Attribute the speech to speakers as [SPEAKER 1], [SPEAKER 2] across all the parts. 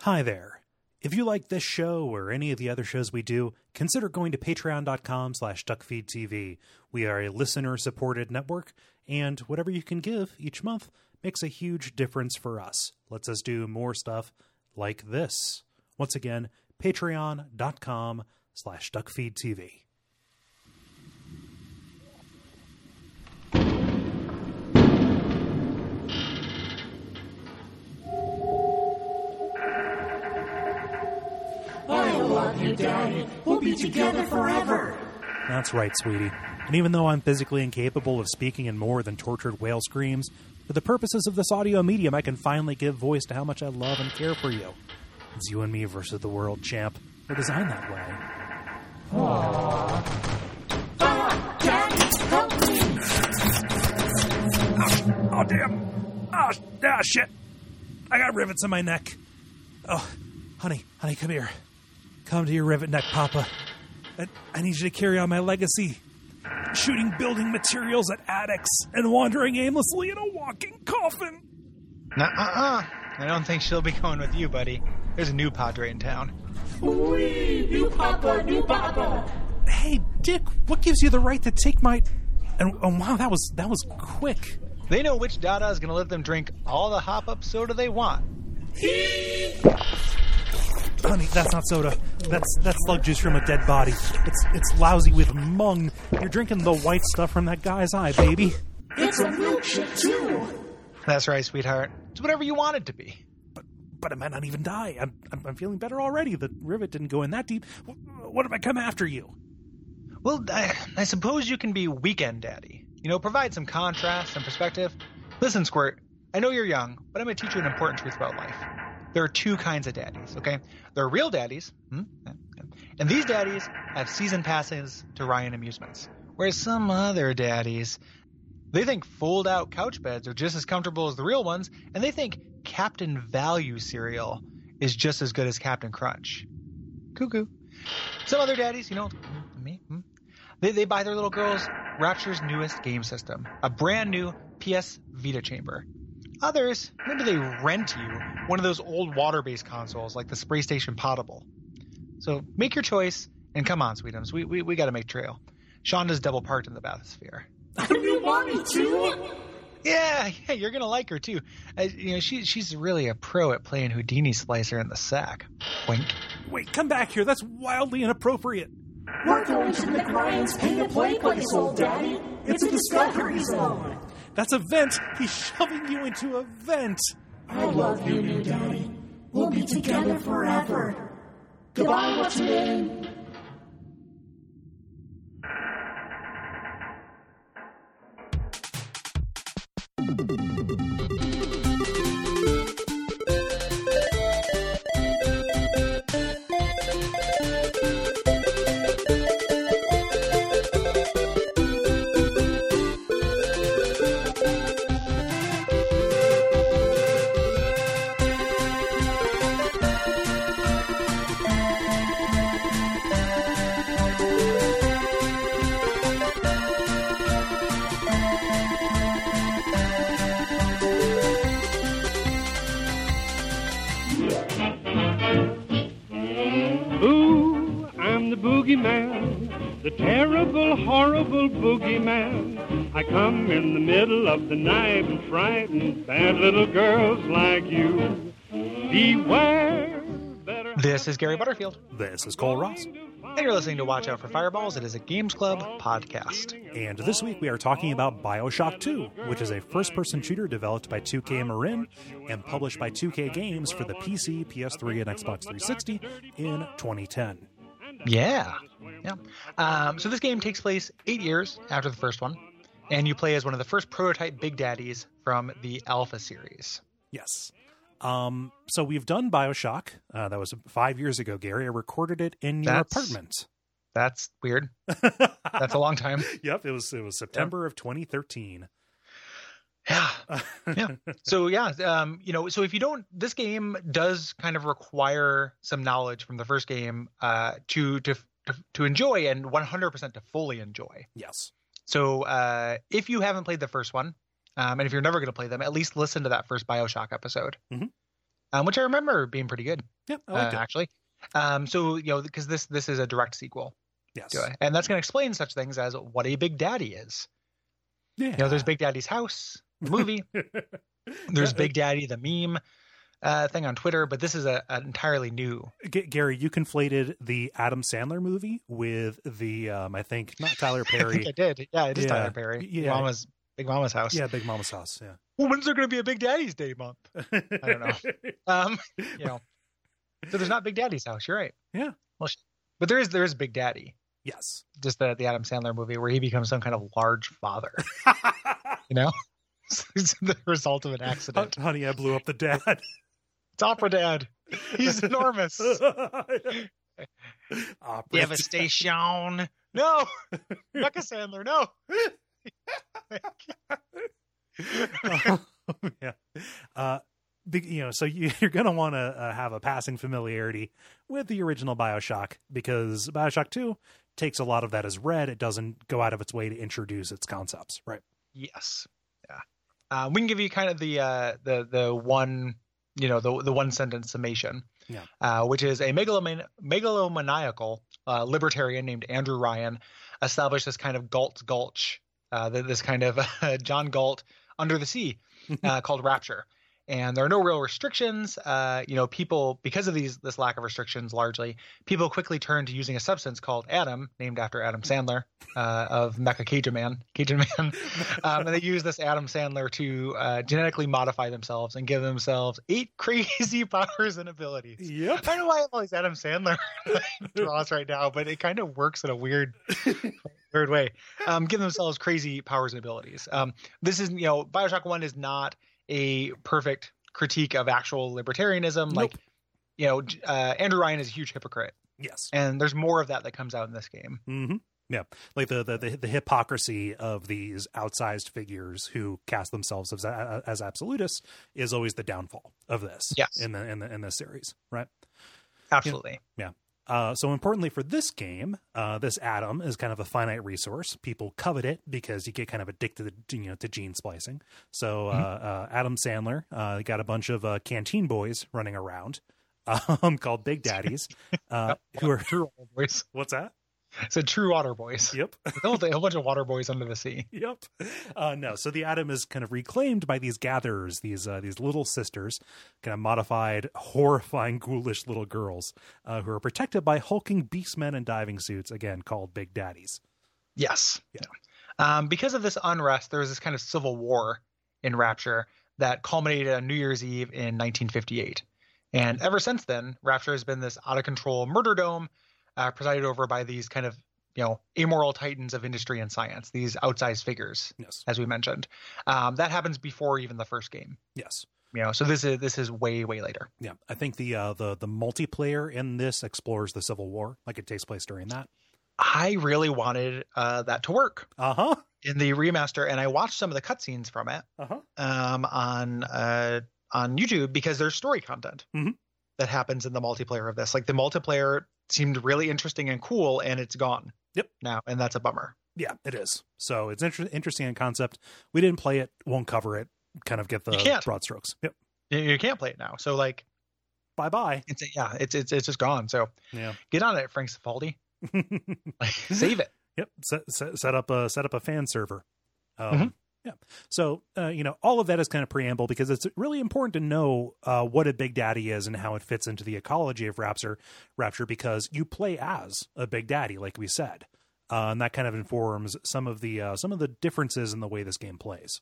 [SPEAKER 1] Hi there. If you like this show or any of the other shows we do, consider going to patreon.com slash duckfeedtv. We are a listener-supported network, and whatever you can give each month makes a huge difference for us. Lets us do more stuff like this. Once again, patreon.com slash duckfeedtv.
[SPEAKER 2] I love you, Daddy. We'll be together forever.
[SPEAKER 1] That's right, sweetie. And even though I'm physically incapable of speaking in more than tortured whale screams, for the purposes of this audio medium, I can finally give voice to how much I love and care for you. It's you and me versus the world, champ. We're designed that way.
[SPEAKER 2] Ah, Daddy, help me.
[SPEAKER 1] Oh, damn. Oh, ah, shit. I got rivets in my neck. Oh, honey, honey, come here. Come to your rivet neck, Papa. I, I need you to carry on my legacy. Shooting building materials at attics and wandering aimlessly in a walking coffin.
[SPEAKER 3] Nah, uh, uh. I don't think she'll be going with you, buddy. There's a new Padre in town.
[SPEAKER 2] Wee, new papa, new papa.
[SPEAKER 1] hey dick what gives you the right to take my and oh wow that was that was quick
[SPEAKER 3] They know which Dada's gonna let them drink all the hop-up soda they want.
[SPEAKER 1] honey that's not soda that's that's slug juice from a dead body it's it's lousy with mung you're drinking the white stuff from that guy's eye baby
[SPEAKER 2] It's a milkshake, too.
[SPEAKER 3] That's right, sweetheart. It's whatever you want it to be.
[SPEAKER 1] but i might not even die i'm i'm, I'm feeling better already the rivet didn't go in that deep Wh- what if i come after you
[SPEAKER 3] Well, I, I suppose you can be weekend daddy. You know, provide some contrast and perspective. Listen, Squirt, I know you're young, but I'm gonna teach you an important truth about life. There are two kinds of daddies, okay? There are real daddies, hmm? and these daddies have season passes to Ryan Amusements, whereas some other daddies They think fold out couch beds are just as comfortable as the real ones, and they think Captain Value cereal is just as good as Captain Crunch. Cuckoo. Some other daddies, you know, me, hmm, they, they buy their little girls Rapture's newest game system, a brand new PS Vita chamber. Others, maybe they rent you one of those old water based consoles like the Spray Station Potable. So make your choice, and come on, sweetums, we, we, we gotta make trail. Shonda's double parked in the bathysphere.
[SPEAKER 2] And you want me to?
[SPEAKER 3] Yeah, yeah, you're gonna like her too. Uh, you know, she she's really a pro at playing Houdini slicer in the sack. Wink.
[SPEAKER 1] wait come back here that's wildly inappropriate
[SPEAKER 2] We're going to McRyan's pay-to-play place, old Daddy. It's a discovery zone.
[SPEAKER 1] that's a vent he's shoving you into a vent
[SPEAKER 2] I love you, new Daddy. We'll be together forever. Goodbye, what's your name?
[SPEAKER 4] Ooh, I'm the boogeyman, the terrible, horrible boogeyman. I come in the middle of the night and frighten bad little girls like you. Beware. Better
[SPEAKER 3] This is Gary Butterfield,
[SPEAKER 1] this is cole ross
[SPEAKER 3] and you're listening to Watch Out for Fireballs. It is a Games Club podcast.
[SPEAKER 1] And this week we are talking about Bioshock 2, which is a first person shooter developed by 2K Marin and published by 2K Games for the PC, PS3, and Xbox 360 in 2010.
[SPEAKER 3] Yeah, yeah. Um, so this game takes place eight years after the first one, and you play as one of the first prototype Big Daddies from the Alpha series.
[SPEAKER 1] Yes. Um, so we've done Bioshock. Uh, that was five years ago, Gary. I recorded it in your
[SPEAKER 3] That's-
[SPEAKER 1] apartment.
[SPEAKER 3] That's weird. That's a long time.
[SPEAKER 1] Yep, it was it was September of 2013.
[SPEAKER 3] Yeah. yeah. So yeah, um, you know, so if you don't, this game does kind of require some knowledge from the first game uh, to to to, to enjoy and 100% to fully enjoy.
[SPEAKER 1] Yes.
[SPEAKER 3] So uh, if you haven't played the first one, um, and if you're never going to play them, at least listen to that first Bioshock episode,
[SPEAKER 1] Mhm.
[SPEAKER 3] um, which I remember being pretty good.
[SPEAKER 1] Yep, I liked
[SPEAKER 3] uh,
[SPEAKER 1] it.
[SPEAKER 3] actually. Um, so you know, because this this is a direct sequel
[SPEAKER 1] Yes.
[SPEAKER 3] to it, and that's going to explain such things as what a Big Daddy is.
[SPEAKER 1] Yeah.
[SPEAKER 3] You know, there's Big Daddy's house the movie. There's
[SPEAKER 1] Yeah,
[SPEAKER 3] Big Daddy the meme uh, thing on Twitter, but this is a, an entirely new.
[SPEAKER 1] G- Gary, you conflated the Adam Sandler movie with the um, I think not Tyler
[SPEAKER 3] I think I
[SPEAKER 1] Perry.
[SPEAKER 3] did. Yeah, it is
[SPEAKER 1] Yeah.
[SPEAKER 3] Tyler Perry.
[SPEAKER 1] Yeah.
[SPEAKER 3] Mama's Big Mama's house.
[SPEAKER 1] yeah, Big Mama's house. Yeah.
[SPEAKER 3] Well, when's there going to be a Big Daddy's Day month?
[SPEAKER 1] I
[SPEAKER 3] don't know. Um, you know, so there's not Big Daddy's house. You're right.
[SPEAKER 1] Yeah.
[SPEAKER 3] Well, sh- but there is there is Big Daddy,
[SPEAKER 1] Yes.
[SPEAKER 3] just the the Adam Sandler movie where he becomes some kind of large father. You know, it's the result of an
[SPEAKER 1] Hon-
[SPEAKER 3] accident.
[SPEAKER 1] Honey, I blew up the dad.
[SPEAKER 3] It's Opera Dad. He's enormous.
[SPEAKER 1] Ah, Opera.
[SPEAKER 3] Devastation. No, Becca Sandler. No.
[SPEAKER 1] Um, yeah. Uh, the, you know, so you, you're going to want to uh, have a passing familiarity with the original Bioshock because Bioshock 2 takes a lot of that as read. It doesn't go out of its way to introduce its concepts. Right.
[SPEAKER 3] Yes. Yeah. Uh, we can give you kind of the uh, the the one you know the the one sentence summation.
[SPEAKER 1] Yeah.
[SPEAKER 3] Uh, which is a megaloman- megalomaniacal uh, libertarian named Andrew Ryan established this kind of Galt Gulch, uh, th- this kind of uh, John Galt under the sea uh, called Rapture. And there are no real restrictions. Uh, you know, people because of these this lack of restrictions, largely people quickly turned to using a substance called Adam, named after Adam Sandler uh, of Mecha Cajun Man, Cajun Man, um, and they use this Adam Sandler to uh, genetically modify themselves and give themselves eight crazy powers and abilities. I
[SPEAKER 1] Yep.
[SPEAKER 3] don't know why I have all these Adam Sandler draws right now, but it kind of works in a weird, weird way. Um, give themselves crazy powers and abilities. Um, this is, you know, Bioshock One is not a perfect critique of actual libertarianism.
[SPEAKER 1] Nope.
[SPEAKER 3] Like, you know, J- uh, Andrew Ryan is a huge hypocrite,
[SPEAKER 1] Yes.
[SPEAKER 3] and there's more of that that comes out in this game.
[SPEAKER 1] hmm Yeah, like the, the the the hypocrisy of these outsized figures who cast themselves as as absolutists is always the downfall of this.
[SPEAKER 3] Yes.
[SPEAKER 1] in the in the in this series, right?
[SPEAKER 3] Absolutely.
[SPEAKER 1] Uh, so importantly for this game, uh, this atom is kind of a finite resource. People covet it because you get kind of addicted, to, you know, to gene splicing. So uh, uh,
[SPEAKER 3] Mm-hmm.
[SPEAKER 1] Adam Sandler uh, got a bunch of uh, canteen boys running around, um, called Big Daddies, uh, who are
[SPEAKER 3] True water boys.
[SPEAKER 1] what's that?
[SPEAKER 3] It's a true water boys.
[SPEAKER 1] Yep.
[SPEAKER 3] a whole- a whole bunch of water boys under the sea.
[SPEAKER 1] yep. Uh, no, so the atom is kind of reclaimed by these gatherers, these uh, these little sisters, kind of modified, horrifying, ghoulish little girls uh, who are protected by hulking beastmen in diving suits, again called Big Daddies.
[SPEAKER 3] Yes.
[SPEAKER 1] Yeah.
[SPEAKER 3] Um, because of this unrest, there was this kind of civil war in Rapture that culminated on New Year's Eve in 1958. And ever since then, Rapture has been this out of control murder dome uh, presided over by these kind of, you know, amoral titans of industry and science, these outsized figures,
[SPEAKER 1] Yes,
[SPEAKER 3] as we mentioned. Um, that happens before even the first game.
[SPEAKER 1] yes,
[SPEAKER 3] You know, so this is this is way way later.
[SPEAKER 1] yeah. I think the uh, the the multiplayer in this explores the Civil War, like it takes place during that.
[SPEAKER 3] I really wanted uh, that to work
[SPEAKER 1] Uh huh.
[SPEAKER 3] in the remaster, and I watched some of the cutscenes from it.
[SPEAKER 1] Uh huh.
[SPEAKER 3] um, on uh, on YouTube because there's story content
[SPEAKER 1] Mhm.
[SPEAKER 3] that happens in the multiplayer of this. Like the multiplayer seemed really interesting and cool, and it's gone.
[SPEAKER 1] Yep.
[SPEAKER 3] Now, and that's a bummer.
[SPEAKER 1] Yeah, it is. So it's inter- interesting in concept. We didn't play it. Won't cover it. Kind of get
[SPEAKER 3] You
[SPEAKER 1] the
[SPEAKER 3] can't.
[SPEAKER 1] broad strokes. Yep.
[SPEAKER 3] You, you can't play it now. So like,
[SPEAKER 1] Bye bye.
[SPEAKER 3] it's yeah, it's it's it's just gone. So
[SPEAKER 1] Yeah.
[SPEAKER 3] get on it, Frank Cifaldi. Like, save it.
[SPEAKER 1] Yep. Set, set, set up a set up a fan server. Um,
[SPEAKER 3] Mhm.
[SPEAKER 1] Yeah. So uh, you know, all of that is kind of preamble because it's really important to know uh, what a Big Daddy is and how it fits into the ecology of Rapture. Rapture because you play as a Big Daddy, like we said, uh, and that kind of informs some of the uh, some of the differences in the way this game plays.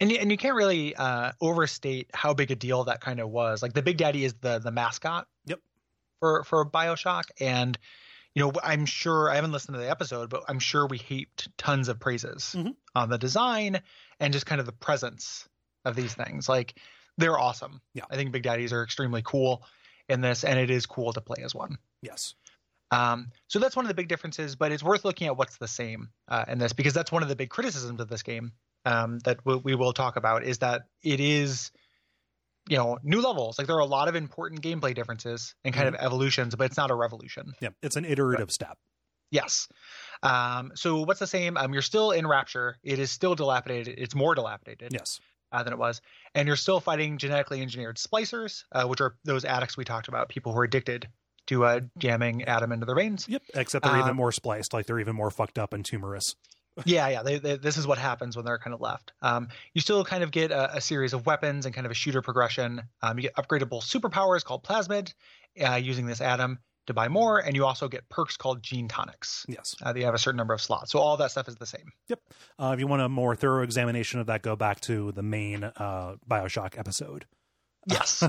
[SPEAKER 3] And you, and you can't really uh, overstate how big a deal that kind of was. Like the Big Daddy is the the mascot.
[SPEAKER 1] Yep.
[SPEAKER 3] For for BioShock, and you know I'm sure I haven't listened to the episode, but I'm sure we heaped tons of praises
[SPEAKER 1] Mhm.
[SPEAKER 3] on the design and just kind of the presence of these things. Like they're awesome.
[SPEAKER 1] Yeah.
[SPEAKER 3] I think Big Daddies are extremely cool in this, and it is cool to play as one.
[SPEAKER 1] Yes.
[SPEAKER 3] Um, so that's one of the big differences, but it's worth looking at what's the same uh, in this because that's one of the big criticisms of this game um, that we, we will talk about is that it is, you know, new levels. Like there are a lot of important gameplay differences and kind of evolutions, but it's not a revolution.
[SPEAKER 1] Yep. It's an iterative step.
[SPEAKER 3] Yes. Um, so what's the same? Um, you're still in Rapture. It is still dilapidated. It's more dilapidated.
[SPEAKER 1] Yes.
[SPEAKER 3] uh, than it was. And you're still fighting genetically engineered splicers, uh, which are those addicts we talked about, people who are addicted to uh, jamming atom into their veins.
[SPEAKER 1] Yep. Except they're even
[SPEAKER 3] Um,
[SPEAKER 1] more spliced, like they're even more fucked up and tumorous.
[SPEAKER 3] yeah, yeah. They, they, this is what happens when they're kind of left. Um, you still kind of get a, a series of weapons and kind of a shooter progression. Um, you get upgradable superpowers called plasmid uh, using this atom to buy more, and you also get perks called gene tonics.
[SPEAKER 1] Yes.
[SPEAKER 3] Uh, they have a certain number of slots, so all that stuff is the same.
[SPEAKER 1] Yep. Uh, if you want a more thorough examination of that, go back to the main uh, Bioshock episode.
[SPEAKER 3] Yes.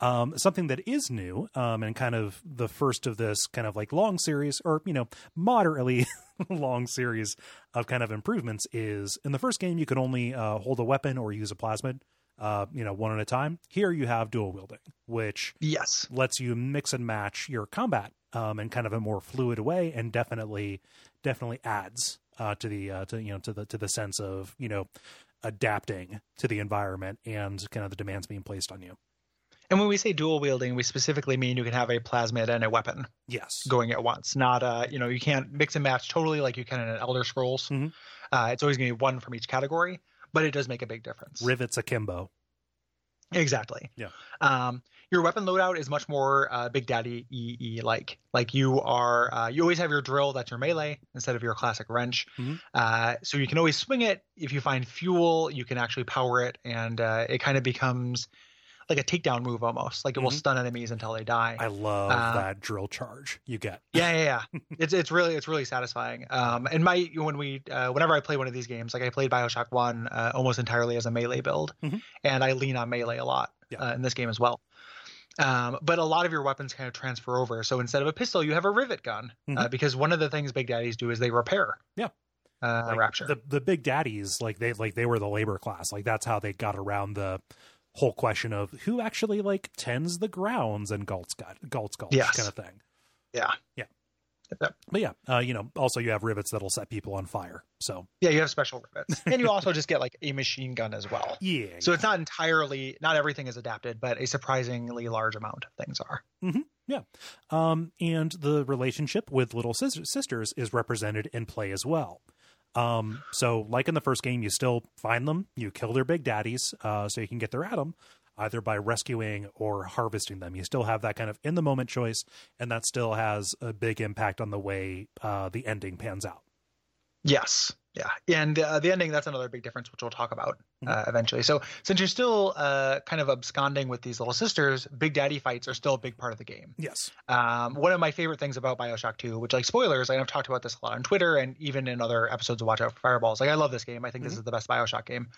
[SPEAKER 1] Um, something that is new um, and kind of the first of this kind of like long series or, you know, moderately long series of kind of improvements is in the first game, you could only uh, hold a weapon or use a plasmid, uh, you know, one at a time. Here you have dual wielding, which
[SPEAKER 3] yes.
[SPEAKER 1] lets you mix and match your combat um, in kind of a more fluid way, and definitely, definitely adds uh, to the uh, to you know to the to the sense of you know adapting to the environment and kind of the demands being placed on you.
[SPEAKER 3] And when we say dual wielding, we specifically mean you can have a plasmid and a weapon
[SPEAKER 1] Yes,
[SPEAKER 3] going at once. Not uh, you know, you can't mix and match totally like you can in an Elder Scrolls.
[SPEAKER 1] Mhm.
[SPEAKER 3] Uh, it's always going to be one from each category, but it does make a big difference.
[SPEAKER 1] rivets akimbo.
[SPEAKER 3] Exactly.
[SPEAKER 1] Yeah.
[SPEAKER 3] Um, your weapon loadout is much more uh, Big Daddy EE like. Like you are, uh, you always have your drill that's your melee instead of your classic wrench.
[SPEAKER 1] Mhm.
[SPEAKER 3] Uh, so you can always swing it. If you find fuel, you can actually power it, and uh, it kind of becomes like a takedown move almost. Like it will
[SPEAKER 1] Mhm.
[SPEAKER 3] stun enemies until they die.
[SPEAKER 1] I love
[SPEAKER 3] Uh,
[SPEAKER 1] that drill charge you get.
[SPEAKER 3] yeah, yeah, yeah. it's it's really it's really satisfying. Um, and my when we uh, whenever I play one of these games, like I played Bioshock One uh, almost entirely as a melee build,
[SPEAKER 1] Mhm.
[SPEAKER 3] and I lean on melee a lot
[SPEAKER 1] Yeah.
[SPEAKER 3] uh, in this game as well. Um, but a lot of your weapons kind of transfer over. So instead of a pistol, you have a rivet gun uh,
[SPEAKER 1] Mhm.
[SPEAKER 3] because one of the things Big Daddies do is they repair.
[SPEAKER 1] Yeah.
[SPEAKER 3] Uh,
[SPEAKER 1] Like,
[SPEAKER 3] rapture.
[SPEAKER 1] the the big daddies like they like they were the labor class. Like that's how they got around the whole question of who actually like tends the grounds and Galt's got Galt's Gulch
[SPEAKER 3] Yes.
[SPEAKER 1] kind of thing.
[SPEAKER 3] yeah.
[SPEAKER 1] Yeah.
[SPEAKER 3] Yep.
[SPEAKER 1] But yeah, uh, you know, also you have rivets that'll set people on fire. So
[SPEAKER 3] Yeah, you have special rivets, and you also just get like a machine gun as well.
[SPEAKER 1] yeah,
[SPEAKER 3] So it's not entirely, not everything is adapted, but a surprisingly large amount of things are.
[SPEAKER 1] um, and the relationship with little sis- sisters is represented in play as well. Um, so like in the first game, you still find them, you kill their big daddies, uh, so you can get their atom either by rescuing or harvesting them. You still have that kind of in the moment choice, and that still has a big impact on the way uh, the ending pans out.
[SPEAKER 3] Yes. Yeah. And uh, the ending, that's another big difference, which we'll talk about uh, eventually. So, since you're still uh, kind of absconding with these little sisters, Big Daddy fights are still a big part of the game.
[SPEAKER 1] Yes.
[SPEAKER 3] Um, one of my favorite things about Bioshock 2, which, like, spoilers, and I've talked about this a lot on Twitter and even in other episodes of Watch Out for Fireballs. Like, I love this game. I think this is the best Bioshock game.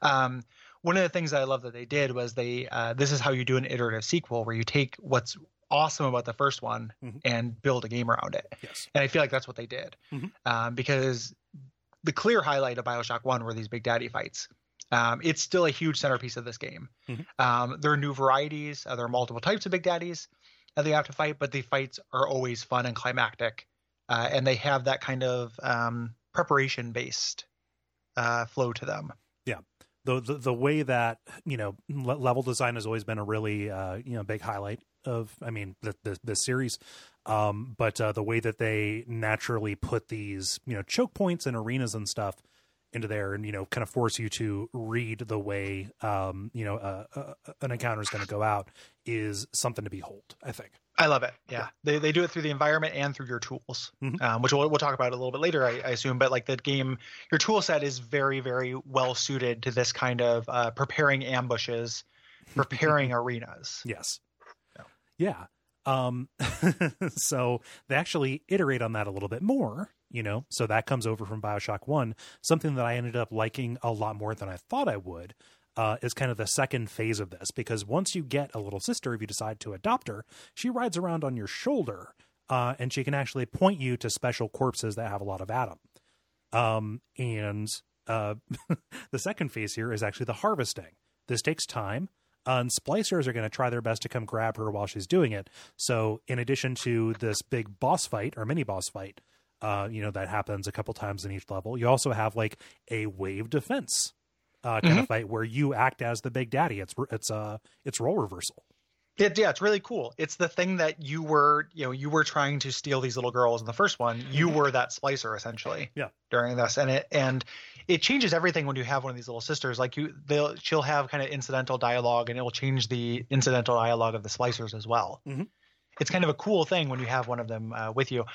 [SPEAKER 3] Um, one of the things that I love that they did was they, uh, this is how you do an iterative sequel where you take what's awesome about the first one
[SPEAKER 1] Mhm.
[SPEAKER 3] and build a game around it
[SPEAKER 1] Yes.
[SPEAKER 3] and I feel like that's what they did
[SPEAKER 1] Mhm.
[SPEAKER 3] um, because the clear highlight of Bioshock One were these Big Daddy fights. Um, it's still a huge centerpiece of this game.
[SPEAKER 1] Mhm.
[SPEAKER 3] Um, there are new varieties. Uh, there are multiple types of Big Daddies that they have to fight, but the fights are always fun and climactic, uh, and they have that kind of um, preparation based uh, flow to them.
[SPEAKER 1] the the, the way that you know le- level design has always been a really uh, you know big highlight of I mean the the, the series, um, but uh, the way that they naturally put these you know choke points and arenas and stuff into there and you know kind of force you to read the way um you know uh, uh, an encounter is going to go out is something to behold i think
[SPEAKER 3] I love it. Yeah, They, they do it through the environment and through your tools,
[SPEAKER 1] Mhm.
[SPEAKER 3] um, which we'll, we'll talk about a little bit later, I, I assume. But like the game, your tool set is very, very well suited to this kind of uh, preparing ambushes, preparing arenas.
[SPEAKER 1] Yes. Yeah. Um, so they actually iterate on that a little bit more, you know. So that comes over from Bioshock One. Something that I ended up liking a lot more than I thought I would uh, is kind of the second phase of this because once you get a little sister, if you decide to adopt her, she rides around on your shoulder, uh, and she can actually point you to special corpses that have a lot of atom. Um, and uh, the second phase here is actually the harvesting. This takes time. uh, And splicers are going to try their best to come grab her while she's doing it. So, in addition to this big boss fight or mini boss fight, uh, you know that happens a couple times in each level. You also have like a wave defense uh, kind of fight where you act as the big daddy. It's it's uh it's role reversal.
[SPEAKER 3] It, yeah, it's really cool. It's the thing that you were, you know, you were trying to steal these little girls in the first one. You were that splicer essentially.
[SPEAKER 1] Yeah.
[SPEAKER 3] During this, and it and it changes everything when you have one of these little sisters. Like you, they'll she'll have kind of incidental dialogue, and it will change the incidental dialogue of the splicers as well.
[SPEAKER 1] Mhm.
[SPEAKER 3] It's kind of a cool thing when you have one of them uh, with you.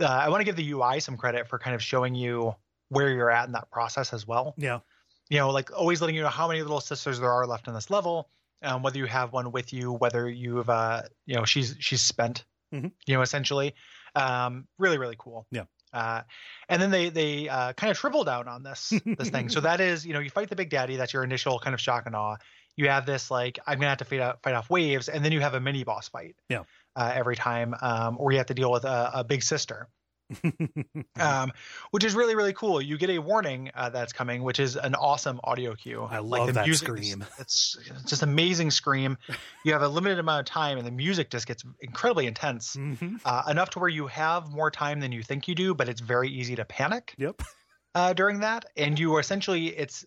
[SPEAKER 3] Uh, I want to give the UI some credit for kind of showing you where you're at in that process as well
[SPEAKER 1] Yeah.
[SPEAKER 3] you know, like always letting you know how many little sisters there are left in this level, um, whether you have one with you, whether you've, uh, you know, she's she's spent,
[SPEAKER 1] Mhm.
[SPEAKER 3] you know, essentially. Um, really, really cool.
[SPEAKER 1] Yeah.
[SPEAKER 3] Uh, and then they they uh, kind of triple down on this this thing. So that is, you know, you fight the big daddy. That's your initial kind of shock and awe. You have this like I'm gonna have to fight out, fight off waves, and then you have a mini boss fight.
[SPEAKER 1] Yeah.
[SPEAKER 3] Uh, every time, um, or you have to deal with a, a big sister
[SPEAKER 1] Mm-hmm.
[SPEAKER 3] um, which is really really cool. You get a warning uh, that's coming, which is an awesome audio cue.
[SPEAKER 1] I
[SPEAKER 3] Like,
[SPEAKER 1] love
[SPEAKER 3] the
[SPEAKER 1] that
[SPEAKER 3] music
[SPEAKER 1] scream.
[SPEAKER 3] is- It's, it's just amazing scream. You have a limited amount of time, and the music just gets incredibly intense.
[SPEAKER 1] Mhm.
[SPEAKER 3] Uh, enough to where you have more time than you think you do, but it's very easy to panic
[SPEAKER 1] Yep.
[SPEAKER 3] uh, during that, and you are essentially it's.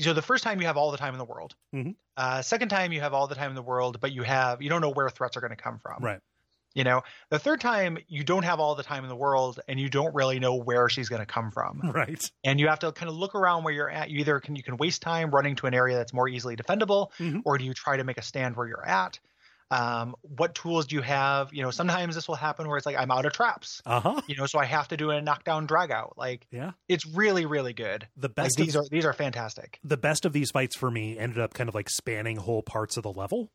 [SPEAKER 3] So the first time you have all the time in the world.
[SPEAKER 1] Mhm.
[SPEAKER 3] Uh, second time you have all the time in the world, but you have you don't know where threats are going to come from.
[SPEAKER 1] Right.
[SPEAKER 3] You know, the third time you don't have all the time in the world and you don't really know where she's going to come from.
[SPEAKER 1] Right.
[SPEAKER 3] And you have to kind of look around where you're at. You either can you can waste time running to an area that's more easily defendable
[SPEAKER 1] Mhm.
[SPEAKER 3] or do you try to make a stand where you're at? Um, what tools do you have? You know, sometimes this will happen where it's like I'm out of traps.
[SPEAKER 1] Uh huh.
[SPEAKER 3] You know, so I have to do a knockdown drag out. Like
[SPEAKER 1] Yeah.
[SPEAKER 3] it's really really good.
[SPEAKER 1] The
[SPEAKER 3] Like,
[SPEAKER 1] best
[SPEAKER 3] these
[SPEAKER 1] of,
[SPEAKER 3] are these are fantastic.
[SPEAKER 1] the best of these fights for me ended up kind of like spanning whole parts of the level.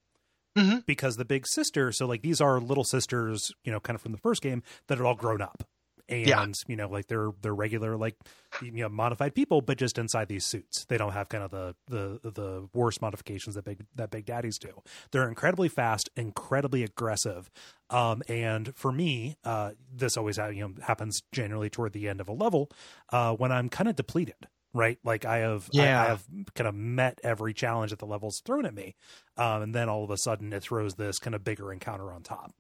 [SPEAKER 3] Mhm.
[SPEAKER 1] Because the big sister, so like these are little sisters, you know, kind of from the first game that are all grown up, and
[SPEAKER 3] Yeah.
[SPEAKER 1] you know, like they're they're regular, like you know, modified people, but just inside these suits. They don't have kind of the the the worst modifications that big that big daddies do. They're incredibly fast, incredibly aggressive. Um, and for me, uh, this always ha- you know, happens generally toward the end of a level uh, when I'm kind of depleted, right? Like I have, I-
[SPEAKER 3] Yeah.
[SPEAKER 1] I, have kind of met every challenge that the level's thrown at me, um, and then all of a sudden it throws this kind of bigger encounter on top.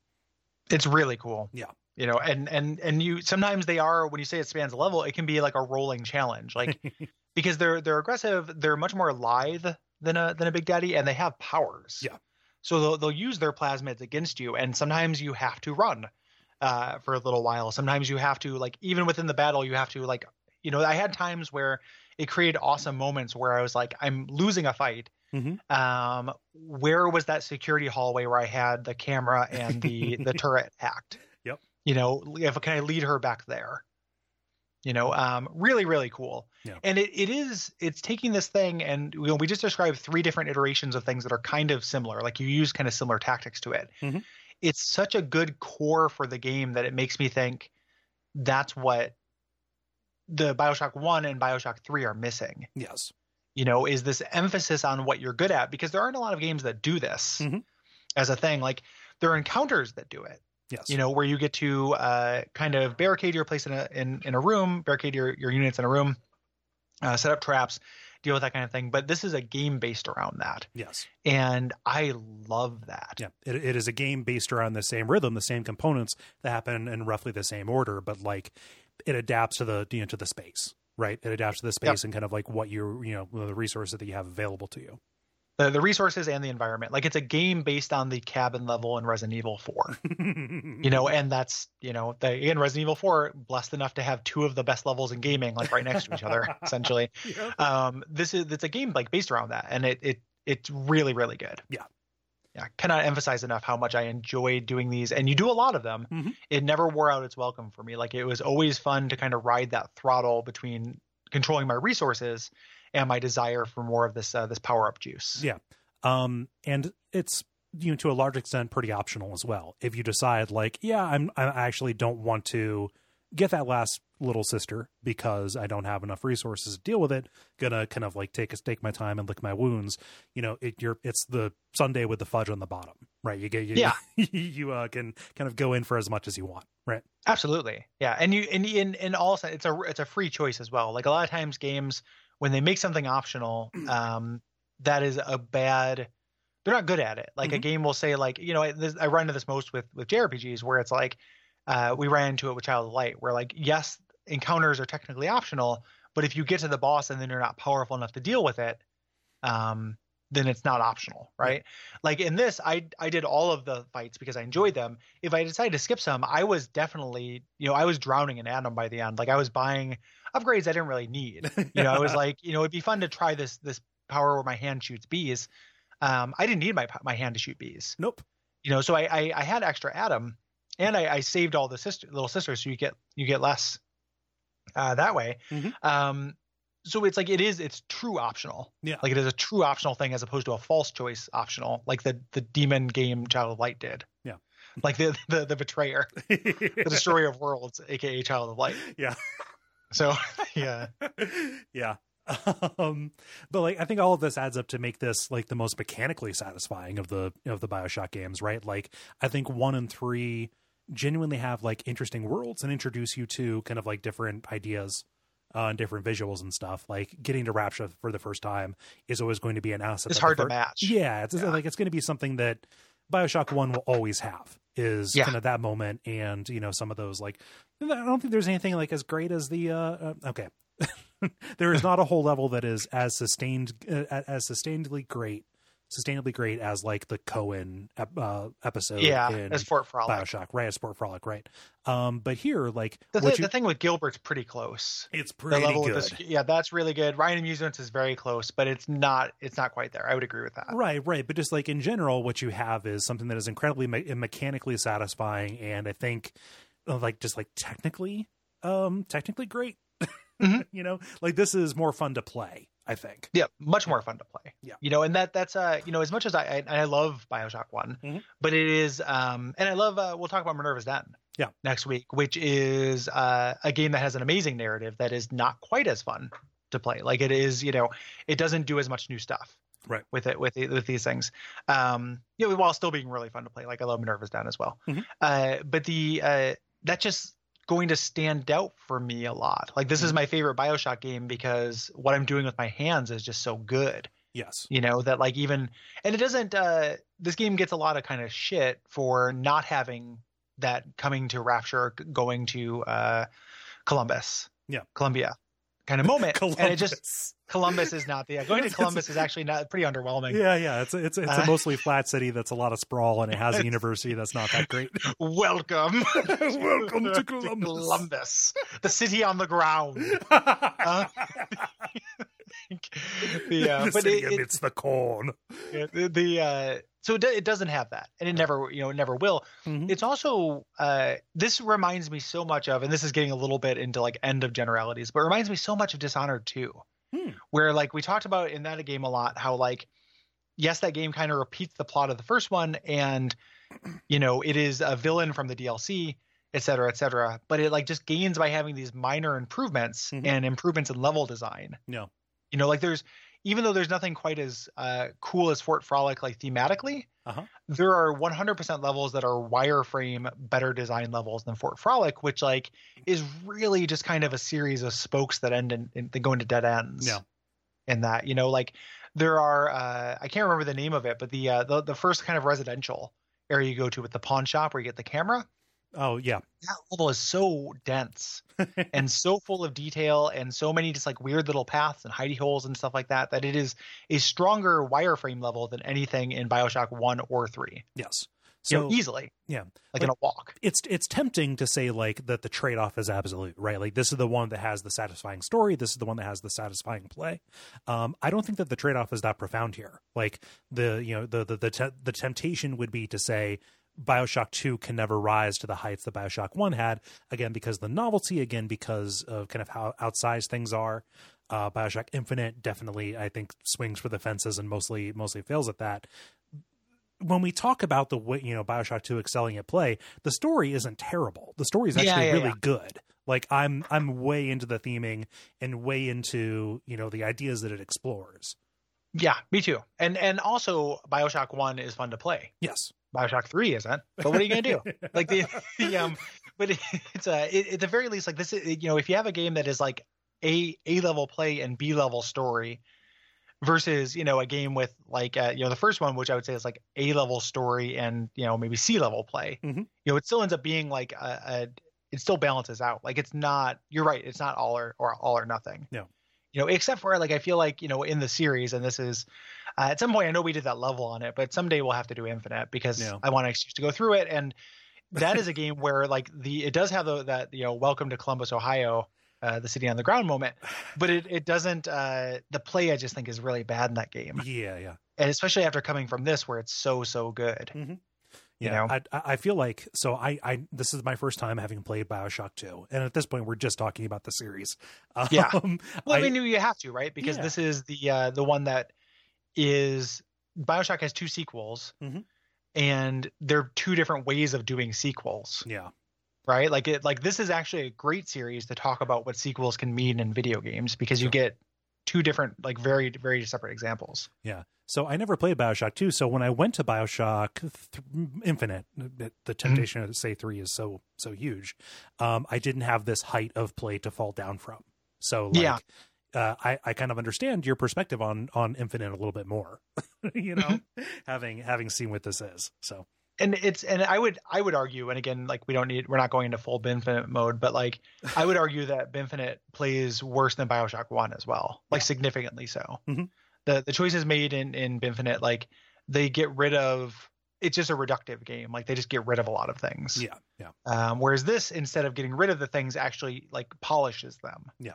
[SPEAKER 3] It's really cool.
[SPEAKER 1] Yeah.
[SPEAKER 3] You know, and and and you sometimes they are when you say it spans a level, it can be like a rolling challenge. Like because they're they're aggressive, they're much more lithe than a than a big daddy, and they have powers.
[SPEAKER 1] Yeah.
[SPEAKER 3] So they'll they'll use their plasmids against you, and sometimes you have to run uh, for a little while. Sometimes you have to like even within the battle, you have to like you know I had times where it created awesome moments where I was like I'm losing a fight.
[SPEAKER 1] Mhm.
[SPEAKER 3] Um, where was that security hallway where I had the camera and the the turret hacked?
[SPEAKER 1] Yep.
[SPEAKER 3] You know, if can I lead her back there? you know um really really cool
[SPEAKER 1] Yeah.
[SPEAKER 3] and it, it is it's taking this thing and you know, we just described three different iterations of things that are kind of similar like you use kind of similar tactics to it
[SPEAKER 1] Mhm.
[SPEAKER 3] it's such a good core for the game that it makes me think that's what the bioshock 1 and bioshock 3 are missing
[SPEAKER 1] Yes,
[SPEAKER 3] you know is this emphasis on what you're good at because there aren't a lot of games that do this
[SPEAKER 1] Mhm.
[SPEAKER 3] as a thing like there are encounters that do it
[SPEAKER 1] yes,
[SPEAKER 3] you know where you get to uh, kind of barricade your place in a in, in a room barricade your, your units in a room uh, set up traps deal with that kind of thing but this is a game based around that
[SPEAKER 1] yes,
[SPEAKER 3] and i love that
[SPEAKER 1] yeah. It, it is a game based around the same rhythm, the same components that happen in roughly the same order, but like it adapts to the you know to the space, right? It adapts to the space and kind of like what you you know the resources that you have available to you.
[SPEAKER 3] the, the resources and the environment like it's a game based on the cabin level in resident evil 4 you know
[SPEAKER 1] Mm-hmm.
[SPEAKER 3] and that's you know the, again resident evil 4 blessed enough to have two of the best levels in gaming like right next to each other essentially
[SPEAKER 1] Yep.
[SPEAKER 3] um this is it's a game like based around that and it it it's really really good
[SPEAKER 1] Yeah.
[SPEAKER 3] yeah cannot emphasize enough how much i enjoyed doing these and you do a lot of them
[SPEAKER 1] Mhm.
[SPEAKER 3] it never wore out its welcome for me like it was always fun to kind of ride that throttle between controlling my resources and my desire for more of this uh, this power up juice
[SPEAKER 1] Yeah. um and it's you know to a large extent pretty optional as well if you decide like yeah i'm i actually don't want to get that last little sister because i don't have enough resources to deal with it gonna kind of like take take my time and lick my wounds you know it you're it's the sunday with the fudge on the bottom right you get you,
[SPEAKER 3] Yeah.
[SPEAKER 1] you uh, can kind of go in for as much as you want right
[SPEAKER 3] Absolutely, yeah, and you and in in all sen- it's a it's a free choice as well. Like a lot of times, games when they make something optional, um, that is a bad. They're not good at it. Like a
[SPEAKER 1] Mhm.
[SPEAKER 3] game will say, like you know, I, this, I run into this most with with JRPGs where it's like, uh, we ran into it with Child of Light, where like yes, encounters are technically optional, but if you get to the boss and then you're not powerful enough to deal with it, um, then it's not optional, right? Like in this, I I did all of the fights because I enjoyed them. If I decided to skip some, I was definitely, you know, I was drowning in Adam by the end. Like I was buying upgrades I didn't really need. You know, I was like, you know, it'd be fun to try this this power where my hand shoots bees. Um, I didn't need my my hand to shoot bees.
[SPEAKER 1] Nope.
[SPEAKER 3] You know, so I I, I had extra Adam, and I, I saved all the sister little sisters, so you get you get less uh, that way.
[SPEAKER 1] Mhm.
[SPEAKER 3] Um, so it's like it is it's true optional.
[SPEAKER 1] Yeah.
[SPEAKER 3] Like it is a true optional thing as opposed to a false choice optional, like the the demon game Child of Light did.
[SPEAKER 1] Yeah.
[SPEAKER 3] Like the the, the betrayer, the destroyer of worlds, aka Child of Light.
[SPEAKER 1] Yeah.
[SPEAKER 3] So yeah.
[SPEAKER 1] yeah. Um, but like I think all of this adds up to make this like the most mechanically satisfying of the of the BioShock games, right? Like I think 1 and 3 genuinely have like interesting worlds and introduce you to kind of like different ideas uh, and different visuals and stuff. Like getting to Rapture for the first time is always going to be an asset. that
[SPEAKER 3] It's
[SPEAKER 1] the
[SPEAKER 3] hard to
[SPEAKER 1] fir-
[SPEAKER 3] match.
[SPEAKER 1] Yeah, it's it's
[SPEAKER 3] Yeah.
[SPEAKER 1] like it's going to be something that Bioshock One will always have is
[SPEAKER 3] Yeah.
[SPEAKER 1] kind of that moment, and you know some of those like I don't think there's anything like as great as the uh, uh okay. there is not a whole level that is as sustained uh, as sustainably great, sustainably great as like the Cohen ep- uh, episode.
[SPEAKER 3] Yeah.
[SPEAKER 1] in
[SPEAKER 3] As Fort Frolic.
[SPEAKER 1] Bioshock, right? As Sport Frolic, right? Um, but here, like
[SPEAKER 3] The,
[SPEAKER 1] what
[SPEAKER 3] th-
[SPEAKER 1] you-
[SPEAKER 3] the thing with Gilbert's pretty close.
[SPEAKER 1] it's
[SPEAKER 3] The
[SPEAKER 1] pretty
[SPEAKER 3] level
[SPEAKER 1] good.
[SPEAKER 3] of this, yeah, that's really good. Ryan Amusements is very close, but it's not it's not quite there. I would agree with that.
[SPEAKER 1] Right, right. But just like in general, what you have is something that is incredibly me- mechanically satisfying, and I think, uh, like, just like technically, um, technically great.
[SPEAKER 3] Mhm.
[SPEAKER 1] you know, like this is more fun to play. I think.
[SPEAKER 3] Yeah, much more fun to play.
[SPEAKER 1] Yeah.
[SPEAKER 3] you know, and that that's uh, you know, as much as I I, I love Bioshock One,
[SPEAKER 1] Mhm.
[SPEAKER 3] but it is um, and I love uh, we'll talk about Minerva's Den.
[SPEAKER 1] Yeah.
[SPEAKER 3] next week, which is uh, a game that has an amazing narrative that is not quite as fun to play. Like it is, you know, it doesn't do as much new stuff.
[SPEAKER 1] Right.
[SPEAKER 3] With it with the, with these things, um, you know, while still being really fun to play. Like I love Minerva's Den as well.
[SPEAKER 1] Mhm.
[SPEAKER 3] Uh, but the uh, that's just going to stand out for me a lot. Like this
[SPEAKER 1] Mm.
[SPEAKER 3] is my favorite BioShock game because what I'm doing with my hands is just so good
[SPEAKER 1] Yes.
[SPEAKER 3] you know that like even and it doesn't uh this game gets a lot of kind of shit for not having that coming to rapture g- going to uh columbus
[SPEAKER 1] Yeah.
[SPEAKER 3] columbia kind of moment and it just
[SPEAKER 1] Columbus.
[SPEAKER 3] columbus is not the yeah, going to
[SPEAKER 1] It's-
[SPEAKER 3] columbus is actually not pretty underwhelming
[SPEAKER 1] Yeah, yeah. It's it's it's a
[SPEAKER 3] Uh,
[SPEAKER 1] mostly flat city that's a lot of sprawl, and it has a university that's not that great.
[SPEAKER 3] welcome
[SPEAKER 1] Welcome to Columbus.
[SPEAKER 3] columbus the city on the ground Uh, yeah
[SPEAKER 1] the
[SPEAKER 3] but
[SPEAKER 1] city
[SPEAKER 3] it, it-
[SPEAKER 1] amidst the corn.
[SPEAKER 3] Yeah, the, the uh so it, do- it doesn't have that and it never you know it never will
[SPEAKER 1] Mhm.
[SPEAKER 3] it's also uh this reminds me so much of and this is getting a little bit into like end of generalities but it reminds me so much of dishonored 2
[SPEAKER 1] Hmm.
[SPEAKER 3] where like we talked about in that game a lot how like yes that game kind of repeats the plot of the first one and you know it is a villain from the dlc et cetera et cetera but it like just gains by having these minor improvements
[SPEAKER 1] Mhm.
[SPEAKER 3] and improvements in level design
[SPEAKER 1] No.
[SPEAKER 3] you know like there's even though there's nothing quite as uh, cool as fort frolic like thematically
[SPEAKER 1] Uh-huh.
[SPEAKER 3] there are 100% levels that are wireframe better design levels than fort frolic which like is really just kind of a series of spokes that end in, in that go into dead ends
[SPEAKER 1] Yeah.
[SPEAKER 3] and that you know like there are uh, i can't remember the name of it but the, uh, the the first kind of residential area you go to with the pawn shop where you get the camera
[SPEAKER 1] Oh yeah.
[SPEAKER 3] that level is so dense and so full of detail and so many just like weird little paths and hidey holes and stuff like that that it is a stronger wireframe level than anything in bioshock 1 or 3
[SPEAKER 1] Yes.
[SPEAKER 3] so easily
[SPEAKER 1] yeah.
[SPEAKER 3] like, in a walk
[SPEAKER 1] it's it's tempting to say like that the trade off is absolute, right? Like this is the one that has the satisfying story, this is the one that has the satisfying play. Um, I don't think that the trade off is that profound here. Like the you know the the the, te- the temptation would be to say Bioshock Two can never rise to the heights that Bioshock One had again because of the novelty, again because of kind of how outsized things are. Uh, Bioshock Infinite definitely, I think, swings for the fences and mostly mostly fails at that when we talk about the way you know Bioshock Two excelling at play, the story isn't terrible. The story is
[SPEAKER 3] Yeah,
[SPEAKER 1] actually
[SPEAKER 3] yeah,
[SPEAKER 1] really
[SPEAKER 3] yeah.
[SPEAKER 1] good. Like I'm I'm way into the theming and way into you know the ideas that it explores.
[SPEAKER 3] yeah me too and and also bioshock 1 is fun to play
[SPEAKER 1] Yes,
[SPEAKER 3] bioshock 3 isn't but what are you gonna do like the, the um but it, it's uh it, at the very least like this is you know if you have a game that is like a a level play and b level story versus you know a game with like uh, you know the first one which i would say is like a level story and you know maybe c level play
[SPEAKER 1] Mhm.
[SPEAKER 3] you know it still ends up being like a, a it still balances out like it's not you're right it's not all or, or all or nothing
[SPEAKER 1] No.
[SPEAKER 3] you know except for like i feel like you know in the series and this is Uh, at some point, I know we did that level on it, but someday we'll have to do Infinite because
[SPEAKER 1] Yeah.
[SPEAKER 3] I want an excuse to go through it. And that is a game where like the it does have the, that you know welcome to Columbus, Ohio, uh, the city on the ground moment, but it it doesn't. Uh, the play I just think is really bad in that game,
[SPEAKER 1] Yeah, yeah.
[SPEAKER 3] and especially after coming from this where it's so so good. you
[SPEAKER 1] Yeah,
[SPEAKER 3] know?
[SPEAKER 1] I I I feel like so I I this is my first time having played Bioshock Two, and at this point we're just talking about the series. Um,
[SPEAKER 3] Yeah. Well, I,
[SPEAKER 1] I-
[SPEAKER 3] mean, you have to, right? Because
[SPEAKER 1] Yeah.
[SPEAKER 3] this is the uh, the one that is Bioshock has two sequels,
[SPEAKER 1] Mhm.
[SPEAKER 3] and they're two different ways of doing sequels,
[SPEAKER 1] yeah,
[SPEAKER 3] right? Like it, like this is actually a great series to talk about what sequels can mean in video games because you get two different, like very very separate examples.
[SPEAKER 1] yeah. So I never played Bioshock Two. So when I went to Bioshock th- Infinite, the- the
[SPEAKER 3] Mm-hmm.
[SPEAKER 1] temptation to say three is so so huge. Um, I didn't have this height of play to fall down from. So like,
[SPEAKER 3] Yeah.
[SPEAKER 1] Uh, I, I kind of understand your perspective on on Infinite a little bit more, you know,
[SPEAKER 3] Mm-hmm.
[SPEAKER 1] having having seen what this is. So
[SPEAKER 3] and it's and I would I would argue, and again, like we don't need we're not going into full Binfinite mode, but like I would argue that Binfinite plays worse than Bioshock One as well, like significantly so.
[SPEAKER 1] Mhm.
[SPEAKER 3] The the choices made in in Binfinite, like they get rid of it's just a reductive game, like they just get rid of a lot of things.
[SPEAKER 1] yeah, yeah,
[SPEAKER 3] Um, whereas this, instead of getting rid of the things, actually like polishes them.
[SPEAKER 1] Yeah.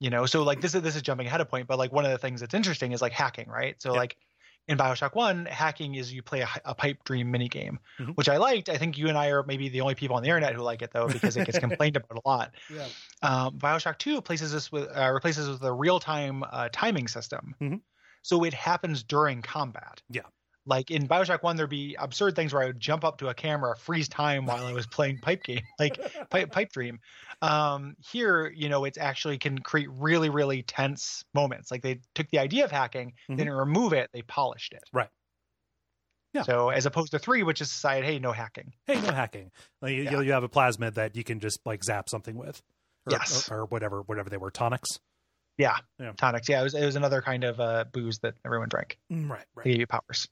[SPEAKER 3] You know, so like this is this is jumping ahead of point, but like one of the things that's interesting is like hacking, right? So
[SPEAKER 1] Yeah.
[SPEAKER 3] like in Bioshock One, hacking is you play a, a pipe dream mini game,
[SPEAKER 1] Mhm.
[SPEAKER 3] which I liked. I think you and I are maybe the only people on the internet who like it though, because it gets complained about a lot.
[SPEAKER 1] Yeah.
[SPEAKER 3] Um, Bioshock Two places this with uh, replaces this with a real time uh, timing system,
[SPEAKER 1] Mhm.
[SPEAKER 3] so it happens during combat like in Bioshock One, there'd be absurd things where I would jump up to a camera, freeze time while I was playing pipe game, like pipe, pipe dream. Um, here, you know, it's actually can create really, really tense moments. Like they took the idea of hacking,
[SPEAKER 1] Mhm.
[SPEAKER 3] didn't remove it, they polished it.
[SPEAKER 1] Right. Yeah.
[SPEAKER 3] So as opposed to three, which is decided, hey, no hacking.
[SPEAKER 1] hey, no hacking. Like, you,
[SPEAKER 3] Yeah.
[SPEAKER 1] you have a plasmid that you can just like zap something with, or,
[SPEAKER 3] Yes.
[SPEAKER 1] or, or whatever, whatever they were, tonics.
[SPEAKER 3] Yeah.
[SPEAKER 1] Yeah.
[SPEAKER 3] Tonics. Yeah, it was it was another kind of uh, booze that everyone drank.
[SPEAKER 1] Right,
[SPEAKER 3] They gave you powers.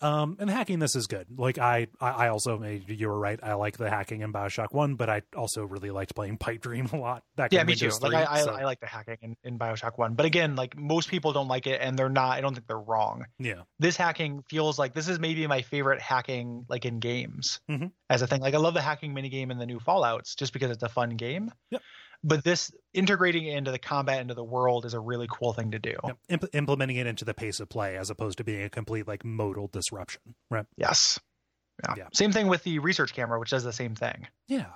[SPEAKER 1] Um, and hacking this is good. Like I, I, I also you were right. I like the hacking in Bioshock One, but I also really liked playing Pipe Dream a lot back.
[SPEAKER 3] Yeah,
[SPEAKER 1] in
[SPEAKER 3] me
[SPEAKER 1] Windows
[SPEAKER 3] too.
[SPEAKER 1] 3,
[SPEAKER 3] like I, I,
[SPEAKER 1] so-
[SPEAKER 3] I like the hacking in, in Bioshock One, but again, like most people don't like it, and they're not. I don't think they're wrong.
[SPEAKER 1] yeah,
[SPEAKER 3] this hacking feels like this is maybe my favorite hacking like in games
[SPEAKER 1] Mhm.
[SPEAKER 3] as a thing like i love the hacking minigame in the new fallouts just because it's a fun game
[SPEAKER 1] Yep.
[SPEAKER 3] but this integrating it into the combat into the world is a really cool thing to do
[SPEAKER 1] Yep. Imp- implementing it into the pace of play as opposed to being a complete like modal disruption. Right.
[SPEAKER 3] yes yeah.
[SPEAKER 1] Yeah.
[SPEAKER 3] same thing with the research camera which does the same thing
[SPEAKER 1] Yeah.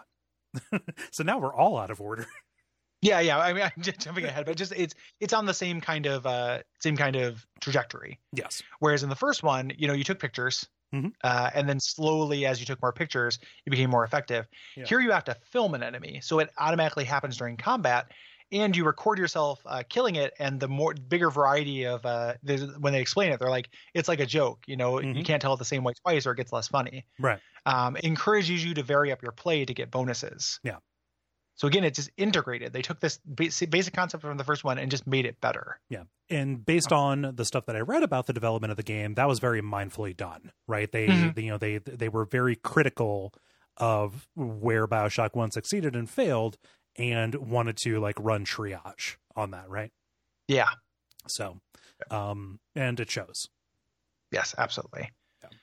[SPEAKER 1] so now we're all out of order.
[SPEAKER 3] yeah yeah i mean i'm just jumping ahead but just it's it's on the same kind of uh same kind of trajectory
[SPEAKER 1] yes.
[SPEAKER 3] whereas in the first one you know you took pictures
[SPEAKER 1] Mhm.
[SPEAKER 3] uh, and then slowly as you took more pictures it became more effective
[SPEAKER 1] Yeah.
[SPEAKER 3] here you have to film an enemy so it automatically happens during combat and you record yourself uh, killing it and the more bigger variety of uh, there's, when they explain it they're like it's like a joke you know you
[SPEAKER 1] Mhm.
[SPEAKER 3] can't tell it the same way twice or it gets less funny
[SPEAKER 1] Right.
[SPEAKER 3] um, it encourages you to vary up your play to get bonuses
[SPEAKER 1] Yeah.
[SPEAKER 3] so again it's just integrated they took this basic, basic concept from the first one and just made it better
[SPEAKER 1] and based on the stuff that I read about the development of the game, that was very mindfully done, right? They,
[SPEAKER 3] Mhm.
[SPEAKER 1] they- you know, they they were very critical of where BioShock One succeeded and failed, and wanted to like run triage on that, right?
[SPEAKER 3] yeah
[SPEAKER 1] So, um, and it shows.
[SPEAKER 3] Yes, absolutely.
[SPEAKER 1] Yeah.
[SPEAKER 3] Yeah.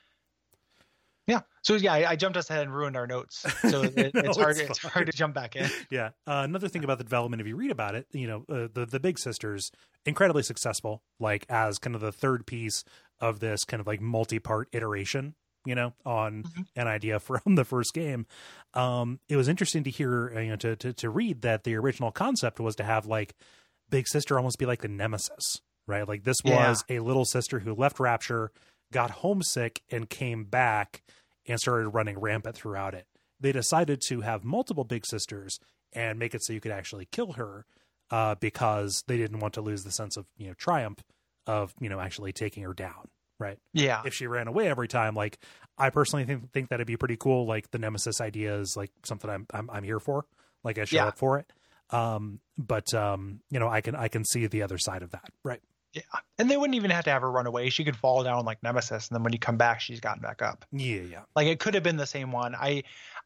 [SPEAKER 3] So yeah, I, I jumped us ahead and ruined our notes. So it,
[SPEAKER 1] No,
[SPEAKER 3] it's hard.
[SPEAKER 1] it's
[SPEAKER 3] It's,
[SPEAKER 1] fine.
[SPEAKER 3] hard to jump back in.
[SPEAKER 1] Yeah. Uh, another thing about the development, if you read about it, you know, uh, the the Big Sisters incredibly successful, like as kind of the third piece of this kind of like multi part iteration, you know, on
[SPEAKER 3] Mhm.
[SPEAKER 1] an idea from the first game. Um, it was interesting to hear, uh, you know, to, to to read that the original concept was to have like Big Sister almost be like the nemesis, right? Like this
[SPEAKER 3] Yeah.
[SPEAKER 1] was a little sister who left Rapture, got homesick, and came back and started running rampant throughout it. They decided to have multiple big sisters and make it so you could actually kill her uh, because they didn't want to lose the sense of you know triumph of you know actually taking her down. Right?
[SPEAKER 3] Yeah.
[SPEAKER 1] If she ran away every time, like I personally think think that'd be pretty cool. Like the nemesis idea is like something I'm I'm, I'm here for. Like I show
[SPEAKER 3] Yeah.
[SPEAKER 1] up for it. Um, but um, you know I can I can see the other side of that. Right?
[SPEAKER 3] Yeah. And they wouldn't even have to have her run away. She could fall down like Nemesis, and then when you come back, she's gotten back up.
[SPEAKER 1] Yeah, yeah.
[SPEAKER 3] Like it could have been the same one. I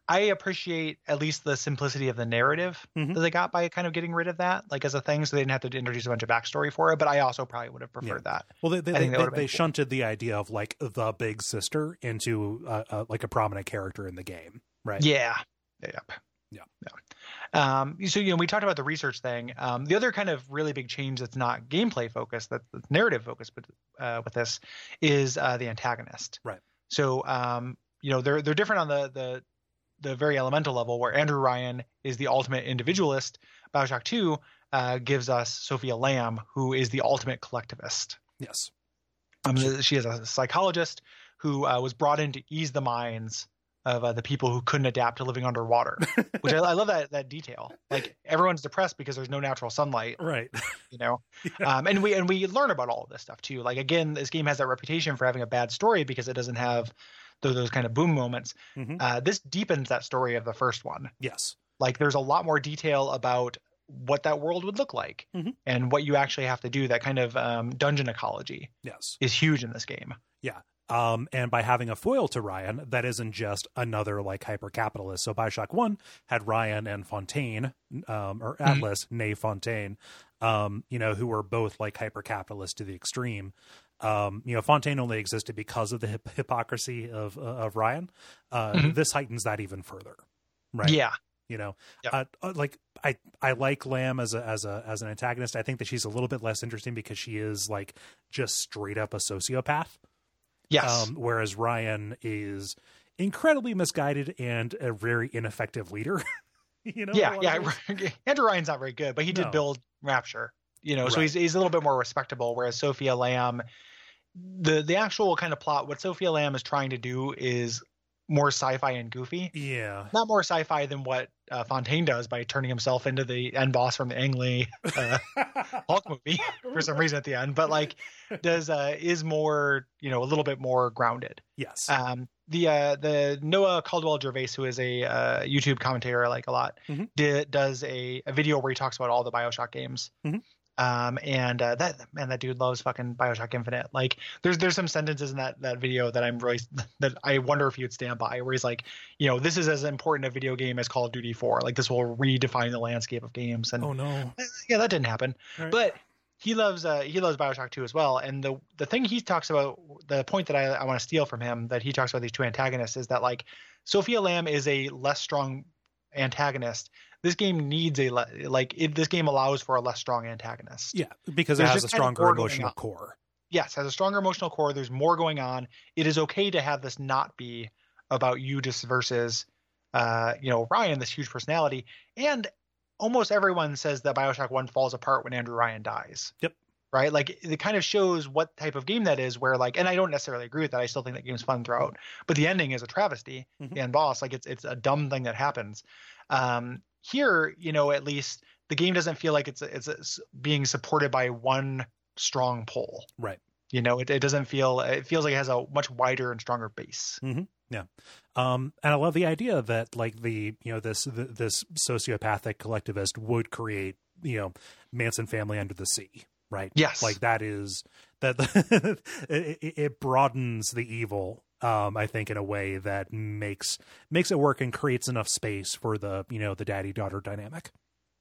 [SPEAKER 3] I appreciate at least the simplicity of the narrative
[SPEAKER 1] Mhm.
[SPEAKER 3] that they got by kind of getting rid of that, like as a thing, so they didn't have to introduce a bunch of backstory for it. But I also probably would have preferred that.
[SPEAKER 1] Well, they they,
[SPEAKER 3] I
[SPEAKER 1] they,
[SPEAKER 3] think that
[SPEAKER 1] they,
[SPEAKER 3] would've been cool.
[SPEAKER 1] shunted the idea of like the big sister into uh, uh, like a prominent character in the game, right?
[SPEAKER 3] Yeah. Yep.
[SPEAKER 1] Yeah.
[SPEAKER 3] Yeah. Um, so you know, we talked about the research thing. Um, the other kind of really big change that's not gameplay focused, that's that's narrative focused, but uh, with this is uh, the antagonist.
[SPEAKER 1] Right.
[SPEAKER 3] So um, you know, they're they're different on the the the very elemental level, where Andrew Ryan is the ultimate individualist. Bioshock Two uh, gives us Sophia Lamb, who is the ultimate collectivist.
[SPEAKER 1] Yes.
[SPEAKER 3] Um, she is a psychologist who uh, was brought in to ease the minds of uh, the people who couldn't adapt to living underwater. which I, I love that that detail. Like everyone's depressed because there's no natural sunlight,
[SPEAKER 1] Right.
[SPEAKER 3] you know. Um, and we and we learn about all of this stuff too. Like again, this game has that reputation for having a bad story because it doesn't have those, those kind of boom moments.
[SPEAKER 1] Mhm.
[SPEAKER 3] Uh, this deepens that story of the first one.
[SPEAKER 1] yes.
[SPEAKER 3] Like there's a lot more detail about what that world would look like
[SPEAKER 1] Mhm.
[SPEAKER 3] and what you actually have to do. That kind of um, dungeon ecology
[SPEAKER 1] Yes.
[SPEAKER 3] is huge in this game.
[SPEAKER 1] Um, and by having a foil to Ryan, that isn't just another like hyper capitalist. So Bioshock One had Ryan and Fontaine, um,
[SPEAKER 3] Mm-hmm.
[SPEAKER 1] or Atlas, nay Fontaine, um, you know, who were both like hyper capitalist to the extreme. Um, you know, Fontaine only existed because of the hip- hypocrisy of uh, of Ryan. Uh,
[SPEAKER 3] Mhm.
[SPEAKER 1] This heightens that even further, right?
[SPEAKER 3] Yeah.
[SPEAKER 1] you know
[SPEAKER 3] Yep.
[SPEAKER 1] uh, uh, like i i like lamb as a as a as an antagonist i think that she's a little bit less interesting because she is like just straight up a sociopath
[SPEAKER 3] Yes.
[SPEAKER 1] um whereas ryan is incredibly misguided and a very ineffective leader you know
[SPEAKER 3] yeah,
[SPEAKER 1] in a lot of
[SPEAKER 3] yeah.
[SPEAKER 1] ways.
[SPEAKER 3] Andrew Ryan's not very good, but he did
[SPEAKER 1] No.
[SPEAKER 3] build Rapture, you know, so
[SPEAKER 1] Right.
[SPEAKER 3] he's he's a little bit more respectable. Whereas Sophia Lamb, the the actual kind of plot, what Sophia Lamb is trying to do is more sci-fi and goofy.
[SPEAKER 1] yeah
[SPEAKER 3] Not more sci-fi than what uh, Fontaine does by turning himself into the end boss from the Ang Lee uh, Hulk movie for some reason at the end, but like does uh, is more you know a little bit more grounded.
[SPEAKER 1] yes
[SPEAKER 3] Um, the uh, the Noah Caldwell Gervais, who is a uh, YouTube commentator I like a lot,
[SPEAKER 1] Mhm.
[SPEAKER 3] di- does a, a video where he talks about all the Bioshock games.
[SPEAKER 1] Mhm.
[SPEAKER 3] Um, and uh, that man, that dude loves fucking Bioshock Infinite. Like, there's there's some sentences in that that video that I'm really that I wonder if you'd stand by, where he's like, you know, this is as important a video game as Call of Duty 4. Like, this will redefine the landscape of games. And
[SPEAKER 1] oh no
[SPEAKER 3] Eh, yeah, that didn't happen.
[SPEAKER 1] Right.
[SPEAKER 3] But he loves uh, he loves Bioshock 2 as well. And the the thing he talks about, the point that I, I want to steal from him that he talks about these two antagonists is that like Sophia Lamb is a less strong antagonist. This game needs a le- like it, this game allows for a less strong antagonist.
[SPEAKER 1] yeah because it
[SPEAKER 3] There's
[SPEAKER 1] has a
[SPEAKER 3] just kind of
[SPEAKER 1] stronger
[SPEAKER 3] more going
[SPEAKER 1] emotional
[SPEAKER 3] on.
[SPEAKER 1] core
[SPEAKER 3] Yes, has a stronger emotional core. There's more going on. It is okay to have this not be about you just versus uh, you know Ryan, this huge personality. And almost everyone says that Bioshock One falls apart when Andrew Ryan dies.
[SPEAKER 1] Yep.
[SPEAKER 3] Right, like it kind of shows what type of game that is. Where like, and I don't necessarily agree with that. I still think that game's fun throughout, but the ending is a travesty.
[SPEAKER 1] Mhm.
[SPEAKER 3] And boss, like it's it's a dumb thing that happens. Um, here, you know, at least the game doesn't feel like it's it's, it's being supported by one strong pull.
[SPEAKER 1] Right.
[SPEAKER 3] You know, it, it doesn't feel it feels like it has a much wider and stronger base.
[SPEAKER 1] um and i love the idea that like the you know this th this sociopathic collectivist would create you know manson family under the sea right
[SPEAKER 3] Yes.
[SPEAKER 1] like that is that it, it- it broadens the evil um i think in a way that makes makes it work and creates enough space for the you know the daddy daughter dynamic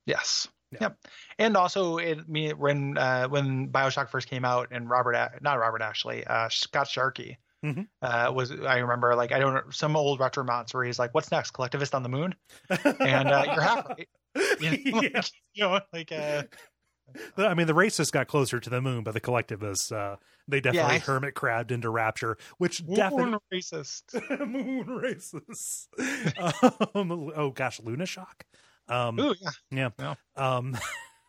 [SPEAKER 3] Yes.
[SPEAKER 1] Yeah.
[SPEAKER 3] Yep. And also, it me when uh, when Bioshock first came out, and Robert, A- not Robert Ashley, uh, Scott Sharkey
[SPEAKER 1] Mhm.
[SPEAKER 3] uh, was. I remember, like, I don't some old retro mounts where he's like, "What's next? Collectivist on the moon?" And uh, you're half right. You know,
[SPEAKER 1] Yeah.
[SPEAKER 3] like, you know, like uh,
[SPEAKER 1] I mean, the racists got closer to the moon, but the collectivists, uh, they definitely
[SPEAKER 3] I-
[SPEAKER 1] hermit crabbed into rapture, which definitely
[SPEAKER 3] moon racist.
[SPEAKER 1] moon races. um, oh gosh, Luna Shock. Um,
[SPEAKER 3] Ooh, yeah.
[SPEAKER 1] um,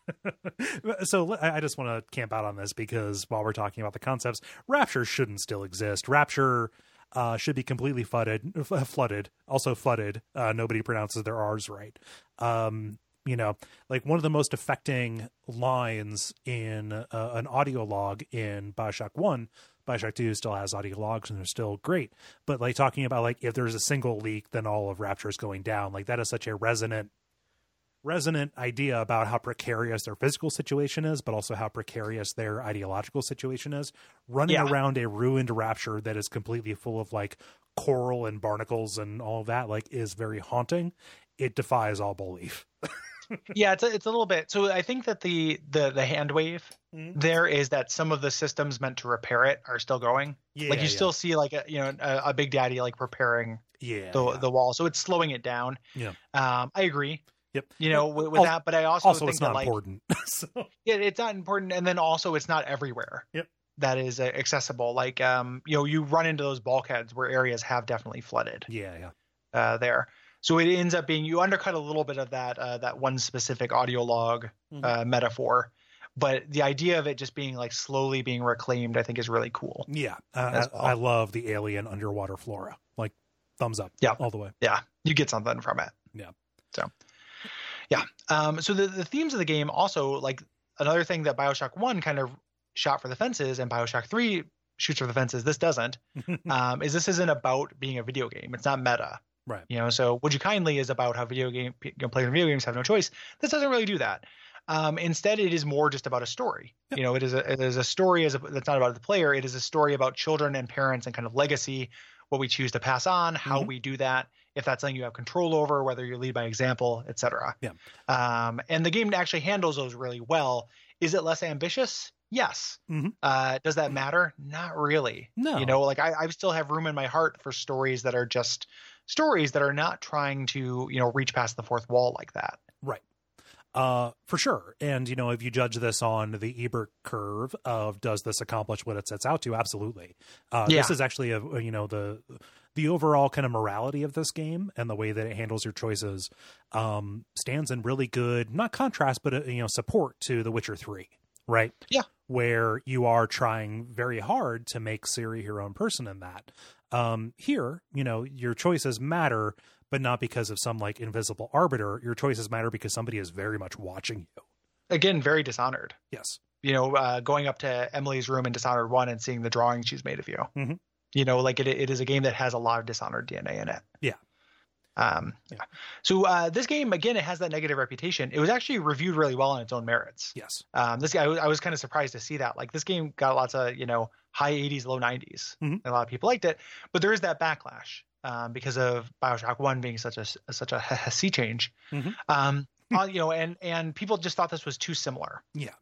[SPEAKER 1] so le- I I just want to camp out on this because while we're talking about the concepts, Rapture shouldn't still exist. Rapture uh, should be completely flooded. f- Flooded, also flooded. Uh, nobody pronounces their R's right. Um, you know, like one of the most affecting lines in uh, an audio log in Bioshock One. Bioshock Two still has audio logs and they're still great, but like talking about like if there's a single leak, then all of Rapture is going down. Like that is such a resonant resonant idea about how precarious their physical situation is, but also how precarious their ideological situation is, running
[SPEAKER 3] Yeah.
[SPEAKER 1] around a ruined rapture that is completely full of like coral and barnacles and all that, like is very haunting. It defies all belief.
[SPEAKER 3] yeah, it's a, it's a little bit. So I think that the the the hand wave
[SPEAKER 1] Mhm.
[SPEAKER 3] there is that some of the systems meant to repair it are still going.
[SPEAKER 1] Yeah,
[SPEAKER 3] like you
[SPEAKER 1] yeah.
[SPEAKER 3] still see like a you know a, a big daddy like repairing
[SPEAKER 1] yeah,
[SPEAKER 3] the
[SPEAKER 1] yeah.
[SPEAKER 3] the wall, so it's slowing it down.
[SPEAKER 1] Yeah.
[SPEAKER 3] um, I agree.
[SPEAKER 1] Yep.
[SPEAKER 3] You know with, with
[SPEAKER 1] Al-
[SPEAKER 3] that, but I also,
[SPEAKER 1] also
[SPEAKER 3] think
[SPEAKER 1] it's
[SPEAKER 3] that
[SPEAKER 1] not
[SPEAKER 3] like
[SPEAKER 1] important. so,
[SPEAKER 3] yeah, it's not important, and then also it's not everywhere.
[SPEAKER 1] Yep.
[SPEAKER 3] That is uh, accessible. Like um, you know, you run into those bulkheads where areas have definitely flooded
[SPEAKER 1] yeah, yeah.
[SPEAKER 3] uh, there. So it ends up being you undercut a little bit of that uh, that one specific audio log
[SPEAKER 1] Mm-hmm.
[SPEAKER 3] uh, metaphor, but the idea of it just being like slowly being reclaimed, I think, is really cool.
[SPEAKER 1] Yeah, uh,
[SPEAKER 3] As well.
[SPEAKER 1] I, I love the alien underwater flora. Like, thumbs up.
[SPEAKER 3] Yeah.
[SPEAKER 1] all the way.
[SPEAKER 3] Yeah, you get something from it.
[SPEAKER 1] Yeah.
[SPEAKER 3] So, yeah. Um, so the the themes of the game also like another thing that Bioshock One kind of shot for the fences, and Bioshock Three shoots for the fences. This doesn't. um, is this isn't about being a video game. It's not meta.
[SPEAKER 1] Right.
[SPEAKER 3] You know, so Would You Kindly is about how video game you know, players in video games have no choice. This doesn't really do that. Um, instead, it is more just about a story. You know, it is a, it is a story as a, that's not about the player. It is a story about children and parents and kind of legacy, what we choose to pass on, how
[SPEAKER 1] Mhm.
[SPEAKER 3] we do that, if that's something you have control over, whether you lead by example, etc.
[SPEAKER 1] Yeah.
[SPEAKER 3] Um, and the game actually handles those really well. Is it less ambitious? Yes.
[SPEAKER 1] Mhm.
[SPEAKER 3] Uh, does that matter? Not really.
[SPEAKER 1] No.
[SPEAKER 3] You know, like I, I still have room in my heart for stories that are just stories that are not trying to, you know, reach past the fourth wall like that.
[SPEAKER 1] Uh, for sure. And, you know, if you judge this on the Ebert curve of does this accomplish what it sets out to? Absolutely. Uh, This
[SPEAKER 3] Yeah.
[SPEAKER 1] is actually, a, you know, the the overall kind of morality of this game and the way that it handles your choices um, stands in really good, not contrast, but, uh, you know, support to The Witcher 3, right?
[SPEAKER 3] Yeah.
[SPEAKER 1] Where you are trying very hard to make Siri your own person in that. Um, here, you know, your choices matter, but not because of some like invisible arbiter. Your choices matter because somebody is very much watching you.
[SPEAKER 3] Again, very dishonored.
[SPEAKER 1] Yes.
[SPEAKER 3] You know, uh, going up to Emily's room in Dishonored One and seeing the drawing she's made of you.
[SPEAKER 1] Mhm.
[SPEAKER 3] You know, like it, it is a game that has a lot of Dishonored DNA in it.
[SPEAKER 1] Yeah.
[SPEAKER 3] Um, yeah. So uh, this game again, it has that negative reputation. It was actually reviewed really well on its own merits.
[SPEAKER 1] Yes.
[SPEAKER 3] um, this guy I was, I was kind of surprised to see that like this game got lots of you know high 80s low 90s
[SPEAKER 1] Mhm.
[SPEAKER 3] and a lot of people liked it but there is that backlash um, because of bioshock 1 being such a s- such a sea change
[SPEAKER 1] Mhm.
[SPEAKER 3] um, uh, you know and and people just thought this was too similar
[SPEAKER 1] Yeah.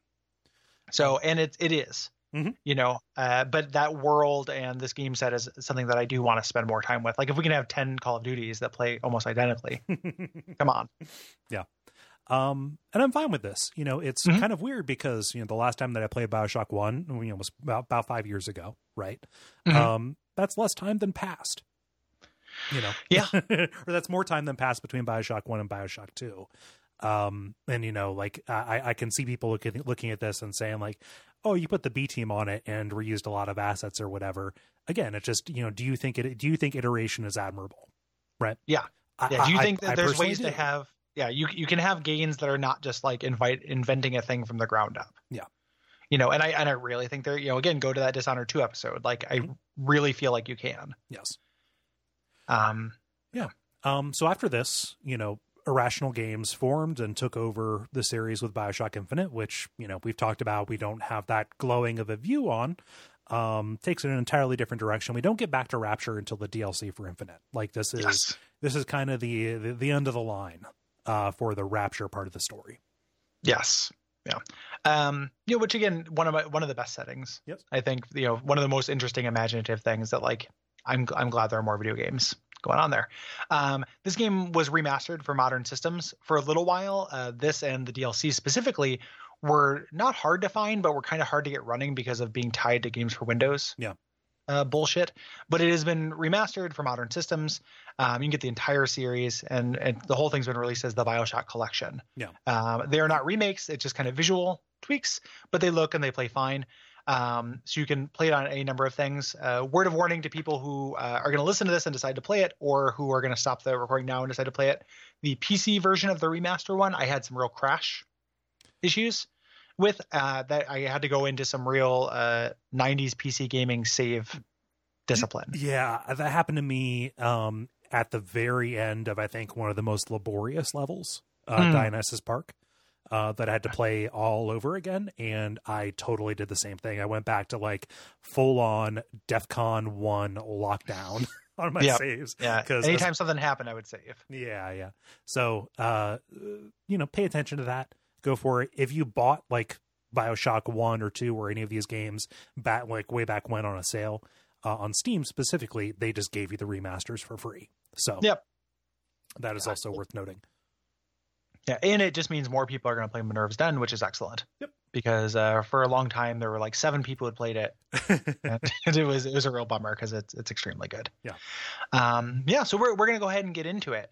[SPEAKER 3] so and it, it is
[SPEAKER 1] Mhm.
[SPEAKER 3] you know uh, but that world and this game set is something that i do want to spend more time with like if we can have 10 call of duties that play almost identically come on
[SPEAKER 1] Um, and I'm fine with this. You know, it's
[SPEAKER 3] Mhm.
[SPEAKER 1] kind of weird because you know the last time that I played Bioshock One, you know, was about, about five years ago, right?
[SPEAKER 3] Mhm.
[SPEAKER 1] Um, that's less time than passed. You know,
[SPEAKER 3] Yeah.
[SPEAKER 1] or that's more time than passed between Bioshock One and Bioshock Two. Um, and you know, like I, I can see people looking looking at this and saying like, "Oh, you put the B team on it and reused a lot of assets or whatever." Again, it's just you know, do you think it? Do you think iteration is admirable? Right?
[SPEAKER 3] Yeah.
[SPEAKER 1] I-
[SPEAKER 3] Yeah, do you
[SPEAKER 1] I-
[SPEAKER 3] think
[SPEAKER 1] I
[SPEAKER 3] that there's
[SPEAKER 1] personally
[SPEAKER 3] ways
[SPEAKER 1] do.
[SPEAKER 3] to have yeah, you you can have gains that are not just like invite inventing a thing from the ground up.
[SPEAKER 1] Yeah.
[SPEAKER 3] You know, and I and I really think there, you know, again, go to that Dishonored 2 episode. Like I
[SPEAKER 1] Mm-hmm.
[SPEAKER 3] really feel like you can.
[SPEAKER 1] yes.
[SPEAKER 3] Um
[SPEAKER 1] Um, so after this, you know, Irrational Games formed and took over the series with Bioshock Infinite, which you know we've talked about. We don't have that glowing of a view on. Um, takes it in an entirely different direction. We don't get back to Rapture until the DLC for Infinite. Like this is
[SPEAKER 3] yes.
[SPEAKER 1] this is kind of the, the the end of the line uh, for the Rapture part of the story.
[SPEAKER 3] Yes. Yeah. Um, you know, which again, one of my one of the best settings.
[SPEAKER 1] Yes.
[SPEAKER 3] I think, you know, one of the most interesting imaginative things that like I'm I'm glad there are more video games going on there. Um, this game was remastered for modern systems for a little while. Uh, this and the DLC specifically were not hard to find, but were kind of hard to get running because of being tied to games for Windows.
[SPEAKER 1] Yeah.
[SPEAKER 3] Uh, bullshit, but it has been remastered for modern systems. Um, you can get the entire series, and, and the whole thing's been released as the Bioshock Collection. Um, they are not remakes; it's just kind of visual tweaks, but they look and they play fine. Um, so you can play it on a number of things. Uh, word of warning to people who uh, are going to listen to this and decide to play it, or who are going to stop the recording now and decide to play it. The PC version of the remaster one, I had some real crash issues with uh, that. I had to go into some real uh, '90s PC gaming save discipline.
[SPEAKER 1] Yeah, uh, that happened to me um, at the very end of I think one of the most laborious levels uh, Dionysus Park uh, that I had to play all over again, and I totally did the same thing. I went back to like full on DefCon one lockdown on my
[SPEAKER 3] Yep.
[SPEAKER 1] saves.
[SPEAKER 3] Yeah.
[SPEAKER 1] 'Cause that's-
[SPEAKER 3] Anytime something happened, I would save.
[SPEAKER 1] yeah, yeah. So, uh, you know, pay attention to that. Go for it. If you bought like BioShock One or Two or any of these games back like way back when on a sale uh, on Steam specifically, they just gave you the remasters for free. So,
[SPEAKER 3] Yep.
[SPEAKER 1] that is also worth noting.
[SPEAKER 3] Yeah, and it just means more people are going to play Minerva's Den, which is excellent.
[SPEAKER 1] Yep.
[SPEAKER 3] Because uh, for a long time there were like seven people who had played it, and it was it was a real bummer because it's it's extremely good.
[SPEAKER 1] Yeah.
[SPEAKER 3] Um. Yeah. So we're we're going to go ahead and get into it.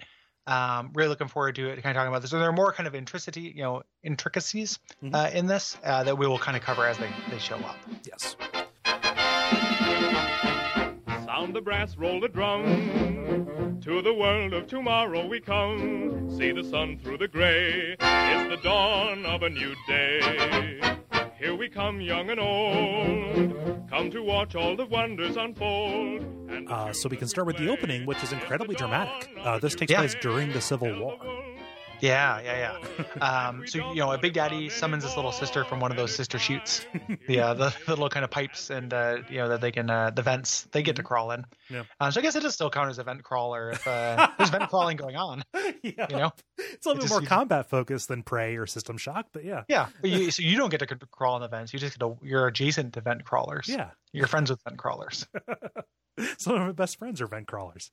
[SPEAKER 3] Um. Really looking forward to it. Kind of talking about this. And there are more kind of intricity, you know, intricacies
[SPEAKER 1] Mhm.
[SPEAKER 3] uh, in this uh, that we will kind of cover as they they show up.
[SPEAKER 1] yes.
[SPEAKER 4] Sound the brass, roll the drum. To the world of tomorrow we come. See the sun through the gray. It's the dawn of a new day. Here we come, young and old. Come to watch all the wonders unfold. And
[SPEAKER 1] Uh, so we can start with the opening, which is incredibly dramatic. Uh, this takes
[SPEAKER 3] Yeah.
[SPEAKER 1] place during the Civil War.
[SPEAKER 3] Yeah, yeah, yeah. Um, so you know, a big daddy summons his little sister from one of those sister chutes. Yeah, the, the little kind of pipes and uh, you know that they can uh, the vents they get to crawl in.
[SPEAKER 1] Mm-hmm. Yeah.
[SPEAKER 3] Uh, so I guess it does still count as a vent crawler if uh, there's vent crawling going on.
[SPEAKER 1] yeah.
[SPEAKER 3] You know,
[SPEAKER 1] It's a little
[SPEAKER 3] It
[SPEAKER 1] bit
[SPEAKER 3] just-
[SPEAKER 1] more
[SPEAKER 3] you-
[SPEAKER 1] combat focused than Prey or System Shock, but yeah.
[SPEAKER 3] yeah. But you, so you don't get to c- crawl in the vents. You just get to, you're adjacent to vent crawlers.
[SPEAKER 1] Yeah.
[SPEAKER 3] You're friends with vent crawlers.
[SPEAKER 1] Some of my best friends are vent crawlers.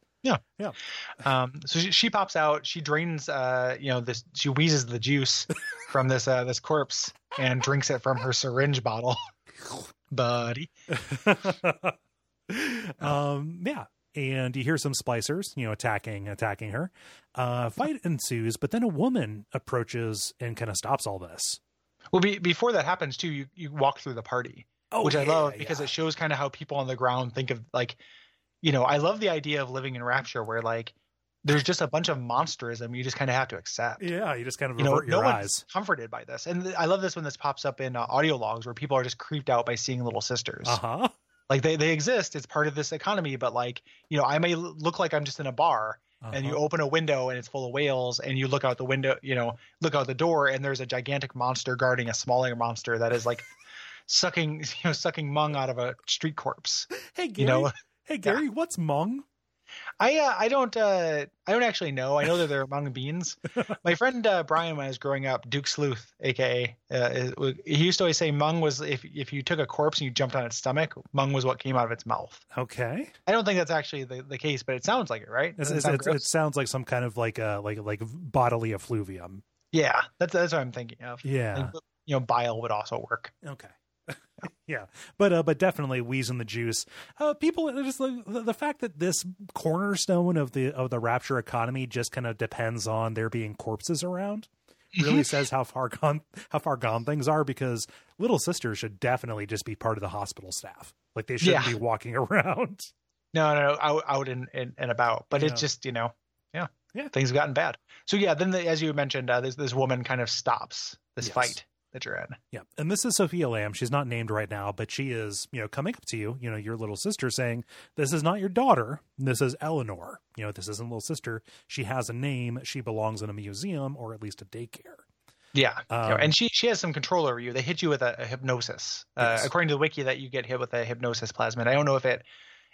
[SPEAKER 3] Um, so she, she pops out. She drains. Uh, you know this. She wheezes the juice from this uh, this corpse and drinks it from her syringe bottle, buddy.
[SPEAKER 1] um, yeah. And you hear some splicers, you know, attacking, attacking her. Uh, fight ensues, but then a woman approaches and kind of stops all this.
[SPEAKER 3] Well, be, before that happens too, you, you walk through the party,
[SPEAKER 1] Oh,
[SPEAKER 3] which I
[SPEAKER 1] yeah,
[SPEAKER 3] love
[SPEAKER 1] yeah.
[SPEAKER 3] because it shows kind of how people on the ground think of like, you know, I love the idea of living in Rapture where like there's just a bunch of monsterism you just kind of have to accept.
[SPEAKER 1] yeah, you just kind of
[SPEAKER 3] You know,
[SPEAKER 1] avert
[SPEAKER 3] no
[SPEAKER 1] your
[SPEAKER 3] one's
[SPEAKER 1] eyes.
[SPEAKER 3] comforted by this, and th- I love this when this pops up in uh, audio logs where people are just creeped out by seeing little sisters.
[SPEAKER 1] Uh huh.
[SPEAKER 3] Like they they exist, it's part of this economy, but like you know, I may l- look like I'm just in a bar, and
[SPEAKER 1] uh-huh.
[SPEAKER 3] you open a window and it's full of whales and you look out the window you know look out the door and there's a gigantic monster guarding a smaller monster that is like sucking you know sucking mung out of a street corpse
[SPEAKER 1] hey Gary,
[SPEAKER 3] you know
[SPEAKER 1] hey Gary, what's Mong?
[SPEAKER 3] i uh, i don't uh i don't actually know i know that they're mung beans my friend uh, brian when i was growing up duke sleuth aka uh, it wa- he used to always say mung was if if you took a corpse and you jumped on its stomach mung was what came out of its mouth
[SPEAKER 1] Okay,
[SPEAKER 3] i don't think that's actually the, the case but it sounds like it right
[SPEAKER 1] It's-
[SPEAKER 3] Doesn't
[SPEAKER 1] it's-
[SPEAKER 3] sound
[SPEAKER 1] it's-
[SPEAKER 3] gross?
[SPEAKER 1] it sounds like some kind of like uh like like bodily effluvium.
[SPEAKER 3] yeah that's that's what i'm thinking of
[SPEAKER 1] Yeah.
[SPEAKER 3] And, you know, bile would also work.
[SPEAKER 1] Okay. yeah, but uh, but definitely wheezing the juice. Uh, people it just like the, the fact that this cornerstone of the of the rapture economy just kind of depends on there being corpses around really says how far gone how far gone things are because little sisters should definitely just be part of the hospital staff. Like they shouldn't
[SPEAKER 3] Yeah.
[SPEAKER 1] be walking around.
[SPEAKER 3] No, no, no out, out and, and, and about. But
[SPEAKER 1] Yeah.
[SPEAKER 3] it's just, you know, yeah,
[SPEAKER 1] Yeah.
[SPEAKER 3] things have gotten bad. So yeah, then the, as you mentioned, uh, this this woman kind of stops this
[SPEAKER 1] Yes.
[SPEAKER 3] fight that you're in.
[SPEAKER 1] Yeah. And this is Sophia Lamb. She's not named right now, but she is, you know, coming up to you, you know, your little sister saying, This is not your daughter. This is Eleanor. You know, this isn't little sister. She has a name. She belongs in a museum or at least a daycare.
[SPEAKER 3] Yeah, you know,
[SPEAKER 1] Um,
[SPEAKER 3] and she she has some control over you. They hit you with a, a hypnosis.
[SPEAKER 1] Yes.
[SPEAKER 3] Uh, according to the wiki, that you get hit with a hypnosis plasmid. I don't know if it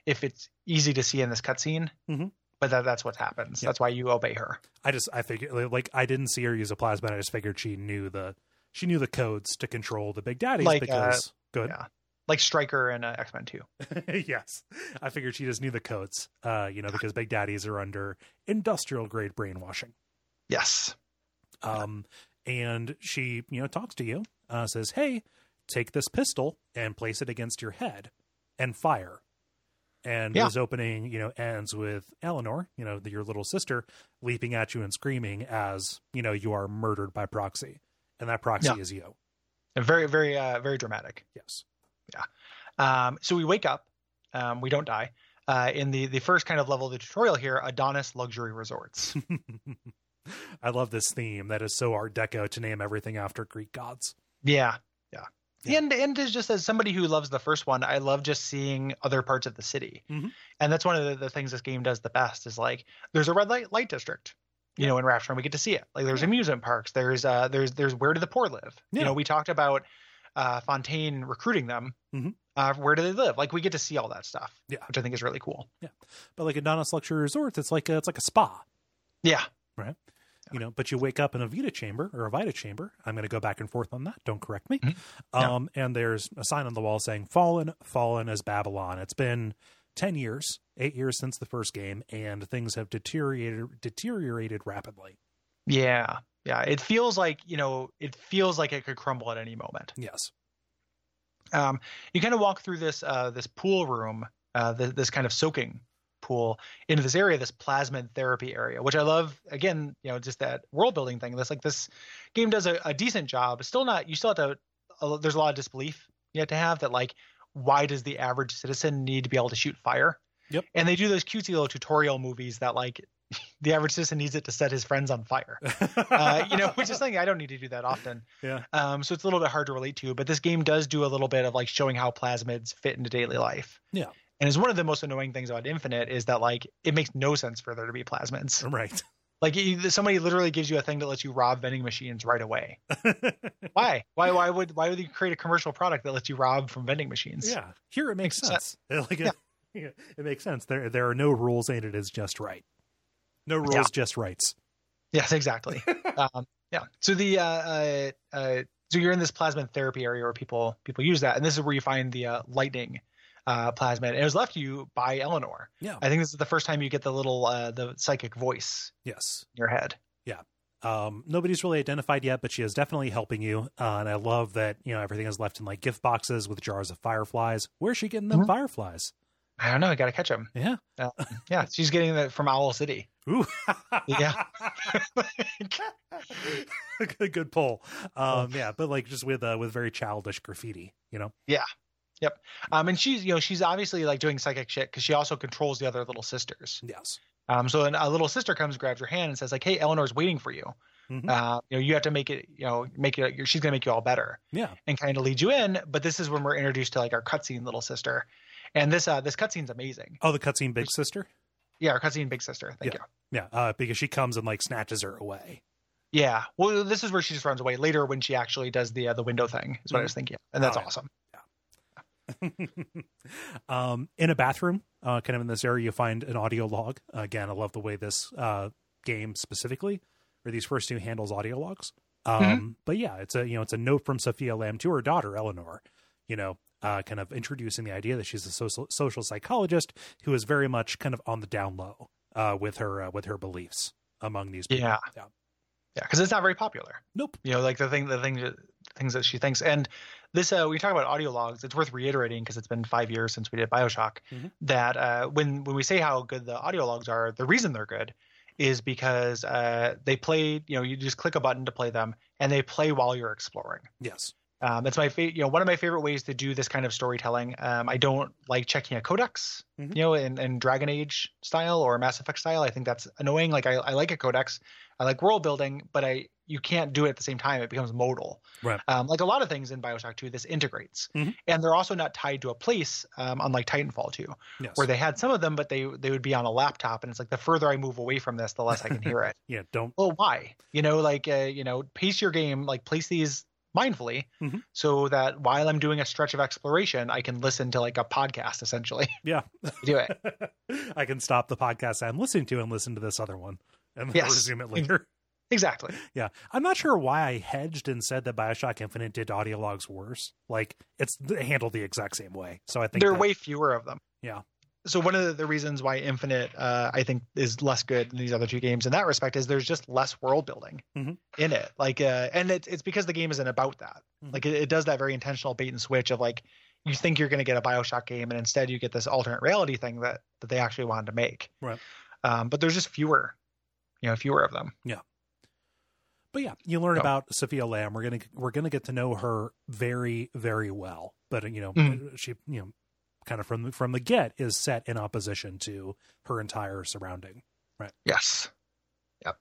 [SPEAKER 3] if it's easy to see in this cutscene,
[SPEAKER 1] Mhm.
[SPEAKER 3] but that, that's what happens.
[SPEAKER 1] Yeah.
[SPEAKER 3] That's why you obey her.
[SPEAKER 1] I just, I figured, like, I didn't see her use a plasma. I just figured she knew the, she knew the codes to control the big daddies
[SPEAKER 3] Like, uh,
[SPEAKER 1] because, good.
[SPEAKER 3] Like Stryker in uh, X Men Two.
[SPEAKER 1] yes. I figured she just knew the codes, uh, you know, because big daddies are under industrial grade brainwashing.
[SPEAKER 3] Yes.
[SPEAKER 1] um and she you know talks to you uh says hey take this pistol and place it against your head and fire and
[SPEAKER 3] Yeah.
[SPEAKER 1] this opening you know ends with eleanor you know the, your little sister leaping at you and screaming as you know you are murdered by proxy and that proxy
[SPEAKER 3] Yeah.
[SPEAKER 1] is you
[SPEAKER 3] And very very uh, very dramatic.
[SPEAKER 1] yes
[SPEAKER 3] Um, so we wake up. Um, we don't die. Uh, in the the first kind of level of the tutorial here, Adonis Luxury Resorts.
[SPEAKER 1] i love this theme that is so art deco to name everything after greek gods
[SPEAKER 3] yeah, yeah.
[SPEAKER 1] Yeah.
[SPEAKER 3] And and as just as somebody who loves the first one, I love just seeing other parts of the city,
[SPEAKER 1] Mhm.
[SPEAKER 3] and that's one of the, the things this game does the best. Is like there's a red light light district. you know, in Rapture, and we get to see it. Like there's amusement parks, there's uh, there's there's where do the poor live?
[SPEAKER 1] Yeah.
[SPEAKER 3] You know, we talked about uh, Fontaine recruiting them.
[SPEAKER 1] Mhm.
[SPEAKER 3] Uh, where do they live? Like we get to see all that stuff,
[SPEAKER 1] Yeah.
[SPEAKER 3] which I think is really cool.
[SPEAKER 1] But like at Adonis Luxury Resorts, it's like a, it's like a spa,
[SPEAKER 3] Yeah,
[SPEAKER 1] right? You know, but you wake up in a Vita chamber or a Vita chamber. I'm going to go back and forth on that. Don't correct me.
[SPEAKER 3] Mhm. No.
[SPEAKER 1] Um, And there's a sign on the wall saying "Fallen, Fallen as Babylon." It's been ten years, eight years since the first game, and things have deteriorated deteriorated rapidly.
[SPEAKER 3] yeah, yeah. It feels like you know, it feels like it could crumble at any moment.
[SPEAKER 1] Yes.
[SPEAKER 3] um, you kind of walk through this uh, this pool room, uh, th- this kind of soaking pool into this area, this plasmid therapy area, which I love. Again, you know, just that world building thing. That's like this game does a, a decent job. Still not. You still have to. A, there's a lot of disbelief you have to have that like, why does the average citizen need to be able to shoot fire?
[SPEAKER 1] Yep.
[SPEAKER 3] And they do those cutesy little tutorial movies that like. The average citizen needs it to set his friends on fire, uh, you know, which is something I don't need to do that often.
[SPEAKER 1] yeah.
[SPEAKER 3] Um, so it's a little bit hard to relate to, but this game does do a little bit of like showing how plasmids fit into daily life.
[SPEAKER 1] Yeah.
[SPEAKER 3] And it's one of the most annoying things about Infinite is that like it makes no sense for there to be plasmids.
[SPEAKER 1] Right.
[SPEAKER 3] Like you, somebody literally gives you a thing that lets you rob vending machines right away. Why? Why? Why would? Why would you create a commercial product that lets you rob from vending machines?
[SPEAKER 1] yeah. Here it makes
[SPEAKER 3] Makes sense.
[SPEAKER 1] sense. Like it, yeah, it makes sense. There there are no rules, and it is just right. No rules,
[SPEAKER 3] Yeah.
[SPEAKER 1] just rights.
[SPEAKER 3] Yes, exactly. um, yeah. So the uh, uh, uh, so you're in this plasmid therapy area where people people use that, and this is where you find the uh, lightning uh, plasmid. And it was left to you by Eleanor.
[SPEAKER 1] Yeah.
[SPEAKER 3] I think this is the first time you get the little uh, the psychic voice
[SPEAKER 1] Yes.
[SPEAKER 3] in your head.
[SPEAKER 1] um nobody's really identified yet but she is definitely helping you uh, and i love that you know everything is left in like gift boxes with jars of fireflies where's she getting them
[SPEAKER 3] Mhm.
[SPEAKER 1] fireflies
[SPEAKER 3] I don't know. I gotta catch him. Um,
[SPEAKER 1] yeah
[SPEAKER 3] Yeah, she's getting that from Owl City.
[SPEAKER 1] Ooh.
[SPEAKER 3] Yeah.
[SPEAKER 1] good, good pull um yeah but like just with uh with very childish graffiti you know
[SPEAKER 3] um, and she's you know she's obviously like doing psychic shit because she also controls the other little sisters.
[SPEAKER 1] yes
[SPEAKER 3] Um, so then a little sister comes, grabs your hand, and says like, "Hey, Eleanor's waiting for you.
[SPEAKER 1] Mhm.
[SPEAKER 3] Uh, you know, you have to make it. You know, make it. She's gonna make you all better."
[SPEAKER 1] yeah
[SPEAKER 3] and kind of lead you in. But this is when we're introduced to like our cutscene little sister, and this uh this cutscene's amazing.
[SPEAKER 1] oh the cutscene big sister
[SPEAKER 3] Yeah, our cutscene big sister. Thank you.
[SPEAKER 1] yeah uh because she comes and like snatches her away
[SPEAKER 3] Yeah. Well, this is where she just runs away later when she actually does the uh, the window thing. Is what I was thinking, and that's
[SPEAKER 1] Oh, yeah.
[SPEAKER 3] awesome.
[SPEAKER 1] um, in a bathroom, uh, kind of in this area, you find an audio log. Again, I love the way this uh, game specifically, or these first two handles audio logs. Um,
[SPEAKER 3] Mm-hmm.
[SPEAKER 1] But yeah, it's a you know it's a note from Sophia Lamb to her daughter Eleanor. You know, uh, kind of introducing the idea that she's a social social psychologist who is very much kind of on the down low uh, with her uh, with her beliefs among these people.
[SPEAKER 3] Yeah. Yeah, because it's not very popular.
[SPEAKER 1] Nope.
[SPEAKER 3] You know, like the thing, the thing, that- things that she thinks. And this, uh, we talk about audio logs. It's worth reiterating because it's been five years since we did Bioshock.
[SPEAKER 1] Mhm.
[SPEAKER 3] That uh, when when we say how good the audio logs are, the reason they're good is because uh, they play. You know, you just click a button to play them, and they play while you're exploring.
[SPEAKER 1] Yes.
[SPEAKER 3] Um, that's my favorite, you know, one of my favorite ways to do this kind of storytelling. Um, I don't like checking a codex,
[SPEAKER 1] Mhm.
[SPEAKER 3] you know, in, in Dragon Age style or Mass Effect style. I think that's annoying. Like I, I like a codex, I like world building, but I you can't do it at the same time. It becomes modal.
[SPEAKER 1] Right.
[SPEAKER 3] Um, like a lot of things in Bioshock 2, this integrates,
[SPEAKER 1] Mhm.
[SPEAKER 3] and they're also not tied to a place, um, unlike Titanfall 2,
[SPEAKER 1] Yes.
[SPEAKER 3] where they had some of them, but they they would be on a laptop, and it's like the further I move away from this, the less I can hear it
[SPEAKER 1] yeah. Don't.
[SPEAKER 3] well why you know like uh, you know pace your game like place these mindfully
[SPEAKER 1] Mhm.
[SPEAKER 3] so that while i'm doing a stretch of exploration i can listen to like a podcast essentially
[SPEAKER 1] Yeah.
[SPEAKER 3] to do it
[SPEAKER 1] I can stop the podcast I'm listening to and listen to this other one, and then
[SPEAKER 3] Yes.
[SPEAKER 1] resume it later.
[SPEAKER 3] exactly
[SPEAKER 1] Yeah, I'm not sure why I hedged and said that Bioshock Infinite did audio logs worse. Like it's they handled the exact same way. So I think
[SPEAKER 3] there are
[SPEAKER 1] that-
[SPEAKER 3] way fewer of them
[SPEAKER 1] Yeah.
[SPEAKER 3] so one of the, the reasons why infinite uh, i think is less good than these other two games in that respect is there's just less world building
[SPEAKER 1] Mhm.
[SPEAKER 3] in it like uh, and it's, it's because the game isn't about that
[SPEAKER 1] Mhm.
[SPEAKER 3] like it, it does that very intentional bait and switch of like you think you're going to get a bioshock game and instead you get this alternate reality thing that that they actually wanted to make
[SPEAKER 1] Right.
[SPEAKER 3] um, but there's just fewer you know fewer of them
[SPEAKER 1] But yeah, you learn
[SPEAKER 3] Yeah.
[SPEAKER 1] about Sophia Lamb. We're gonna we're gonna get to know her very very well. But you know,
[SPEAKER 3] Mhm.
[SPEAKER 1] she you know, kind of from the- from the get is set in opposition to her entire surrounding.
[SPEAKER 3] Yes. Yep.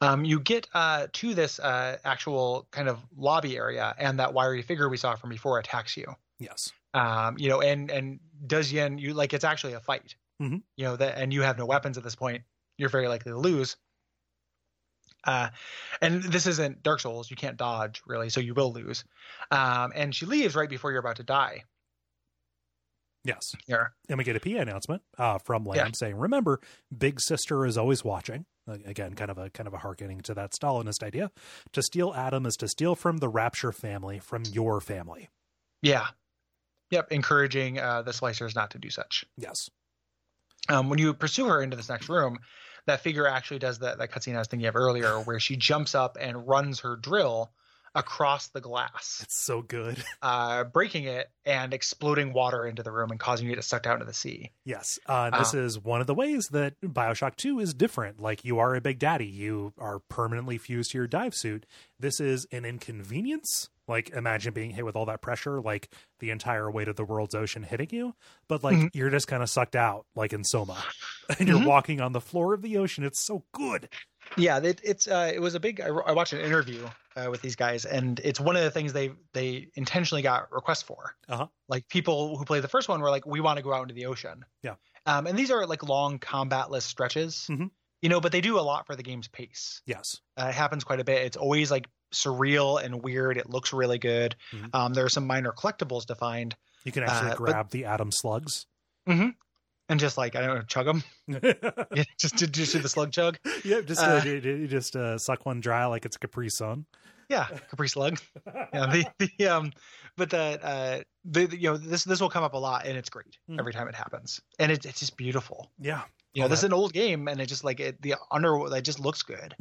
[SPEAKER 3] Um, you get uh, to this uh, actual kind of lobby area, and that wiry figure we saw from before attacks you.
[SPEAKER 1] Yes.
[SPEAKER 3] Um, you know, and and does Yen you like it's actually a fight.
[SPEAKER 1] Mhm.
[SPEAKER 3] You know that, and you have no weapons at this point. You're very likely to lose. Uh, and this isn't Dark Souls. You can't dodge, really, so you will lose. Um, and she leaves right before you're about to die.
[SPEAKER 1] Yes.
[SPEAKER 3] Here.
[SPEAKER 1] And we get a PA announcement uh, from Lamb
[SPEAKER 3] Yeah.
[SPEAKER 1] saying, "Remember, Big Sister is always watching." A- Again, kind of a kind of a harkening to that Stalinist idea. To steal Adam is to steal from the Rapture family, from your family.
[SPEAKER 3] Yeah. Yep. Encouraging uh, the slicers not to do such.
[SPEAKER 1] Yes.
[SPEAKER 3] um, when you pursue her into this next room, that figure actually does that that cutscene I was thinking of earlier, where she jumps up and runs her drill across the glass,
[SPEAKER 1] It's so good.
[SPEAKER 3] uh, breaking it and exploding water into the room and causing you to suck out into the sea.
[SPEAKER 1] Yes. Uh, and this
[SPEAKER 3] Uh-huh.
[SPEAKER 1] is one of the ways that Bioshock 2 is different. Like, you are a big daddy, you are permanently fused to your dive suit. This is an inconvenience. Like, imagine being hit with all that pressure, like the entire weight of the world's ocean hitting you. But, like,
[SPEAKER 3] Mhm.
[SPEAKER 1] you're just kind of sucked out, like in Soma. And you're
[SPEAKER 3] Mhm.
[SPEAKER 1] walking on the floor of the ocean. It's so good.
[SPEAKER 3] Yeah, it, it's uh, it was a big. I, I watched an interview uh, with these guys, and it's one of the things they they intentionally got requests for.
[SPEAKER 1] Uh-huh.
[SPEAKER 3] Like people who played the first one were like, "We want to go out into the ocean."
[SPEAKER 1] Yeah.
[SPEAKER 3] Um, and these are like long combatless stretches,
[SPEAKER 1] Mhm.
[SPEAKER 3] you know, but they do a lot for the game's pace.
[SPEAKER 1] Yes.
[SPEAKER 3] Uh, it happens quite a bit. It's always like surreal and weird. It looks really good.
[SPEAKER 1] Mhm.
[SPEAKER 3] Um, there are some minor collectibles to find,
[SPEAKER 1] You can actually
[SPEAKER 3] Uh, but-
[SPEAKER 1] grab the atom slugs.
[SPEAKER 3] and just like I don't know, chug them.
[SPEAKER 1] yeah,
[SPEAKER 3] just to just do the slug chug.
[SPEAKER 1] just,
[SPEAKER 3] Uh,
[SPEAKER 1] uh, j- j- just uh, suck one dry like it's a Capri Sun.
[SPEAKER 3] Yeah, Capri Slug. Yeah, the, the um, but the uh, the, the- you know this this will come up a lot, and it's great
[SPEAKER 1] Mhm.
[SPEAKER 3] every time it happens, and it's it's just beautiful.
[SPEAKER 1] yeah.
[SPEAKER 3] You
[SPEAKER 1] All
[SPEAKER 3] know, this
[SPEAKER 1] that-
[SPEAKER 3] is an old game, and it just like it, the underworld that just looks good.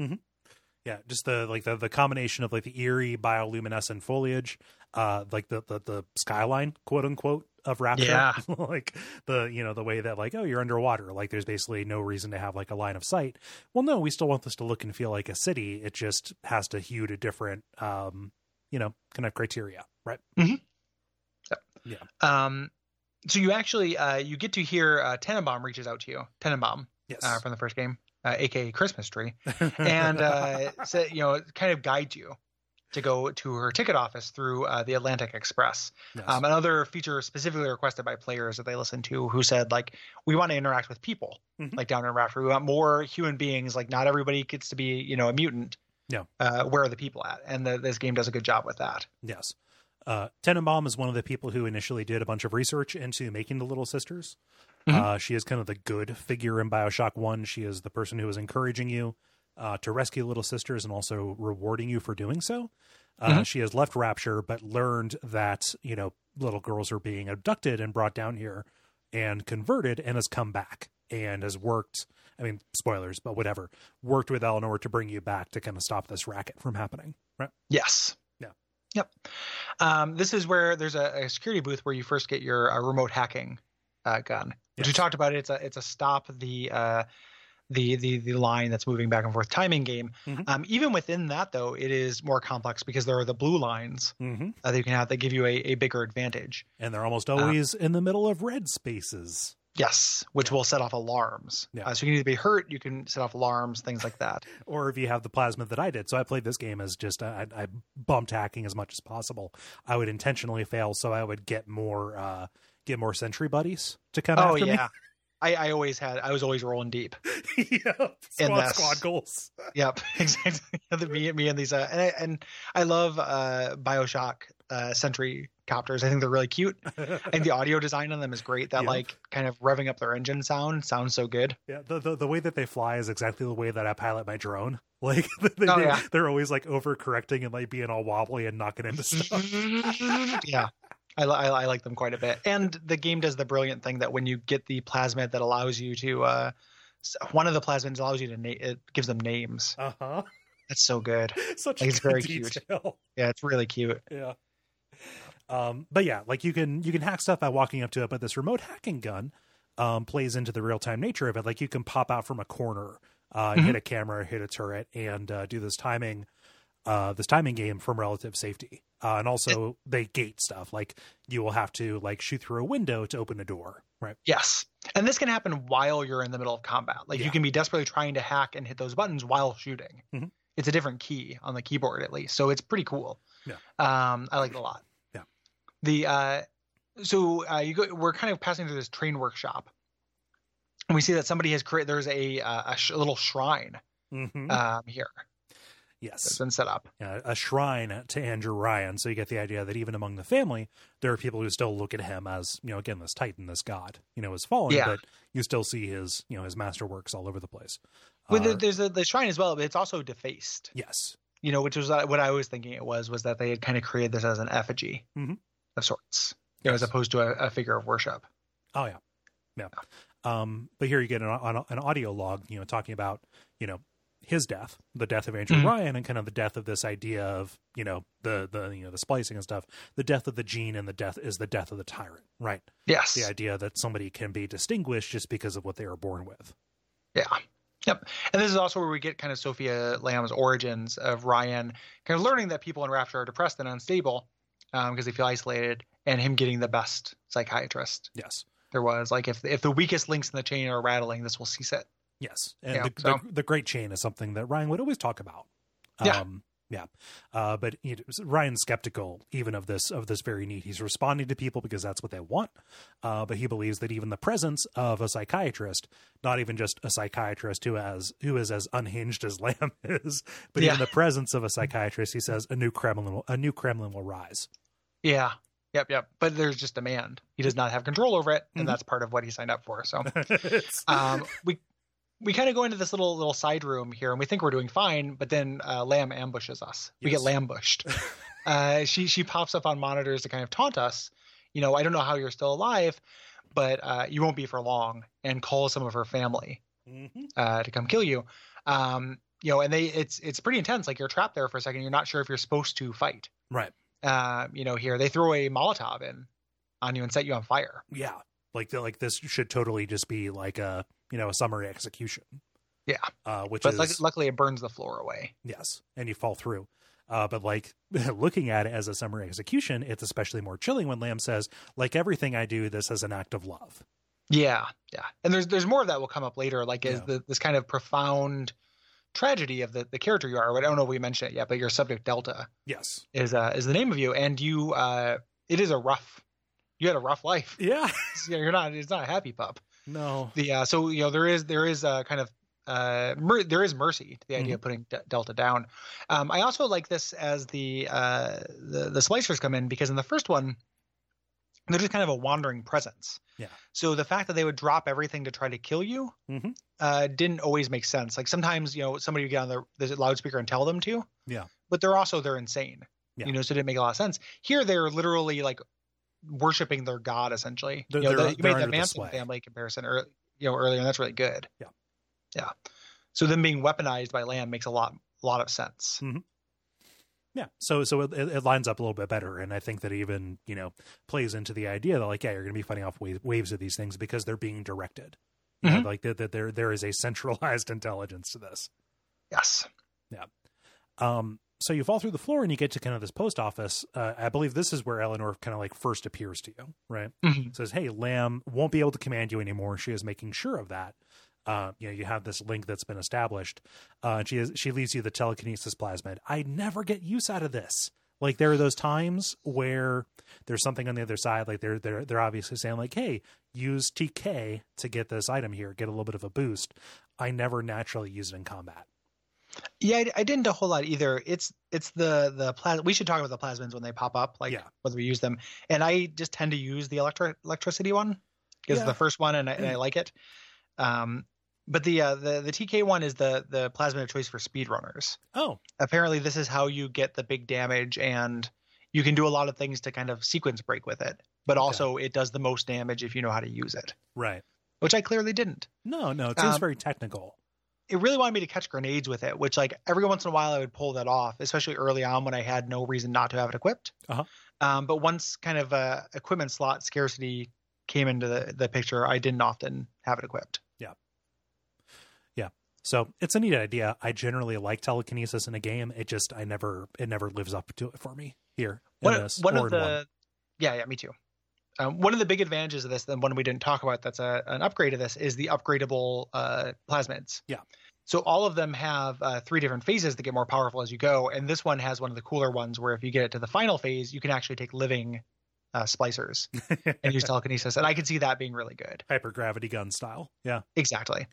[SPEAKER 1] Yeah, just the like the, the combination of like the eerie bioluminescent foliage, uh, like the the, the skyline, quote unquote, of Rapture.
[SPEAKER 3] Yeah.
[SPEAKER 1] like the you know the way that like oh you're underwater, like there's basically no reason to have like a line of sight. Well, no, we still want this to look and feel like a city. It just has to hew to different, um, you know, kind of criteria, right?
[SPEAKER 3] Um, so you actually uh, you get to hear uh, Tenenbaum reaches out to you, Tenenbaum
[SPEAKER 1] Yes.
[SPEAKER 3] uh, from the first game, uh, aka Christmas Tree. and uh, so, you know kind of guide you to go to her ticket office through uh, the Atlantic Express.
[SPEAKER 1] Yes.
[SPEAKER 3] Um, another feature specifically requested by players that they listened to who said like we want to interact with people
[SPEAKER 1] Mhm.
[SPEAKER 3] like down in Rafter. We want more human beings. Like not everybody gets to be you know a mutant.
[SPEAKER 1] Yeah.
[SPEAKER 3] Uh, where are the people at? And the, this game does a good job with that.
[SPEAKER 1] Yes. Uh, Tenenbaum is one of the people who initially did a bunch of research into making the Little Sisters.
[SPEAKER 3] Mhm.
[SPEAKER 1] Uh, she is kind of the good figure in Bioshock 1. She is the person who is encouraging you uh, to rescue Little Sisters and also rewarding you for doing so. Uh,
[SPEAKER 3] Mhm.
[SPEAKER 1] She has left Rapture, but learned that, you know, little girls are being abducted and brought down here and converted and has come back and has worked. I mean, spoilers, but whatever. Worked with Eleanor to bring you back to kind of stop this racket from happening. Right.
[SPEAKER 3] Yes.
[SPEAKER 1] Yeah.
[SPEAKER 3] Yep. Um, this is where there's a, a security booth where you first get your uh, remote hacking uh, gun, which we
[SPEAKER 1] Yes.
[SPEAKER 3] talked about. It's a it's a stop the uh, the the the line that's moving back and forth timing game.
[SPEAKER 1] Mhm.
[SPEAKER 3] Um, even within that though, it is more complex because there are the blue lines
[SPEAKER 1] Mm hmm.
[SPEAKER 3] uh, that you can have that give you a, a bigger advantage.
[SPEAKER 1] and they're almost
[SPEAKER 3] Uh,
[SPEAKER 1] always in the middle of red spaces.
[SPEAKER 3] Yes, which will set off alarms.
[SPEAKER 1] Yeah.
[SPEAKER 3] Uh, so you can either be hurt, you can set off alarms, things like that.
[SPEAKER 1] Or if you have the plasma that I did, so I played this game as just I, I bumped hacking as much as possible. I would intentionally fail so I would get more uh, get more sentry buddies to come
[SPEAKER 3] oh
[SPEAKER 1] after
[SPEAKER 3] yeah. I, I always had I was always rolling deep.
[SPEAKER 1] me. yep,
[SPEAKER 3] And
[SPEAKER 1] squad
[SPEAKER 3] that's-
[SPEAKER 1] squad goals.
[SPEAKER 3] Yep, exactly. The- me, me and these, uh, and I, and I love uh, Bioshock uh, Sentry copters. I think they're really cute. I think the audio design on them is great. That
[SPEAKER 1] Yeah.
[SPEAKER 3] like kind of revving up their engine sound sounds so good.
[SPEAKER 1] Yeah, the, the the way that they fly is exactly the way that I pilot my drone. Like they,
[SPEAKER 3] Oh,
[SPEAKER 1] they,
[SPEAKER 3] yeah.
[SPEAKER 1] they're always like overcorrecting and like being all wobbly and knocking into stuff.
[SPEAKER 3] yeah, I, li- I, I like them quite a bit. And the game does the brilliant thing that when you get the plasmid that allows you to, uh, s- one of the plasmids allows you to na- it gives them names.
[SPEAKER 1] Uh huh.
[SPEAKER 3] That's so good.
[SPEAKER 1] Such
[SPEAKER 3] Like, it's
[SPEAKER 1] good
[SPEAKER 3] very cute.
[SPEAKER 1] detail.
[SPEAKER 3] Yeah, it's really cute.
[SPEAKER 1] yeah um but yeah like you can you can hack stuff by walking up to it but this remote hacking gun um plays into the real-time nature of it like you can pop out from a corner uh and
[SPEAKER 3] Mhm.
[SPEAKER 1] hit a camera hit a turret and uh, do this timing uh this timing game from relative safety uh, and also they gate stuff like you will have to like shoot through a window to open a door right
[SPEAKER 3] Yes. And this can happen while you're in the middle of combat. Like
[SPEAKER 1] Yeah.
[SPEAKER 3] you can be desperately trying to hack and hit those buttons while shooting.
[SPEAKER 1] Mhm.
[SPEAKER 3] It's a different key on the keyboard at least. So it's pretty cool.
[SPEAKER 1] Yeah.
[SPEAKER 3] Um I like it a lot.
[SPEAKER 1] Yeah.
[SPEAKER 3] The uh so uh you go we're kind of passing through this train workshop. And we see that somebody has created there's a uh, a, sh- a little shrine
[SPEAKER 1] mm-hmm.
[SPEAKER 3] um here. that's
[SPEAKER 1] Yes.
[SPEAKER 3] been set up.
[SPEAKER 1] Uh, a shrine to Andrew Ryan. So you get the idea that even among the family, there are people who still look at him as, you know, again, this titan, this god, you know, is fallen,
[SPEAKER 3] Yeah.
[SPEAKER 1] but you still see his, you know, his masterworks all over the place.
[SPEAKER 3] Well, there-
[SPEAKER 1] Uh,
[SPEAKER 3] there's a, the shrine as well, but it's also defaced.
[SPEAKER 1] yes.
[SPEAKER 3] You know, which was uh, what I was thinking it was was that they had kind of created this as an effigy
[SPEAKER 1] Mhm.
[SPEAKER 3] of sorts, you know, as opposed to a, a figure of worship.
[SPEAKER 1] Oh yeah, yeah. Um, but here you get an, an, an audio log, you know, talking about you know his death, the death of Andrew
[SPEAKER 3] Mhm.
[SPEAKER 1] Ryan, and kind of the death of this idea of you know the the you know the splicing and stuff. The death of the gene and the death is the death of the tyrant, right?
[SPEAKER 3] Yes.
[SPEAKER 1] The idea that somebody can be distinguished just because of what they were born with.
[SPEAKER 3] Yeah. Yep. And this is also where we get kind of Sophia Lamb's origins of Ryan kind of learning that people in Rapture are depressed and unstable because they feel isolated, and him getting the best psychiatrist
[SPEAKER 1] Yes.
[SPEAKER 3] there was. Like, if if the weakest links in the chain are rattling, this will cease it.
[SPEAKER 1] Yes, and
[SPEAKER 3] Yeah,
[SPEAKER 1] the,
[SPEAKER 3] so-
[SPEAKER 1] the the great chain is something that Ryan would always talk about.
[SPEAKER 3] Yeah.
[SPEAKER 1] Um, yeah. Uh, but it, Ryan's skeptical even of this of this very need. He's responding to people because that's what they want. Uh, but he believes that even the presence of a psychiatrist, not even just a psychiatrist who has who is as unhinged as Lamb is, but
[SPEAKER 3] Yeah.
[SPEAKER 1] even the presence of a psychiatrist, he says a new Kremlin will, a new Kremlin will rise.
[SPEAKER 3] Yeah. Yep. Yep. But there's just demand. He does not have control over it, and
[SPEAKER 1] Mhm.
[SPEAKER 3] that's part of what he signed up for. So.
[SPEAKER 1] It's-
[SPEAKER 3] um, we we kind of go into this little little side room here, and we think we're doing fine, but then uh, Lamb ambushes us. We get
[SPEAKER 1] Yes.
[SPEAKER 3] lambushed. uh, she she pops up on monitors to kind of taunt us. You know, I don't know how you're still alive, but uh, you won't be for long. And calls some of her family
[SPEAKER 1] Mhm.
[SPEAKER 3] uh, to come kill you. Um, you know, and they it's it's pretty intense. Like you're trapped there for a second. You're not sure if you're supposed to fight.
[SPEAKER 1] Right.
[SPEAKER 3] Uh, you know, here they throw a Molotov in on you and set you on fire.
[SPEAKER 1] Yeah. Like the, like this should totally just be like a you know a summary execution.
[SPEAKER 3] Yeah.
[SPEAKER 1] Uh, which
[SPEAKER 3] But
[SPEAKER 1] is
[SPEAKER 3] luck luckily, it burns the floor away.
[SPEAKER 1] Yes, and you fall through. Uh, but like looking at it as a summary execution, it's especially more chilling when Lamb says, "Like everything I do, this is an act of love."
[SPEAKER 3] Yeah, yeah, and there's there's more of that will come up later, like is
[SPEAKER 1] Yeah.
[SPEAKER 3] the, this kind of profound tragedy of the, the character you are. I don't know if we mentioned it yet, but your subject Delta
[SPEAKER 1] Yes.
[SPEAKER 3] is uh, is the name of you, and you uh, it is a rough. You had a rough life.
[SPEAKER 1] Yeah.
[SPEAKER 3] You know, You're not. It's not a happy pup.
[SPEAKER 1] No.
[SPEAKER 3] The uh, so you know there is there is a kind of uh, mer- there is mercy to the idea of putting D- Delta down. Um, I also like this as the uh, the the splicers come in because in the first one they're just kind of a wandering presence.
[SPEAKER 1] Yeah.
[SPEAKER 3] So the fact that they would drop everything to try to kill you
[SPEAKER 1] Mhm.
[SPEAKER 3] uh, didn't always make sense. Like sometimes you know somebody would get on the, the loudspeaker and tell them to.
[SPEAKER 1] Yeah.
[SPEAKER 3] But they're also they're insane.
[SPEAKER 1] Yeah.
[SPEAKER 3] You know, so it didn't make a lot of sense. Here they're literally like worshiping their god essentially.
[SPEAKER 1] They're-
[SPEAKER 3] you know,
[SPEAKER 1] they're-
[SPEAKER 3] the- you
[SPEAKER 1] they're
[SPEAKER 3] made the
[SPEAKER 1] under the
[SPEAKER 3] Manson
[SPEAKER 1] sway.
[SPEAKER 3] family comparison earlier, you know, earlier, and that's really good.
[SPEAKER 1] Yeah.
[SPEAKER 3] Yeah. So them being weaponized by Lamb makes a lot lot of sense.
[SPEAKER 1] Mm. Yeah. So so it, it lines up a little bit better, and I think that even you know plays into the idea that like yeah, you're going to be fighting off wa- waves of these things because they're being directed. You know,
[SPEAKER 3] Mhm.
[SPEAKER 1] like that, that there there is a centralized intelligence to this.
[SPEAKER 3] Yes.
[SPEAKER 1] Um, so you fall through the floor and you get to kind of this post office. Uh, I believe this is where Eleanor kind of like first appears to you, right?
[SPEAKER 3] Mhm.
[SPEAKER 1] says, "Hey, Lamb won't be able to command you anymore." She is making sure of that. Uh, you know, you have this link that's been established. Uh, she is, she leaves you the telekinesis plasmid. I never get use out of this. Like there are those times where there's something on the other side. Like they're they're they're obviously saying like, "Hey, use TK to get this item here, get a little bit of a boost." I never naturally use it in combat.
[SPEAKER 3] Yeah, I, I didn't a whole lot either. It's it's the the plas- We should talk about the plasmids when they pop up, like
[SPEAKER 1] Yeah.
[SPEAKER 3] whether we use them. And I just tend to use the electri- electricity one because
[SPEAKER 1] Yeah. Mm.
[SPEAKER 3] the first one, and I, and I like it. Um, but the uh, the the TK one is the the plasmid of choice for speedrunners.
[SPEAKER 1] Oh,
[SPEAKER 3] apparently this is how you get the big damage and you can do a lot of things to kind of sequence break with it but also it does the most damage if you know how to use it
[SPEAKER 1] right.
[SPEAKER 3] which i clearly didn't
[SPEAKER 1] No, no, it seems
[SPEAKER 3] Um,
[SPEAKER 1] very technical.
[SPEAKER 3] it really wanted me to catch grenades with it which like every once in a while i would pull that off especially early on when i had no reason not to have it equipped
[SPEAKER 1] Uh-huh.
[SPEAKER 3] um, but once kind of uh, equipment slot scarcity came into the, the picture i didn't often have it equipped
[SPEAKER 1] So it's a neat idea. I generally like telekinesis in a game. It just I never it never lives up to it for me here. in
[SPEAKER 3] one,
[SPEAKER 1] this,
[SPEAKER 3] one
[SPEAKER 1] or
[SPEAKER 3] of
[SPEAKER 1] in
[SPEAKER 3] the yeah yeah me too um, one of the big advantages of this and one we didn't talk about that's a, an upgrade of this is the upgradable uh, plasmids
[SPEAKER 1] Yeah.
[SPEAKER 3] so all of them have uh, three different phases that get more powerful as you go and this one has one of the cooler ones where if you get it to the final phase you can actually take living uh, splicers and use telekinesis, and I could see that being really good.
[SPEAKER 1] Hypergravity gun style. Yeah.
[SPEAKER 3] Exactly.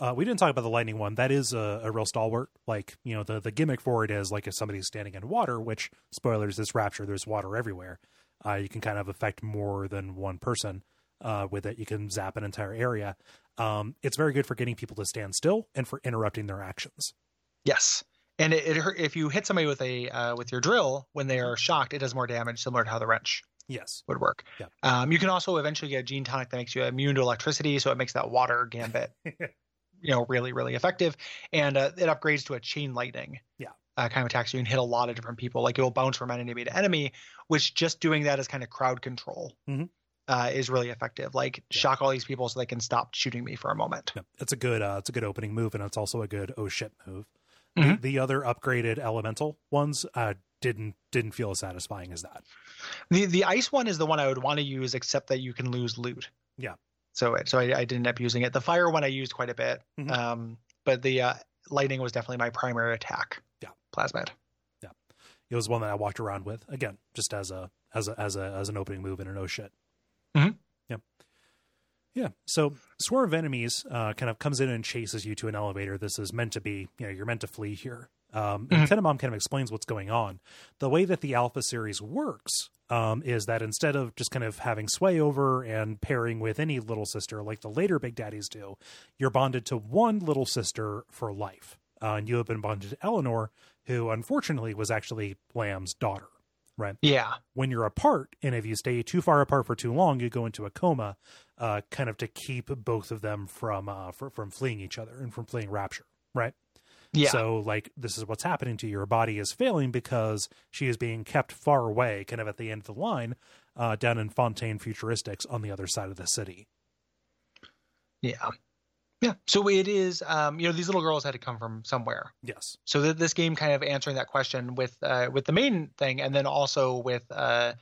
[SPEAKER 1] Uh, we didn't talk about the lightning one. That is a, a real stalwart. Like, you know, the, the gimmick for it is like if somebody's standing in water, which, spoilers, this rapture, there's water everywhere. Uh, you can kind of affect more than one person uh, with it. You can zap an entire area. Um, it's very good for getting people to stand still and for interrupting their actions.
[SPEAKER 3] Yes, and it, it hurt, if you hit somebody with a uh, with your drill when they are shocked, it does more damage, similar to how the wrench
[SPEAKER 1] Yes.
[SPEAKER 3] would work.
[SPEAKER 1] Yeah.
[SPEAKER 3] Um, you can also eventually get a gene tonic that makes you immune to electricity, so it makes that water gambit, you know, really really effective, and uh, it upgrades to a chain lightning.
[SPEAKER 1] Yeah.
[SPEAKER 3] Uh, kind of attacks so you can hit a lot of different people. Like it will bounce from enemy to enemy, which just doing that as kind of crowd control
[SPEAKER 1] Mhm.
[SPEAKER 3] uh, is really effective. Like shock all these people so they can stop shooting me for a moment.
[SPEAKER 1] Yep. It's a good uh, it's a good opening move, and it's also a good oh shit move.
[SPEAKER 3] Mhm.
[SPEAKER 1] The, the other upgraded elemental ones uh, didn't didn't feel as satisfying as that.
[SPEAKER 3] The the ice one is the one I would want to use, except that you can lose loot.
[SPEAKER 1] Yeah.
[SPEAKER 3] So it so I, I didn't end up using it. The fire one I used quite a bit,
[SPEAKER 1] Mhm.
[SPEAKER 3] um, but the uh, lightning was definitely my primary attack.
[SPEAKER 1] Yeah.
[SPEAKER 3] Plasmid.
[SPEAKER 1] It was one that I walked around with again, just as a as a as a as an opening move and an oh shit.
[SPEAKER 3] Mhm.
[SPEAKER 1] Yep. Yeah. So swarm of enemies uh, kind of comes in and chases you to an elevator. This is meant to be you know you're meant to flee here. Um, and Tenenbaum kind of explains what's going on. The way that the Alpha series works um, is that instead of just kind of having sway over and pairing with any little sister like the later Big Daddies do, you're bonded to one little sister for life. Uh, and you have been bonded to Eleanor, who unfortunately was actually Lamb's daughter. Right.
[SPEAKER 3] Yeah.
[SPEAKER 1] When you're apart, and if you stay too far apart for too long, you go into a coma, uh, kind of to keep both of them from uh, fr- from fleeing each other and from fleeing rapture. Right.
[SPEAKER 3] Yeah.
[SPEAKER 1] So, like, this is what's happening to you. Your body is failing because she is being kept far away, kind of at the end of the line, uh, down in Fontaine Futuristics on the other side of the city.
[SPEAKER 3] yeah. Yeah. So it is. Um, you know, these little girls had to come from somewhere.
[SPEAKER 1] Yes.
[SPEAKER 3] So th- this game kind of answering that question with uh, with the main thing, and then also with uh,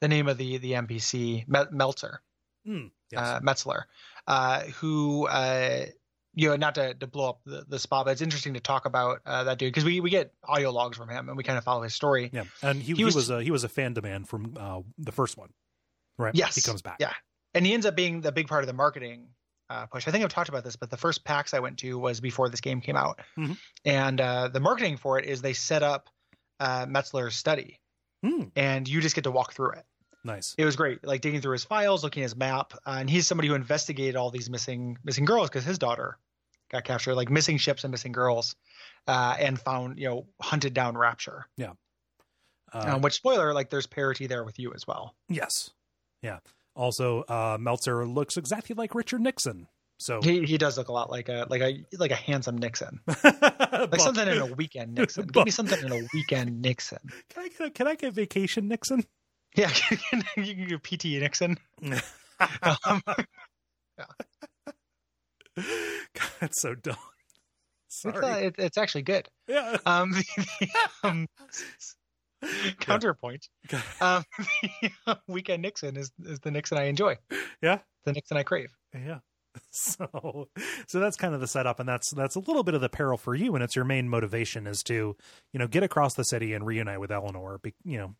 [SPEAKER 3] the name of the the NPC Mel- Meltzer.
[SPEAKER 1] Mm, yes.
[SPEAKER 3] uh, Metzler, uh, who, uh, you know, not to, to blow up the, the spot, but it's interesting to talk about uh, that dude because we, we get audio logs from him and we kind of follow his story.
[SPEAKER 1] Yeah, and he,
[SPEAKER 3] He
[SPEAKER 1] he, was,
[SPEAKER 3] was-
[SPEAKER 1] a he was a fan demand from uh, the first one, right?
[SPEAKER 3] Yes.
[SPEAKER 1] he comes back.
[SPEAKER 3] Yeah. And he ends up being the big part of the marketing uh, push. I think I've talked about this, but the first PAX I went to was before this game came out.
[SPEAKER 1] Mhm.
[SPEAKER 3] And uh, the marketing for it is they set up uh, Metzler's study
[SPEAKER 1] Mm,
[SPEAKER 3] and you just get to walk through it.
[SPEAKER 1] nice.
[SPEAKER 3] it was great like digging through his files looking at his map uh, and he's somebody who investigated all these missing missing girls because his daughter got captured like missing ships and missing girls uh, and found you know hunted down rapture
[SPEAKER 1] Uh,
[SPEAKER 3] um, which spoiler like there's parity there with you as well
[SPEAKER 1] yes, yeah. Also, uh, Meltzer looks exactly like Richard Nixon. So,
[SPEAKER 3] he, he does look a lot like a like a like a handsome nixon like
[SPEAKER 1] Buff.
[SPEAKER 3] something in a weekend nixon give
[SPEAKER 1] Buff.
[SPEAKER 3] me something in a weekend nixon
[SPEAKER 1] can I get a, can I get vacation Nixon?
[SPEAKER 3] yeah you can- you can do pt nixon um,
[SPEAKER 1] God, that's so dumb.
[SPEAKER 3] it's,
[SPEAKER 1] Sorry.
[SPEAKER 3] uh, it- it's actually good
[SPEAKER 1] yeah.
[SPEAKER 3] um, the, the, um, counterpoint
[SPEAKER 1] God.
[SPEAKER 3] um, the uh, weekend Nixon is, is the Nixon I enjoy.
[SPEAKER 1] Yeah.
[SPEAKER 3] The Nixon I crave.
[SPEAKER 1] Yeah. So so that's kind of the setup and that's that's a little bit of the peril for you and it's your main motivation is to, you know, get across the city and reunite with Eleanor, be, you know.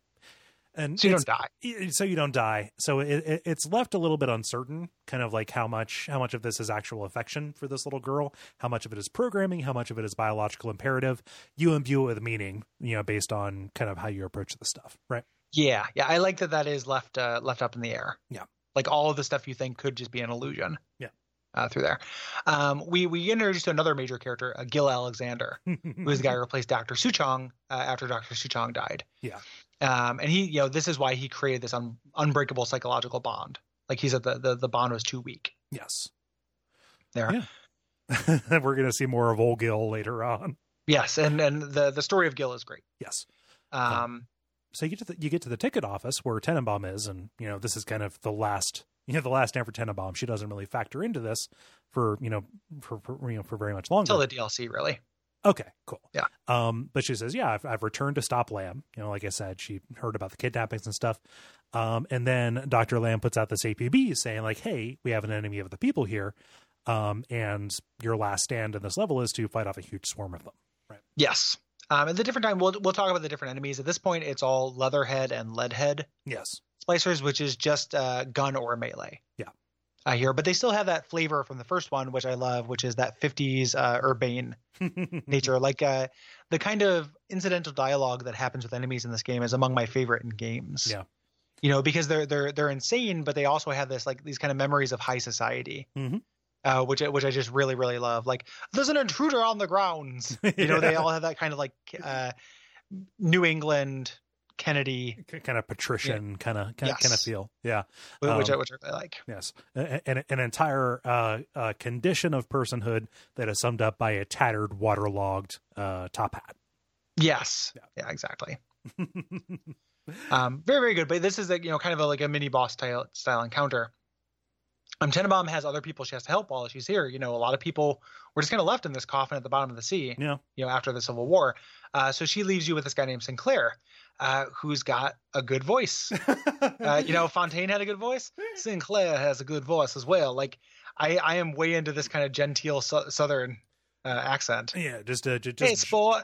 [SPEAKER 1] And
[SPEAKER 3] So you
[SPEAKER 1] it's-
[SPEAKER 3] don't die.
[SPEAKER 1] i- so you don't die. So it, it, it's left a little bit uncertain, kind of like how much how much of this is actual affection for this little girl, how much of it is programming, how much of it is biological imperative. You imbue it with meaning, you know, based on kind of how you approach the stuff, right?
[SPEAKER 3] Yeah. Yeah. I like that that is left uh, left up in the air.
[SPEAKER 1] Yeah.
[SPEAKER 3] Like all of the stuff you think could just be an illusion.
[SPEAKER 1] Yeah.
[SPEAKER 3] Uh, through there. Um, we, we introduced another major character, uh, Gil Alexander, who is the guy
[SPEAKER 1] Mm-hmm.
[SPEAKER 3] who replaced Dr. Suchong uh, after Dr. Suchong died.
[SPEAKER 1] Yeah.
[SPEAKER 3] Um, and he, you know, this is why he created this un- unbreakable psychological bond. Like he said, the, the, the bond was too weak
[SPEAKER 1] yes.
[SPEAKER 3] there.
[SPEAKER 1] Yeah. We're going to see more of Old Gil later on.
[SPEAKER 3] Yes. And, and the, the story of Gil is great.
[SPEAKER 1] Yes.
[SPEAKER 3] Um,
[SPEAKER 1] so you get to the, you get to the ticket office where Tenenbaum is, and you know this is kind of the last you know the last stand for Tenenbaum. She doesn't really factor into this for you know for, for you know for very much longer.
[SPEAKER 3] until the DLC, really.
[SPEAKER 1] Okay, cool.
[SPEAKER 3] Yeah.
[SPEAKER 1] Um, but she says, yeah, I've, I've returned to stop Lamb. You know, like I said, she heard about the kidnappings and stuff. Um, and then Dr. Lamb puts out this APB saying like, hey, we have an enemy of the people here. Um, and your last stand in this level is to fight off a huge swarm of them.
[SPEAKER 3] Yes. Um, at the different time, we'll we'll talk about the different enemies. At this point, it's all Leatherhead and Leadhead.
[SPEAKER 1] Yes.
[SPEAKER 3] Splicers, which is just uh, gun or melee.
[SPEAKER 1] Yeah.
[SPEAKER 3] I hear, but they still have that flavor from the first one, which I love, which is that 50s uh, urbane nature. Like uh, the kind of incidental dialogue that happens with enemies in this game is among my favorite in games.
[SPEAKER 1] Yeah.
[SPEAKER 3] You know, because they're they're they're insane, but they also have this like these kind of memories of high society,
[SPEAKER 1] Mhm.
[SPEAKER 3] uh, which I- which I just really really love. Like there's an intruder on the grounds. You know, they all have that kind of like uh, New England Kennedy,
[SPEAKER 1] kind of patrician kind of kind of
[SPEAKER 3] Yes.
[SPEAKER 1] kind of feel. Yeah.
[SPEAKER 3] which, I,
[SPEAKER 1] Um,
[SPEAKER 3] which I really like.
[SPEAKER 1] Yes, A- a- an, an entire uh, uh, condition of personhood that is summed up by a tattered, waterlogged uh, top hat.
[SPEAKER 3] Yes. Yeah, exactly. um, very, very good. But this is like, you know, kind of a, like a mini boss style, style encounter. Um, Tenenbaum has other people she has to help while she's here. You know, a lot of people were just kind of left in this coffin at the bottom of the sea,
[SPEAKER 1] Yeah,
[SPEAKER 3] you know, after the Civil War. Uh, so she leaves you with this guy named Sinclair, uh, who's got a good voice. uh, you know, Fontaine had a good voice. Sinclair has a good voice as well. Like, I, I am way into this kind of genteel sou- southern uh, accent.
[SPEAKER 1] yeah, just a just,
[SPEAKER 3] Hey, sport.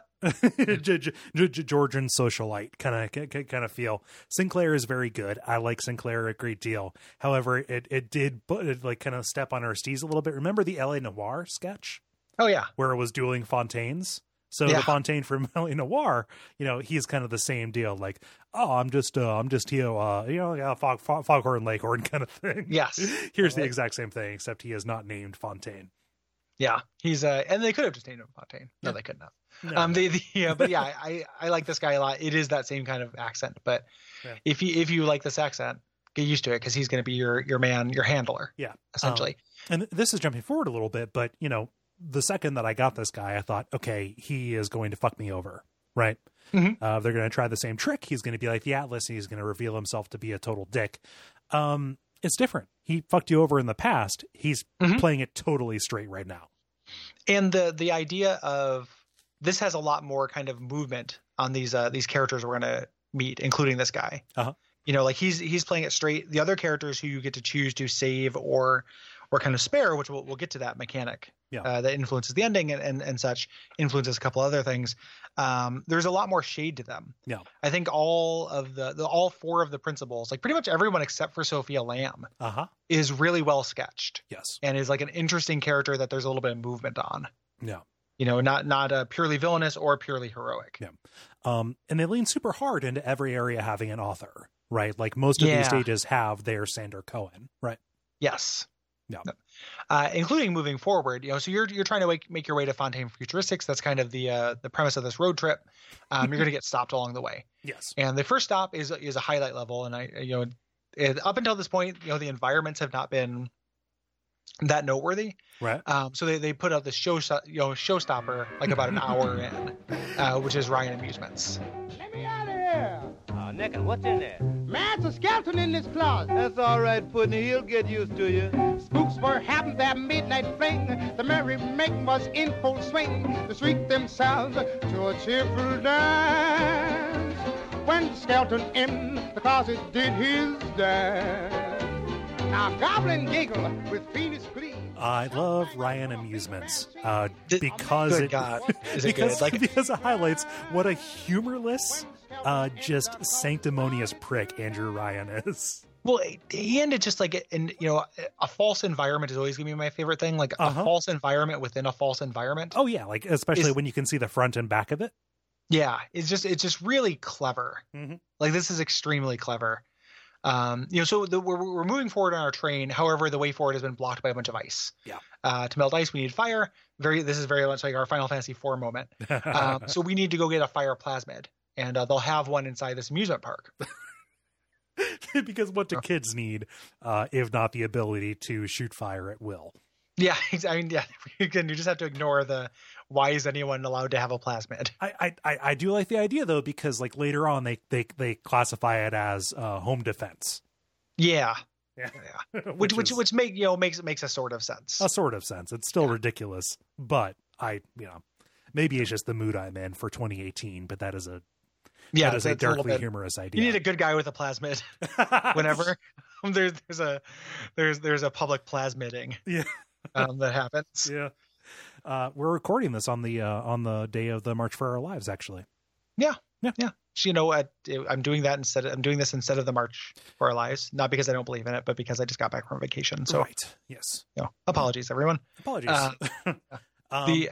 [SPEAKER 1] G- G- G- G- Georgian socialite kind of kind of feel. Sinclair is very good. I like Sinclair a great deal. However, it it did bu- it, like kind of step on her steez a little bit. Remember the L.A. Noir sketch
[SPEAKER 3] Oh, yeah.
[SPEAKER 1] where it was dueling Fontaines. So
[SPEAKER 3] Yeah.
[SPEAKER 1] the Fontaine from L.A. Noir, you know, he's kind of the same deal. Like, oh, I'm just uh, I'm just here, uh, you know, like a fog, fog, foghorn leghorn kind of thing.
[SPEAKER 3] Yes.
[SPEAKER 1] Here's the
[SPEAKER 3] Right.
[SPEAKER 1] exact same thing, except he is not named Fontaine.
[SPEAKER 3] Yeah, he's uh, and they could have just named him Fontaine. No, they couldn't have.
[SPEAKER 1] No.
[SPEAKER 3] um, they, the, yeah, but yeah, I I like this guy a lot. It is that same kind of accent, but
[SPEAKER 1] Yeah.
[SPEAKER 3] if you if you like this accent, get used to it because he's going to be your your man, your handler.
[SPEAKER 1] Yeah. Um,
[SPEAKER 3] essentially.
[SPEAKER 1] and this is jumping forward a little bit, but you know, the second that I got this guy, I thought, okay, he is going to fuck me over, right?
[SPEAKER 3] Mhm.
[SPEAKER 1] Uh, they're going to try the same trick. He's going to be like the Atlas, and he's going to reveal himself to be a total dick. Um, it's different. He fucked you over in the past. He's
[SPEAKER 3] Mhm.
[SPEAKER 1] playing it totally straight right now.
[SPEAKER 3] and the the idea of this has a lot more kind of movement on these uh these characters we're gonna meet, including this guy.
[SPEAKER 1] Uh-huh.
[SPEAKER 3] You know, like he's he's playing it straight. The other characters who you get to choose to save or or kind of spare, which we'll we'll get to that mechanic.
[SPEAKER 1] Yeah.
[SPEAKER 3] Uh, that influences the ending and, and, and such influences a couple other things. Um, there's a lot more shade to them.
[SPEAKER 1] Yeah.
[SPEAKER 3] I think all of the, the all four of the principals, like pretty much everyone except for Sophia Lamb,
[SPEAKER 1] Uh huh.
[SPEAKER 3] is really well sketched
[SPEAKER 1] Yes.
[SPEAKER 3] and is like an interesting character that there's a little bit of movement on.
[SPEAKER 1] Yeah.
[SPEAKER 3] You know, not not uh, purely villainous or purely heroic.
[SPEAKER 1] Yeah. Um, and they lean super hard into every area having an author, right? Like most of
[SPEAKER 3] Yeah.
[SPEAKER 1] these stages have their Sander Cohen, right?
[SPEAKER 3] Yes.
[SPEAKER 1] Yeah.
[SPEAKER 3] Uh, including moving forward, you know, so you're you're trying to make, make your way to Fontaine Futuristics. That's kind of the uh, the premise of this road trip. Um, you're going to get stopped along the way,
[SPEAKER 1] Yes.
[SPEAKER 3] and the first stop is is a highlight level. And I, you know, it, up until this point, you know, the environments have not been that noteworthy.
[SPEAKER 1] Right.
[SPEAKER 3] Um, so they, they put out this show you know showstopper like about an hour in, uh, which is Ryan Amusements.
[SPEAKER 5] Let me out of here!
[SPEAKER 6] Oh, Nickel, what's in there?
[SPEAKER 5] Man's a skeleton in this closet.
[SPEAKER 6] That's all right, Pudney. He'll get used to you.
[SPEAKER 5] Spooks were having their midnight fling. The merry making was in full swing. They shrieked themselves to a cheerful dance. When the skeleton in the closet did his dance. Now goblin giggle with fiendish glee.
[SPEAKER 1] I love Ryan Amusements uh, because
[SPEAKER 3] Good
[SPEAKER 1] it
[SPEAKER 3] God, is it
[SPEAKER 1] because
[SPEAKER 3] good? Like
[SPEAKER 1] because it highlights what a humorless, uh, just sanctimonious prick Andrew Ryan is.
[SPEAKER 3] Well, and it's just like, and you know, a false environment is always gonna be my favorite thing. Like
[SPEAKER 1] Uh-huh.
[SPEAKER 3] a false environment within a false environment.
[SPEAKER 1] Oh yeah, like especially
[SPEAKER 3] Is-
[SPEAKER 1] when you can see the front and back of it.
[SPEAKER 3] Yeah, it's just it's just really clever.
[SPEAKER 1] Mhm.
[SPEAKER 3] Like this is extremely clever. Um, you know, so the, we're we're moving forward on our train. However, the way forward has been blocked by a bunch of ice.
[SPEAKER 1] Yeah.
[SPEAKER 3] Uh, to melt ice, we need fire. Very, this is very much like our Final Fantasy IV moment. Um, so we need to go get a fire plasmid, and uh, they'll have one inside this amusement park.
[SPEAKER 1] because what do kids need uh, if not the ability to shoot fire at will?
[SPEAKER 3] Yeah, ex- I mean, yeah. Again, you just have to ignore the why is anyone allowed to have a plasmid?
[SPEAKER 1] I, I- I, I do like the idea though because like later on they they they classify it as uh, home defense,
[SPEAKER 3] Yeah,
[SPEAKER 1] Yeah.
[SPEAKER 3] which which
[SPEAKER 1] is
[SPEAKER 3] which make you know makes makes a sort of sense.
[SPEAKER 1] a sort of sense. It's still ridiculous, but I you know maybe it's just the mood I'm in for 2018. But that is a
[SPEAKER 3] yeah,
[SPEAKER 1] that is a
[SPEAKER 3] it's- it's little
[SPEAKER 1] darkly
[SPEAKER 3] bit-
[SPEAKER 1] humorous idea.
[SPEAKER 3] You need a good guy with a plasmid whenever there's there's a there's there's a public plasmiding
[SPEAKER 1] Yeah.
[SPEAKER 3] um, that happens.
[SPEAKER 1] yeah. Uh, we're recording this on the uh, on the day of the March for Our Lives, actually.
[SPEAKER 3] Yeah.
[SPEAKER 1] yeah,
[SPEAKER 3] Yeah. you know what? I'm doing that instead. Of, I'm doing this instead of the March for Our Lives, not because I don't believe in it, but because I just got back from vacation. So,
[SPEAKER 1] right. Yes.
[SPEAKER 3] you know, apologies, everyone.
[SPEAKER 1] Apologies.
[SPEAKER 3] Uh,
[SPEAKER 1] um,
[SPEAKER 3] the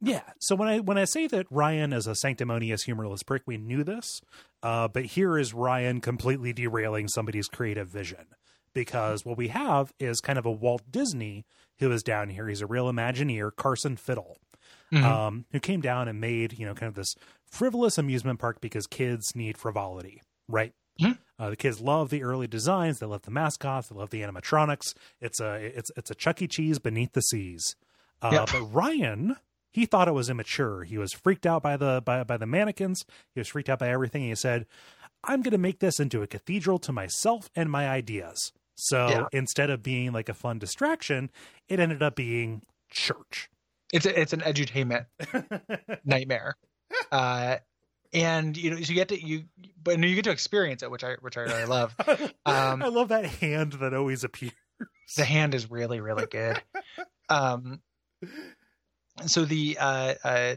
[SPEAKER 1] Yeah. So when I when I say that Ryan is a sanctimonious, humorless prick, we knew this, uh, but here is Ryan completely derailing somebody's creative vision because what we have is kind of a Walt Disney who is down here. He's a real Imagineer, Carson Fiddle,
[SPEAKER 3] Mhm.
[SPEAKER 1] um, who came down and made you know kind of this frivolous amusement park because kids need frivolity, right?
[SPEAKER 3] Mhm.
[SPEAKER 1] Uh, the kids love the early designs. They love the mascots. They love the animatronics. It's a it's it's a Chuck E. Cheese beneath the seas. Uh,
[SPEAKER 3] Yep.
[SPEAKER 1] But Ryan, he thought it was immature. He was freaked out by the by, by the mannequins. He was freaked out by everything. He said, "I'm going to make this into a cathedral to myself and my ideas." So
[SPEAKER 3] Yeah.
[SPEAKER 1] instead of being like a fun distraction, it ended up being church.
[SPEAKER 3] it's a, it's an edutainment nightmare, uh, and you know so you get to you, but you get to experience it, which I which I really love. Um,
[SPEAKER 1] I love that hand that always appears.
[SPEAKER 3] the hand is really really good um so the uh uh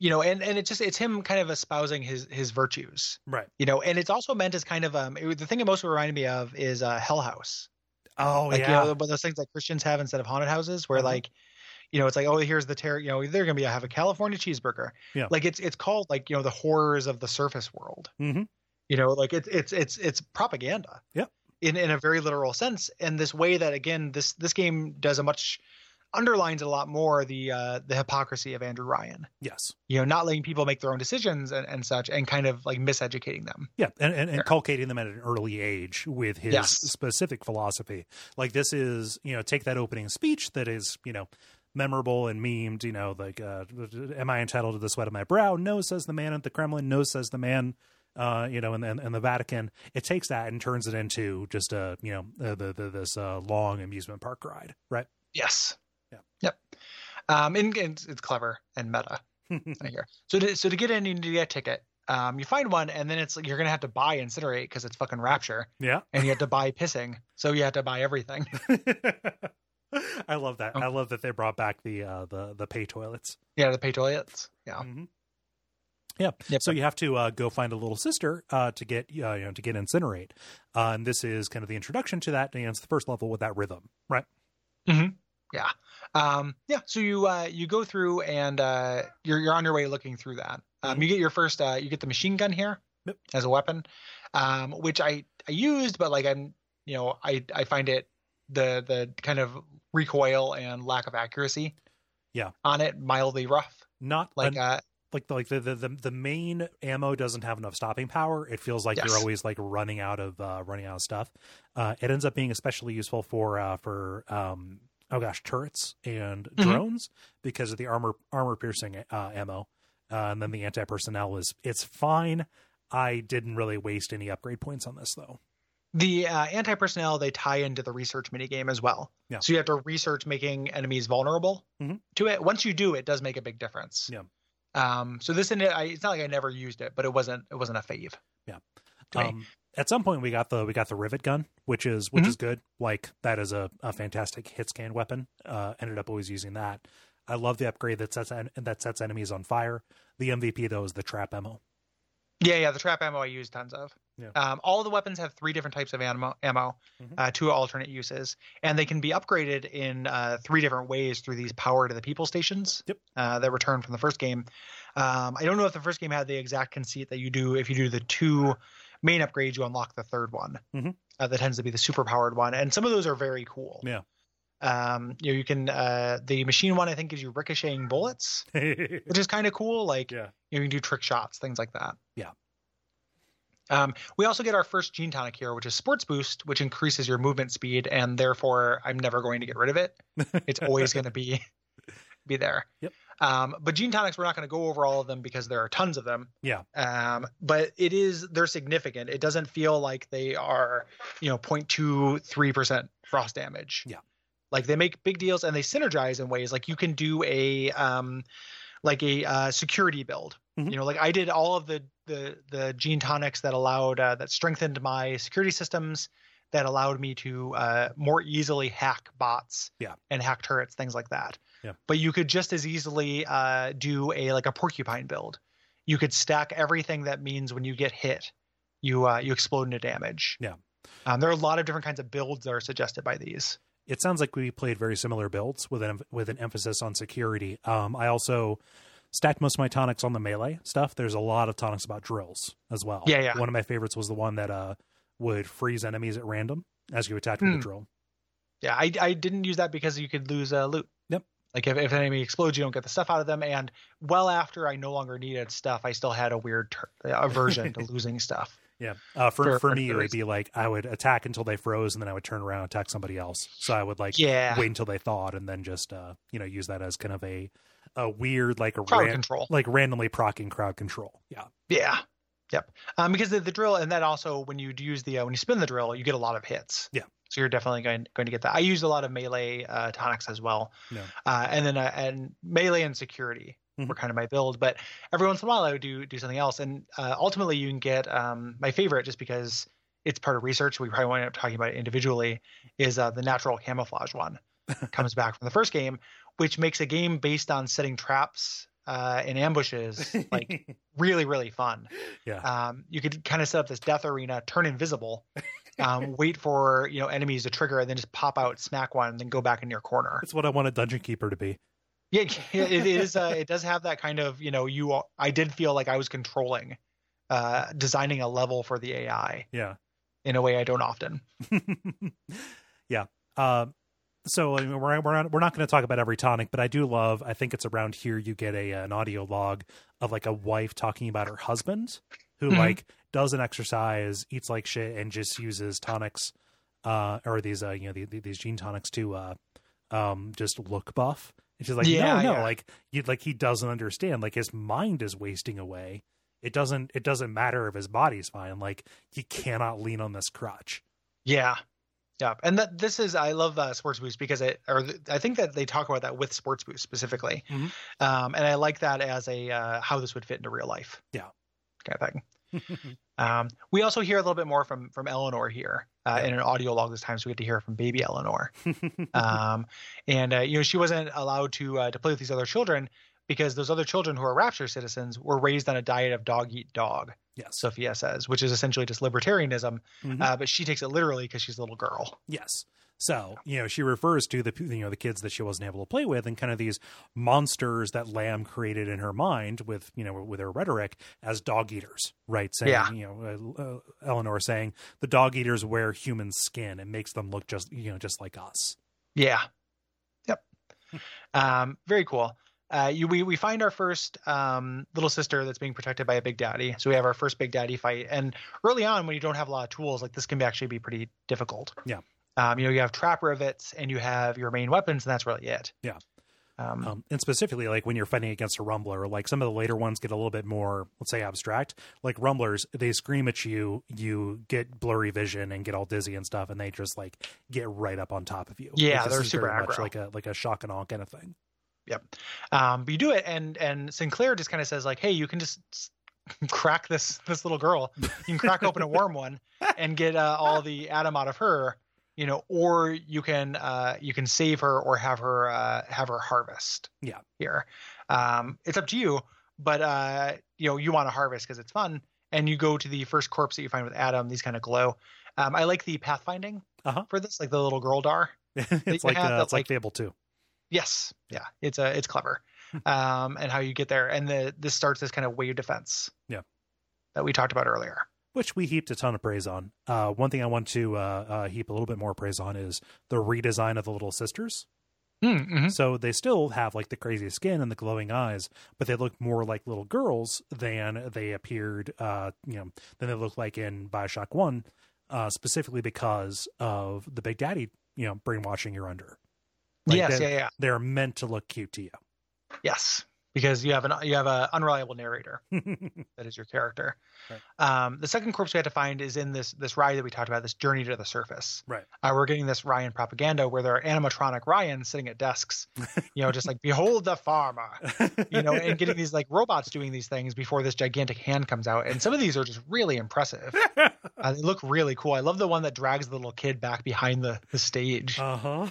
[SPEAKER 3] you know and and it's just it's him kind of espousing his his virtues
[SPEAKER 1] Right.
[SPEAKER 3] you know and it's also meant as kind of um it, the thing it most reminded me of is uh hell house
[SPEAKER 1] Oh
[SPEAKER 3] like
[SPEAKER 1] yeah.
[SPEAKER 3] you know but those things that christians have instead of haunted houses where
[SPEAKER 1] Mhm.
[SPEAKER 3] like you know it's like oh here's the terror you know they're gonna be have a california cheeseburger
[SPEAKER 1] Yeah.
[SPEAKER 3] like it's it's called like you know the horrors of the surface world
[SPEAKER 1] hmm
[SPEAKER 3] you know like it's it's it's it's propaganda
[SPEAKER 1] Yep.
[SPEAKER 3] in in a very literal sense and this way that again this this game does a much underlines a lot more the uh the hypocrisy of andrew ryan
[SPEAKER 1] Yes.
[SPEAKER 3] you know not letting people make their own decisions and, and such and kind of like miseducating them
[SPEAKER 1] Yeah, and, and, and
[SPEAKER 3] Sure.
[SPEAKER 1] inculcating them at an early age with his
[SPEAKER 3] Yes.
[SPEAKER 1] specific philosophy. Like this is, you know, take that opening speech that is, you know, memorable and memed, you know, like uh, am I entitled to the sweat of my brow? No, says the man at the Kremlin, no says the man uh, you know, and and and the Vatican. It takes that and turns it into just a, you know, uh, the, the, this uh, long amusement park ride, right?
[SPEAKER 3] yes
[SPEAKER 1] Yeah.
[SPEAKER 3] yep um and, and it's clever and meta I hear. so to, so to get in you need to get a ticket um you find one and then it's like you're gonna have to buy incinerate because it's fucking rapture
[SPEAKER 1] yeah.
[SPEAKER 3] and you have to buy pissing so you have to buy everything
[SPEAKER 1] I love that. I love that they brought back the uh, the the pay toilets.
[SPEAKER 3] yeah the pay toilets yeah
[SPEAKER 1] Mhm. Yeah.
[SPEAKER 3] Yep.
[SPEAKER 1] So you have to uh, go find a little sister uh, to get uh, you know to get incinerate, uh, and this is kind of the introduction to that. And it's the first level with that rhythm, right?
[SPEAKER 3] um yeah so you uh you go through and uh you're you're on your way looking through that um you get your first uh you get the machine gun here
[SPEAKER 1] Mm-hmm. Yep.
[SPEAKER 3] as a weapon um which i i used but like i'm you know i i find it the the kind of recoil and lack of accuracy
[SPEAKER 1] Yeah.
[SPEAKER 3] on it mildly rough
[SPEAKER 1] Not
[SPEAKER 3] like
[SPEAKER 1] like
[SPEAKER 3] uh
[SPEAKER 1] like like the, the the the main ammo doesn't have enough stopping power. It feels like you're
[SPEAKER 3] Yes.
[SPEAKER 1] always like running out of uh, running out of stuff. Uh, it ends up being especially useful for uh, for um, oh gosh turrets and drones because of the armor armor piercing uh, ammo, uh, and then the anti personnel is it's fine. I didn't really waste any upgrade points on this though.
[SPEAKER 3] the uh, anti-personnel they tie into the research minigame as well
[SPEAKER 1] Yeah.
[SPEAKER 3] so you have to research making enemies vulnerable
[SPEAKER 1] Mhm.
[SPEAKER 3] to it once you do it does make a big difference
[SPEAKER 1] Yeah.
[SPEAKER 3] um so this and it- I, it's not like i never used it but it wasn't it wasn't a fave
[SPEAKER 1] Yeah.
[SPEAKER 3] to me.
[SPEAKER 1] Um, at some point we got the we got the rivet gun, which is which
[SPEAKER 3] Mhm.
[SPEAKER 1] is good. Like that is a, a fantastic hit scan weapon. Uh, ended up always using that. I love the upgrade that sets en- that sets enemies on fire. The MVP though is the trap ammo.
[SPEAKER 3] yeah yeah the trap ammo i use tons of
[SPEAKER 1] Yeah.
[SPEAKER 3] um all the weapons have three different types of ammo ammo
[SPEAKER 1] Mhm.
[SPEAKER 3] uh, two alternate uses and they can be upgraded in uh three different ways through these power to the people stations
[SPEAKER 1] Yep.
[SPEAKER 3] uh that return from the first game um i don't know if the first game had the exact conceit that you do if you do the two main upgrades you unlock the third one
[SPEAKER 1] Mhm.
[SPEAKER 3] uh, that tends to be the super powered one and some of those are very cool
[SPEAKER 1] Yeah.
[SPEAKER 3] um you know you can uh the machine one i think gives you ricocheting bullets which is kind of cool. Like
[SPEAKER 1] Yeah.
[SPEAKER 3] you, know, you can do trick shots, things like that.
[SPEAKER 1] Yeah.
[SPEAKER 3] Um, we also get our first gene tonic here, which is Sports Boost, which increases your movement speed, and therefore I'm never going to get rid of it. It's always going to be be there.
[SPEAKER 1] Yep.
[SPEAKER 3] Um, but gene tonics, we're not going to go over all of them because there are tons of them.
[SPEAKER 1] Yeah.
[SPEAKER 3] Um, but it is they're significant. It doesn't feel like they are, you know, 0.23 percent frost damage.
[SPEAKER 1] Yeah.
[SPEAKER 3] Like they make big deals and they synergize in ways like you can do a um, like a uh, security build.
[SPEAKER 1] Mhm.
[SPEAKER 3] You know, like I did all of the the the gene tonics that allowed uh, that strengthened my security systems, that allowed me to uh, more easily hack bots
[SPEAKER 1] Yeah.
[SPEAKER 3] and hack turrets, things like that.
[SPEAKER 1] Yeah.
[SPEAKER 3] But you could just as easily uh, do a like a porcupine build. you could stack everything that means when you get hit, you uh, you explode into damage.
[SPEAKER 1] Yeah.
[SPEAKER 3] Um, there are a lot of different kinds of builds that are suggested by these.
[SPEAKER 1] It sounds like we played very similar builds with an with an emphasis on security. Um, I also stacked most of my tonics on the melee stuff. There's a lot of tonics about drills as well.
[SPEAKER 3] Yeah, yeah.
[SPEAKER 1] One of my favorites was the one that uh would freeze enemies at random as you attacked with
[SPEAKER 3] Hmm.
[SPEAKER 1] a drill.
[SPEAKER 3] Yeah, I, I didn't use that because you could lose uh, loot.
[SPEAKER 1] Yep.
[SPEAKER 3] Like if, if an enemy explodes, you don't get the stuff out of them. And well after I no longer needed stuff, I still had a weird tur- aversion to losing stuff.
[SPEAKER 1] Yeah. Uh, for, for
[SPEAKER 3] For- for
[SPEAKER 1] me, it
[SPEAKER 3] the
[SPEAKER 1] would
[SPEAKER 3] reason.
[SPEAKER 1] be like I would attack until they froze, and then I would turn around and attack somebody else. So I would like
[SPEAKER 3] Yeah.
[SPEAKER 1] wait until they thawed, and then just uh, you know use that as kind of a a weird like a
[SPEAKER 3] Crowd
[SPEAKER 1] ran-
[SPEAKER 3] control.
[SPEAKER 1] like randomly proccing crowd control. Yeah.
[SPEAKER 3] Yeah. Yep. Um, because the, the drill, and then also when you do use the uh, when you spin the drill, you get a lot of hits.
[SPEAKER 1] Yeah.
[SPEAKER 3] So you're definitely going going to get that. I used a lot of melee uh, tonics as well.
[SPEAKER 1] Yeah.
[SPEAKER 3] Uh, and then uh, and melee and security were
[SPEAKER 1] Mhm.
[SPEAKER 3] kind of my build, but every once in a while I would do do something else. And uh, ultimately, you can get um, my favorite just because it's part of research. We probably wind up talking about it individually. Is uh, the natural camouflage one comes back from the first game, which makes a game based on setting traps uh, and ambushes like really really fun
[SPEAKER 1] Yeah.
[SPEAKER 3] um, you could kind of set up this death arena turn invisible um, wait for you know enemies to trigger and then just pop out smack one and then go back in your corner
[SPEAKER 1] That's what I want a dungeon keeper to be.
[SPEAKER 3] yeah it is uh, it does have that kind of you know you are- i did feel like i was controlling uh, designing a level for the ai
[SPEAKER 1] Yeah.
[SPEAKER 3] in a way i don't often
[SPEAKER 1] yeah. Um, so I mean, we're we're not, we're not going to talk about every tonic, but I do love. I think it's around here you get a an audio log of like a wife talking about her husband who
[SPEAKER 3] Mhm.
[SPEAKER 1] like doesn't exercise, eats like shit, and just uses tonics uh, or these uh, you know the, the- these gene tonics to uh, um, just look buff. And she's like,
[SPEAKER 3] Yeah,
[SPEAKER 1] no, no,
[SPEAKER 3] yeah.
[SPEAKER 1] like you like he doesn't understand. Like his mind is wasting away. It doesn't it doesn't matter if his body's fine. Like he cannot lean on this crutch.
[SPEAKER 3] Yeah. Yeah. And that this is I love uh, Sports Boost because it or th- I think that they talk about that with Sports Boost specifically.
[SPEAKER 1] Mhm.
[SPEAKER 3] Um, and I like that as a uh, how this would fit into real life.
[SPEAKER 1] Yeah.
[SPEAKER 3] Kind of thing. um, we also hear a little bit more from from Eleanor here uh, in an audio log this time, so we get to hear from baby Eleanor. um, and uh, you know she wasn't allowed to uh, to play with these other children because those other children who are rapture citizens were raised on a diet of dog eat dog.
[SPEAKER 1] Yes.
[SPEAKER 3] Sophia says, which is essentially just libertarianism,
[SPEAKER 1] Mhm.
[SPEAKER 3] uh, but she takes it literally because she's a little girl.
[SPEAKER 1] Yes. So you know she refers to the p- you know the kids that she wasn't able to play with and kind of these monsters that Lamb created in her mind with you know with her rhetoric as dog eaters, right? Saying
[SPEAKER 3] Yeah.
[SPEAKER 1] you know uh, uh, Eleanor saying the dog eaters wear human skin and makes them look just you know just like us.
[SPEAKER 3] Yeah. Yep. um, very cool. Uh, you, we, we find our first um, little sister that's being protected by a big daddy. So we have our first big daddy fight. And early on, when you don't have a lot of tools, like this can be actually be pretty difficult.
[SPEAKER 1] Yeah.
[SPEAKER 3] Um, you know, you have trap rivets and you have your main weapons, and that's really it.
[SPEAKER 1] Yeah.
[SPEAKER 3] Um,
[SPEAKER 1] Um, and specifically like when you're fighting against a rumbler, like some of the later ones get a little bit more let's say abstract. Like rumblers, they scream at you, you get blurry vision and get all dizzy and stuff, and they just like get right up on top of you.
[SPEAKER 3] Yeah,
[SPEAKER 1] Like, this
[SPEAKER 3] they're
[SPEAKER 1] is
[SPEAKER 3] super
[SPEAKER 1] very much
[SPEAKER 3] aggro.
[SPEAKER 1] like a like a shock and awe kind of thing.
[SPEAKER 3] um, but you do it, and and Sinclair just kind of says like, "Hey, you can just s- crack this this little girl. You can crack open a warm one and get uh, all the atom out of her, you know, or you can uh, you can save her or have her uh, have her harvest.
[SPEAKER 1] Yeah.
[SPEAKER 3] here, um, it's up to you. But uh, you know, you want to harvest because it's fun, and you go to the first corpse that you find with atom. These kind of glow. Um, I like the pathfinding
[SPEAKER 1] Uh-huh.
[SPEAKER 3] for this, like the little girl dar.
[SPEAKER 1] it's
[SPEAKER 3] you
[SPEAKER 1] like
[SPEAKER 3] have
[SPEAKER 1] uh,
[SPEAKER 3] that,
[SPEAKER 1] it's like,
[SPEAKER 3] like-
[SPEAKER 1] Fable Two.
[SPEAKER 3] Yes. Yeah. It's uh, it's clever.
[SPEAKER 1] Hmm.
[SPEAKER 3] um, and how you get there, and the this starts this kind of wave defense.
[SPEAKER 1] Yeah.
[SPEAKER 3] That we talked about earlier.
[SPEAKER 1] which we heaped a ton of praise on. Uh, one thing I want to uh, uh, heap a little bit more praise on is the redesign of the little sisters.
[SPEAKER 3] Mm-hmm.
[SPEAKER 1] So they still have like the crazy skin and the glowing eyes, but they look more like little girls than they appeared, uh, you know, than they look like in Bioshock One, uh, specifically because of the Big Daddy, you know, brainwashing you're under. Like,
[SPEAKER 3] yes.
[SPEAKER 1] they-
[SPEAKER 3] Yeah. Yeah.
[SPEAKER 1] They're meant to look cute to
[SPEAKER 3] Yes. Because you have an you have an unreliable narrator
[SPEAKER 1] you.
[SPEAKER 3] that is your character.
[SPEAKER 1] Right.
[SPEAKER 3] Um, the second corpse we had to find is in this this ride that we talked about, this journey to the surface.
[SPEAKER 1] Right.
[SPEAKER 3] Uh, we're getting this Ryan propaganda where there are animatronic Ryans sitting at desks, you know, just like behold the farmer. you know, and getting these like robots doing these things before this gigantic hand comes out. And some of these are just really impressive. Uh, they look really cool. I love the one that drags the little kid back behind the, the stage.
[SPEAKER 1] uh huh.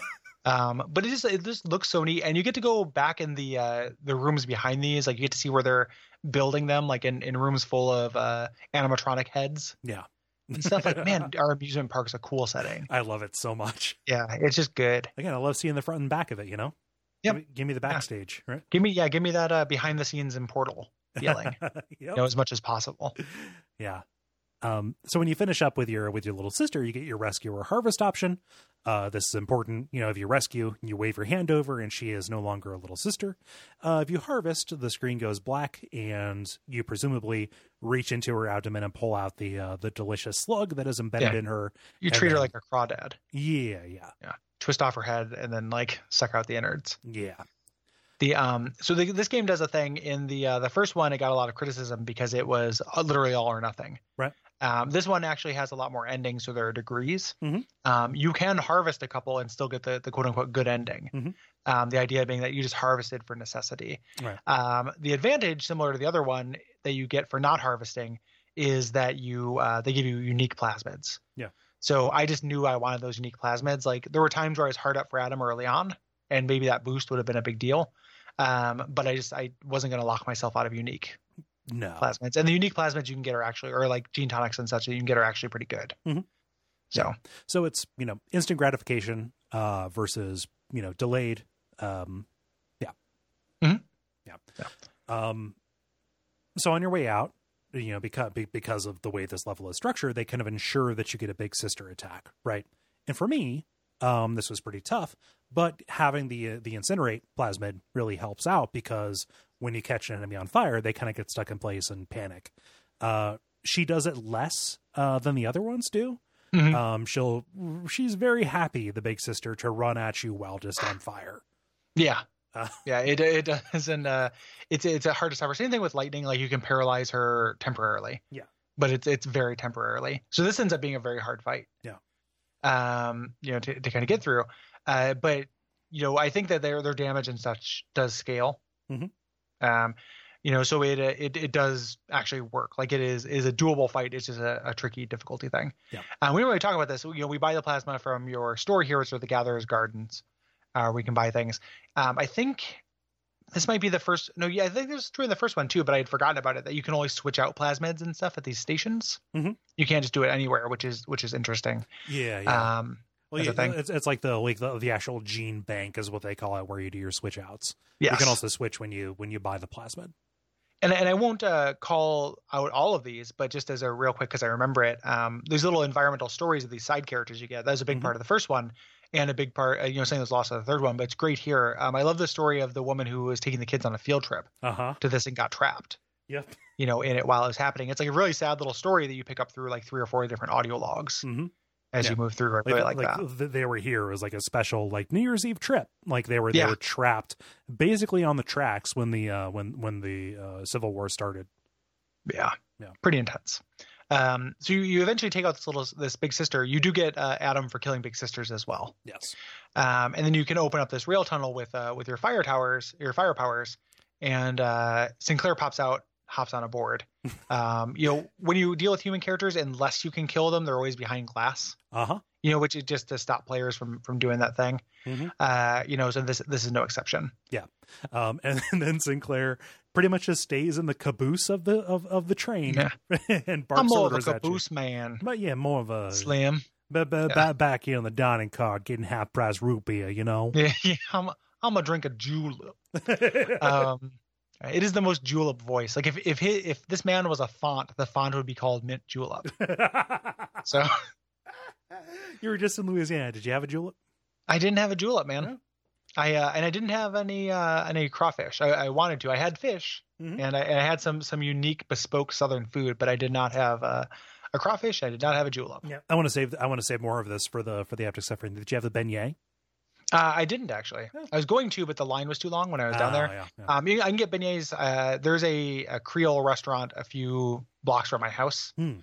[SPEAKER 3] Um, but it just it just looks so neat, and you get to go back in the uh, the rooms behind these. Like you get to see where they're building them, like in, in rooms full of uh, animatronic heads
[SPEAKER 1] Yeah.
[SPEAKER 3] and stuff. Like man, our amusement park's a cool setting.
[SPEAKER 1] I love it so much.
[SPEAKER 3] Yeah, it's just good.
[SPEAKER 1] Again, I love seeing the front and back of it, you know? Give
[SPEAKER 3] Yep.
[SPEAKER 1] me, give me the backstage, right?
[SPEAKER 3] Give me yeah, give me that uh, behind the scenes and portal feeling, you
[SPEAKER 1] yep.
[SPEAKER 3] know, as much as possible.
[SPEAKER 1] Yeah. Um, so when you finish up with your with your little sister, you get your rescue or harvest option. Uh, this is important, you know. If you rescue, you wave your hand over, and she is no longer a little sister. Uh, if you harvest, the screen goes black, and you presumably reach into her abdomen and pull out the uh, the delicious slug that is embedded
[SPEAKER 3] Yeah.
[SPEAKER 1] in her.
[SPEAKER 3] You
[SPEAKER 1] And
[SPEAKER 3] treat her
[SPEAKER 1] then-
[SPEAKER 3] like a crawdad,
[SPEAKER 1] Yeah, yeah,
[SPEAKER 3] twist off her head, and then like suck out the innards.
[SPEAKER 1] yeah.
[SPEAKER 3] The um, so the, this game does a thing in the uh, the first one. It got a lot of criticism because it was uh, literally all or nothing.
[SPEAKER 1] Right.
[SPEAKER 3] Um, this one actually has a lot more endings, so there are degrees.
[SPEAKER 1] Mhm.
[SPEAKER 3] Um, you can harvest a couple and still get the, the quote unquote good ending.
[SPEAKER 1] Mhm.
[SPEAKER 3] Um, the idea being that you just harvested for necessity.
[SPEAKER 1] Right.
[SPEAKER 3] Um, the advantage, similar to the other one, that you get for not harvesting is that you uh, they give you unique plasmids.
[SPEAKER 1] Yeah.
[SPEAKER 3] So I just knew I wanted those unique plasmids. Like there were times where I was hard up for Adam early on, and maybe that boost would have been a big deal. Um, but I just I wasn't going to lock myself out of unique
[SPEAKER 1] No,
[SPEAKER 3] plasmids, and the unique plasmids you can get are actually, or like gene tonics and such, you can get are actually pretty good.
[SPEAKER 1] Mhm.
[SPEAKER 3] So
[SPEAKER 1] so it's you know instant gratification uh, versus you know delayed. Um, yeah,
[SPEAKER 3] Mhm.
[SPEAKER 1] yeah. Um, so on your way out, you know because because of the way this level is structured, they kind of ensure that you get a big sister attack, right? And for me, um, this was pretty tough, but having the uh, the incinerate plasmid really helps out because when you catch an enemy on fire, they kind of get stuck in place and panic. Uh, she does it less uh, than the other ones do.
[SPEAKER 3] Mhm.
[SPEAKER 1] Um, she'll she's very happy, the big sister, to run at you while just on fire.
[SPEAKER 3] yeah,
[SPEAKER 1] Uh.
[SPEAKER 3] yeah, it it doesn't. Uh, it's it's a hard to stop her. Same thing with lightning. Like you can paralyze her temporarily.
[SPEAKER 1] Yeah.
[SPEAKER 3] but it's it's very temporarily. So this ends up being a very hard fight.
[SPEAKER 1] Yeah.
[SPEAKER 3] Um, you know, to to kind of get through. Uh, but you know, I think that their their damage and such does scale.
[SPEAKER 1] Mhm.
[SPEAKER 3] Um, you know, so it uh, it it does actually work. Like it is is a doable fight. It's just a, a tricky difficulty thing.
[SPEAKER 1] Yeah.
[SPEAKER 3] Uh, we didn't really talk about this. You know, we buy the plasma from your store heroes or the Gatherer's Gardens. Uh, we can buy things. Um, I think this might be the first. No, yeah, I think this was true in the first one too, but I had forgotten about it that you can only switch out plasmids and stuff at these stations.
[SPEAKER 1] Mhm.
[SPEAKER 3] You can't just do it anywhere, which is which is interesting.
[SPEAKER 1] Yeah,
[SPEAKER 3] Um,
[SPEAKER 1] well,
[SPEAKER 3] that's a
[SPEAKER 1] yeah,
[SPEAKER 3] thing.
[SPEAKER 1] it's, it's like the like the, the actual gene bank is what they call it, where you do your switch outs.
[SPEAKER 3] yes.
[SPEAKER 1] You can also switch when you when you buy the plasmid.
[SPEAKER 3] and, and I won't uh, call out all of these, but just as a real quick, because I remember it, um, these little environmental stories of these side characters you get. That was a big
[SPEAKER 1] Mhm.
[SPEAKER 3] part of the first one, and a big part, uh, you know, saying was lost in the third one, but it's great here. Um, I love the story of the woman who was taking the kids on a field trip
[SPEAKER 1] Uh huh.
[SPEAKER 3] to this and got trapped,
[SPEAKER 1] Yep.
[SPEAKER 3] you know, in it while it was happening. It's like a really sad little story that you pick up through like three or four different audio logs
[SPEAKER 1] Mhm.
[SPEAKER 3] as
[SPEAKER 1] Yeah.
[SPEAKER 3] you move through. I
[SPEAKER 1] Like,
[SPEAKER 3] really like, that.
[SPEAKER 1] th- they were here as like a special like New Year's Eve trip. Like they were they
[SPEAKER 3] Yeah.
[SPEAKER 1] were trapped basically on the tracks when the uh, when when the uh, Civil War started.
[SPEAKER 3] yeah
[SPEAKER 1] Yeah.
[SPEAKER 3] pretty intense um so you, you eventually take out this little this big sister you do get uh, adam for killing big sisters as well
[SPEAKER 1] Yes.
[SPEAKER 3] um and then you can open up this rail tunnel with uh with your fire towers your fire powers and uh sinclair pops out hops on a board um you know when you deal with human characters unless you can kill them they're always behind glass
[SPEAKER 1] Uh huh.
[SPEAKER 3] you know which is just to stop players from from doing that thing
[SPEAKER 1] Mhm.
[SPEAKER 3] uh you know so this this is no exception
[SPEAKER 1] Um, and, then Sinclair pretty much just stays in the caboose of the of, of the train
[SPEAKER 3] Yeah.
[SPEAKER 1] and
[SPEAKER 3] i'm
[SPEAKER 1] barks
[SPEAKER 3] more of a
[SPEAKER 1] orders at you. Uh,
[SPEAKER 3] caboose man
[SPEAKER 1] But yeah, more of a
[SPEAKER 3] slim
[SPEAKER 1] ba- ba-
[SPEAKER 3] Yeah.
[SPEAKER 1] ba- back in the dining car, getting half price root beer. You know.
[SPEAKER 3] yeah, yeah i'm i'm a drink of julep um, it is the most julep voice. Like if if he, if this man was a font, the font would be called Mint Julep. So
[SPEAKER 1] you were just in Louisiana. Did you have a julep?
[SPEAKER 3] I didn't have a julep, man. I uh, and I didn't have any uh, any crawfish. I, I wanted to. I had fish,
[SPEAKER 1] Mhm.
[SPEAKER 3] and, I, and I had some some unique bespoke Southern food, but I did not have uh, a crawfish. I did not have a julep.
[SPEAKER 1] Yeah. I want to save. I want to save more of this for the for the after suffering. Did you have the beignet
[SPEAKER 3] Uh, I didn't actually. I was going to, but the line was too long when I was down
[SPEAKER 1] Oh,
[SPEAKER 3] there.
[SPEAKER 1] Yeah, yeah.
[SPEAKER 3] Um, you- I can get beignets. Uh, there's a, a Creole restaurant a few blocks from my house
[SPEAKER 1] Hmm.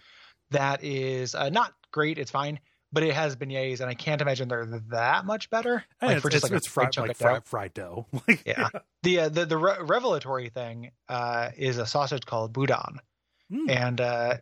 [SPEAKER 3] that is uh, not great. It's fine, but it has beignets, and I can't imagine they're that much better.
[SPEAKER 1] And
[SPEAKER 3] Like,
[SPEAKER 1] Eh, it's,
[SPEAKER 3] for just
[SPEAKER 1] it's,
[SPEAKER 3] like a
[SPEAKER 1] it's
[SPEAKER 3] big
[SPEAKER 1] fried
[SPEAKER 3] chunk
[SPEAKER 1] like
[SPEAKER 3] of dough.
[SPEAKER 1] fried, fried dough. Like,
[SPEAKER 3] Yeah. The uh, the the re- revelatory thing uh, is a sausage called boudin,
[SPEAKER 1] Mm.
[SPEAKER 3] and uh,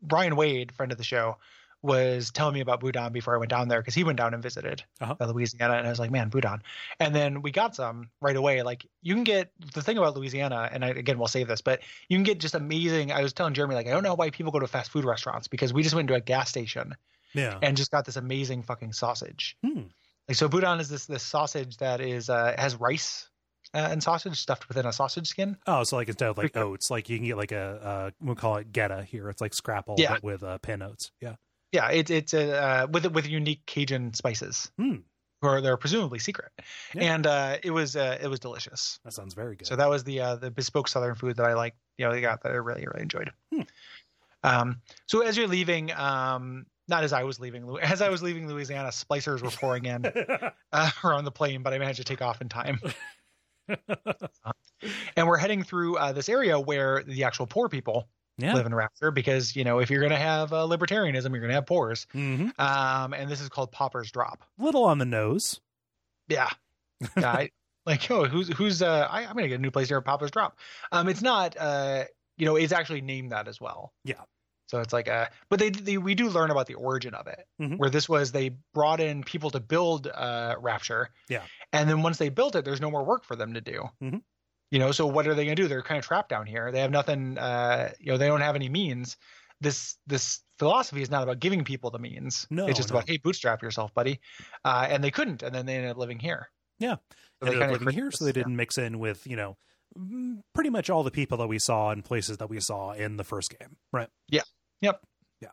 [SPEAKER 3] Brian Wade, friend of the show, was telling me about Boudin before I went down there because he went down and visited
[SPEAKER 1] Uh-huh.
[SPEAKER 3] uh, Louisiana, and I was like, man, Boudin. And then we got some right away. Like you can get the thing about Louisiana, and I, again, we'll save this, but you can get just amazing. I was telling Jeremy like I don't know why people go to fast food restaurants because we just went to a gas station
[SPEAKER 1] Yeah.
[SPEAKER 3] and just got this amazing fucking sausage.
[SPEAKER 1] Hmm.
[SPEAKER 3] Like so, Boudin is this this sausage that is uh, has rice uh, and sausage stuffed within a sausage skin.
[SPEAKER 1] Oh, so like instead of like
[SPEAKER 3] Pretty
[SPEAKER 1] oats, like you can get like a uh, we'll call it geta here. It's like scrapple
[SPEAKER 3] Yeah.
[SPEAKER 1] but with uh, pin oats. Yeah.
[SPEAKER 3] Yeah, it, it's uh, with with unique Cajun spices,
[SPEAKER 1] Hmm.
[SPEAKER 3] or they're presumably secret,
[SPEAKER 1] Yeah.
[SPEAKER 3] and uh, it was uh, it was delicious.
[SPEAKER 1] That sounds very good.
[SPEAKER 3] So that was the uh, the bespoke Southern food that I like. You know, they got that I really really enjoyed.
[SPEAKER 1] Hmm.
[SPEAKER 3] Um, so as you're leaving, um, not as I was leaving, Lu- as I was leaving Louisiana, splicers were pouring in. uh, or on the plane, but I managed to take off in time. Uh, and we're heading through uh, this area where the actual poor people
[SPEAKER 1] yeah.
[SPEAKER 3] live in Rapture because, you know, if you're going to have uh, libertarianism, you're going to have poors.
[SPEAKER 1] hmm
[SPEAKER 3] Um, and this is called Popper's Drop.
[SPEAKER 1] Little on the nose.
[SPEAKER 3] Yeah. yeah I, like, oh, who's, who's, uh, I, I'm going to get a new place near Popper's Drop. Um, it's not, uh, you know, it's actually named that as well.
[SPEAKER 1] Yeah.
[SPEAKER 3] So it's like a, but they, they we do learn about the origin of it,
[SPEAKER 1] Mhm.
[SPEAKER 3] where this was they brought in people to build uh, Rapture.
[SPEAKER 1] Yeah.
[SPEAKER 3] And then once they built it, there's no more work for them to do.
[SPEAKER 1] Mhm.
[SPEAKER 3] You know, so what are they going to do? They're kind of trapped down here. They have nothing. Uh, you know, they don't have any means. This this philosophy is not about giving people the means.
[SPEAKER 1] No,
[SPEAKER 3] It's just
[SPEAKER 1] no.
[SPEAKER 3] about hey, bootstrap yourself, buddy. Uh, and they couldn't, and then they ended up living here.
[SPEAKER 1] Yeah.
[SPEAKER 3] So
[SPEAKER 1] ended up
[SPEAKER 3] kinda
[SPEAKER 1] living
[SPEAKER 3] created
[SPEAKER 1] here,
[SPEAKER 3] this-
[SPEAKER 1] so they
[SPEAKER 3] yeah.
[SPEAKER 1] didn't mix in with you know mm, pretty much all the people that we saw and places that we saw in the first game, right?
[SPEAKER 3] Yeah. Yep.
[SPEAKER 1] Yeah.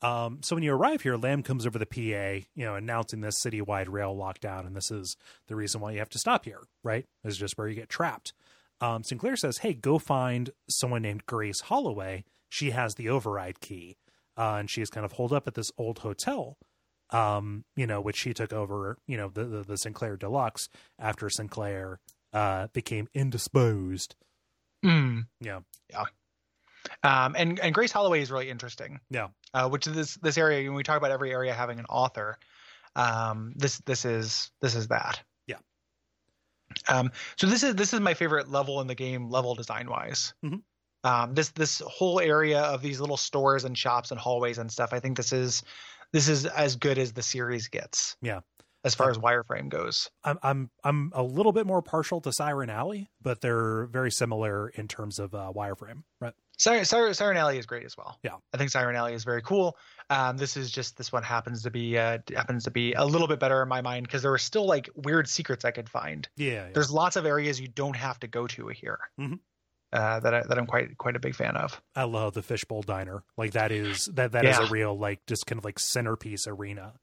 [SPEAKER 1] Um, so when you arrive here, Lamb comes over the PA, you know, announcing this citywide rail lockdown, and this is the reason why you have to stop here, right? This is just where you get trapped. Um, Sinclair says, "Hey, go find someone named Grace Holloway. She has the override key, uh, and she is kind of holed up at this old hotel." um, you know, which she took over, you know, the the, the Sinclair Deluxe after Sinclair uh became indisposed.
[SPEAKER 3] Mm.
[SPEAKER 1] Yeah.
[SPEAKER 3] Um, and and Grace Holloway is really interesting.
[SPEAKER 1] Yeah.
[SPEAKER 3] Uh, which is this this area when we talk about every area having an author, um, this this is this is that.
[SPEAKER 1] Yeah.
[SPEAKER 3] Um, so this is this is my favorite level in the game, level design wise.
[SPEAKER 1] Mhm.
[SPEAKER 3] Um, this this whole area of these little stores and shops and hallways and stuff. I think this is this is as good as the series gets.
[SPEAKER 1] Yeah.
[SPEAKER 3] As far as wireframe goes.
[SPEAKER 1] I'm I'm I'm a little bit more partial to Siren Alley, but they're very similar in terms of uh, wireframe, right?
[SPEAKER 3] Siren, Siren, Siren Alley is great as well.
[SPEAKER 1] Yeah.
[SPEAKER 3] I think Siren Alley is very cool. Um, this is just this one happens to be uh, happens to be a little bit better in my mind because there were still like weird secrets I could find.
[SPEAKER 1] Yeah.
[SPEAKER 3] There's lots of areas you don't have to go to here
[SPEAKER 1] Mhm.
[SPEAKER 3] uh, that I, that I'm quite quite a big fan of.
[SPEAKER 1] I love the Fishbowl Diner. Like that is that that is
[SPEAKER 3] Yeah.
[SPEAKER 1] a real like just kind of like centerpiece arena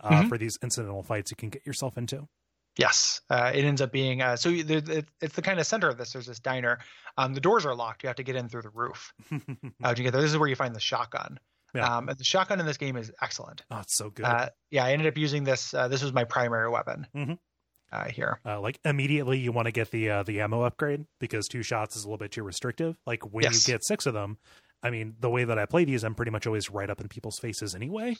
[SPEAKER 1] uh,
[SPEAKER 3] Mhm.
[SPEAKER 1] for these incidental fights you can get yourself into.
[SPEAKER 3] Yes, uh, it ends up being uh, so. you- there- it- It's the kind of center of this. There's this diner. Um, the doors are locked. You have to get in through the roof.
[SPEAKER 1] Oh,
[SPEAKER 3] How do you get there? This is where you find the shotgun.
[SPEAKER 1] Mm-hmm. Yeah.
[SPEAKER 3] Um, and the shotgun in this game is excellent.
[SPEAKER 1] oh, it's so good.
[SPEAKER 3] Uh, yeah, I ended up using this. Uh, this was my primary weapon
[SPEAKER 1] Mhm.
[SPEAKER 3] uh, here.
[SPEAKER 1] uh, like immediately you want to get the uh, the ammo upgrade because two shots is a little bit too restrictive. Like when
[SPEAKER 3] Yes.
[SPEAKER 1] you get six of them, I mean the way that I play these, I'm pretty much always right up in people's faces anyway.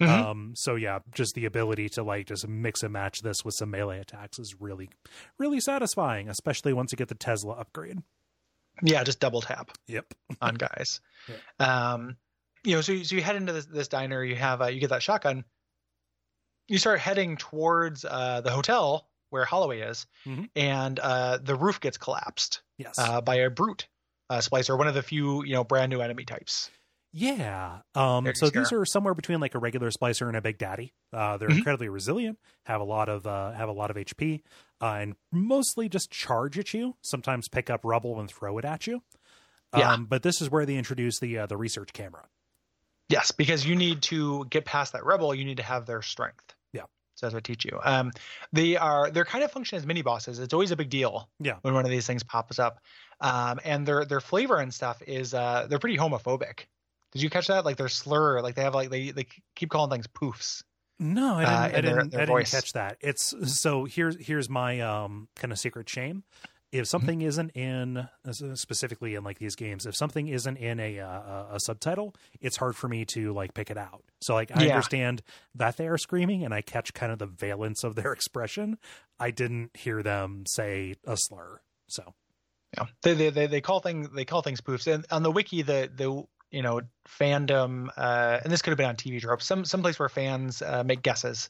[SPEAKER 3] Mhm.
[SPEAKER 1] Um, so yeah, just the ability to like just mix and match this with some melee attacks is really, really satisfying, especially once you get the Tesla upgrade.
[SPEAKER 3] Yeah, just double tap
[SPEAKER 1] Yep.
[SPEAKER 3] on guys. Um, you know, so you- so you head into this, this diner. You have uh, you get that shotgun. You start heading towards uh, the hotel where Holloway is,
[SPEAKER 1] Mhm.
[SPEAKER 3] and uh, the roof gets collapsed
[SPEAKER 1] Yes.
[SPEAKER 3] uh, by a brute uh, splicer, one of the few you know brand new enemy types.
[SPEAKER 1] Yeah. Um,
[SPEAKER 3] Very
[SPEAKER 1] so these
[SPEAKER 3] scary.
[SPEAKER 1] are somewhere between like a regular splicer and a big daddy. Uh, they're
[SPEAKER 3] Mhm.
[SPEAKER 1] incredibly resilient, have a lot of uh, have a lot of HP, uh, and mostly just charge at you. Sometimes pick up rubble and throw it at you. Um,
[SPEAKER 3] Yeah.
[SPEAKER 1] But this is where they introduce the uh, the research camera.
[SPEAKER 3] Yes, because you need to get past that rebel, you need to have their strength.
[SPEAKER 1] Yeah.
[SPEAKER 3] So that's what I teach you. Um, they are they're kind of function as mini bosses. It's always a big deal.
[SPEAKER 1] Yeah.
[SPEAKER 3] When one of these things pops up, um, and their their flavor and stuff is uh, they're pretty homophobic. Did you catch that? Like their slur, like they have like they they keep calling things poofs.
[SPEAKER 1] No, I
[SPEAKER 3] Uh,
[SPEAKER 1] didn't. I,
[SPEAKER 3] and their-
[SPEAKER 1] didn't,
[SPEAKER 3] their
[SPEAKER 1] I didn't
[SPEAKER 3] voice.
[SPEAKER 1] catch that. It's so here's here's my um kind of secret shame.
[SPEAKER 3] Mm-hmm.
[SPEAKER 1] If something isn't in uh, specifically in like these games, if something isn't in a uh, a- a subtitle, it's hard for me to like pick it out. So like I
[SPEAKER 3] Yeah.
[SPEAKER 1] understand that they are screaming, and I catch kind of the valence of their expression. I didn't hear them say a slur. So oh,
[SPEAKER 3] Yeah. They they they, they call things they call things poofs. And on the wiki, the the you know fandom uh, and this could have been on tv tropes some someplace where fans uh, make guesses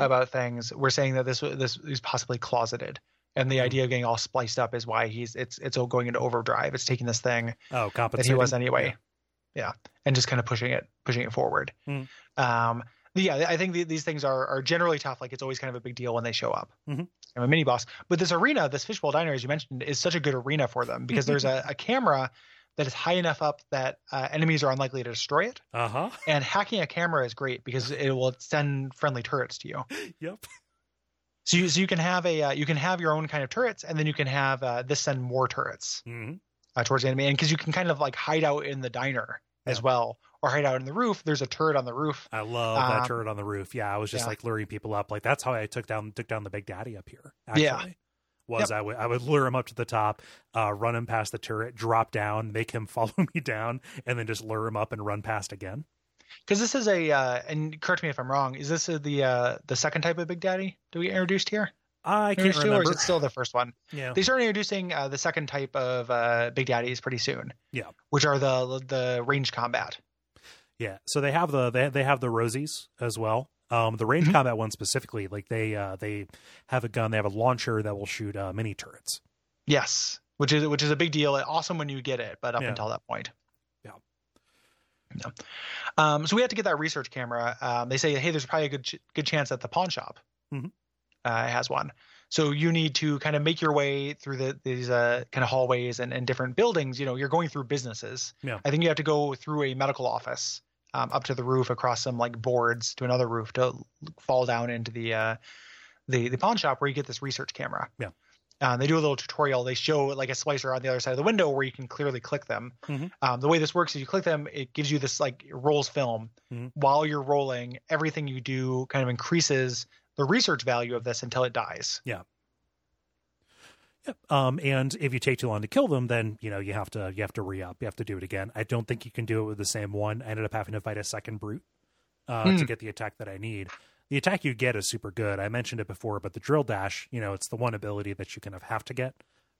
[SPEAKER 3] about things we're saying that this this is possibly closeted and the idea of getting all spliced up is why he's it's it's all going into overdrive it's taking this thing
[SPEAKER 1] Oh,
[SPEAKER 3] that
[SPEAKER 1] compensating.
[SPEAKER 3] he was anyway yeah. and just kind of pushing it pushing it forward
[SPEAKER 1] Mm.
[SPEAKER 3] um yeah i think the, these things are are generally tough like it's always kind of a big deal when they show up
[SPEAKER 1] Mhm.
[SPEAKER 3] i'm a mini boss but this arena this fishbowl diner as you mentioned is such a good arena for them because there's a, a camera that is high enough up that uh, enemies are unlikely to destroy it
[SPEAKER 1] Uh huh.
[SPEAKER 3] and hacking a camera is great because it will send friendly turrets to you
[SPEAKER 1] Yep.
[SPEAKER 3] so you, so you can have a uh, you can have your own kind of turrets and then you can have uh, this send more turrets
[SPEAKER 1] hmm
[SPEAKER 3] uh, towards the enemy, and because you can kind of like hide out in the diner as well, or hide out in the roof. There's a turret on the roof.
[SPEAKER 1] I love that
[SPEAKER 3] Um,
[SPEAKER 1] turret on the roof. Yeah, I was just
[SPEAKER 3] yeah.
[SPEAKER 1] like luring people up. Like that's how I took down took down the Big Daddy up here. Actually,
[SPEAKER 3] Yeah.
[SPEAKER 1] was I would I would lure him up to the top, uh, run him past the turret, drop down, make him follow me down, and then just lure him up and run past again.
[SPEAKER 3] Because this is a uh, and correct me if I'm wrong. Is this the uh, the second type of Big Daddy that we introduced here?
[SPEAKER 1] I can't
[SPEAKER 3] Introduced to, or is
[SPEAKER 1] remember.
[SPEAKER 3] it still the first one?
[SPEAKER 1] Yeah.
[SPEAKER 3] They start introducing uh, the second type of uh, Big Daddies pretty soon.
[SPEAKER 1] Yeah.
[SPEAKER 3] which are the the range combat.
[SPEAKER 1] Yeah, so they have the they they have the Rosies as well. Um, the range
[SPEAKER 3] Mhm.
[SPEAKER 1] combat one specifically, like they uh, they have a gun, they have a launcher that will shoot uh, mini turrets.
[SPEAKER 3] Yes, which is which is a big deal. Awesome when you get it, but up
[SPEAKER 1] Yeah.
[SPEAKER 3] until that point.
[SPEAKER 1] Yeah.
[SPEAKER 3] No. Um, so we had to get that research camera. Um, they say, hey, there's probably a good ch- good chance that the pawn shop
[SPEAKER 1] Mhm.
[SPEAKER 3] uh, has one. So you need to kind of make your way through the, these uh, kind of hallways and, and different buildings. You know, you're going through businesses.
[SPEAKER 1] Yeah.
[SPEAKER 3] I think you have to go through a medical office um, up to the roof, across some like boards to another roof to l- fall down into the uh, the the pawn shop where you get this research camera. Um, they do a little tutorial. They show like a slicer on the other side of the window where you can clearly click them.
[SPEAKER 1] Mhm.
[SPEAKER 3] Um, the way this works is you click them, it gives you this like it rolls film.
[SPEAKER 1] Mhm.
[SPEAKER 3] While you're rolling, everything you do kind of increases the research value of this until it dies.
[SPEAKER 1] Yep. Um, and if you take too long to kill them, then you know you have to you have to re up. You have to do it again. I don't think you can do it with the same one. I ended up having to fight a second brute uh, to
[SPEAKER 3] Hmm.
[SPEAKER 1] get the attack that I need. The attack you get is super good. I mentioned it before, but the drill dash, you know, it's the one ability that you kind of have to get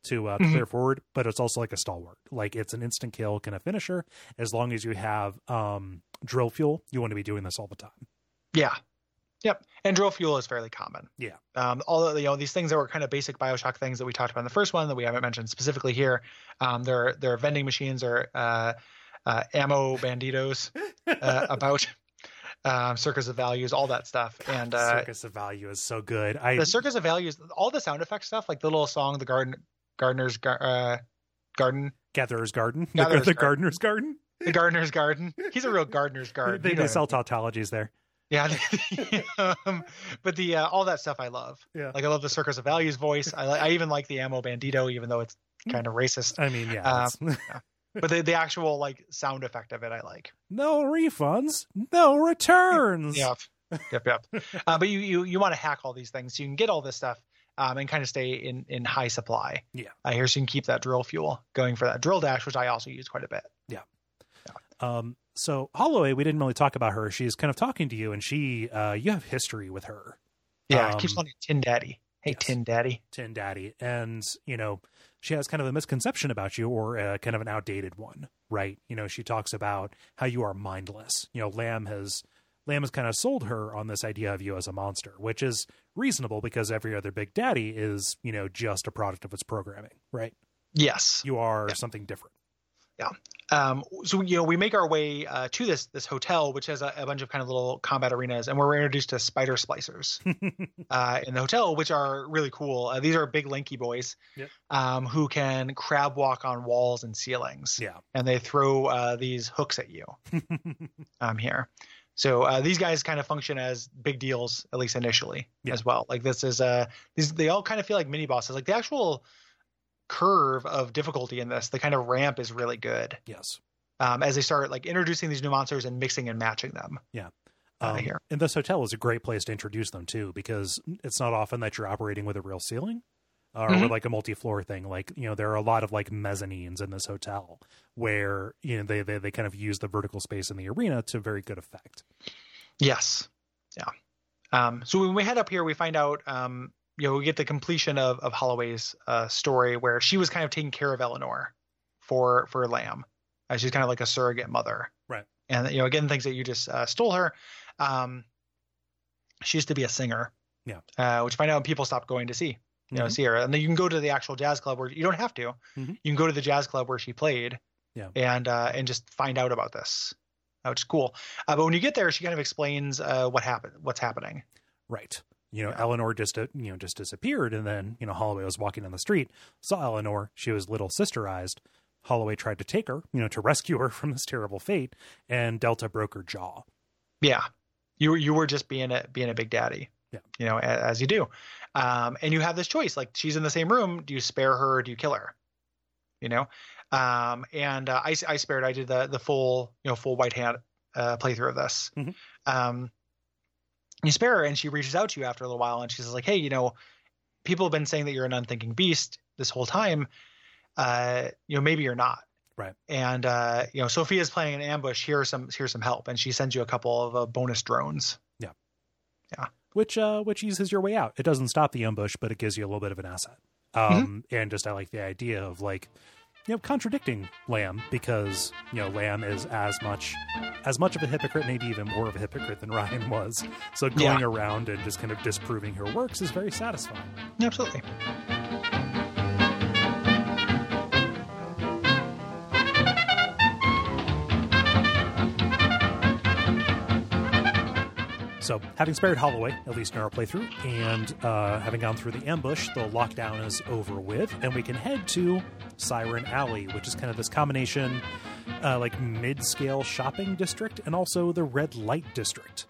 [SPEAKER 1] to uh, to
[SPEAKER 3] Mhm.
[SPEAKER 1] clear forward. But it's also like a stalwart. Like it's an instant kill kind of finisher. As long as you have um, drill fuel, you want to be doing this all the time.
[SPEAKER 3] Yeah. Yep. And drill fuel is fairly common.
[SPEAKER 1] Yeah.
[SPEAKER 3] Um, although you know these things that were kind of basic Bioshock things that we talked about in the first one that we haven't mentioned specifically here. Um, their their vending machines are uh, uh, ammo banditos uh, about um, circus of values, all that stuff, and uh,
[SPEAKER 1] Circus of Value is so good. I
[SPEAKER 3] the circus of values all the sound effect stuff like the little song the garden gardener's Gar- uh, garden
[SPEAKER 1] Gatherer's Garden, The-
[SPEAKER 3] Gatherer's
[SPEAKER 1] the
[SPEAKER 3] Garden.
[SPEAKER 1] Gardener's Garden.
[SPEAKER 3] the gardener's garden he's a real gardener's garden
[SPEAKER 1] They,
[SPEAKER 3] you
[SPEAKER 1] they
[SPEAKER 3] know
[SPEAKER 1] sell tautologies there.
[SPEAKER 3] yeah um, but the uh, all that stuff i love
[SPEAKER 1] Yeah.
[SPEAKER 3] like i love the circus of values voice i, li- I even like the ammo bandito even though it's
[SPEAKER 1] Mm.
[SPEAKER 3] kind of racist
[SPEAKER 1] I mean, yeah.
[SPEAKER 3] Uh,
[SPEAKER 1] it's-
[SPEAKER 3] but the, the actual like sound effect of it i like
[SPEAKER 1] no refunds, no returns.
[SPEAKER 3] Yep. Yep. Yep. uh, but you you you want to hack all these things so you can get all this stuff um, and kind of stay in in high supply.
[SPEAKER 1] Yeah.
[SPEAKER 3] Uh, here so you can keep that drill fuel going for that drill dash, which I also use quite a bit.
[SPEAKER 1] Um. So Holloway, we didn't really talk about her. She's kind of talking to you, and she, uh, you have history with her,
[SPEAKER 3] Yeah. Uh, it keeps
[SPEAKER 1] Um,
[SPEAKER 3] calling you Tin Daddy. Hey,
[SPEAKER 1] yes.
[SPEAKER 3] Tin Daddy.
[SPEAKER 1] Tin Daddy, and you know, she has kind of a misconception about you, or uh, kind of an outdated one, right? You know, she talks about how you are mindless. You know, Lamb has. Lamb has kind of sold her on this idea of you as a monster, which is reasonable because every other Big Daddy is, you know, just a product of its programming, right?
[SPEAKER 3] Yes.
[SPEAKER 1] You are
[SPEAKER 3] Yeah.
[SPEAKER 1] something different.
[SPEAKER 3] Um, so you know we make our way uh, to this this hotel, which has a, a bunch of kind of little combat arenas, and we're introduced to spider splicers uh, in the hotel, which are really cool. Uh, these are big lanky boys
[SPEAKER 1] Yep.
[SPEAKER 3] um, who can crab walk on walls and ceilings.
[SPEAKER 1] Yeah.
[SPEAKER 3] and they throw uh, these hooks at you um, here. So uh, these guys kind of function as big deals, at least initially,
[SPEAKER 1] Yeah.
[SPEAKER 3] as well. Like this is uh, these they all kind of feel like mini bosses. Like the actual curve of difficulty in this, the kind of ramp is really good
[SPEAKER 1] Yes.
[SPEAKER 3] um, as they start like introducing these new monsters and mixing and matching them. uh,
[SPEAKER 1] Um,
[SPEAKER 3] here.
[SPEAKER 1] And this hotel is a great place to introduce them too, because it's not often that you're operating with a real ceiling uh, or
[SPEAKER 3] Mhm.
[SPEAKER 1] with like a multi-floor thing. Like you know, there are a lot of like mezzanines in this hotel where you know they they, they kind of use the vertical space in the arena to very good effect.
[SPEAKER 3] Yes. Yeah. Um, so when we head up here, we find out, um, you know, we get the completion of, of Holloway's uh, story where she was kind of taking care of Eleanor for for Lamb Uh, she's kind of like a surrogate mother.
[SPEAKER 1] Right.
[SPEAKER 3] And, you know, again, things that you just uh, stole her. Um, she used to be a singer.
[SPEAKER 1] Yeah.
[SPEAKER 3] Uh, which by now people stopped going to see, you know,
[SPEAKER 1] Mhm.
[SPEAKER 3] see her. And then you can go to the actual jazz club where you don't have to.
[SPEAKER 1] Mhm.
[SPEAKER 3] You can go to the jazz club where she played.
[SPEAKER 1] Yeah.
[SPEAKER 3] And uh, and just find out about this, uh, which is cool. Uh, but when you get there, she kind of explains uh, what happened, what's happening.
[SPEAKER 1] Right. You know, Eleanor just uh, you know just disappeared, and then you know Holloway was walking down the street, saw Eleanor. She was little sisterized. Holloway tried to take her, you know, to rescue her from this terrible fate, and Delta broke her jaw.
[SPEAKER 3] Yeah, you were you were just being a being a big daddy.
[SPEAKER 1] Yeah.
[SPEAKER 3] you know a- as, you do, um, and you have this choice. Like she's in the same room. Do you spare her? or Do you kill her? You know, um, and uh, I I spared. I did the the full you know full white hat uh, playthrough of this.
[SPEAKER 1] Mhm.
[SPEAKER 3] Um, you spare her, and she reaches out to you after a little while, and she says like, "Hey, you know, people have been saying that you're an unthinking beast this whole time. Uh, you know, maybe you're not."
[SPEAKER 1] Right.
[SPEAKER 3] And uh, you know, Sophia's playing an ambush. Here's some here's some help, and she sends you a couple of uh, bonus drones.
[SPEAKER 1] which uh which eases your way out. It doesn't stop the ambush, but it gives you a little bit of an asset. Um and just I like the idea of like you know contradicting Lamb because you know Lamb is as much as much of a hypocrite, maybe even more of a hypocrite than Ryan was. So going around and just kind of disproving her works is very satisfying.
[SPEAKER 3] Absolutely.
[SPEAKER 1] So, having spared Holloway, at least in our playthrough, and uh, having gone through the ambush, the lockdown is over with, and we can head to Siren Alley, which is kind of this combination, uh, like mid scale shopping district and also the red light district.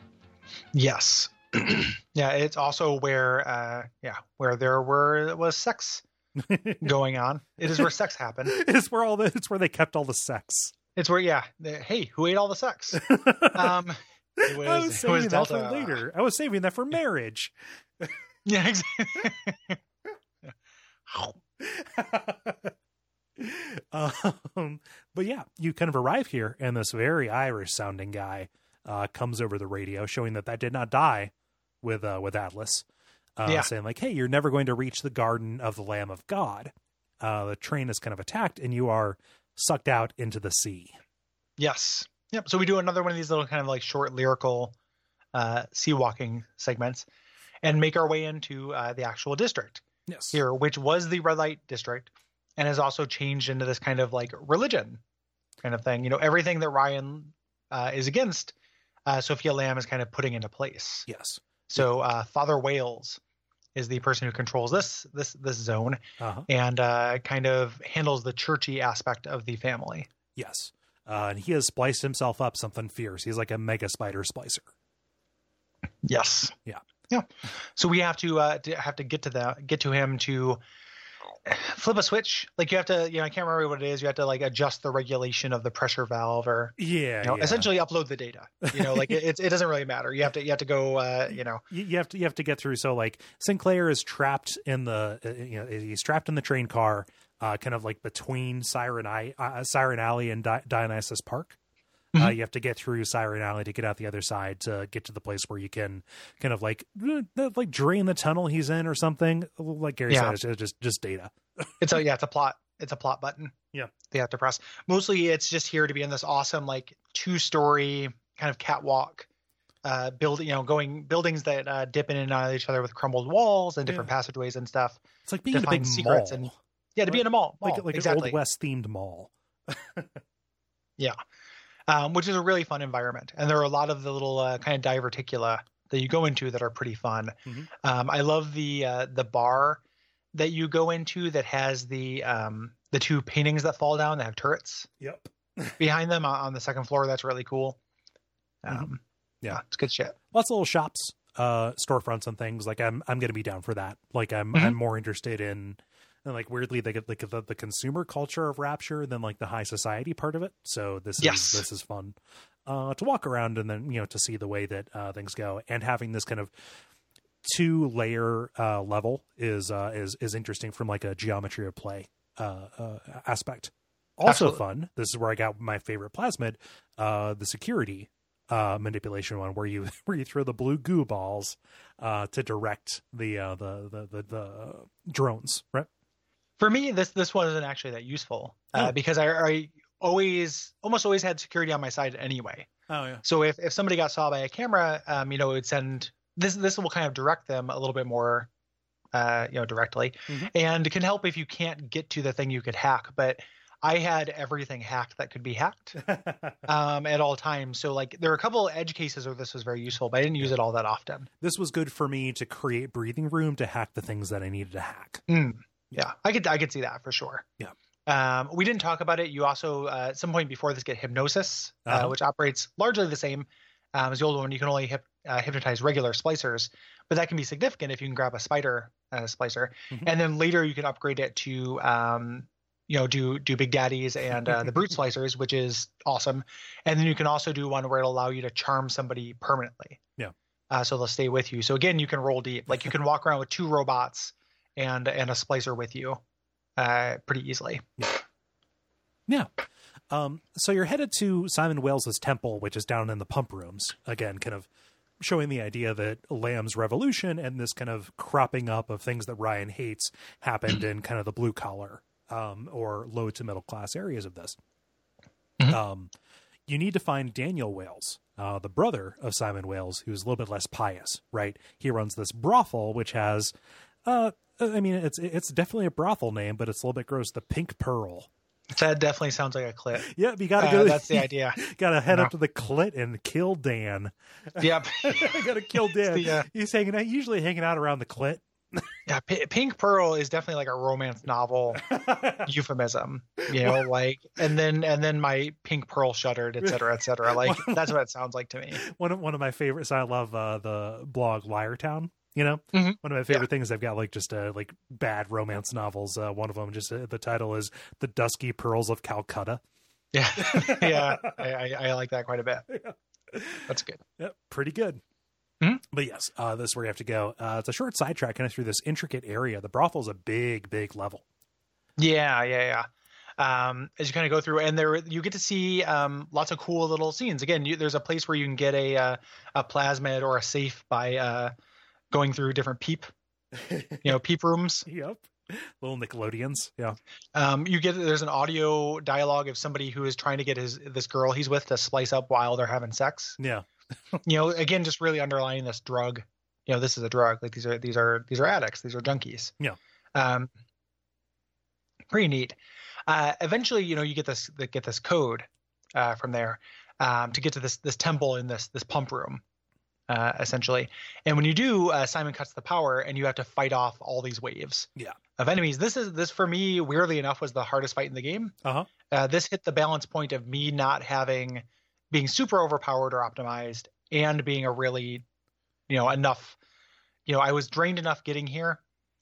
[SPEAKER 3] Yes. yeah, it's also where uh yeah, where there were was sex going on. It is where sex happened.
[SPEAKER 1] it's where all the, it's where they kept all the sex.
[SPEAKER 3] It's where yeah, the, hey, who ate all the sex? Um it was,
[SPEAKER 1] I was
[SPEAKER 3] it was
[SPEAKER 1] saving that for
[SPEAKER 3] Delta.
[SPEAKER 1] later. I was saving that for marriage.
[SPEAKER 3] Yeah, exactly.
[SPEAKER 1] um, but yeah, you kind of arrive here, and this very Irish sounding guy uh, comes over the radio, showing that that did not die with uh, with Atlas, uh,
[SPEAKER 3] Yeah.
[SPEAKER 1] saying like, "Hey, you're never going to reach the Garden of the Lamb of God." Uh, the train is kind of attacked, and you are sucked out into the sea.
[SPEAKER 3] Yes. Yep. So we do another one of these little kind of like short lyrical uh, sea walking segments and make our way into uh, the actual district
[SPEAKER 1] Yes.
[SPEAKER 3] here, which was the red light district and has also changed into this kind of like religion kind of thing. You know, everything that Ryan uh, is against, uh, Sophia Lamb is kind of putting into place.
[SPEAKER 1] Yes.
[SPEAKER 3] So uh, Father Wales is the person who controls this this this zone
[SPEAKER 1] Uh-huh.
[SPEAKER 3] and uh, kind of handles the churchy aspect of the family.
[SPEAKER 1] Yes. Uh, and he has spliced himself up something fierce. He's like a mega spider splicer.
[SPEAKER 3] Yes.
[SPEAKER 1] Yeah.
[SPEAKER 3] Yeah. So we have to uh to have to get to that get to him to flip a switch. Like you have to, you know, I can't remember what it is. You have to like adjust the regulation of the pressure valve or
[SPEAKER 1] Yeah.
[SPEAKER 3] you know,
[SPEAKER 1] yeah.
[SPEAKER 3] essentially upload the data. You know, like it, it, it doesn't really matter. You have to you have to go uh, you know,
[SPEAKER 1] you, you have to you have to get through. So like Sinclair is trapped in the uh, you know he's trapped in the train car, uh, kind of like between Siren I, uh, Siren Alley and Di- Dionysus Park. Uh,
[SPEAKER 3] Mhm.
[SPEAKER 1] you have to get through Siren Alley to get out the other side to get to the place where you can kind of like uh, like drain the tunnel he's in or something. Like Gary
[SPEAKER 3] Yeah.
[SPEAKER 1] said, it's just just data.
[SPEAKER 3] it's a yeah, it's a plot. It's a plot button.
[SPEAKER 1] Yeah.
[SPEAKER 3] They have to press. Mostly it's just here to be in this awesome like two story kind of catwalk. Uh, build you know going buildings that uh, dip in and out of each other with crumbled walls and different passageways and stuff
[SPEAKER 1] It's like being in a
[SPEAKER 3] Define
[SPEAKER 1] big mall,
[SPEAKER 3] secrets and- Yeah, to be
[SPEAKER 1] Right.
[SPEAKER 3] in a mall, mall.
[SPEAKER 1] like like an
[SPEAKER 3] exactly,
[SPEAKER 1] old west themed mall.
[SPEAKER 3] um, which is a really fun environment. And there are a lot of the little uh, kind of diverticula that you go into that are pretty fun.
[SPEAKER 1] Mhm.
[SPEAKER 3] Um, I love the uh, the bar that you go into that has the um, the two paintings that fall down that have turrets
[SPEAKER 1] Yep.
[SPEAKER 3] behind them uh, on on the second floor. That's really cool. Um,
[SPEAKER 1] Mhm. Yeah.
[SPEAKER 3] it's good shit.
[SPEAKER 1] lots of little shops uh storefronts and things like i'm i'm gonna be down for that like i'm
[SPEAKER 3] Mhm.
[SPEAKER 1] i'm more interested in and like weirdly they get like the, the consumer culture of rapture than like the high society part of it so this
[SPEAKER 3] Yes.
[SPEAKER 1] is this is fun uh to walk around and then you know to see the way that uh things go and having this kind of two layer uh level is uh is is interesting from like a geometry of play uh, uh aspect also
[SPEAKER 3] Absolutely.
[SPEAKER 1] fun this is where i got my favorite plasmid uh the security uh, manipulation one where you where you throw the blue goo balls uh, to direct the, uh, the the the the drones, right?
[SPEAKER 3] For me, this this wasn't actually that useful uh,
[SPEAKER 1] Oh.
[SPEAKER 3] because I, I always almost always had security on my side anyway.
[SPEAKER 1] Oh yeah.
[SPEAKER 3] So if, if somebody got saw by a camera, um, you know, it would send this this will kind of direct them a little bit more uh, you know, directly.
[SPEAKER 1] Mhm.
[SPEAKER 3] And it can help if you can't get to the thing you could hack, but I had everything hacked that could be hacked um, at all times. So like there are a couple edge cases where this was very useful, but I didn't use it all that often.
[SPEAKER 1] this was good for me to create breathing room to hack the things that I needed to hack.
[SPEAKER 3] Mm, yeah, I could I could see that for sure.
[SPEAKER 1] Yeah.
[SPEAKER 3] Um, we didn't talk about it. You also uh, at some point before this get hypnosis, uh
[SPEAKER 1] Uh-huh.
[SPEAKER 3] which operates largely the same um, as the old one. You can only hyp, uh, hypnotize regular splicers, but that can be significant if you can grab a spider uh, splicer,
[SPEAKER 1] Mhm.
[SPEAKER 3] and then later you can upgrade it to um, you know do do big daddies and uh, the brute splicers, which is awesome. And then you can also do one where it'll allow you to charm somebody permanently.
[SPEAKER 1] Yeah.
[SPEAKER 3] Uh, so they'll stay with you. So again, you can roll deep. Like you can walk around with two robots and and a splicer with you uh pretty easily
[SPEAKER 1] Yeah. Um, so you're headed to Simon Welles's temple, which is down in the pump rooms. Again, kind of showing the idea that Lamb's revolution and this kind of cropping up of things that Ryan hates happened in kind of the blue collar um, or low to middle class areas of this.
[SPEAKER 3] Mhm.
[SPEAKER 1] Um, you need to find Daniel Wales, uh, the brother of Simon Wales, who's a little bit less pious, right? He runs this brothel, which has, uh, I mean, it's it's definitely a brothel name, but it's a little bit gross. The Pink Pearl.
[SPEAKER 3] that definitely sounds like a clip
[SPEAKER 1] Yep, you gotta
[SPEAKER 3] uh,
[SPEAKER 1] go.
[SPEAKER 3] that's the idea
[SPEAKER 1] gotta head
[SPEAKER 3] No.
[SPEAKER 1] up to the clit and kill Dan.
[SPEAKER 3] yep
[SPEAKER 1] gotta kill Dan.
[SPEAKER 3] the, uh,
[SPEAKER 1] He's hanging out, usually hanging out around the clit.
[SPEAKER 3] yeah P- pink pearl is definitely like a romance novel euphemism you know like and then and then my pink pearl shuddered et cetera, et cetera. like that's what it sounds like to me
[SPEAKER 1] one of one of my favorites. I love uh, the blog Liar Town. You know,
[SPEAKER 3] Mhm.
[SPEAKER 1] one of my favorite things. I've got like just uh, like bad romance novels. Uh, one of them, just uh, the title is "The Dusky Pearls of Calcutta."
[SPEAKER 3] yeah yeah I, I, I like that quite a bit that's good
[SPEAKER 1] Yep, pretty good.
[SPEAKER 3] Mhm.
[SPEAKER 1] But yes, uh, this is where you have to go. Uh, it's a short sidetrack kind of through this intricate area. The brothel's a big, big level.
[SPEAKER 3] Yeah, yeah, yeah. Um, as you kind of go through, and there you get to see um, lots of cool little scenes. Again, you, there's a place where you can get a uh, a plasmid or a safe by uh, going through different peep, you know, peep rooms.
[SPEAKER 1] Yep, little Nickelodeons. Yeah.
[SPEAKER 3] Um, you get there's an audio dialogue of somebody who is trying to get his this girl he's with to splice up while they're having sex.
[SPEAKER 1] Yeah.
[SPEAKER 3] You know, again, just really underlying this drug. You know, this is a drug. Like these are these are these are addicts. These are junkies.
[SPEAKER 1] Yeah.
[SPEAKER 3] Um, pretty neat. Uh, eventually, you know, you get this the- get this code uh, from there um, to get to this this temple in this this pump room, uh, essentially. And when you do, uh, Simon cuts the power, and you have to fight off all these waves.
[SPEAKER 1] Yeah.
[SPEAKER 3] Of enemies. This is this for me. Weirdly enough, was the hardest fight in the game.
[SPEAKER 1] Uh-huh.
[SPEAKER 3] Uh, this hit the balance point of me not having being super overpowered or optimized, and being a really, you know, enough. You know, I was drained enough getting here,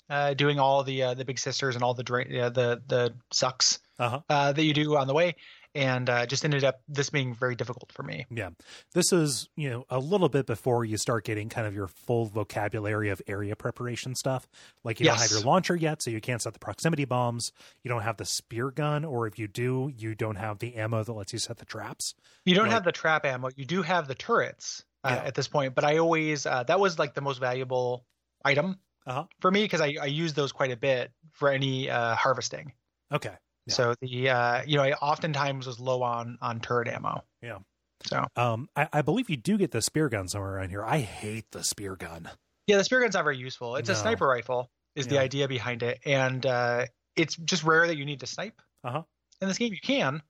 [SPEAKER 3] uh, doing all the uh, the big sisters and all the drain uh, the the sucks
[SPEAKER 1] Uh-huh.
[SPEAKER 3] uh, that you do on the way, and uh, just ended up this being very difficult for me.
[SPEAKER 1] Yeah. This is, you know, a little bit before you start getting kind of your full vocabulary of area preparation stuff. Like you don't have
[SPEAKER 3] Yes.
[SPEAKER 1] your launcher yet, so you can't set the proximity bombs. You don't have the spear gun, or if you do, you don't have the ammo that lets you set the traps.
[SPEAKER 3] You don't
[SPEAKER 1] Right.
[SPEAKER 3] have the trap ammo. You do have the turrets uh,
[SPEAKER 1] Yeah.
[SPEAKER 3] at this point, but I always uh, that was like the most valuable item
[SPEAKER 1] Uh-huh.
[SPEAKER 3] for me because I, I use those quite a bit for any uh, harvesting.
[SPEAKER 1] Okay. Yeah.
[SPEAKER 3] So the uh, you know I oftentimes was low on on turret ammo.
[SPEAKER 1] Yeah.
[SPEAKER 3] So
[SPEAKER 1] Um, I, I believe you do get the spear gun somewhere around here. I hate the spear gun.
[SPEAKER 3] yeah, the spear gun's not very useful. It's a
[SPEAKER 1] No.
[SPEAKER 3] sniper rifle is the
[SPEAKER 1] Yeah.
[SPEAKER 3] idea behind it, and uh, it's just rare that you need to snipe.
[SPEAKER 1] Uh-huh.
[SPEAKER 3] In this game, you can,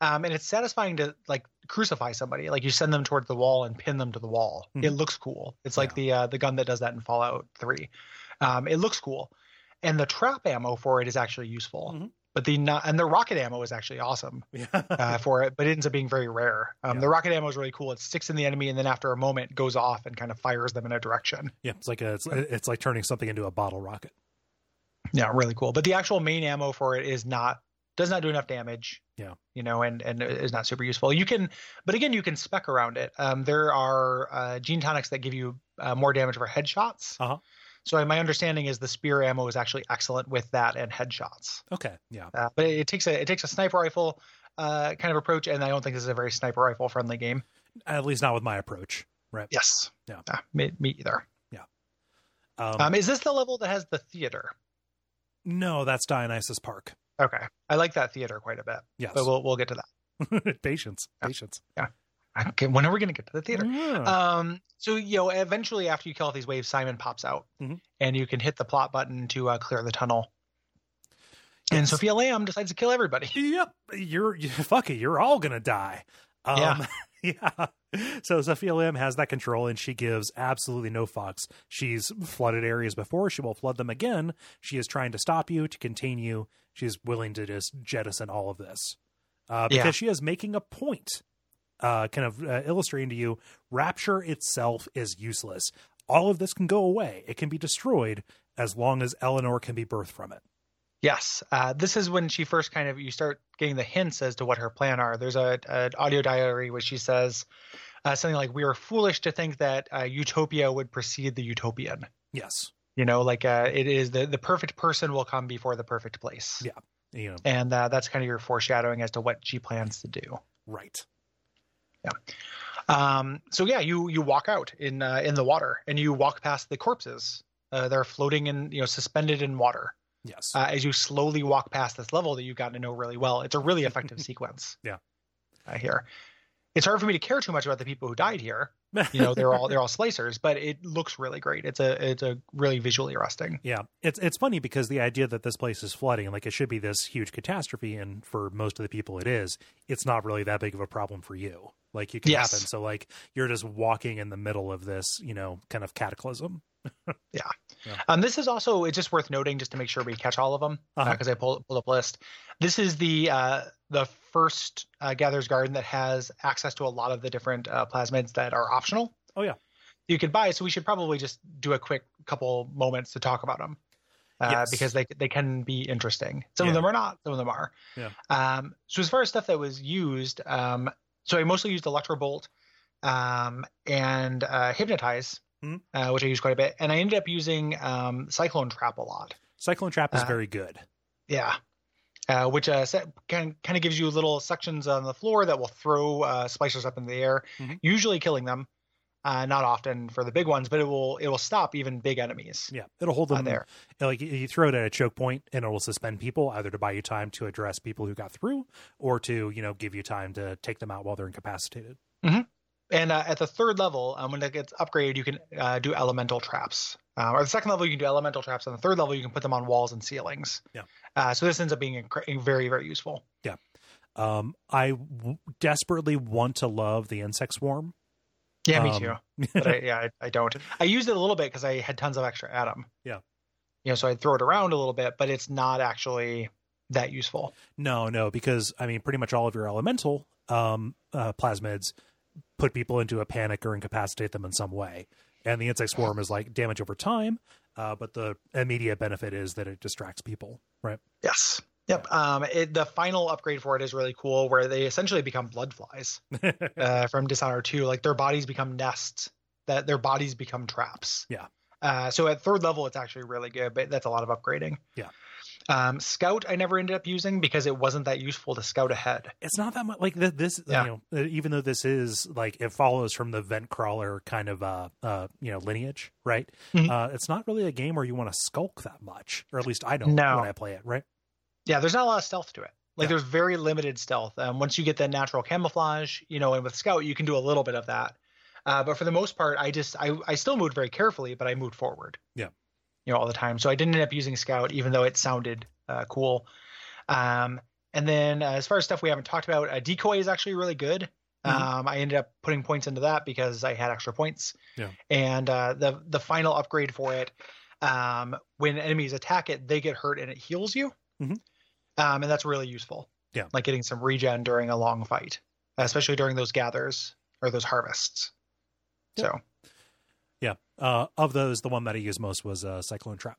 [SPEAKER 3] um, and it's satisfying to like crucify somebody. Like you send them towards the wall and pin them to the wall. It
[SPEAKER 1] Mhm.
[SPEAKER 3] looks cool. It's like the uh, the gun that does that in Fallout Three. Um, it looks cool, and the trap ammo for it is actually useful.
[SPEAKER 1] Mhm.
[SPEAKER 3] But the not, and the rocket ammo is actually awesome uh, for it, but it ends up being very rare. Um,
[SPEAKER 1] Yeah.
[SPEAKER 3] The rocket ammo is really cool. It sticks in the enemy, and then after a moment, goes off and kind of fires them in a direction.
[SPEAKER 1] yeah, it's like a, it's, it's like turning something into a bottle rocket.
[SPEAKER 3] Yeah, really cool. But the actual main ammo for it is not does not do enough damage.
[SPEAKER 1] Yeah.
[SPEAKER 3] you know, and and is not super useful. You can, but again, you can spec around it. Um, there are uh, gene tonics that give you uh, more damage for headshots.
[SPEAKER 1] Uh-huh.
[SPEAKER 3] So my understanding is the spear ammo is actually excellent with that and headshots.
[SPEAKER 1] Okay. Yeah.
[SPEAKER 3] Uh, but it, it takes a it takes a sniper rifle uh, kind of approach, and I don't think this is a very sniper rifle friendly game.
[SPEAKER 1] At least not with my approach. Right.
[SPEAKER 3] Yes.
[SPEAKER 1] Yeah.
[SPEAKER 3] Ah, me, me either.
[SPEAKER 1] Um,
[SPEAKER 3] Um, is this the level that has the theater?
[SPEAKER 1] no, that's Dionysus Park.
[SPEAKER 3] Okay. I like that theater quite a bit.
[SPEAKER 1] Yes.
[SPEAKER 3] But we'll we'll get to that.
[SPEAKER 1] patience,
[SPEAKER 3] Yeah.
[SPEAKER 1] patience.
[SPEAKER 3] Okay, when are we going to get to the theater?
[SPEAKER 1] Yeah.
[SPEAKER 3] Um, so you know, eventually after you kill off these waves, Simon pops out,
[SPEAKER 1] Mhm.
[SPEAKER 3] and you can hit the plot button to uh, clear the tunnel. And
[SPEAKER 1] Yes.
[SPEAKER 3] Sophia Lamb decides to kill everybody.
[SPEAKER 1] yep, you're you, fuck it. You're all gonna die. Um, yeah. So Sophia Lim has that control, and she gives absolutely no fucks. She's flooded areas before; she will flood them again. She is trying to stop you, to contain you. She's willing to just jettison all of this uh,
[SPEAKER 3] Yeah.
[SPEAKER 1] because she is making a point, uh, kind of uh, illustrating to you: rapture itself is useless. All of this can go away; it can be destroyed as long as Eleanor can be birthed from it.
[SPEAKER 3] Yes, uh, this is when she first kind of you start getting the hints as to what her plan are. There's a an audio diary where she says uh, something like, "We are foolish to think that uh, utopia would precede the utopian."
[SPEAKER 1] Yes,
[SPEAKER 3] You know, like uh, it is the the perfect person will come before the perfect place.
[SPEAKER 1] Yeah. you know,
[SPEAKER 3] and uh, that's kind of your foreshadowing as to what she plans to do.
[SPEAKER 1] right.
[SPEAKER 3] Um, so yeah, you you walk out in uh, in the water and you walk past the corpses. Uh, they're floating in you know suspended in water.
[SPEAKER 1] Yes.
[SPEAKER 3] Uh, as you slowly walk past this level that you've gotten to know really well, it's a really effective sequence.
[SPEAKER 1] Yeah.
[SPEAKER 3] uh, here. It's hard for me to care too much about the people who died here. You know, they're all they're all slicers, but it looks really great. It's a it's a really visually arresting.
[SPEAKER 1] Yeah, it's it's funny because the idea that this place is flooding, like it should be this huge catastrophe, and for most of the people it is. It's not really that big of a problem for you. Like you can
[SPEAKER 3] Yes.
[SPEAKER 1] happen. So like you're just walking in the middle of this, you know, kind of cataclysm. Mm-hmm.
[SPEAKER 3] Um, this is also it's just worth noting just to make sure we catch all of them because
[SPEAKER 1] Uh-huh.
[SPEAKER 3] I pulled pulled up a list. This is the uh, the first uh, Gather's Garden that has access to a lot of the different uh, plasmids that are optional.
[SPEAKER 1] Oh, yeah.
[SPEAKER 3] you could buy. So we should probably just do a quick couple moments to talk about them. Uh,
[SPEAKER 1] Yes.
[SPEAKER 3] Because they they can be interesting. Some
[SPEAKER 1] Yeah.
[SPEAKER 3] of them are not. Some of them are.
[SPEAKER 1] Yeah.
[SPEAKER 3] Um, so as far as stuff that was used, um, so I mostly used Electrobolt um, and uh, Hypnotize uh, which I use quite a bit. And I ended up using um, Cyclone Trap a lot.
[SPEAKER 1] Cyclone trap is
[SPEAKER 3] Uh,
[SPEAKER 1] very good.
[SPEAKER 3] Yeah. Uh, which uh, set, kind, kind of gives you little sections on the floor that will throw uh, splicers up in the air,
[SPEAKER 1] Mhm.
[SPEAKER 3] usually killing them. Uh, not often for the big ones, but it will it will stop even big enemies
[SPEAKER 1] Yeah, it'll hold
[SPEAKER 3] uh,
[SPEAKER 1] them
[SPEAKER 3] there.
[SPEAKER 1] Like you- you throw it at a choke point, and it will suspend people either to buy you time to address people who got through, or to you know give you time to take them out while they're incapacitated.
[SPEAKER 3] And uh, at the third level, um, when it gets upgraded, you can uh, do elemental traps. Uh, or the second level, you can do elemental traps. On the third level, you can put them on walls and ceilings.
[SPEAKER 1] Yeah.
[SPEAKER 3] Uh, so this ends up being incre- very very useful.
[SPEAKER 1] Um, I w- desperately want to love the insect swarm.
[SPEAKER 3] Yeah, me
[SPEAKER 1] Um,
[SPEAKER 3] too. But I, yeah, I, I don't. I used it a little bit because I had tons of extra atom.
[SPEAKER 1] Yeah.
[SPEAKER 3] You know, so I'd throw it around a little bit, but it's not actually that useful.
[SPEAKER 1] No, no, because I mean, pretty much all of your elemental um, uh, plasmids put people into a panic or incapacitate them in some way, and the insect swarm is like damage over time. Uh, but the immediate benefit is that it distracts people, right?
[SPEAKER 3] Yes. Yep. Um, it, the final upgrade for it is really cool, where they essentially become blood flies uh, from Dishonored 2. Like their bodies become nests, that their bodies become traps.
[SPEAKER 1] Yeah.
[SPEAKER 3] Uh, so at third level, it's actually really good, but that's a lot of upgrading.
[SPEAKER 1] Yeah.
[SPEAKER 3] Um, scout, I never ended up using because it wasn't that useful to scout ahead.
[SPEAKER 1] It's not that much like th- this.
[SPEAKER 3] Yeah.
[SPEAKER 1] You know, even though this is like it follows from the vent crawler kind of uh, uh you know lineage, right?
[SPEAKER 3] Mhm.
[SPEAKER 1] Uh, it's not really a game where you want to skulk that much, or at least I don't
[SPEAKER 3] No.
[SPEAKER 1] when I play it, right?
[SPEAKER 3] Yeah, there's not a lot of stealth to it. Like
[SPEAKER 1] Yeah.
[SPEAKER 3] there's very limited stealth. Um, once you get the natural camouflage, you know, and with scout, you can do a little bit of that. Uh, but for the most part, I just I I still moved very carefully, but I moved forward.
[SPEAKER 1] Yeah.
[SPEAKER 3] You know, all the time. So I didn't end up using scout, even though it sounded uh, cool. Um, and then uh, as far as stuff we haven't talked about, uh, decoy is actually really good.
[SPEAKER 1] Mhm.
[SPEAKER 3] Um, I ended up putting points into that because I had extra points.
[SPEAKER 1] Yeah.
[SPEAKER 3] And uh, the the final upgrade for it, um, when enemies attack it, they get hurt and it heals you um, and that's really useful.
[SPEAKER 1] Yeah.
[SPEAKER 3] like getting some regen during a long fight, especially during those gathers or those harvests.
[SPEAKER 1] Yep.
[SPEAKER 3] So
[SPEAKER 1] Yeah. Uh, of those, the one that I used most was uh, Cyclone Trap.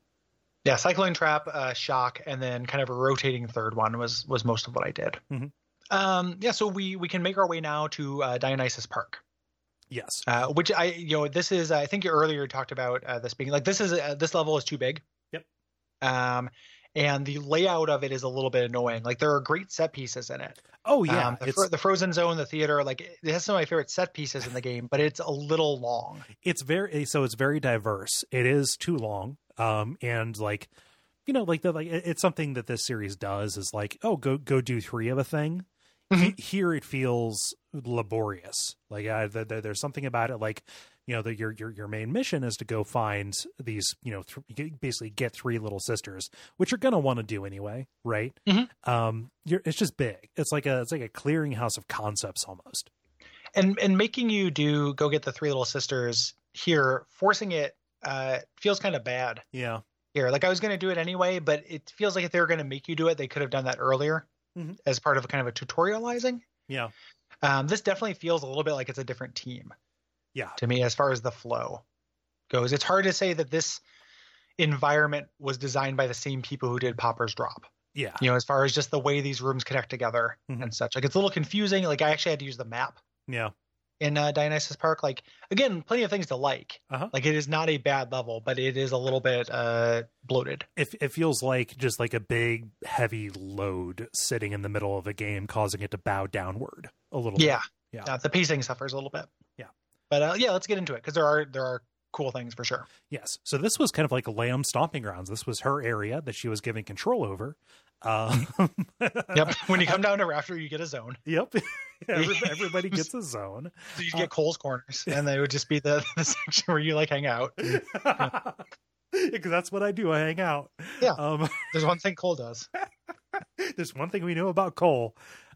[SPEAKER 3] yeah, cyclone trap, uh, shock, and then kind of a rotating third one was was most of what I did.
[SPEAKER 1] Mhm.
[SPEAKER 3] Um, yeah, so we we can make our way now to uh, Dionysus Park,
[SPEAKER 1] Yes.
[SPEAKER 3] uh, which I you know this is I think you earlier talked about uh, this being like this is uh, this level is too big.
[SPEAKER 1] Yep.
[SPEAKER 3] Um, and the layout of it is a little bit annoying. Like there are great set pieces in it.
[SPEAKER 1] Oh yeah,
[SPEAKER 3] um, the,
[SPEAKER 1] it's
[SPEAKER 3] fro- the Frozen Zone, the theater, like it has some of my favorite set pieces in the game, but it's a little long.
[SPEAKER 1] eh, it's very so it's very diverse. It is too long, um, and like you know like the, like it- it's something that this series does is like oh go go do three of a thing He- here it feels laborious like uh, th- th- there's something about it like you know that your, your your main mission is to go find these you know th- basically get three little sisters which you're gonna want to do anyway right
[SPEAKER 3] Mhm.
[SPEAKER 1] um you're, it's just big it's like a it's like a clearinghouse of concepts almost
[SPEAKER 3] and and making you do go get the three little sisters here forcing it uh feels kind of bad
[SPEAKER 1] yeah
[SPEAKER 3] here like i was going to do it anyway but it feels like if they were going to make you do it they could have done that earlier
[SPEAKER 1] Mhm.
[SPEAKER 3] as part of a kind of a tutorializing
[SPEAKER 1] yeah
[SPEAKER 3] um this definitely feels a little bit like it's a different team
[SPEAKER 1] yeah
[SPEAKER 3] to me as far as the flow goes it's hard to say that this environment was designed by the same people who did popper's drop
[SPEAKER 1] yeah
[SPEAKER 3] you know as far as just the way these rooms connect together
[SPEAKER 1] Mhm.
[SPEAKER 3] and such like it's a little confusing like i actually had to use the map
[SPEAKER 1] yeah
[SPEAKER 3] in uh, Dionysus Park. Like again, plenty of things to like.
[SPEAKER 1] Uh-huh.
[SPEAKER 3] Like it is not a bad level, but it is a little bit uh, bloated.
[SPEAKER 1] it, it feels like just like a big heavy load sitting in the middle of the game causing it to bow downward a little
[SPEAKER 3] Yeah,
[SPEAKER 1] Yeah.
[SPEAKER 3] Uh, the pacing suffers a little bit.
[SPEAKER 1] Yeah.
[SPEAKER 3] but uh, yeah, let's get into it because there are there are cool things for sure.
[SPEAKER 1] bit yes so this was kind of like lamb stomping grounds this was her area that she was given control over um
[SPEAKER 3] Yep. when you come down to Rafter, you get a zone.
[SPEAKER 1] yep Every- everybody gets a zone
[SPEAKER 3] So you
[SPEAKER 1] Uh,
[SPEAKER 3] get Cole's corners, and they would just be the, the section where you like hang out.
[SPEAKER 1] because that's what i do i hang out
[SPEAKER 3] Yeah.
[SPEAKER 1] um
[SPEAKER 3] There's one thing Cole does.
[SPEAKER 1] there's one thing we know about cole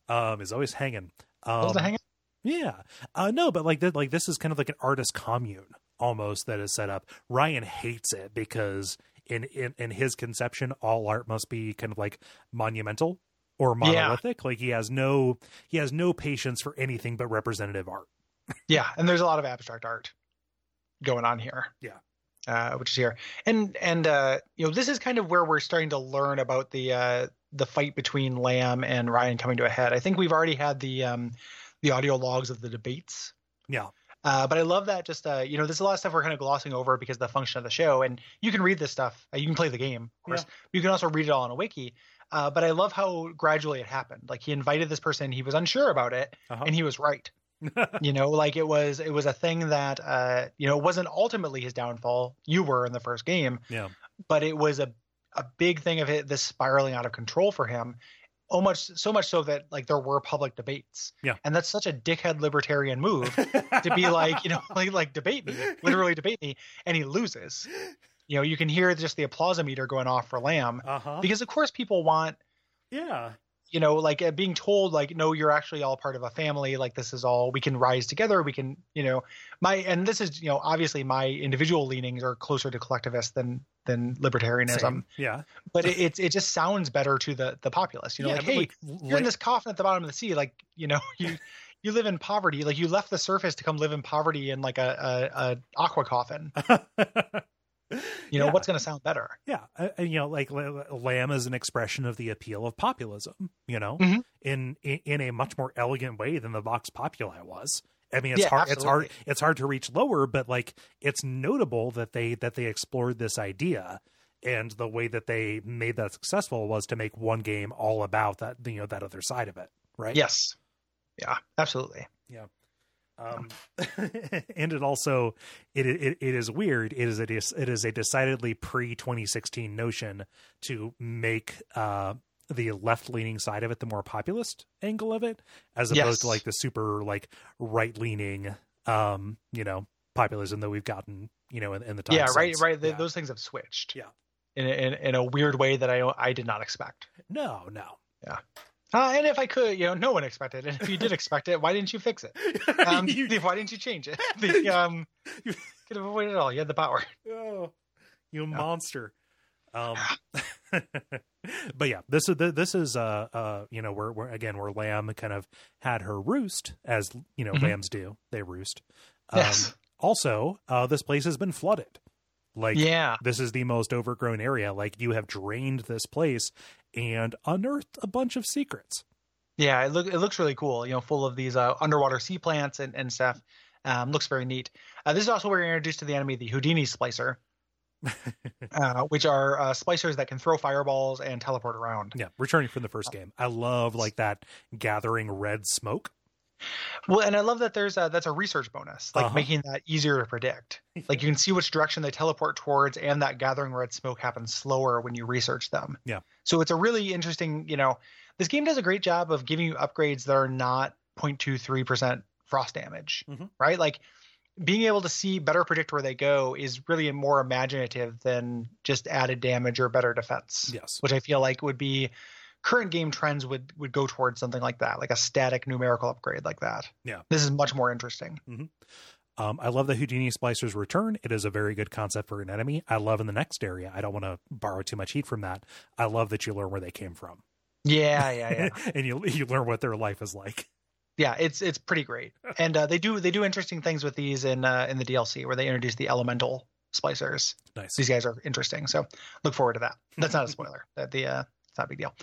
[SPEAKER 1] um is always hanging um
[SPEAKER 3] Cole's a hang out.
[SPEAKER 1] Yeah. Uh, no, but like that, like this is kind of like an artist commune almost that is set up. Ryan hates it because in in, in his conception, all art must be kind of like monumental or
[SPEAKER 3] Yeah.
[SPEAKER 1] monolithic. Like he has no he has no patience for anything but representative art.
[SPEAKER 3] Yeah, and there's a lot of abstract art going on here.
[SPEAKER 1] Yeah.
[SPEAKER 3] Uh, which is here, and and uh, you know this is kind of where we're starting to learn about the uh, the fight between Lamb and Ryan coming to a head. I think we've already had the um, the audio logs of the debates.
[SPEAKER 1] Yeah.
[SPEAKER 3] Uh, but I love that just uh, you know there's a lot of stuff we're kind of glossing over because of the function of the show, and you can read this stuff. Uh, you can play the game, of course. You can also read it all on a wiki. Uh, but I love how gradually it happened. Like he invited this person, he was unsure about it,
[SPEAKER 1] Uh-huh.
[SPEAKER 3] and he was right you know like it was it was a thing that uh you know it wasn't ultimately his downfall you were in the first game
[SPEAKER 1] Yeah.
[SPEAKER 3] but it was a a big thing of it this spiraling out of control for him almost so much so that like there were public debates
[SPEAKER 1] Yeah.
[SPEAKER 3] and that's such a dickhead libertarian move to be like you know like like debate me literally debate me and he loses you know you can hear just the applause meter going off for lamb
[SPEAKER 1] uh-huh.
[SPEAKER 3] because of course people want
[SPEAKER 1] yeah.
[SPEAKER 3] you know like uh, being told like no you're actually all part of a family like this is all we can rise together we can you know my and this is you know obviously my individual leanings are closer to collectivist than than libertarianism
[SPEAKER 1] Same. Yeah.
[SPEAKER 3] but it, it it just sounds better to the the populace you know
[SPEAKER 1] yeah,
[SPEAKER 3] like
[SPEAKER 1] but,
[SPEAKER 3] hey you're in
[SPEAKER 1] Lam-
[SPEAKER 3] this coffin at the bottom of the sea like you know you you live in poverty like you left the surface to come live in poverty in like a a, a aqua coffin you know
[SPEAKER 1] Yeah.
[SPEAKER 3] what's going to sound better
[SPEAKER 1] Yeah, uh, and you know, like la- la- lamb is an expression of the appeal of populism. You know,
[SPEAKER 3] Mhm.
[SPEAKER 1] in, in in a much more elegant way than the Vox Populi was. I mean, it's
[SPEAKER 3] Yeah,
[SPEAKER 1] hard. It's hard.
[SPEAKER 3] absolutely.
[SPEAKER 1] It's hard to reach lower, but like, it's notable that they that they explored this idea, and the way that they made that successful was to make one game all about that. You know, that other side of it, right?
[SPEAKER 3] yes yeah absolutely
[SPEAKER 1] um and it also it, it it is weird it is it is it is a decidedly pre 2016 notion to make uh the left-leaning side of it the more populist angle of it as opposed
[SPEAKER 3] Yes.
[SPEAKER 1] to like the super like right-leaning um you know populism that we've gotten you know in, in the time
[SPEAKER 3] yeah right
[SPEAKER 1] since.
[SPEAKER 3] right th-
[SPEAKER 1] Yeah.
[SPEAKER 3] those things have switched
[SPEAKER 1] Yeah.
[SPEAKER 3] in, a- in in a weird way that i i did not expect
[SPEAKER 1] no no
[SPEAKER 3] uh, and if i could you know no one expected it and if you did expect it why didn't you fix it um
[SPEAKER 1] You-
[SPEAKER 3] why didn't you change it the, um you could have avoided it all you had the power
[SPEAKER 1] Oh, you monster. Um, but yeah, this is this is uh uh you know where where again where lamb kind of had her roost as you know
[SPEAKER 3] Mhm.
[SPEAKER 1] lambs do they roost. Um,
[SPEAKER 3] yes
[SPEAKER 1] Also, uh, this place has been flooded. Like
[SPEAKER 3] yeah
[SPEAKER 1] this is the most overgrown area. Like you have drained this place and unearthed a bunch of secrets.
[SPEAKER 3] yeah it, look, it looks really cool you know full of these uh, underwater sea plants and, and stuff um, looks very neat uh, this is also where you're introduced to the enemy the houdini splicer uh, which are uh, splicers that can throw fireballs and teleport around Uh,
[SPEAKER 1] Yeah, returning from the first game, I love like that gathering red smoke.
[SPEAKER 3] Well, and I love that there's a that's a research bonus, like
[SPEAKER 1] Uh-huh.
[SPEAKER 3] making that easier to predict. Like you can see which direction they teleport towards, and that gathering red smoke happens slower when you research them.
[SPEAKER 1] Yeah.
[SPEAKER 3] So it's a really interesting. You know, this game does a great job of giving you upgrades that are not 0.23 percent frost damage,
[SPEAKER 1] Mhm.
[SPEAKER 3] right? Like being able to see better predict where they go is really more imaginative than just added damage or better defense
[SPEAKER 1] Yes.
[SPEAKER 3] which I feel like would be current game trends would would go towards something like that, like a static numerical upgrade like that.
[SPEAKER 1] Yeah.
[SPEAKER 3] this is much more interesting.
[SPEAKER 1] Um, I love the Houdini Splicer's return. It is a very good concept for an enemy. I love in the next area. I don't want to borrow too much heat from that. I love that you learn where they came from,
[SPEAKER 3] Yeah, yeah, Oh, yeah,
[SPEAKER 1] and you you learn what their life is like.
[SPEAKER 3] yeah. It's it's pretty great, and uh, they do they do interesting things with these in uh, in the DLC where they introduce the elemental splicers.
[SPEAKER 1] Nice.
[SPEAKER 3] These guys are interesting, so look forward to that. That's not a spoiler. That the uh, it's not a big deal.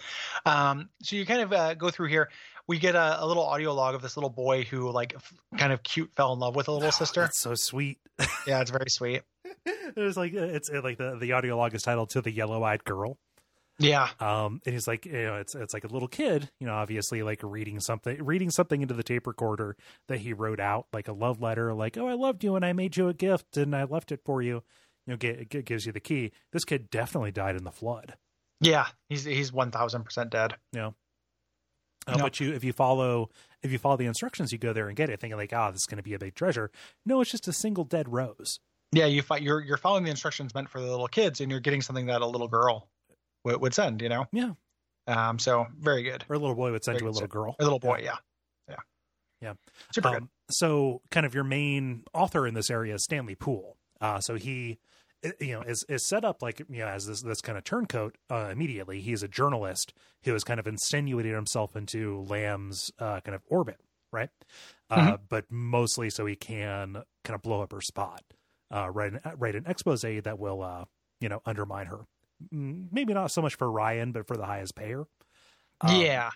[SPEAKER 3] Um, so you kind of uh, go through here. We get a, a little audio log of this little boy who like f- kind of cute fell in love with a little sister.
[SPEAKER 1] That's so sweet.
[SPEAKER 3] Yeah, it's very sweet.
[SPEAKER 1] It's like it's uh, like the the audio log is titled "To the Yellow Eyed Girl."
[SPEAKER 3] Yeah,
[SPEAKER 1] um and he's like you know it's it's like a little kid you know obviously like reading something reading something into the tape recorder that he wrote out like a love letter like oh i loved you and i made you a gift and i left it for you you know get, g gives you the key this kid definitely died in the flood
[SPEAKER 3] Yeah, he's he's one thousand percent dead.
[SPEAKER 1] uh,
[SPEAKER 3] No.
[SPEAKER 1] but you if you follow if you follow the instructions you go there and get it thinking like ah this is going to be a big treasure no it's just a single dead rose
[SPEAKER 3] Yeah, you fi- you're you're following the instructions meant for the little kids, and you're getting something that a little girl would would send. You know.
[SPEAKER 1] Yeah.
[SPEAKER 3] Um. So very good.
[SPEAKER 1] or a little boy would send to
[SPEAKER 3] Very
[SPEAKER 1] a
[SPEAKER 3] good
[SPEAKER 1] little
[SPEAKER 3] set.
[SPEAKER 1] girl
[SPEAKER 3] A little boy. Yeah. Yeah.
[SPEAKER 1] Yeah.
[SPEAKER 3] Super good.
[SPEAKER 1] Um, so, kind of your main author in this area is Stanley Poole. Uh, so he, i- you know, is is set up like you know as this this kind of turncoat. Uh, immediately, he is a journalist who has kind of insinuated himself into Lamb's uh, kind of orbit, right? Uh,
[SPEAKER 3] Mm-hmm.
[SPEAKER 1] But mostly so he can kind of blow up her spot, uh, write an write an expose that will uh, you know undermine her. Mm, Maybe not so much for Ryan, but for the highest payer. Um,
[SPEAKER 3] yeah.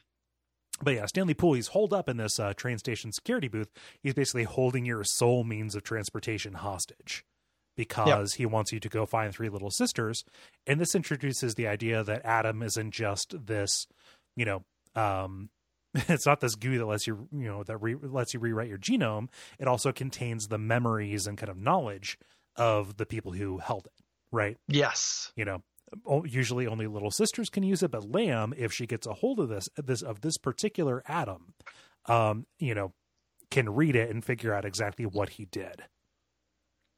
[SPEAKER 1] but yeah, Stanley Poole, he's holed up in this uh, train station security booth. He's basically holding your sole means of transportation hostage because he wants you to go find three little sisters. And this introduces the idea that Adam isn't just this, you know, um, it's not this goo that lets you, you know, that re- lets you rewrite your genome. It also contains the memories and kind of knowledge of the people who held it, right?
[SPEAKER 3] Yes.
[SPEAKER 1] you know o- usually only little sisters can use it but lamb if she gets a hold of this this of this particular atom um you know can read it and figure out exactly what he did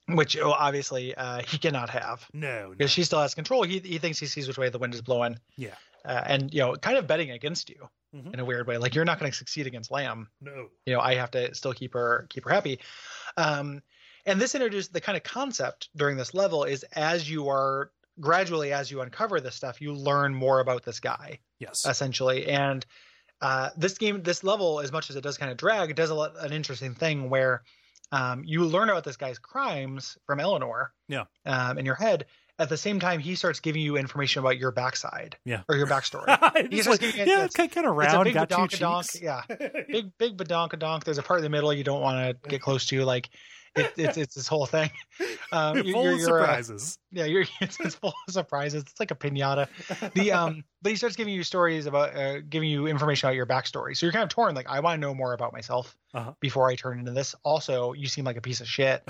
[SPEAKER 3] Which oh, obviously uh, he cannot have
[SPEAKER 1] no, no.
[SPEAKER 3] because she still has control. He he thinks he sees which way the wind is blowing.
[SPEAKER 1] Yeah.
[SPEAKER 3] Uh, and you know, kind of betting against you
[SPEAKER 1] Mhm.
[SPEAKER 3] in a weird way. Like you're not going to succeed against Lamb.
[SPEAKER 1] no
[SPEAKER 3] you know i have to still keep her keep her happy um and this introduced the kind of concept during this level is as you are gradually as you uncover this stuff you learn more about this guy
[SPEAKER 1] yes
[SPEAKER 3] essentially and uh this game this level as much as it does kind of drag does a lot, an interesting thing where um you learn about this guy's crimes from eleanor
[SPEAKER 1] Yeah.
[SPEAKER 3] um in your head at the same time he starts giving you information about your backside
[SPEAKER 1] Yeah.
[SPEAKER 3] or your backstory
[SPEAKER 1] It's
[SPEAKER 3] just
[SPEAKER 1] like,
[SPEAKER 3] giving it-
[SPEAKER 1] yeah
[SPEAKER 3] it's-
[SPEAKER 1] it's kind of
[SPEAKER 3] it's a
[SPEAKER 1] round
[SPEAKER 3] big
[SPEAKER 1] got two
[SPEAKER 3] badonkadonk,
[SPEAKER 1] cheeks
[SPEAKER 3] yeah big big badonkadonk. There's a part in the middle you don't want to get close to. Like it, it's it's this whole thing. Um, you-
[SPEAKER 1] full
[SPEAKER 3] you're-
[SPEAKER 1] of
[SPEAKER 3] you're, uh,
[SPEAKER 1] surprises
[SPEAKER 3] yeah, you're, it's, it's full of surprises. It's like a pinata. The um, but he starts giving you stories about uh, giving you information about your backstory. So you're kind of torn. Like I want to know more about myself
[SPEAKER 1] Uh-huh.
[SPEAKER 3] before I turn into this. Also, you seem like a piece of shit,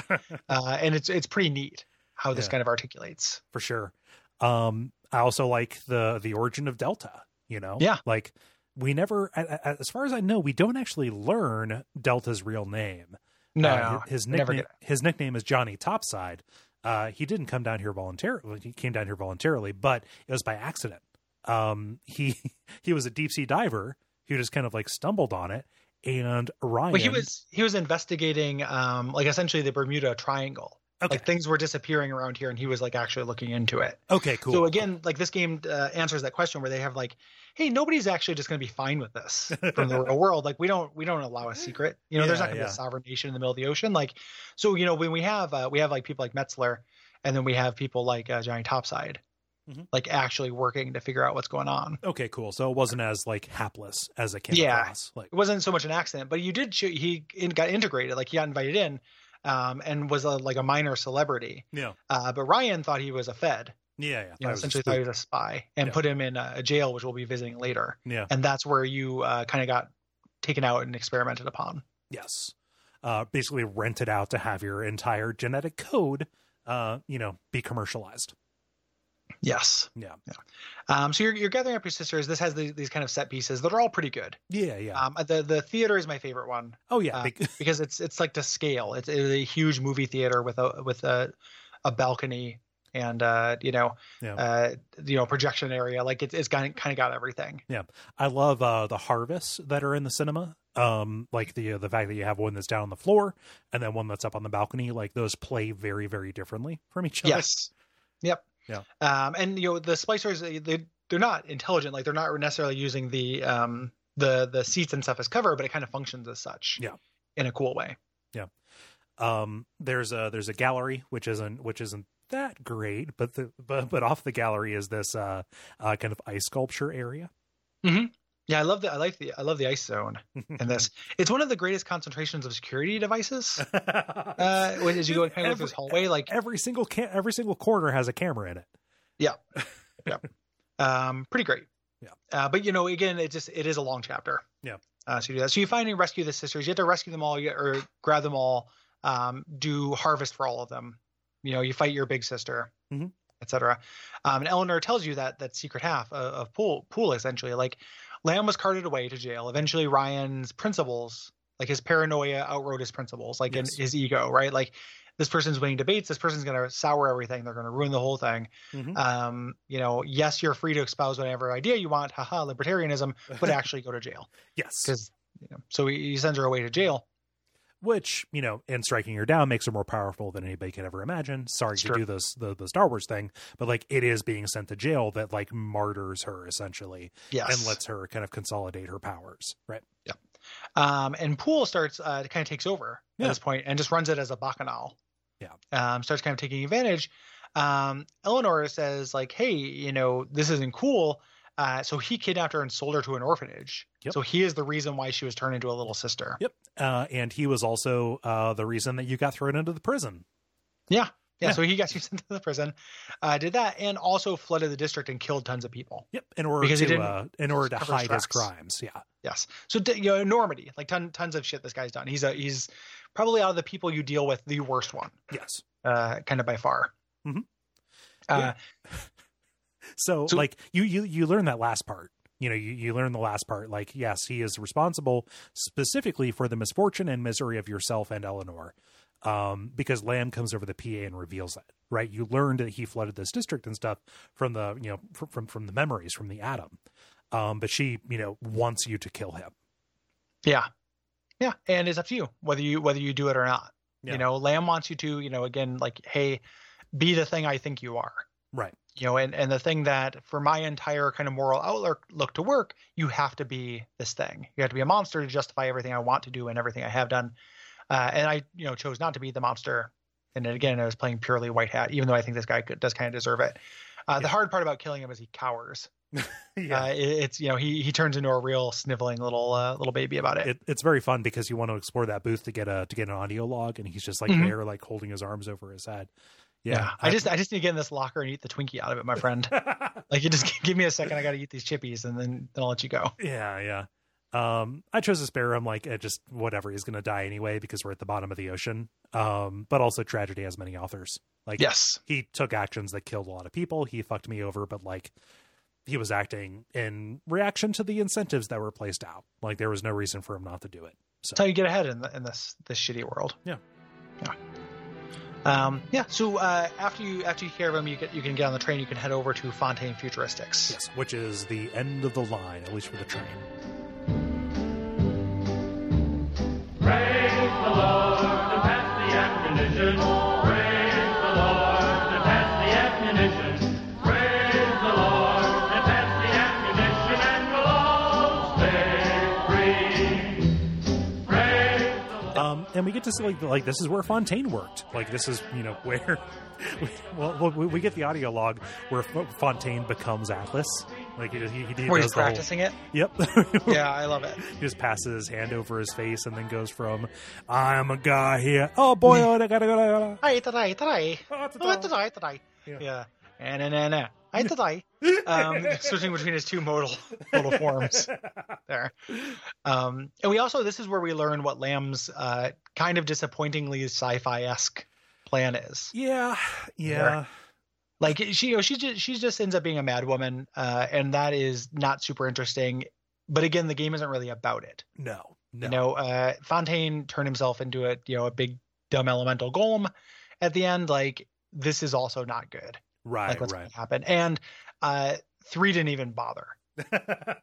[SPEAKER 3] uh, and it's it's pretty neat how this
[SPEAKER 1] Yeah.
[SPEAKER 3] kind of articulates.
[SPEAKER 1] for sure. Um, I also like the the origin of Delta. You know,
[SPEAKER 3] Yeah.
[SPEAKER 1] like we never, a- a- as far as I know, we don't actually learn Delta's real name.
[SPEAKER 3] No,
[SPEAKER 1] Uh, hi- his
[SPEAKER 3] never
[SPEAKER 1] nickname his nickname is Johnny Topside. Uh, he didn't come down here voluntarily. He came down here voluntarily, but it was by accident. Um, he he was a deep sea diver who just kind of like stumbled on it, and Ryan.
[SPEAKER 3] But he was he was investigating um like essentially the Bermuda Triangle.
[SPEAKER 1] okay.
[SPEAKER 3] Like things were disappearing around here, and he was like actually looking into it.
[SPEAKER 1] okay, cool.
[SPEAKER 3] So again, like this game uh, answers that question where they have like, hey, nobody's actually just going to be fine with this from the real world. Like we don't we don't allow a secret. You know, there's
[SPEAKER 1] Yeah,
[SPEAKER 3] not going to be
[SPEAKER 1] yeah.
[SPEAKER 3] a sovereign nation in the middle of the ocean. Like, so you know when we have uh, we have like people like Metzler, and then we have people like uh, Johnny Topside,
[SPEAKER 1] Mhm.
[SPEAKER 3] like actually working to figure out what's going on.
[SPEAKER 1] okay, cool. So it wasn't as like hapless as it came
[SPEAKER 3] Yeah.
[SPEAKER 1] across. Like,
[SPEAKER 3] It wasn't so much an accident, but you did cho- he in, got integrated. Like he got invited in, um, and was a, like a minor celebrity.
[SPEAKER 1] yeah,
[SPEAKER 3] Uh, but Ryan thought he was a Fed.
[SPEAKER 1] yeah, yeah.
[SPEAKER 3] You
[SPEAKER 1] I
[SPEAKER 3] know,
[SPEAKER 1] was
[SPEAKER 3] essentially
[SPEAKER 1] just-
[SPEAKER 3] thought he was a spy and
[SPEAKER 1] Yeah.
[SPEAKER 3] put him in a, a jail, which we'll be visiting later.
[SPEAKER 1] yeah.
[SPEAKER 3] and that's where you uh, kind of got taken out and experimented upon.
[SPEAKER 1] Yes. Uh, basically rented out to have your entire genetic code, uh, you know, be commercialized.
[SPEAKER 3] Yes.
[SPEAKER 1] Yeah.
[SPEAKER 3] Um, so you're, you're gathering up your sisters. This has the, these kind of set pieces that are all pretty good.
[SPEAKER 1] Yeah. Yeah.
[SPEAKER 3] Um, the the theater is my favorite one
[SPEAKER 1] oh, yeah.
[SPEAKER 3] uh,
[SPEAKER 1] big-
[SPEAKER 3] because it's it's like to scale. It's, it's a huge movie theater with a with a a balcony and uh, you know
[SPEAKER 1] yeah.
[SPEAKER 3] uh, you know projection area. Like it's it's kind kind of got everything.
[SPEAKER 1] I love uh, the harvests that are in the cinema. Um, like the the fact that you have one that's down on the floor and then one that's up on the balcony. Like those play very very differently from each other.
[SPEAKER 3] Yes. Yep.
[SPEAKER 1] Yeah.
[SPEAKER 3] Um, and you know the splicers they- they they're not intelligent. Like they're not necessarily using the um the the seats and stuff as cover, but it kind of functions as such.
[SPEAKER 1] Yeah.
[SPEAKER 3] In a cool way.
[SPEAKER 1] Um, there's a there's a gallery which isn't which isn't that great, but the but, but off the gallery is this uh, uh kind of ice sculpture area.
[SPEAKER 3] Yeah, I love the I like the I love the ice zone in this. it's one of the greatest concentrations of security devices. Uh, when, as you go kind of through this hallway, like
[SPEAKER 1] every single ca- every single corner has a camera in it.
[SPEAKER 3] um, pretty great.
[SPEAKER 1] Yeah.
[SPEAKER 3] Uh, but you know, again, it just it is a long chapter.
[SPEAKER 1] Yeah.
[SPEAKER 3] Uh, so you do that. So you find and rescue the sisters. You have to rescue them all, you- or grab them all. Um, do harvest for all of them. You know, you fight your big sister,
[SPEAKER 1] Mhm.
[SPEAKER 3] etc. Um, and Eleanor tells you that that secret half of, of pool pool essentially like Lamb was carted away to jail. Eventually, Ryan's principles, like his paranoia, outrode his principles, like in
[SPEAKER 1] Yes.
[SPEAKER 3] his ego, right? Like this person's winning debates. This person's going to sour everything. They're going to ruin the whole thing
[SPEAKER 1] Mhm.
[SPEAKER 3] um, you know, yes, you're free to espouse whatever idea you want, haha, libertarianism, but actually go to jail
[SPEAKER 1] yes,
[SPEAKER 3] because, you know, so he he sends her away to jail.
[SPEAKER 1] which you know, and striking her down makes her more powerful than anybody could ever imagine. Sorry
[SPEAKER 3] It's
[SPEAKER 1] to
[SPEAKER 3] true.
[SPEAKER 1] do this the, the Star Wars thing, but like it is being sent to jail that like martyrs her essentially
[SPEAKER 3] Yes,
[SPEAKER 1] and lets her kind of consolidate her powers. Right.
[SPEAKER 3] um, and Poole starts uh, kind of takes over
[SPEAKER 1] Yeah.
[SPEAKER 3] at this point and just runs it as a bacchanal.
[SPEAKER 1] Yeah.
[SPEAKER 3] um, starts kind of taking advantage. Um, Eleanor says like, hey, you know, this isn't cool. Uh, so he kidnapped her and sold her to an orphanage.
[SPEAKER 1] Yep.
[SPEAKER 3] So he is the reason why she was turned into a little sister.
[SPEAKER 1] Yep. Uh, and he was also uh, the reason that you got thrown into the prison.
[SPEAKER 3] Yeah,
[SPEAKER 1] Yeah.
[SPEAKER 3] so he got you sent to the prison, uh, did that, and also flooded the district and killed tons of people.
[SPEAKER 1] Yep. In order
[SPEAKER 3] Because he
[SPEAKER 1] to
[SPEAKER 3] didn't
[SPEAKER 1] uh, in order to
[SPEAKER 3] cover
[SPEAKER 1] hide his
[SPEAKER 3] tracks.
[SPEAKER 1] crimes. Yeah.
[SPEAKER 3] Yes. So d- you know, enormity, like ton, tons of shit this guy's done. He's a he's probably out of the people you deal with the worst one,
[SPEAKER 1] Yes.
[SPEAKER 3] uh, kind of by far.
[SPEAKER 1] Mhm.
[SPEAKER 3] Uh,
[SPEAKER 1] So,
[SPEAKER 3] So-
[SPEAKER 1] like you you you learn that last part. You know, you, you learn the last part. Like, yes, he is responsible specifically for the misfortune and misery of yourself and Eleanor. Um, because Lamb comes over the PA and reveals that, right? You learned that he flooded this district and stuff from the, you know, from from, from the memories from the Atom. Um, but she, you know, wants you to kill him.
[SPEAKER 3] Yeah, yeah, and it's up to you whether you whether you do it or not.
[SPEAKER 1] Yeah.
[SPEAKER 3] You know, Lamb wants you to, you know, again, like, hey, be the thing I think you are.
[SPEAKER 1] Right.
[SPEAKER 3] You know, and and the thing that for my entire kind of moral outlook look to work, you have to be this thing. You have to be a monster to justify everything I want to do and everything I have done. Uh, and I, you know, chose not to be the monster. And then again, I was playing purely white hat, even though I think this guy could, does kind of deserve it. Uh, The hard part about killing him is he cowers. Uh, it, it's you know he he turns into a real sniveling little uh, little baby about it.
[SPEAKER 1] it, it's very fun because you want to explore that booth to get a to get an audio log, and he's just like
[SPEAKER 3] Mhm.
[SPEAKER 1] there, like holding his arms over his head. Yeah,
[SPEAKER 3] Yeah. I just I just need to get in this locker and eat the Twinkie out of it, my friend. like you just give me a second, I gotta eat these chippies and then then I'll let you go.
[SPEAKER 1] yeah, yeah. Um, I chose to spare him, like eh, just whatever. He's gonna die anyway because we're at the bottom of the ocean. Um, but also tragedy has many authors. Like
[SPEAKER 3] Yes.
[SPEAKER 1] he took actions that killed a lot of people. He fucked me over, but like he was acting in reaction to the incentives that were placed out. Like there was no reason for him not to do it.
[SPEAKER 3] That's how you get ahead in the, in this this shitty world.
[SPEAKER 1] Yeah.
[SPEAKER 3] Yeah. Um, yeah. So uh, after you after you take care of him, you get you can get on the train. You can head over to Fontaine Futuristics.
[SPEAKER 1] Yes, which is the end of the line, at least for the train.
[SPEAKER 4] Praise the Lord and pass the ammunition. Praise the Lord and pass the ammunition. Praise the Lord and pass the ammunition, and we'll all stay free. Praise the
[SPEAKER 1] Um, and we get to see like like this is where Fontaine worked. Like this is you know where we, well we, we get the audio log where F- Fontaine becomes Atlas. Like he, he, he
[SPEAKER 3] Where
[SPEAKER 1] does the
[SPEAKER 3] he's
[SPEAKER 1] whole-
[SPEAKER 3] practicing it.
[SPEAKER 1] yep.
[SPEAKER 3] Yeah, I love it.
[SPEAKER 1] he just passes his hand over his face and then goes from I'm a guy here. Oh boy, oh, I gotta go.
[SPEAKER 3] Hi, today, today.
[SPEAKER 1] I gotta go."
[SPEAKER 3] Oh, today, today.
[SPEAKER 1] Yeah.
[SPEAKER 3] Yeah. And and and. I today. um, switching between his two modal modal forms there. Um, and we also this is where we learn what Lamb's uh, kind of disappointingly sci-fi esque plan is.
[SPEAKER 1] Yeah, yeah,
[SPEAKER 3] Like she, you know, she just she just ends up being a mad woman, uh, and that is not super interesting. But again, the game isn't really about it.
[SPEAKER 1] no, no,
[SPEAKER 3] You know, uh, Fontaine turned himself into a you know a big dumb elemental golem at the end. Like this is also not good.
[SPEAKER 1] right,
[SPEAKER 3] Like what's
[SPEAKER 1] right.
[SPEAKER 3] going to happen? And uh, three didn't even bother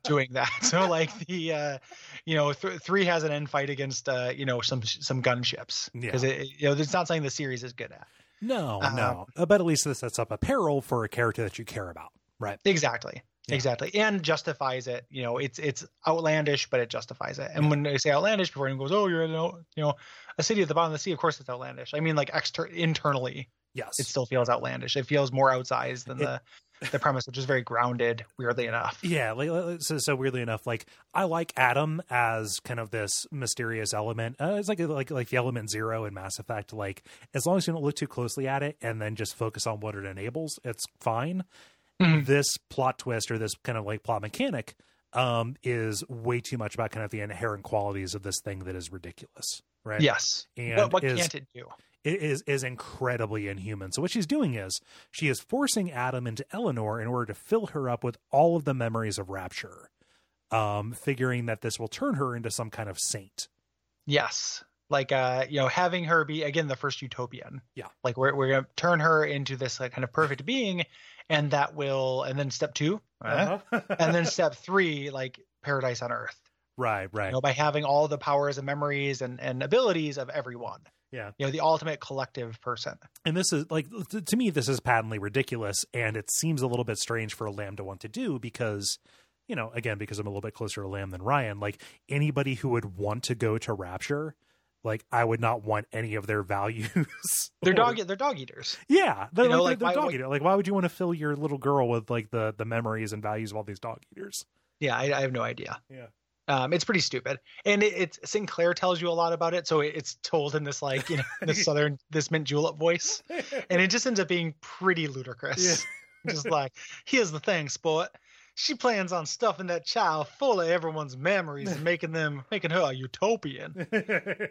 [SPEAKER 3] doing that. So like the uh, you know th- three has an end fight against uh, you know some some gunships because it you know it's not something the series is good at.
[SPEAKER 1] no, no.
[SPEAKER 3] Uh-huh.
[SPEAKER 1] Uh, But at least this sets up a peril for a character that you care about, right?
[SPEAKER 3] Exactly.
[SPEAKER 1] Yeah.
[SPEAKER 3] Exactly. And justifies it. You know, it's it's outlandish, but it justifies it. And when they say outlandish, before anyone goes, oh, you're in out- you know a city at the bottom of the sea. Of course, it's outlandish. I mean, like exter- internally,
[SPEAKER 1] Yes,
[SPEAKER 3] it still feels outlandish. It feels more outsized than
[SPEAKER 1] It-
[SPEAKER 3] the the premise, which is very grounded. Weirdly enough.
[SPEAKER 1] Yeah, like, like- so, so weirdly enough, like I like Adam as kind of this mysterious element. Uh, it's like like like the element zero in Mass Effect. Like as long as you don't look too closely at it and then just focus on what it enables, it's fine.
[SPEAKER 3] Mhm.
[SPEAKER 1] This plot twist or this kind of like plot mechanic um, is way too much about kind of the inherent qualities of this thing that is ridiculous, right?
[SPEAKER 3] Yes.
[SPEAKER 1] and
[SPEAKER 3] What, what
[SPEAKER 1] is-
[SPEAKER 3] can't it do?
[SPEAKER 1] i- is is incredibly inhuman. So what she's doing is she is forcing Adam into Eleanor in order to fill her up with all of the memories of rapture, um, figuring that this will turn her into some kind of saint.
[SPEAKER 3] Yes. Like uh, you know, having her be again the first utopian.
[SPEAKER 1] Yeah.
[SPEAKER 3] Like we're we're gonna turn her into this like, kind of perfect being, and that will and then step two,
[SPEAKER 1] Uh-huh.
[SPEAKER 3] uh, and then step three, like paradise on earth.
[SPEAKER 1] right, right,
[SPEAKER 3] You know, by having all the powers and memories and and abilities of everyone.
[SPEAKER 1] yeah.
[SPEAKER 3] You know, the ultimate collective person.
[SPEAKER 1] And this is like t- to me, this is patently ridiculous, and it seems a little bit strange for a lamb to want to do because. You know, again, because I'm a little bit closer to Lamb than Ryan, like anybody who would want to go to Rapture, like I would not want any of their values.
[SPEAKER 3] They're
[SPEAKER 1] or-
[SPEAKER 3] dog they're dog eaters.
[SPEAKER 1] Yeah, they're,
[SPEAKER 3] You know,
[SPEAKER 1] like,
[SPEAKER 3] like,
[SPEAKER 1] they're
[SPEAKER 3] why-
[SPEAKER 1] dog
[SPEAKER 3] why-
[SPEAKER 1] eater. Like, why would you want to fill your little girl with like the the memories and values of all these dog eaters?
[SPEAKER 3] Yeah, I, I have no idea.
[SPEAKER 1] Yeah.
[SPEAKER 3] Um, it's pretty stupid, and it, it's Sinclair tells you a lot about it, so it, it's told in this like you know this southern this mint julep voice, and it just ends up being pretty ludicrous. just like here's the thing, sport. She plans on stuffing that child full of everyone's memories and making them making her a utopian.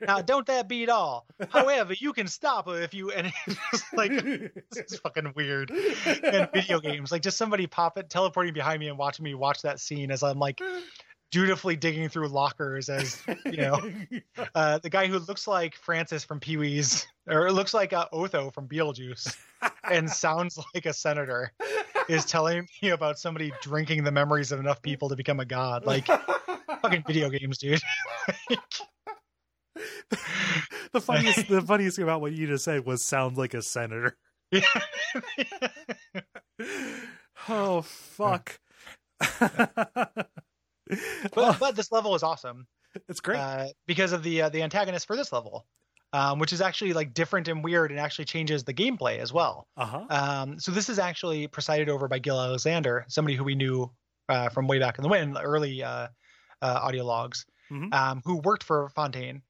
[SPEAKER 3] Now, don't that beat all? However, you can stop her if you and it's just like this is fucking weird and video games. Like just somebody pop it, teleporting behind me and watching me watch that scene as I'm like dutifully digging through lockers as you know uh, the guy who looks like Francis from Pee Wee's or looks like uh, Otho from Beetlejuice and sounds like a senator is telling me about somebody drinking the memories of enough people to become a god. Like fucking video games, dude.
[SPEAKER 1] the funniest the funniest thing about what you just said was sounds like a senator.
[SPEAKER 3] Yeah.
[SPEAKER 1] Oh fuck!
[SPEAKER 3] but, but this level is awesome.
[SPEAKER 1] it's great.
[SPEAKER 3] uh, because of the uh, the antagonist for this level, um, which is actually like different and weird, and actually changes the gameplay as well.
[SPEAKER 1] Uh huh.
[SPEAKER 3] Um, so this is actually presided over by Gil Alexander, somebody who we knew uh, from way back in the when, early uh, uh, audio logs,
[SPEAKER 1] Mhm.
[SPEAKER 3] um, who worked for Fontaine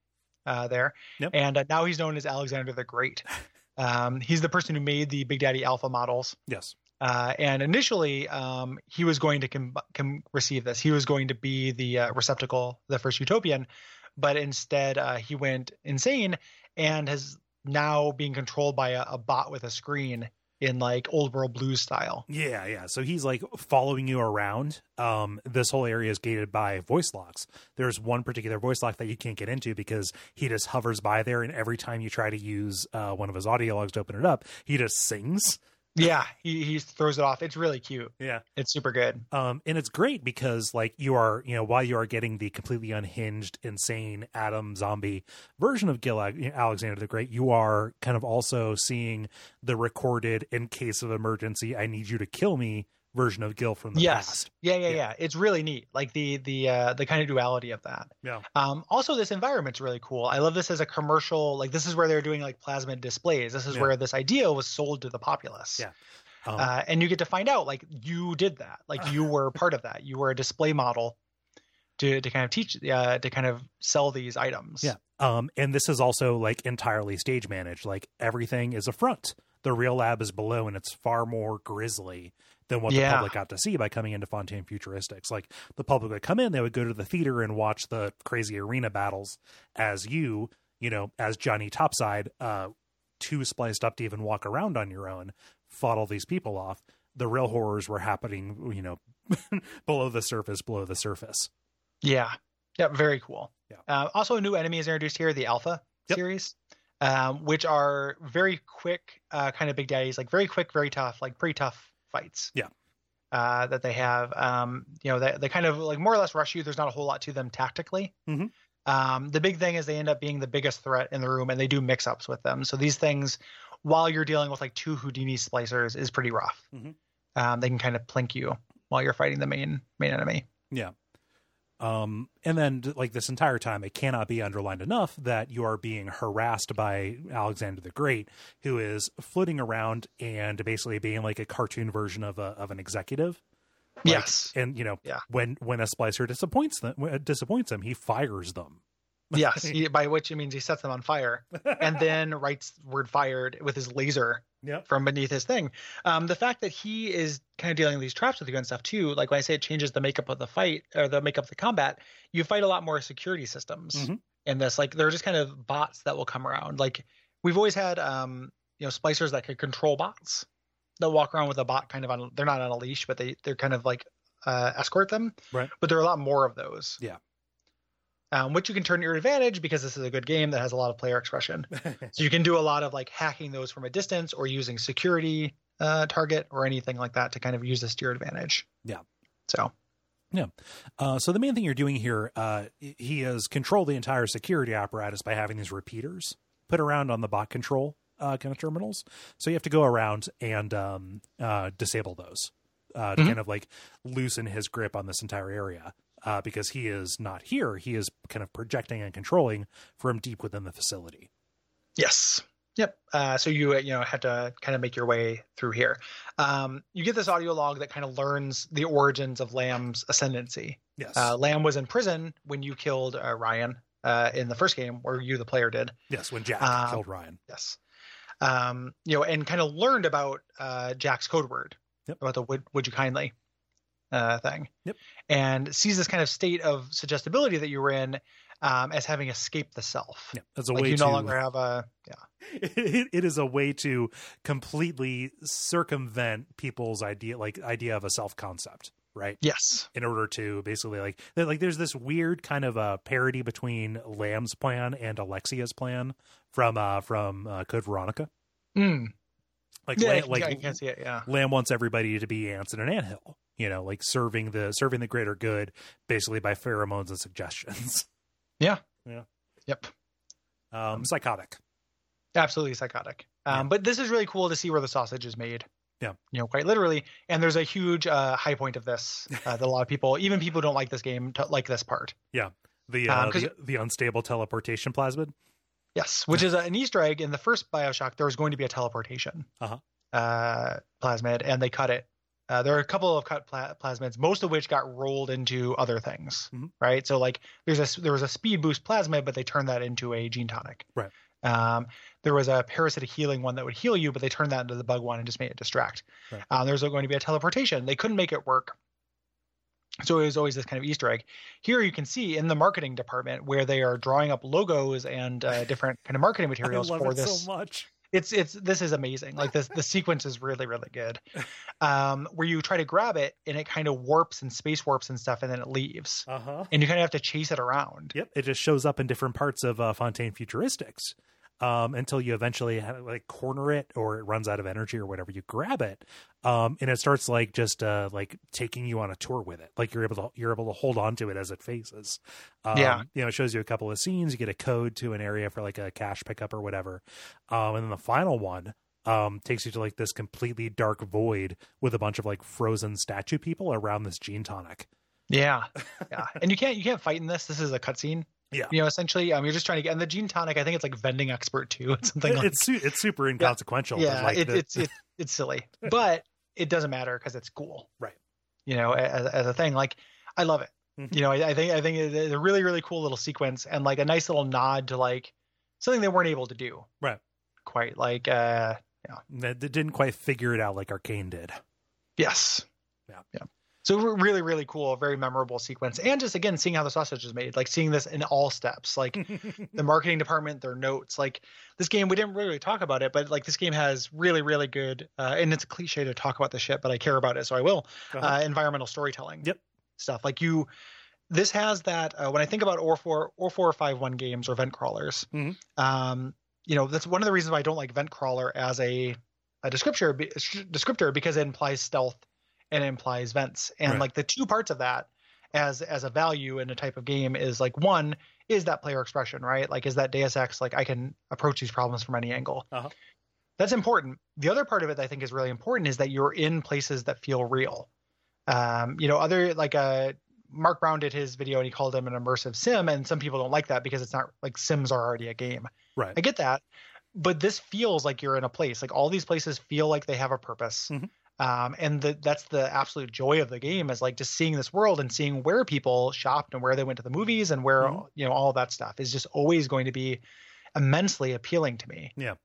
[SPEAKER 3] uh, there,
[SPEAKER 1] Yep.
[SPEAKER 3] and uh, now he's known as Alexander the Great. Um, he's the person who made the Big Daddy Alpha models.
[SPEAKER 1] Yes.
[SPEAKER 3] Uh, and initially, um, he was going to com- com- receive this. He was going to be the uh, receptacle, the first utopian, but instead uh, he went insane and has now being controlled by a, a bot with a screen in like old world blues style.
[SPEAKER 1] Yeah, yeah. So he's like following you around. Um, this whole area is gated by voice locks. There's one particular voice lock that you can't get into because he just hovers by there, and every time you try to use uh, one of his audio logs to open it up, he just sings.
[SPEAKER 3] Yeah, he, he throws it off. It's really cute.
[SPEAKER 1] Yeah.
[SPEAKER 3] It's super good.
[SPEAKER 1] Um, and it's great because like you are, you know, while you are getting the completely unhinged, insane Adam zombie version of Gil Alexander the Great, you are kind of also seeing the recorded in case of emergency, I need you to kill me version of Gil from the
[SPEAKER 3] Yes.
[SPEAKER 1] past.
[SPEAKER 3] Yeah, yeah,
[SPEAKER 1] Yeah.
[SPEAKER 3] yeah, It's really neat. Like the the uh, the kind of duality of that.
[SPEAKER 1] Yeah.
[SPEAKER 3] Um, also, this environment's really cool. I love this as a commercial. Like this is where they're doing like plasma displays. This is
[SPEAKER 1] Yeah.
[SPEAKER 3] where this idea was sold to the populace.
[SPEAKER 1] Yeah. Um,
[SPEAKER 3] Uh, and you get to find out like you did that. Like you were part of that. You were a display model to to kind of teach uh, to kind of sell these items.
[SPEAKER 1] Yeah. Um, and this is also like entirely stage managed. Like everything is a front. The real lab is below, and it's far more grisly than what
[SPEAKER 3] Yeah.
[SPEAKER 1] the public got to see by coming into Fontaine Futuristics. Like the public would come in, they would go to the theater and watch the crazy arena battles as you, you know, as Johnny Topside, uh, too spliced up to even walk around on your own, fought all these people off. The real horrors were happening, you know, below the surface, below the surface.
[SPEAKER 3] Yeah. Yeah. Very cool.
[SPEAKER 1] Yeah.
[SPEAKER 3] Uh, also, a new enemy is introduced here, the Alpha
[SPEAKER 1] Yep.
[SPEAKER 3] series, um, which are very quick, uh, kind of big daddies, like very quick, very tough, like pretty tough fights.
[SPEAKER 1] Yeah.
[SPEAKER 3] Uh, that they have, um, you know, they, they kind of like more or less rush you. There's not a whole lot to them tactically.
[SPEAKER 1] Mhm.
[SPEAKER 3] Um, the big thing is they end up being the biggest threat in the room, and they do mix ups with them. So these things, while you're dealing with like two Houdini splicers, is pretty rough.
[SPEAKER 1] Mhm.
[SPEAKER 3] Um, they can kind of plink you while you're fighting the main main enemy.
[SPEAKER 1] Um, and then, d- like this entire time, it cannot be underlined enough that you are being harassed by Alexander the Great, who is floating around and basically being like a cartoon version of a, of an executive. Like,
[SPEAKER 3] yes.
[SPEAKER 1] And you know,
[SPEAKER 3] Yeah.
[SPEAKER 1] when when a splicer disappoints them, when it disappoints him, he fires them.
[SPEAKER 3] Yes, he, by which it means he sets them on fire and then writes the word fired with his laser
[SPEAKER 1] Yep.
[SPEAKER 3] from beneath his thing. Um, the fact that he is kind of dealing with these traps with you and stuff too, like when I say it changes the makeup of the fight or the makeup of the combat, you fight a lot more security systems
[SPEAKER 1] Mhm.
[SPEAKER 3] in this. Like they're just kind of bots that will come around. Like we've always had, um, you know, splicers that could control bots that walk around with a bot kind of on, they're not on a leash, but they, they're kind of like uh, escort them.
[SPEAKER 1] Right.
[SPEAKER 3] But there are a lot more of those um, which you can turn to your advantage because this is a good game that has a lot of player expression. so you can do a lot of like hacking those from a distance or using security uh, target or anything like that to kind of use this to your advantage.
[SPEAKER 1] Yeah.
[SPEAKER 3] So
[SPEAKER 1] Uh, so the main thing you're doing here, uh, he has controlled the entire security apparatus by having these repeaters put around on the bot control uh, kind of terminals. So you have to go around and um, uh, disable those uh, to
[SPEAKER 3] Mhm.
[SPEAKER 1] kind of like loosen his grip on this entire area uh, because he is not here. He is kind of projecting and controlling from deep within the facility.
[SPEAKER 3] yes. Yep. Uh, so you uh, you know had to kind of make your way through here. Um, you get this audio log that kind of learns the origins of Lamb's ascendancy.
[SPEAKER 1] Yes.
[SPEAKER 3] Uh, Lamb was in prison when you killed uh, Ryan uh, in the first game, or you the player did.
[SPEAKER 1] yes. When Jack
[SPEAKER 3] uh,
[SPEAKER 1] killed Ryan.
[SPEAKER 3] Yes. Um, you know, and kind of learned about uh, Jack's code word,
[SPEAKER 1] Yep.
[SPEAKER 3] about the would, would you kindly uh, thing.
[SPEAKER 1] Yep.
[SPEAKER 3] And sees this kind of state of suggestibility that you were in um, as having escaped the self.
[SPEAKER 1] Yeah, as a
[SPEAKER 3] Like
[SPEAKER 1] way
[SPEAKER 3] you
[SPEAKER 1] to
[SPEAKER 3] no longer have a yeah.
[SPEAKER 1] it, it is a way to completely circumvent people's idea like idea of a self concept right
[SPEAKER 3] Yes.
[SPEAKER 1] in order to basically like they're like there's this weird kind of a parody between lamb's plan and alexia's plan from uh from uh, code veronica
[SPEAKER 3] Mm.
[SPEAKER 1] like
[SPEAKER 3] Yeah,
[SPEAKER 1] La-
[SPEAKER 3] I can-
[SPEAKER 1] like
[SPEAKER 3] I can see it. Yeah.
[SPEAKER 1] lamb wants everybody to be ants in an anthill you know like serving the serving the greater good basically by pheromones and suggestions
[SPEAKER 3] Yep.
[SPEAKER 1] um psychotic
[SPEAKER 3] Absolutely psychotic. Um,
[SPEAKER 1] Yeah.
[SPEAKER 3] But this is really cool to see where the sausage is made.
[SPEAKER 1] Yeah.
[SPEAKER 3] You know, quite literally. And there's a huge uh, high point of this uh, that a lot of people, even people who don't like this game, t- like this part.
[SPEAKER 1] the uh,
[SPEAKER 3] Um, 'cause-
[SPEAKER 1] the, the unstable teleportation plasmid
[SPEAKER 3] Yes, which is an Easter egg in the first Bioshock. There was going to be a teleportation
[SPEAKER 1] Uh-huh.
[SPEAKER 3] uh, plasmid, and they cut it. Uh, there are a couple of cut pla- plasmids, most of which got rolled into other things,
[SPEAKER 1] Mhm.
[SPEAKER 3] right? So like there's a s- there was a speed boost plasmid, but they turned that into a gene tonic.
[SPEAKER 1] Right.
[SPEAKER 3] Um, there was a parasitic healing one that would heal you, but they turned that into the bug one and just made it distract.
[SPEAKER 1] Right.
[SPEAKER 3] Um, there's going to be a teleportation. They couldn't make it work. So it was always this kind of Easter egg here you can see in the marketing department where they are drawing up logos and uh, different kind of marketing
[SPEAKER 1] i
[SPEAKER 3] materials
[SPEAKER 1] love
[SPEAKER 3] for
[SPEAKER 1] it
[SPEAKER 3] this
[SPEAKER 1] so much
[SPEAKER 3] it's it's this is amazing like this the sequence is really really good um where you try to grab it and it kind of warps and space warps and stuff and then it leaves
[SPEAKER 1] uh-huh
[SPEAKER 3] and you kind of have to chase it around
[SPEAKER 1] Yep, it just shows up in different parts of uh, Fontaine Futuristics um, until you eventually ha like corner it or it runs out of energy or whatever. You grab it, um, and it starts like just uh, like taking you on a tour with it. Like you're able to you're able to hold on to it as it phases. Um,
[SPEAKER 3] Yeah.
[SPEAKER 1] you know, it shows you a couple of scenes. You get a code to an area for like a cash pickup or whatever, um, and then the final one um takes you to like this completely dark void with a bunch of like frozen statue people around this gene tonic
[SPEAKER 3] yeah yeah and you can't you can't fight in this this is a cutscene
[SPEAKER 1] Yeah.
[SPEAKER 3] you know essentially um you're just trying to get and the gene tonic i think it's like vending expert too it's something like
[SPEAKER 1] it's su- it's super inconsequential but,
[SPEAKER 3] yeah
[SPEAKER 1] like,
[SPEAKER 3] it,
[SPEAKER 1] the-
[SPEAKER 3] it's it, it's silly but it doesn't matter because it's cool
[SPEAKER 1] Right.
[SPEAKER 3] you know as, as a thing like i love it
[SPEAKER 1] Mhm.
[SPEAKER 3] you know I, I think i think it's a really really cool little sequence and like a nice little nod to like something they weren't able to do
[SPEAKER 1] Right.
[SPEAKER 3] quite like uh
[SPEAKER 1] That that didn't quite figure it out like Arcane did.
[SPEAKER 3] Yes.
[SPEAKER 1] Yeah.
[SPEAKER 3] Yeah. So re- really, really cool, very memorable sequence, and just again seeing how the sausage is made, like seeing this in all steps, like the marketing department, their notes, like this game. We didn't really talk about it, but like this game has really, really good, uh, and it's a cliche to talk about this shit, but I care about it, so I will.
[SPEAKER 1] Uh-huh.
[SPEAKER 3] Uh, environmental storytelling.
[SPEAKER 1] Yep.
[SPEAKER 3] Stuff like you. This has that uh, when I think about or four or four or five one games or vent crawlers.
[SPEAKER 1] Mhm.
[SPEAKER 3] Um, you know that's one of the reasons why I don't like vent crawler as a a descriptor be- descriptor because it implies stealth and it implies vents and
[SPEAKER 1] Right.
[SPEAKER 3] like the two parts of that as as a value in a type of game is like one is that player expression right like is that deus ex like i can approach these problems from any angle
[SPEAKER 1] Uh-huh.
[SPEAKER 3] that's important the other part of it that i think is really important is that you're in places that feel real um you know other like uh mark brown did his video and he called them an immersive sim and some people don't like that because it's not like sims are already a game
[SPEAKER 1] Right.
[SPEAKER 3] I get that, but this feels like you're in a place. Like all these places feel like they have a purpose,
[SPEAKER 1] Mhm.
[SPEAKER 3] um, and the, that's the absolute joy of the game is like just seeing this world and seeing where people shopped and where they went to the movies and where
[SPEAKER 1] Mhm.
[SPEAKER 3] you know all that stuff is just always going to be immensely appealing to me.
[SPEAKER 1] Hoo-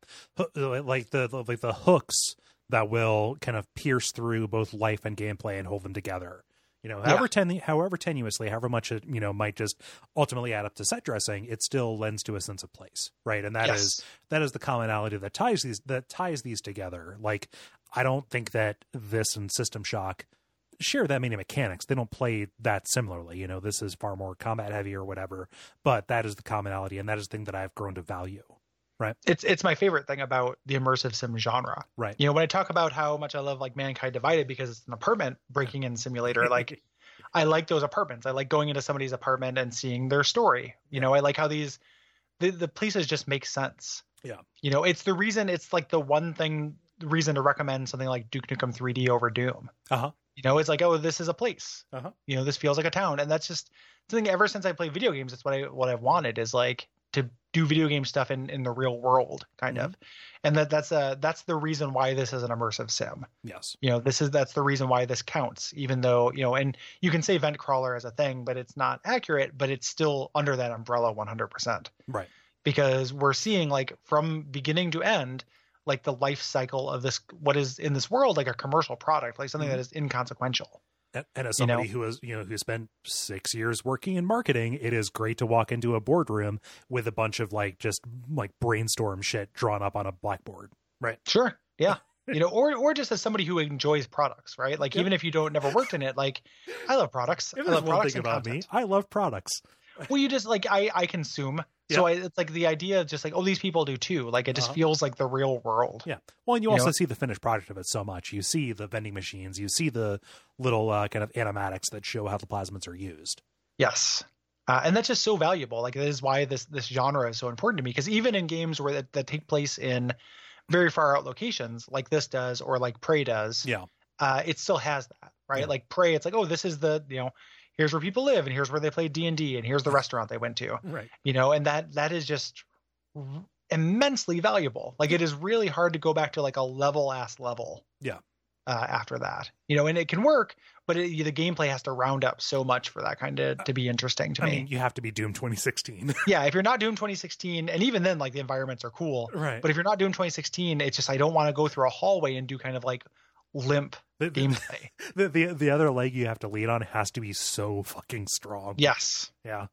[SPEAKER 1] uh, like the the- like the hooks that will kind of pierce through both life and gameplay and hold them together. You know,
[SPEAKER 3] Yeah.
[SPEAKER 1] however ten, however tenuously, however much it you know might just ultimately add up to set dressing, it still lends to a sense of place, right? And that is
[SPEAKER 3] Yes.
[SPEAKER 1] that is the commonality that ties these that ties these together. Like, I don't think that this and System Shock share that many mechanics. They don't play that similarly. You know, this is far more combat heavy or whatever. But that is the commonality, and that is the thing that I've grown to value.
[SPEAKER 3] it's it's my favorite thing about the immersive sim genre.
[SPEAKER 1] Right.
[SPEAKER 3] You know, when I talk about how much I love like Mankind Divided because it's an apartment breaking in simulator, like I like those apartments. I like going into somebody's apartment and seeing their story. You know, I like how these the, the places just make sense.
[SPEAKER 1] Yeah.
[SPEAKER 3] You know, it's the reason it's like the one thing the reason to recommend something like Duke Nukem 3D over Doom.
[SPEAKER 1] Uh-huh.
[SPEAKER 3] You know, it's like, oh, this is a place.
[SPEAKER 1] Uh-huh.
[SPEAKER 3] You know, this feels like a town. And that's just something ever since I play video games, it's what I what I've wanted is like to do video game stuff in in the real world, kind of. And that that's uh that's the reason why this is an immersive sim.
[SPEAKER 1] Yes.
[SPEAKER 3] You know, this is that's the reason why this counts, even though, you know, and you can say vent crawler as a thing, but it's not accurate, but it's still under that umbrella one hundred percent
[SPEAKER 1] Right.
[SPEAKER 3] because we're seeing like from beginning to end like the life cycle of this what is in this world like a commercial product like something that is inconsequential
[SPEAKER 1] And, and as
[SPEAKER 3] You know?
[SPEAKER 1] somebody who has you know who spent six years working in marketing, it is great to walk into a boardroom with a bunch of like just like brainstorm shit drawn up on a blackboard.
[SPEAKER 3] sure yeah you know or or just as somebody who enjoys products right like
[SPEAKER 1] Yep.
[SPEAKER 3] even if you don't never worked in it like i love products
[SPEAKER 1] If
[SPEAKER 3] i
[SPEAKER 1] there's
[SPEAKER 3] love
[SPEAKER 1] one
[SPEAKER 3] products
[SPEAKER 1] thing
[SPEAKER 3] and
[SPEAKER 1] about
[SPEAKER 3] content.
[SPEAKER 1] me, I love products.
[SPEAKER 3] well you just like i i consume so I, it's like the idea of just like oh these people do too like it just
[SPEAKER 1] Uh-huh.
[SPEAKER 3] feels like the real world
[SPEAKER 1] Yeah. Well, and you,
[SPEAKER 3] You know?
[SPEAKER 1] also see the finished product of it so much. You see the vending machines. You see the little uh, kind of animatics that show how the plasmids are used.
[SPEAKER 3] Yes. Uh, and that's just so valuable. Like that is why this this genre is so important to me. Because even in games where that, that take place in very far out locations, like this does, or like Prey does,
[SPEAKER 1] Yeah.
[SPEAKER 3] uh, it still has that, right?
[SPEAKER 1] Yeah.
[SPEAKER 3] Like Prey, it's like, oh, this is the you know, here's where people live, and here's where they play D and D, and here's the restaurant they went to,
[SPEAKER 1] Right.
[SPEAKER 3] you know, and that that is just immensely valuable. Like it is really hard to go back to like a level ass level.
[SPEAKER 1] Yeah.
[SPEAKER 3] Uh, after that, you know, and it can work, but it, the gameplay has to round up so much for that kind of to be interesting to
[SPEAKER 1] Uh, I
[SPEAKER 3] me
[SPEAKER 1] mean, you have to be Doom 2016.
[SPEAKER 3] yeah, if you're not doing 2016, and even then, like the environments are cool.
[SPEAKER 1] right.
[SPEAKER 3] But if you're not doing 2016, it's just I don't want to go through a hallway and do kind of like limp
[SPEAKER 1] the, the,
[SPEAKER 3] gameplay.
[SPEAKER 1] the, the, the other leg you have to lean on has to be so fucking strong.
[SPEAKER 3] yes,
[SPEAKER 1] Yeah.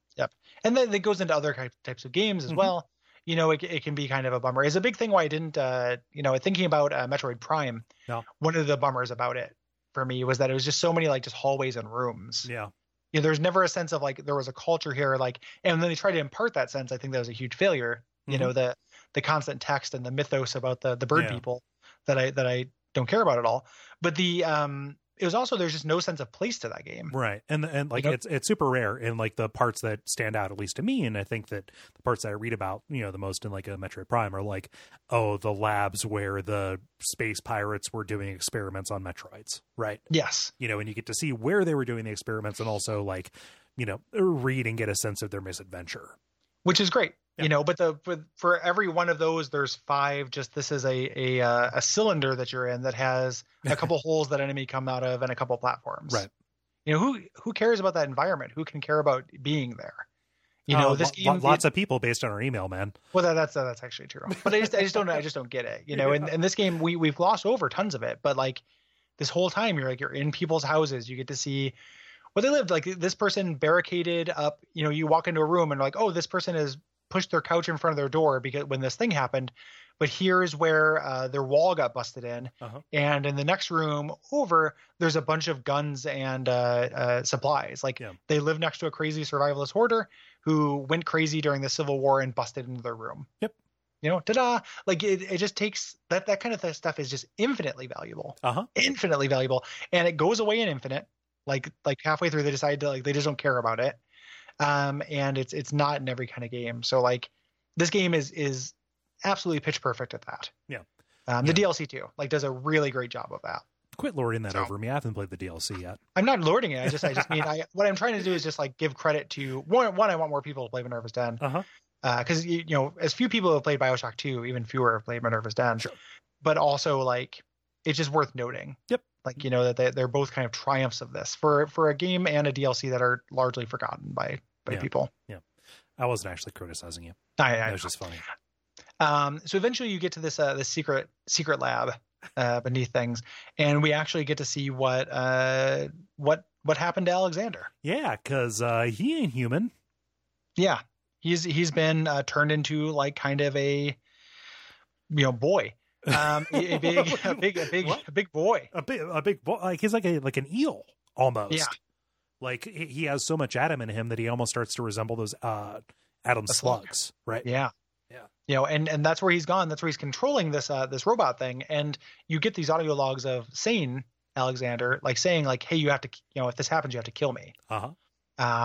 [SPEAKER 3] and then that goes into other ki- types of games as
[SPEAKER 1] Mhm.
[SPEAKER 3] well. You know, it, it can be kind of a bummer. It's a big thing why I didn't. Uh, you know, thinking about uh, Metroid Prime,
[SPEAKER 1] Yeah.
[SPEAKER 3] one of the bummers about it for me was that it was just so many like just hallways and rooms.
[SPEAKER 1] Yeah.
[SPEAKER 3] you know, there's never a sense of like there was a culture here, like, and then they try to impart that sense. I think that was a huge failure. You know, the the constant text and the mythos about the the bird
[SPEAKER 1] Mm-hmm. Yeah.
[SPEAKER 3] people that I that I don't care about at all. But the um, it was also there's just no sense of place to that game.
[SPEAKER 1] Right. And and like
[SPEAKER 3] know?
[SPEAKER 1] it's it's super rare in like the parts that stand out at least to me and I think that the parts that I read about, you know, the most in like a Metroid Prime are like oh, the labs where the space pirates were doing experiments on Metroids, right?
[SPEAKER 3] Yes,
[SPEAKER 1] You know, and you get to see where they were doing the experiments and also like, you know, read and get a sense of their misadventure.
[SPEAKER 3] which is great.
[SPEAKER 1] Yeah.
[SPEAKER 3] You know, but the for, for every one of those, there's five. Just this is a a uh, a cylinder that you're in that has a couple holes that enemy come out of and a couple platforms.
[SPEAKER 1] Right.
[SPEAKER 3] You know who who cares about that environment? Who can care about being there? You know,
[SPEAKER 1] Oh,
[SPEAKER 3] this
[SPEAKER 1] lo- lo-
[SPEAKER 3] game
[SPEAKER 1] lots of people based on our email, man.
[SPEAKER 3] Well, that, that's that's actually true. But I just I just don't I just don't get it. You know, and, and this game we we've glossed over tons of it, but like this whole time you're like you're in people's houses, you get to see where they lived. Like this person barricaded up. You know, you walk into a room and like, oh, this person has pushed their couch in front of their door because when this thing happened. But here's where uh, their wall got busted in,
[SPEAKER 1] Uh-huh.
[SPEAKER 3] and in the next room over, there's a bunch of guns and uh, uh, supplies. Like
[SPEAKER 1] Yeah.
[SPEAKER 3] they live next to a crazy survivalist hoarder, who went crazy during the Civil War and busted into their room.
[SPEAKER 1] Yep.
[SPEAKER 3] You know, ta-da! Like it, it just takes that that kind of th- stuff is just infinitely valuable,
[SPEAKER 1] Uh huh.
[SPEAKER 3] infinitely valuable, and it goes away in infinite. Like like halfway through, they decide to like they just don't care about it, um, and it's it's not in every kind of game. So like this game is is absolutely pitch perfect at that.
[SPEAKER 1] Yeah.
[SPEAKER 3] Um,
[SPEAKER 1] Yeah.
[SPEAKER 3] The DLC too, like, does a really great job of that.
[SPEAKER 1] Quit lording that
[SPEAKER 3] So-
[SPEAKER 1] over me. I haven't played the DLC yet.
[SPEAKER 3] I'm not lording it. I just, I just mean, I what I'm trying to do is just like give credit to one. One, I want more people to play Minerva's Den.
[SPEAKER 1] Uh-huh.
[SPEAKER 3] Because you, you know, as few people have played Bioshock Two, even fewer have played Minerva's Den.
[SPEAKER 1] Sure.
[SPEAKER 3] But also, like, it's just worth noting.
[SPEAKER 1] Yep.
[SPEAKER 3] Like you know that they, they're both kind of triumphs of this for for a game and a DLC that are largely forgotten by by
[SPEAKER 1] Yeah.
[SPEAKER 3] people.
[SPEAKER 1] I wasn't actually criticizing you.
[SPEAKER 3] I, I
[SPEAKER 1] That was just funny.
[SPEAKER 3] um, so eventually you get to this uh, this secret secret lab uh, beneath things, and we actually get to see what uh, what what happened to Alexander.
[SPEAKER 1] Yeah, because uh, he ain't human.
[SPEAKER 3] Yeah, he's he's been uh, turned into like kind of a you know boy, um, a, a big a big a big
[SPEAKER 1] What?
[SPEAKER 3] a big boy.
[SPEAKER 1] A big, a big, bo- like he's like a like an eel almost.
[SPEAKER 3] Yeah.
[SPEAKER 1] Like he he has so much atom in him that he almost starts to resemble those uh, atom
[SPEAKER 3] A slug.
[SPEAKER 1] slugs, right?
[SPEAKER 3] Yeah.
[SPEAKER 1] Yeah.
[SPEAKER 3] You know, and and that's where he's gone. That's where he's controlling this uh this robot thing. And you get these audio logs of sane Alexander like saying like, "Hey, you have to, you know, if this happens, you have to kill me."
[SPEAKER 1] Uh huh.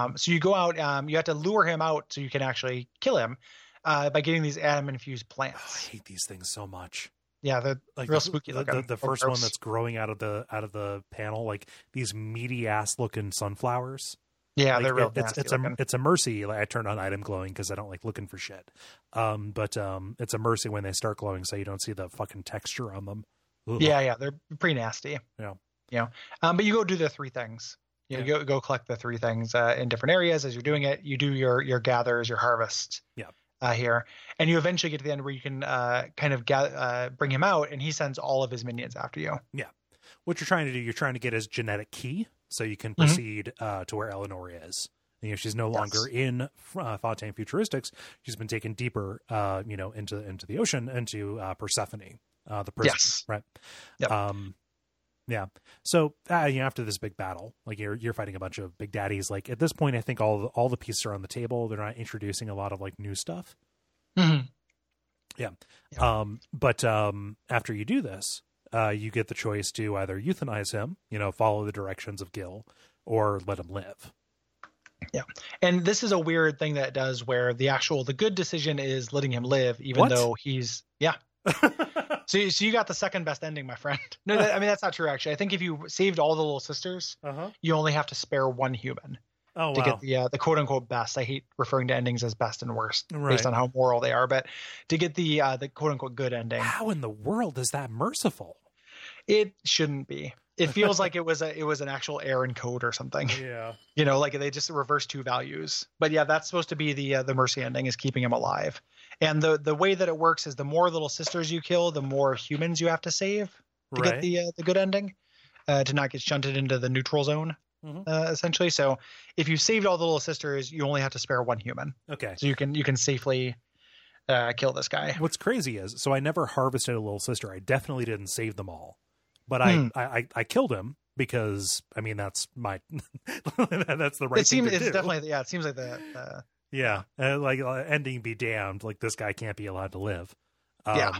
[SPEAKER 3] Um, so you go out, um, you have to lure him out so you can actually kill him uh, by getting these atom infused
[SPEAKER 1] Oh, I
[SPEAKER 3] plants.
[SPEAKER 1] hate these things so much.
[SPEAKER 3] Yeah, the
[SPEAKER 1] Like
[SPEAKER 3] Real
[SPEAKER 1] the-
[SPEAKER 3] spooky
[SPEAKER 1] The,
[SPEAKER 3] looking.
[SPEAKER 1] the, the first
[SPEAKER 3] Or-
[SPEAKER 2] or-
[SPEAKER 1] one that's growing out of the out of the panel, like these meaty ass looking sunflowers.
[SPEAKER 3] yeah,
[SPEAKER 1] Like,
[SPEAKER 3] they're real.
[SPEAKER 1] it- it's
[SPEAKER 3] nasty
[SPEAKER 1] it's a
[SPEAKER 3] looking.
[SPEAKER 1] it's a mercy. Like, I turn on item glowing because I don't like looking for shit. Um, but um, it's a mercy when they start glowing, so you don't see the fucking texture on them. Ugh.
[SPEAKER 3] Yeah, yeah, they're pretty nasty.
[SPEAKER 1] Yeah.
[SPEAKER 3] You know, um, but you go do the three things. You know, go go collect the three things uh, in different areas as you're doing it. You do your your gathers, your harvest.
[SPEAKER 1] Yeah.
[SPEAKER 3] Uh, here, and you eventually get to the end where you can uh, kind of gather, uh, bring him out, and he sends all of his minions after you.
[SPEAKER 1] what you're trying to do, you're trying to get his genetic key so you
[SPEAKER 3] Mm-hmm.
[SPEAKER 1] can proceed uh, to where Eleanor is. You know, she's no longer in uh, Fontaine Futuristics. She's been taken deeper, uh, you know, into into the ocean, into uh, Persephone, uh, the prison,
[SPEAKER 3] Yes.
[SPEAKER 1] right?
[SPEAKER 3] Yep.
[SPEAKER 1] Um, yeah. So uh, you know, after this big battle, like you're you're fighting a bunch of big daddies. Like at this point, I think all the, all the pieces are on the table. They're not introducing a lot of like new stuff.
[SPEAKER 3] Mm-hmm.
[SPEAKER 1] Um, but um, after you do this, uh, you get the choice to either euthanize him, you know, follow the directions of Gil, or let him live.
[SPEAKER 3] And this is a weird thing that it does where the actual the good decision is letting him live, even
[SPEAKER 1] What?
[SPEAKER 3] though he's yeah. so, you- so you got the second best ending, my friend. No, that, I mean that's not true. Actually, I think if you saved all the little sisters,
[SPEAKER 1] Uh-huh.
[SPEAKER 3] you only have to spare one human.
[SPEAKER 1] Oh
[SPEAKER 3] to
[SPEAKER 1] wow.
[SPEAKER 3] get the uh, the quote unquote best. I hate referring to endings as best and worst
[SPEAKER 1] Right.
[SPEAKER 3] based on how moral they are, but to get the uh, the quote unquote good ending,
[SPEAKER 1] How in the world is that merciful?
[SPEAKER 3] it shouldn't be. It feels like it was a it was an actual error in code or something.
[SPEAKER 1] Yeah.
[SPEAKER 3] You know, like they just reverse two values. But yeah, that's supposed to be the uh, the mercy ending is keeping him alive. And the the way that it works is the more little sisters you kill, the more humans you have to save to
[SPEAKER 1] Right.
[SPEAKER 3] get the uh, the good ending, uh, to not get shunted into the neutral zone,
[SPEAKER 1] Mhm.
[SPEAKER 3] uh, essentially. So if you saved all the little sisters, you only have to spare one human,
[SPEAKER 1] okay.
[SPEAKER 3] so you can you can safely uh, kill this guy.
[SPEAKER 1] What's crazy is so I never harvested a little sister. I definitely didn't save them all, but
[SPEAKER 3] Hmm.
[SPEAKER 1] I, I I I killed him because I mean that's my that's the right. thing
[SPEAKER 3] it seems
[SPEAKER 1] to
[SPEAKER 3] it's
[SPEAKER 1] do.
[SPEAKER 3] definitely yeah. It seems like the uh,
[SPEAKER 1] Yeah, uh, like uh, ending be damned. Like this guy can't be allowed to live.
[SPEAKER 3] Yeah.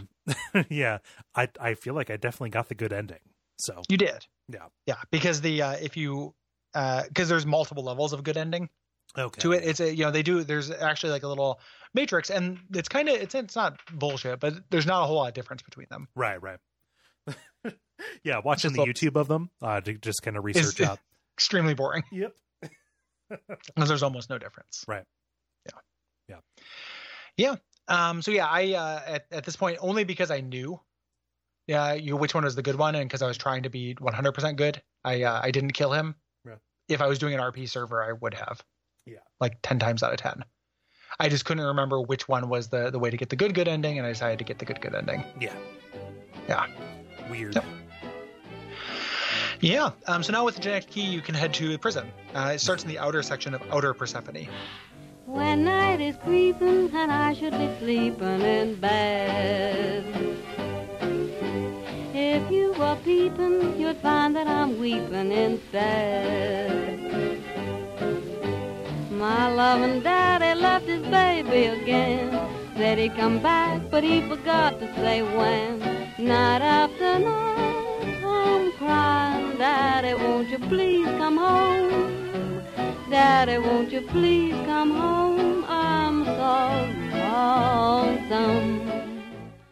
[SPEAKER 1] yeah, yeah. I I feel like I definitely got the good ending. So
[SPEAKER 3] you did.
[SPEAKER 1] Yeah.
[SPEAKER 3] yeah. Because the uh, if you because there's multiple levels of good ending.
[SPEAKER 1] okay,
[SPEAKER 3] to it. It's a you know they do. There's actually like a little matrix, and it's kind of it's it's not bullshit, but there's not a whole lot of difference between them.
[SPEAKER 1] right, right. yeah, watching
[SPEAKER 3] Just
[SPEAKER 1] the
[SPEAKER 3] love-
[SPEAKER 1] YouTube of them uh, to just kind of research up.
[SPEAKER 3] Extremely boring
[SPEAKER 1] Yep.
[SPEAKER 3] because there's almost no difference.
[SPEAKER 1] Right.
[SPEAKER 3] Yeah.
[SPEAKER 1] Yeah.
[SPEAKER 3] Yeah. Yeah. Um. So yeah, I uh, at at this point only because I knew, yeah, you which one was the good one, and because I was trying to be 100% good, I uh, I didn't kill him.
[SPEAKER 1] Yeah.
[SPEAKER 3] If I was doing an RP server, I would have.
[SPEAKER 1] Yeah.
[SPEAKER 3] Like 10 times out of 10. I just couldn't remember which one was the the way to get the good good ending, and I decided to get the good good ending.
[SPEAKER 1] Yeah.
[SPEAKER 3] Yeah.
[SPEAKER 1] Weird.
[SPEAKER 3] Yep. Yeah. Um, so now with the genetic key, you can head to the prison. Uh, it starts in the outer section of Outer Persephone.
[SPEAKER 7] When night is creeping and I should be sleeping in bed. If you were peeping, you'd find that I'm weeping instead. My loving daddy left his baby again. Said he'd come back, but he forgot to say when. Night after night, I'm crying, Daddy, won't you please come home? Daddy, won't you please come home? I'm so lonesome.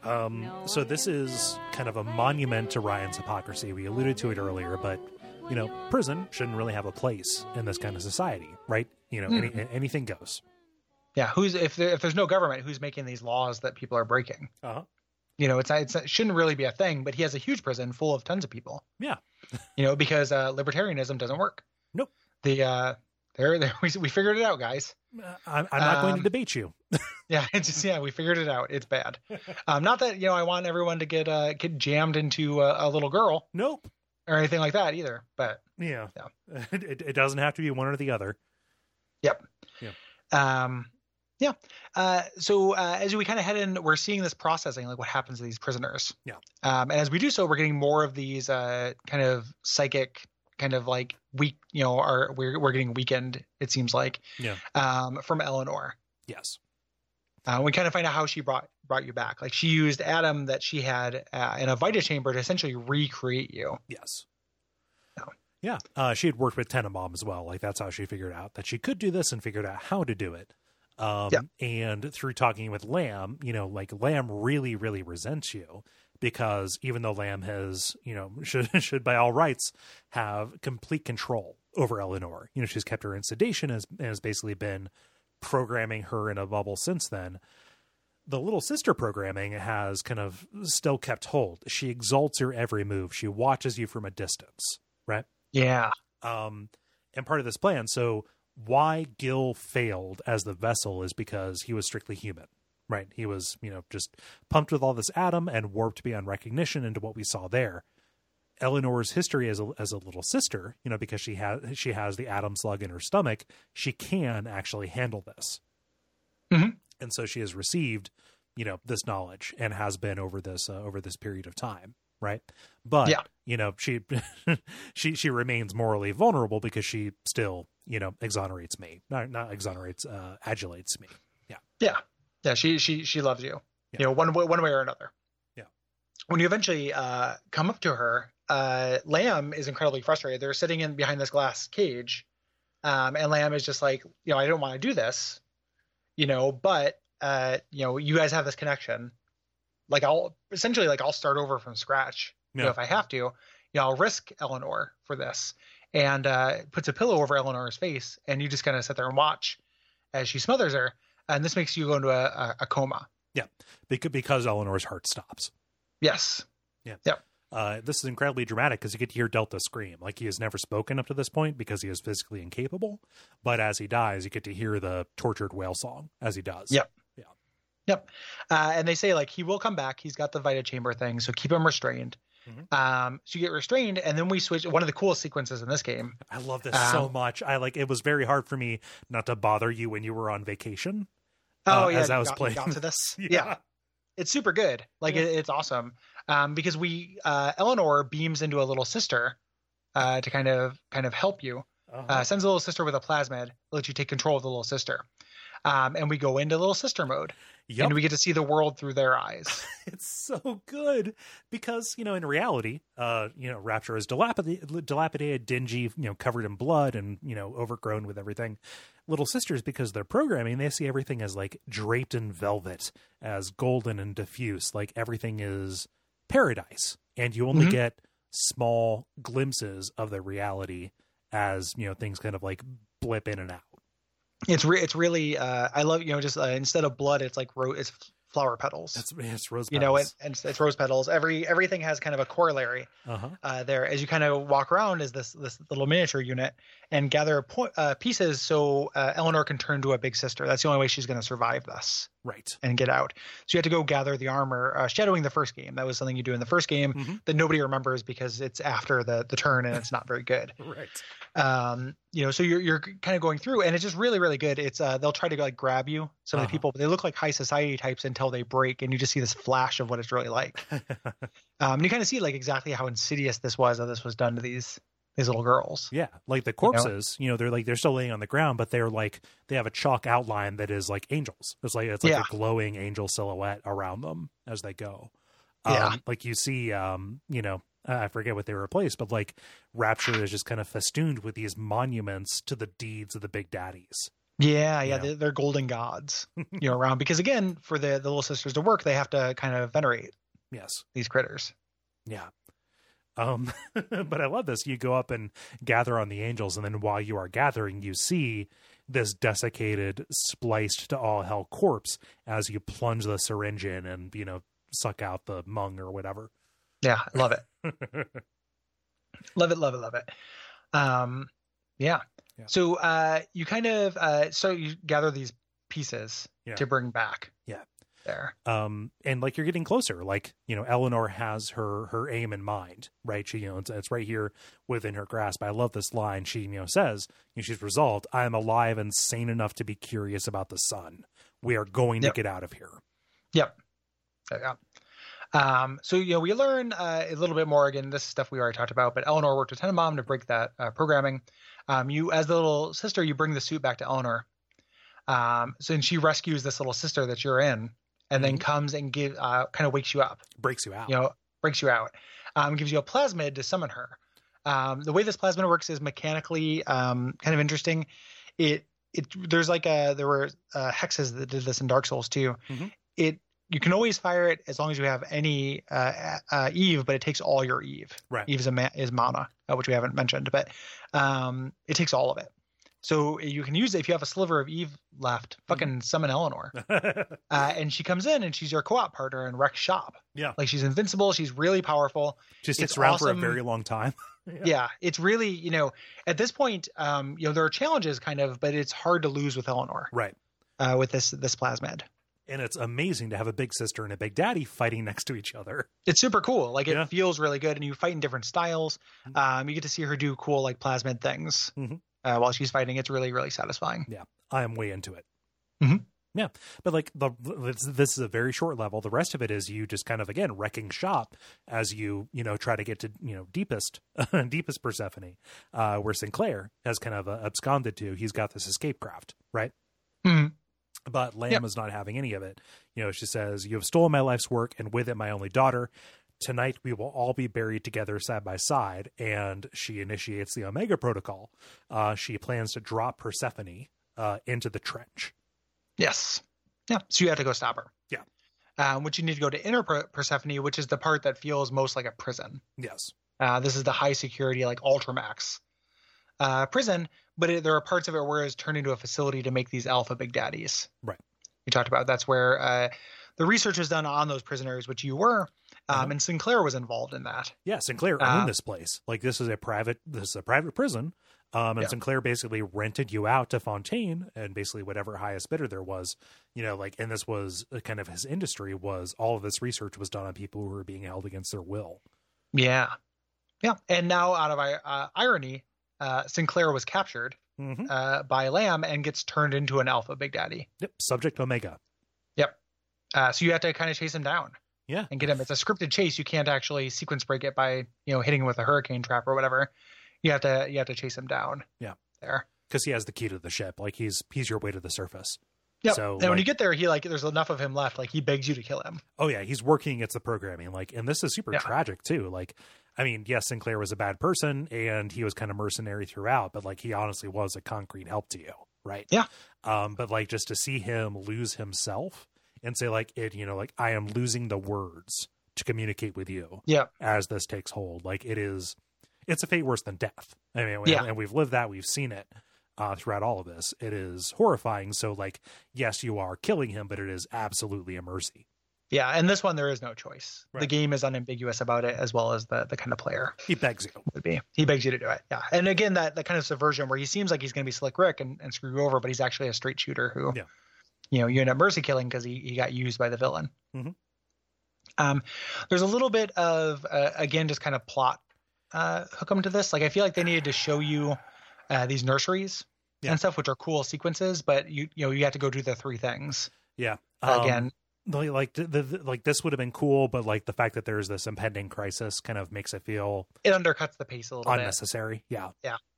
[SPEAKER 1] Um, so this is kind of a monument to Ryan's hypocrisy. We alluded to it earlier, but you know, prison shouldn't really have a place in this kind of society, right? You know, any, anything goes.
[SPEAKER 3] Yeah. Who's if there, if there's no government, who's making these laws that people are breaking?
[SPEAKER 1] Uh-huh.
[SPEAKER 3] You know, it's, it's it shouldn't really be a thing. But he has a huge prison full of tons of people.
[SPEAKER 1] Yeah.
[SPEAKER 3] You know, because uh, libertarianism doesn't work.
[SPEAKER 1] Nope.
[SPEAKER 3] The uh, there, there we, we figured it out, guys.
[SPEAKER 1] I'm, I'm not going to
[SPEAKER 3] Um,
[SPEAKER 1] debate you.
[SPEAKER 3] Yeah, it's just yeah, we figured it out. It's bad. Um, not that you know I want everyone to get uh get jammed into a, a little girl
[SPEAKER 1] Nope.
[SPEAKER 3] or anything like that either. But
[SPEAKER 1] Yeah. It, it doesn't have to be one or the other.
[SPEAKER 3] um, yeah. Uh, so uh, as we kind of head in, we're seeing this processing, like what happens to these prisoners.
[SPEAKER 1] Yeah.
[SPEAKER 3] Um, and as we do so, we're getting more of these uh kind of psychic, kind of like weak, you know, are we're we're getting weakened. It seems like.
[SPEAKER 1] Yeah.
[SPEAKER 3] Um, from Eleanor.
[SPEAKER 1] Yes.
[SPEAKER 3] Uh, we kind of find out how she brought brought you back. Like she used Adam that she had uh, in a Vita chamber to essentially recreate you.
[SPEAKER 1] Yes.
[SPEAKER 3] Oh.
[SPEAKER 1] Yeah. Uh, she had worked with Tenenbaum as well. Like that's how she figured out that she could do this and figured out how to do it. Um,
[SPEAKER 3] Yeah.
[SPEAKER 1] And through talking with Lamb, you know, like Lamb really, really resents you because even though Lamb has, you know, should should by all rights have complete control over Eleanor. You know, she's kept her in sedation as and has basically been programming her in a bubble since then the little sister programming has kind of still kept hold. She exalts your every move. She watches you from a distance, right?
[SPEAKER 3] Yeah.
[SPEAKER 1] Um, and part of this plan. So why Gil failed as the vessel is because he was strictly human, right? He was, you know, just pumped with all this atom and warped beyond recognition into what we saw there. Eleanor's history as a, as a little sister, you know, because she has she has the atom slug in her stomach, she can actually handle this,
[SPEAKER 3] Mhm.
[SPEAKER 1] and so she has received, you know, this knowledge and has been over this uh, over this period of time, right? But
[SPEAKER 3] Yeah.
[SPEAKER 1] you know, she she she remains morally vulnerable because she still, you know, exonerates me, not not exonerates, uh, adulates me.
[SPEAKER 3] Yeah. Yeah. She she she loves you.
[SPEAKER 1] Yeah.
[SPEAKER 3] You know, one way one way or another.
[SPEAKER 1] Yeah.
[SPEAKER 3] When you eventually uh, come up to her, uh, Lamb is incredibly frustrated. They're sitting in behind this glass cage, um, and Lamb is just like, you know, I don't want to do this, you know, but uh, you know, you guys have this connection. Like I'll essentially like I'll start over from scratch. You know,
[SPEAKER 1] Yeah.
[SPEAKER 3] if I have to, you know, I'll risk Eleanor for this. And uh, puts a pillow over Eleanor's face, and you just kind of sit there and watch as she smothers her and this makes you go into a, a, a coma.
[SPEAKER 1] Because, because Eleanor's heart stops.
[SPEAKER 3] Yes.
[SPEAKER 1] Uh, this is incredibly dramatic because you get to hear Delta scream. Like he has never spoken up to this point because he is physically incapable. But as he dies, you get to hear the tortured whale song as he does.
[SPEAKER 3] Yep. Uh, and they say like he will come back. He's got the Vita chamber thing, so keep him restrained.
[SPEAKER 1] Mhm.
[SPEAKER 3] Um, so you get restrained, and then we switch. One of the coolest sequences in this game.
[SPEAKER 1] I love this so
[SPEAKER 3] Um,
[SPEAKER 1] much. I like it was very hard for me not to bother you when you were on vacation.
[SPEAKER 3] Oh
[SPEAKER 1] Uh,
[SPEAKER 3] yeah,
[SPEAKER 1] as I
[SPEAKER 3] you
[SPEAKER 1] was
[SPEAKER 3] got, you
[SPEAKER 1] playing
[SPEAKER 3] got to this. yeah. it's super good. Like
[SPEAKER 1] Yeah.
[SPEAKER 3] it, it's awesome. Um, because we uh, Eleanor beams into a little sister uh, to kind of kind of help you.
[SPEAKER 1] Uh-huh.
[SPEAKER 3] uh, sends a little sister with a plasmid, lets you take control of the little sister. Um, and we go into little sister mode,
[SPEAKER 1] Yep.
[SPEAKER 3] and we get to see the world through their eyes.
[SPEAKER 1] it's so good because you know in reality uh you know rapture is dilapidated, dilapidated dingy you know covered in blood and you know overgrown with everything little sisters because they're programming they see everything as like draped in velvet as golden and diffuse like everything is paradise and you only
[SPEAKER 3] Mhm.
[SPEAKER 1] get small glimpses of the reality as you know things kind of like blip in and out
[SPEAKER 3] it's re- it's really uh, I love you know just uh, instead of blood it's like ro- it's flower petals.
[SPEAKER 1] That's yes, rose.
[SPEAKER 3] you know, and, and it's, it's rose petals. Every everything has kind of a corollary
[SPEAKER 1] uh huh.
[SPEAKER 3] uh, there. As you kind of walk around, is this this little miniature unit and gather po- uh, pieces so uh, Eleanor can turn to a big sister. That's the only way she's going to survive this
[SPEAKER 1] Right.
[SPEAKER 3] and get out. So you had to go gather the armor, uh, shadowing the first game. That was something you do in the first game
[SPEAKER 1] Mhm.
[SPEAKER 3] that nobody remembers because it's after the the turn and it's not very good.
[SPEAKER 1] Right.
[SPEAKER 3] Um, you know, so you're you're kind of going through, and it's just really really good. It's uh, they'll try to like grab you. Some of
[SPEAKER 1] Uh-huh.
[SPEAKER 3] the people, but they look like high society types until they break, and you just see this flash of what it's really like. um, and you kind of see like exactly how insidious this was that this was done to these these little girls.
[SPEAKER 1] Yeah, like the corpses, you know, they're like they're still laying on the ground, but they're like they have a chalk outline that is like angels. It's like it's like
[SPEAKER 3] Yeah.
[SPEAKER 1] a glowing angel silhouette around them as they go.
[SPEAKER 3] Yeah.
[SPEAKER 1] Um, like you see, um, you know, I I forget what they replaced, but like Rapture is just kind of festooned with these monuments to the deeds of the big daddies.
[SPEAKER 3] Yeah, yeah,
[SPEAKER 1] Yeah.
[SPEAKER 3] They're, they're golden gods, you know, around because again, for the the little sisters to work, they have to kind of venerate
[SPEAKER 1] Yes,
[SPEAKER 3] these critters.
[SPEAKER 1] yeah. Um, but I love this. You go up and gather on the angels, and then while you are gathering, you see this desiccated, spliced to all hell corpse as you plunge the syringe in and, you know, suck out the mung or whatever.
[SPEAKER 3] Yeah, I love it. love it, love it, love it. Um, yeah.
[SPEAKER 1] Yeah.
[SPEAKER 3] So uh, you kind of uh, so you gather these pieces
[SPEAKER 1] Yeah.
[SPEAKER 3] to bring back.
[SPEAKER 1] Yeah.
[SPEAKER 3] There.
[SPEAKER 1] um and like you're getting closer like you know eleanor has her her aim in mind right she you know it's, it's right here within her grasp i love this line she you know says you know, she's resolved i am alive and sane enough to be curious about the sun we are going
[SPEAKER 3] Yep.
[SPEAKER 1] to get out of here
[SPEAKER 3] Yeah. Um, so you know we learn uh, a little bit more. Again, this is stuff we already talked about. But Eleanor worked with Tenenbaum to break that uh, programming. Um, you, as the little sister, you bring the suit back to Eleanor. Um, so and she rescues this little sister that you're in, and
[SPEAKER 1] Mm-hmm.
[SPEAKER 3] then comes and give uh, kind of wakes you up.
[SPEAKER 1] breaks you out
[SPEAKER 3] you know, breaks you out, um, gives you a plasmid to summon her. Um, the way this plasmid works is mechanically um, kind of interesting. It it there's like a there were uh, hexes that did this in Dark Souls too.
[SPEAKER 1] Mhm.
[SPEAKER 3] It you can always fire it as long as you have any uh, uh, Eve, but it takes all your Eve.
[SPEAKER 1] Right.
[SPEAKER 3] Eve is a ma- is mana, uh, which we haven't mentioned, but um, it takes all of it. So you can use it if you have a sliver of Eve left. Fucking summon Eleanor uh, and she comes in and she's your co-op partner in Rex shop.
[SPEAKER 1] Yeah.
[SPEAKER 3] like she's invincible. She's really powerful.
[SPEAKER 1] she sticks
[SPEAKER 3] It's
[SPEAKER 1] around for
[SPEAKER 3] awesome.
[SPEAKER 1] a very long time
[SPEAKER 3] Yeah. it's really you know at this point, um, you know there are challenges kind of, but it's hard to lose with Eleanor
[SPEAKER 1] right
[SPEAKER 3] uh, with this this plasmid.
[SPEAKER 1] and it's amazing to have a big sister and a big daddy fighting next to each other
[SPEAKER 3] It's super cool. Like it
[SPEAKER 1] Yeah. Mm-hmm.
[SPEAKER 3] feels really good, and you fight in different styles. Um, you get to see her do cool like plasmid things
[SPEAKER 1] Mhm.
[SPEAKER 3] uh, while she's fighting. It's really really satisfying.
[SPEAKER 1] I am way into it.
[SPEAKER 3] Mhm.
[SPEAKER 1] Yeah, but like the this, this is a very short level. The rest of it is you just kind of again wrecking shop as you you know try to get to you know deepest deepest Persephone, uh, where Sinclair has kind of uh, absconded to. He's got this escape craft, right?
[SPEAKER 3] Mhm.
[SPEAKER 1] But Lamb
[SPEAKER 3] Yep.
[SPEAKER 1] is not having any of it. You know, she says, "You have stolen my life's work, and with it my only daughter. Tonight we will all be buried together side by side." And she initiates the Omega Protocol. Uh, she plans to drop Persephone uh, into the trench.
[SPEAKER 3] Yes. Yeah. So you have to go stop her.
[SPEAKER 1] Yeah.
[SPEAKER 3] Um, which you need to go to inner Per- Persephone, which is the part that feels most like a prison.
[SPEAKER 1] Yes.
[SPEAKER 3] Uh, this is the high security, like Ultramax uh, prison, but it, there are parts of it where it's turned into a facility to make these alpha big daddies.
[SPEAKER 1] Right.
[SPEAKER 3] You talked about that's where uh, the research was done on those prisoners, which you were, um,
[SPEAKER 1] Mhm.
[SPEAKER 3] and Sinclair was involved in that.
[SPEAKER 1] Yeah, Sinclair
[SPEAKER 3] Uh,
[SPEAKER 1] owned this place. Like this is a private this is a private prison. Um and
[SPEAKER 3] Yeah.
[SPEAKER 1] Sinclair basically rented you out to Fontaine and basically whatever highest bidder there was, you know, like and this was uh, kind of his industry was all of this research was done on people who were being held against their will.
[SPEAKER 3] Yeah. Yeah. And now, out of ir- uh, irony, uh, Sinclair was captured
[SPEAKER 1] Mm-hmm.
[SPEAKER 3] uh, by Lamb and gets turned into an alpha big daddy.
[SPEAKER 1] Yep. Subject Omega.
[SPEAKER 3] Uh, so you have to kind of chase him down.
[SPEAKER 1] Yeah.
[SPEAKER 3] and get him. It's a scripted chase. You can't actually sequence break it by you know hitting him with a hurricane trap or whatever. You have to you have to chase him down.
[SPEAKER 1] Yeah.
[SPEAKER 3] There.
[SPEAKER 1] Because he has the key to the ship. Like he's he's your way to the surface.
[SPEAKER 3] Yeah.
[SPEAKER 1] So,
[SPEAKER 3] and when you
[SPEAKER 1] like-
[SPEAKER 3] get there, he like there's enough of him left. Like he begs you to kill him.
[SPEAKER 1] Oh yeah, he's working against the programming. Like, and this is super
[SPEAKER 3] Yeah.
[SPEAKER 1] tragic too. Like, I mean, yes, Sinclair was a bad person and he was kind of mercenary throughout, but like he honestly was a concrete help to you, right?
[SPEAKER 3] Yeah.
[SPEAKER 1] Um, but like just to see him lose himself and say like it, you know, like I am losing the words to communicate with you
[SPEAKER 3] Yeah.
[SPEAKER 1] as this takes hold. Like it is, it's a fate worse than death. I mean,
[SPEAKER 3] Yeah.
[SPEAKER 1] and we've lived that, we've seen it. uh, throughout all of this. It is horrifying. So, like, yes, you are killing him, but it is absolutely a mercy.
[SPEAKER 3] Yeah, and this one there is no choice. The
[SPEAKER 1] Right.
[SPEAKER 3] game is unambiguous about it, as well as the the kind of player
[SPEAKER 1] He begs you.
[SPEAKER 3] would be. He begs you to do it. Yeah, and again that that kind of subversion where he seems like he's going to be slick Rick and, and screw you over, but he's actually a straight shooter who,
[SPEAKER 1] Yeah.
[SPEAKER 3] you know, you end up mercy killing because he he got used by the villain.
[SPEAKER 1] Mhm.
[SPEAKER 3] Um, there's a little bit of uh, again just kind of plot uh, hook 'em to this. Like I feel like they needed to show you uh, these nurseries
[SPEAKER 1] Yeah.
[SPEAKER 3] and stuff, which are cool sequences, but you you know you have to go do the three things
[SPEAKER 1] Yeah. Um,
[SPEAKER 3] again.
[SPEAKER 1] like like, the, the, like this would have been cool, but like the fact that there's this impending crisis kind of makes it feel
[SPEAKER 3] It undercuts the pace a little bit.
[SPEAKER 1] unnecessary. Yeah.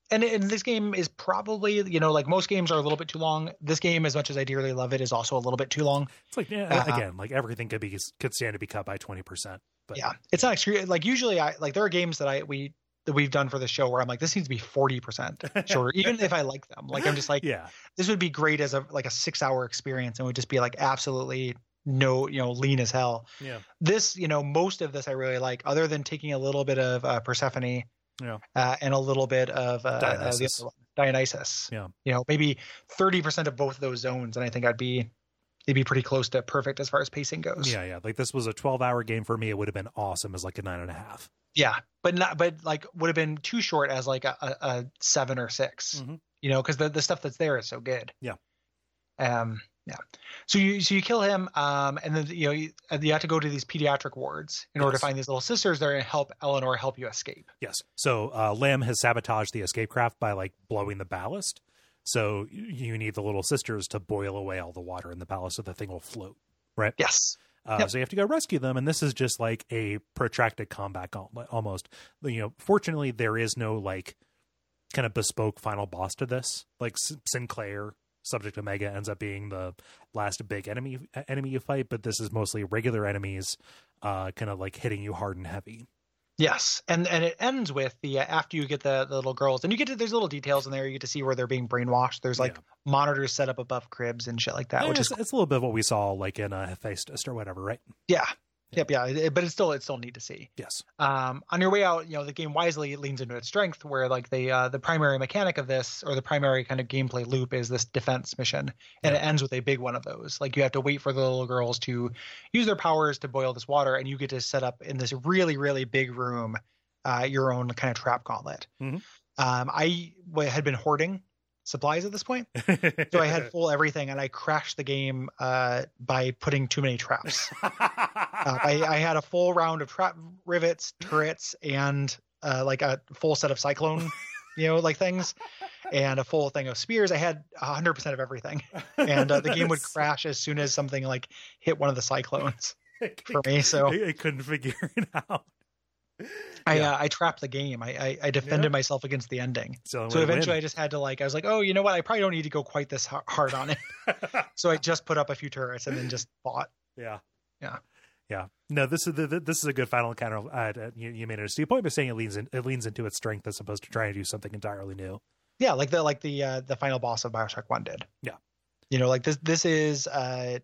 [SPEAKER 3] and, and this game is probably you know like most games are a little bit too long this game as much as i dearly love it is also a little bit too long
[SPEAKER 1] It's like yeah,
[SPEAKER 3] Uh-huh.
[SPEAKER 1] again, like everything could be could stand to be cut by twenty percent. But
[SPEAKER 3] yeah it's not extreme like usually i like there are games that i we that we've done for the show where i'm like this needs to be 40% shorter even if i like them like i'm just like
[SPEAKER 1] yeah,
[SPEAKER 3] this would be great as a like a six hour experience and would just be like absolutely no you know lean as hell
[SPEAKER 1] Yeah.
[SPEAKER 3] this you know most of this i really like other than taking a little bit of uh, persephone
[SPEAKER 1] Yeah.
[SPEAKER 3] uh, and a little bit of uh, uh, the
[SPEAKER 1] Dionysus.
[SPEAKER 3] other one, dionysus
[SPEAKER 1] Yeah.
[SPEAKER 3] you know maybe 30% of both those zones and i think i'd be it'd be pretty close to perfect as far as pacing goes
[SPEAKER 1] yeah, yeah. Like this was a twelve-hour game for me. It would have been awesome as like a nine and a half.
[SPEAKER 3] yeah but not but like would have been too short as like a, a, a seven or 6
[SPEAKER 1] Mhm.
[SPEAKER 3] you know because the, the stuff that's there is so good
[SPEAKER 1] Yeah.
[SPEAKER 3] um yeah so you so you kill him um and then you know you, and you have to go to these pediatric wards in order
[SPEAKER 1] Yes.
[SPEAKER 3] to find these little sisters that are going to help eleanor help you escape
[SPEAKER 1] Yes. So uh, Lamb has sabotaged the escape craft by like blowing the ballast. So y- you need the little sisters to boil away all the water in the ballast so the thing will float.
[SPEAKER 3] yes
[SPEAKER 1] Uh,
[SPEAKER 3] Yep.
[SPEAKER 1] So you have to go rescue them, and this is just like a protracted combat gauntlet almost. You know, fortunately there is no like kind of bespoke final boss to this. Like S- Sinclair, Subject Omega, ends up being the last big enemy e-, enemy you fight, but this is mostly regular enemies, uh, kind of like hitting you hard and heavy.
[SPEAKER 3] Yes, and and it ends with the uh, after you get the, the little girls, and you get to there's little details in there. You get to see where they're being brainwashed. There's like monitors set up above cribs and shit like that,
[SPEAKER 1] Yeah,
[SPEAKER 3] which
[SPEAKER 1] it's,
[SPEAKER 3] is
[SPEAKER 1] it's a little bit of what we saw like in uh, Hephaestus or whatever, right?
[SPEAKER 3] yeah, yep, yeah. it- but it's still it's still neat to see.
[SPEAKER 1] Yes.
[SPEAKER 3] Um, on your way out, you know the game wisely leans into its strength, where like the uh, the primary mechanic of this or the primary kind of gameplay loop is this defense mission, and it ends with a big one of those. Like you have to wait for the little girls to use their powers to boil this water, and you get to set up in this really really big room uh, your own kind of trap gauntlet.
[SPEAKER 1] Mhm.
[SPEAKER 3] Um, I w- had been hoarding supplies at this point, so I had full everything, and I crashed the game uh, by putting too many traps. Uh, I, I had a full round of trap rivets, turrets, and uh, like a full set of cyclone, you know, like things, and a full thing of spears. I had 100% of everything, and uh, the game would crash as soon as something like hit one of the cyclones
[SPEAKER 1] It-
[SPEAKER 3] for me. So
[SPEAKER 1] it- it couldn't figure it out.
[SPEAKER 3] I
[SPEAKER 1] yeah.
[SPEAKER 3] uh, I trapped the game. I I, I defended
[SPEAKER 1] Yeah.
[SPEAKER 3] myself against the ending.
[SPEAKER 1] So,
[SPEAKER 3] So eventually, I just had to like I was like, oh, you know what? I probably don't need to go quite this har- hard on it. so I just put up a few turrets and then just fought.
[SPEAKER 1] Yeah.
[SPEAKER 3] Yeah.
[SPEAKER 1] Yeah. No, this is the, the- this is a good final encounter. Uh, you, you made it a point by saying it leans in, it leans into its strength as opposed to trying to do something entirely new.
[SPEAKER 3] Yeah, like the like the uh, the final boss of Bioshock One did.
[SPEAKER 1] Yeah.
[SPEAKER 3] you know, like this this is uh,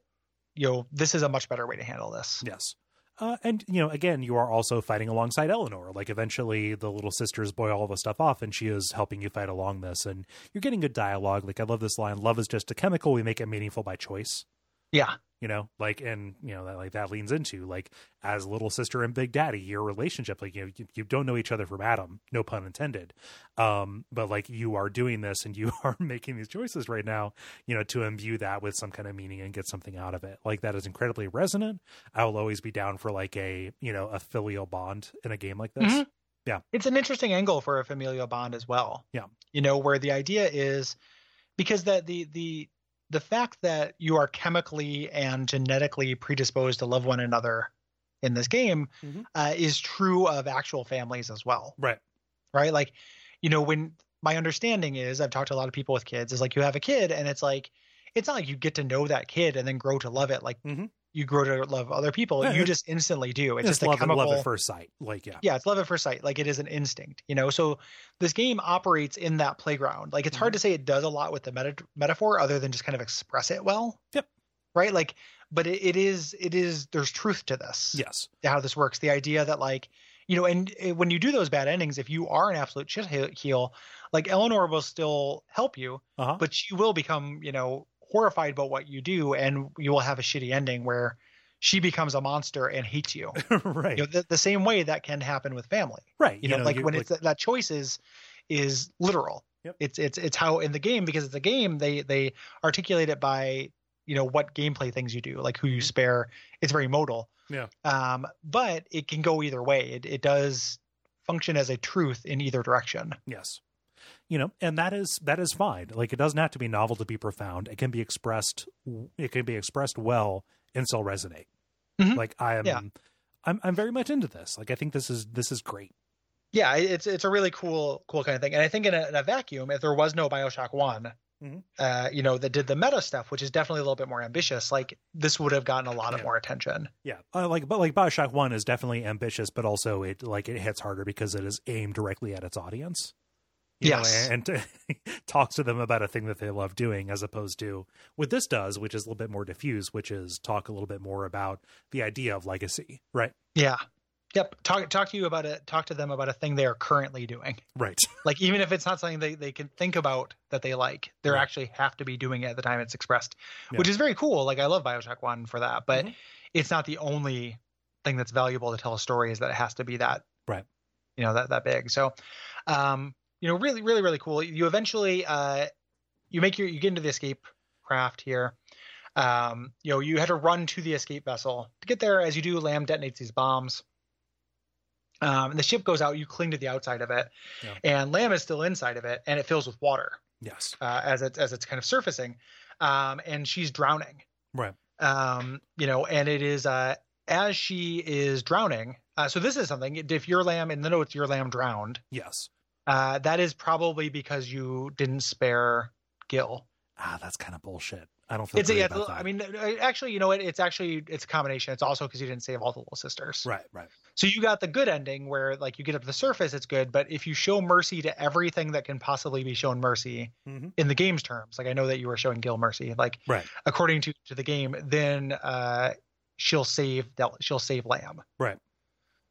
[SPEAKER 3] you know, this is a much better way to handle this.
[SPEAKER 1] Yes. Uh, and you know, again, you are also fighting alongside Eleanor. Like, eventually, the little sisters boil all the stuff off, and she is helping you fight along this. And you're getting good dialogue. Like, I love this line: "Love is just a chemical. We make it meaningful by choice."
[SPEAKER 3] Yeah,
[SPEAKER 1] you know like and you know that like that leans into like as little sister and big daddy your relationship like you you, you don't know each other from adam no pun intended um but like you are doing this and you are making these choices right now you know to imbue that with some kind of meaning and get something out of it like that is incredibly resonant i will always be down for like a you know a filial bond in a game like this
[SPEAKER 3] Mhm. it's an interesting angle for a familial bond as well.
[SPEAKER 1] Yeah.
[SPEAKER 3] you know, where the idea is because that the the the fact that you are chemically and genetically predisposed to love one another in this game
[SPEAKER 1] Mhm.
[SPEAKER 3] uh, is true of actual families as well.
[SPEAKER 1] right
[SPEAKER 3] right? Like, you know, when my understanding is, I've talked to a lot of people with kids, is like you have a kid and it's like, it's not like you get to know that kid and then grow to love it. Like
[SPEAKER 1] Mhm.
[SPEAKER 3] you grow to love other people.
[SPEAKER 1] Yeah,
[SPEAKER 3] you
[SPEAKER 1] it's-
[SPEAKER 3] just instantly do. It's
[SPEAKER 1] just
[SPEAKER 3] just a
[SPEAKER 1] love, it-
[SPEAKER 3] chemical.
[SPEAKER 1] love at first sight like yeah
[SPEAKER 3] yeah, it's love at first sight. Like it is an instinct, you know? So this game operates in that playground. Like
[SPEAKER 1] Mm-hmm.
[SPEAKER 3] it's hard to say it does a lot with the meta- metaphor other than just kind of express it well.
[SPEAKER 1] Yep.
[SPEAKER 3] Right. Like, but it, it is, it is, there's truth to this
[SPEAKER 1] yes
[SPEAKER 3] to how this eh, works. The idea that like, you know, and uh, when you do those bad endings, if you are an absolute shit he- heel, Like Eleanor will still help you,
[SPEAKER 1] Uh-huh.
[SPEAKER 3] but she will become, you know, horrified about what you do, and you will have a shitty ending where she becomes a monster and hates you.
[SPEAKER 1] right.
[SPEAKER 3] You know, the, the same way that can happen with family.
[SPEAKER 1] right.
[SPEAKER 3] You, know, like
[SPEAKER 1] you-
[SPEAKER 3] when it's that, that choice is is literal.
[SPEAKER 1] Yep.
[SPEAKER 3] It's it's it's how in the game because it's a game they they articulate it by you know what gameplay things you do like who you spare. It's very modal.
[SPEAKER 1] Yeah.
[SPEAKER 3] Um, but it can go either way. It it does function as a truth in either direction.
[SPEAKER 1] Yes. You know, and that is that is fine. Like it doesn't have to be novel to be profound. It can be expressed it can be expressed well and still resonate.
[SPEAKER 3] Mhm.
[SPEAKER 1] Like I am
[SPEAKER 3] Yeah.
[SPEAKER 1] I'm I'm very much into this. Like I think this is this is great.
[SPEAKER 3] yeah it- it's it's a really cool cool kind of thing and i think in a, in a vacuum if there was no bioshock one
[SPEAKER 1] Mhm.
[SPEAKER 3] uh you know that did the meta stuff which is definitely a little bit more ambitious like this would have gotten a lot of
[SPEAKER 1] Yeah.
[SPEAKER 3] more attention
[SPEAKER 1] Yeah. Uh, like but like BioShock 1 is definitely ambitious but also it like it hits harder because it is aimed directly at its audience. You know,
[SPEAKER 3] Yes.
[SPEAKER 1] and talks to them about a thing that they love doing as opposed to what this does, which is a little bit more diffuse, which is talk a little bit more about the idea of legacy, right?
[SPEAKER 3] yeah yep talk talk to you about it talk to them about a thing they are currently doing
[SPEAKER 1] Right.
[SPEAKER 3] like even if it's not something they, they can think about that they like they
[SPEAKER 1] Right.
[SPEAKER 3] actually have to be doing it at the time it's expressed
[SPEAKER 1] Yeah.
[SPEAKER 3] which is very cool like i love bioshock 1 for that but
[SPEAKER 1] Mhm.
[SPEAKER 3] it's not the only thing that's valuable to tell a story is that it has to be that
[SPEAKER 1] Right.
[SPEAKER 3] you know that that big so um you know really really really cool you eventually uh you make your you get into the escape craft here um you know you had to run to the escape vessel to get there as you do lamb detonates these bombs um and the ship goes out you cling to the outside of it
[SPEAKER 1] Yeah.
[SPEAKER 3] and lamb is still inside of it and it fills with water
[SPEAKER 1] Yes.
[SPEAKER 3] uh, as it's as it's kind of surfacing, um, and she's drowning.
[SPEAKER 1] Right.
[SPEAKER 3] Um, you know, and it is uh, as she is drowning. Uh, so this is something. If your lamb in the notes, your lamb drowned.
[SPEAKER 1] Yes.
[SPEAKER 3] Uh, that is probably because you didn't spare Gil.
[SPEAKER 1] Ah, that's kind of bullshit. I don't feel
[SPEAKER 3] It's a,
[SPEAKER 1] great
[SPEAKER 3] yeah, it's a
[SPEAKER 1] about
[SPEAKER 3] little-
[SPEAKER 1] that.
[SPEAKER 3] I mean, uh, actually, you know what? It's actually it's a combination. It's also because you didn't save all the little sisters.
[SPEAKER 1] right, right.
[SPEAKER 3] So you got the good ending where like you get up to the surface, it's good. But if you show mercy to everything that can possibly be shown mercy
[SPEAKER 1] Mhm.
[SPEAKER 3] in the game's terms, like I know that you were showing Gil mercy, like
[SPEAKER 1] Right.
[SPEAKER 3] according to, to the game, then uh, she'll save Del- she'll save Lamb.
[SPEAKER 1] Right.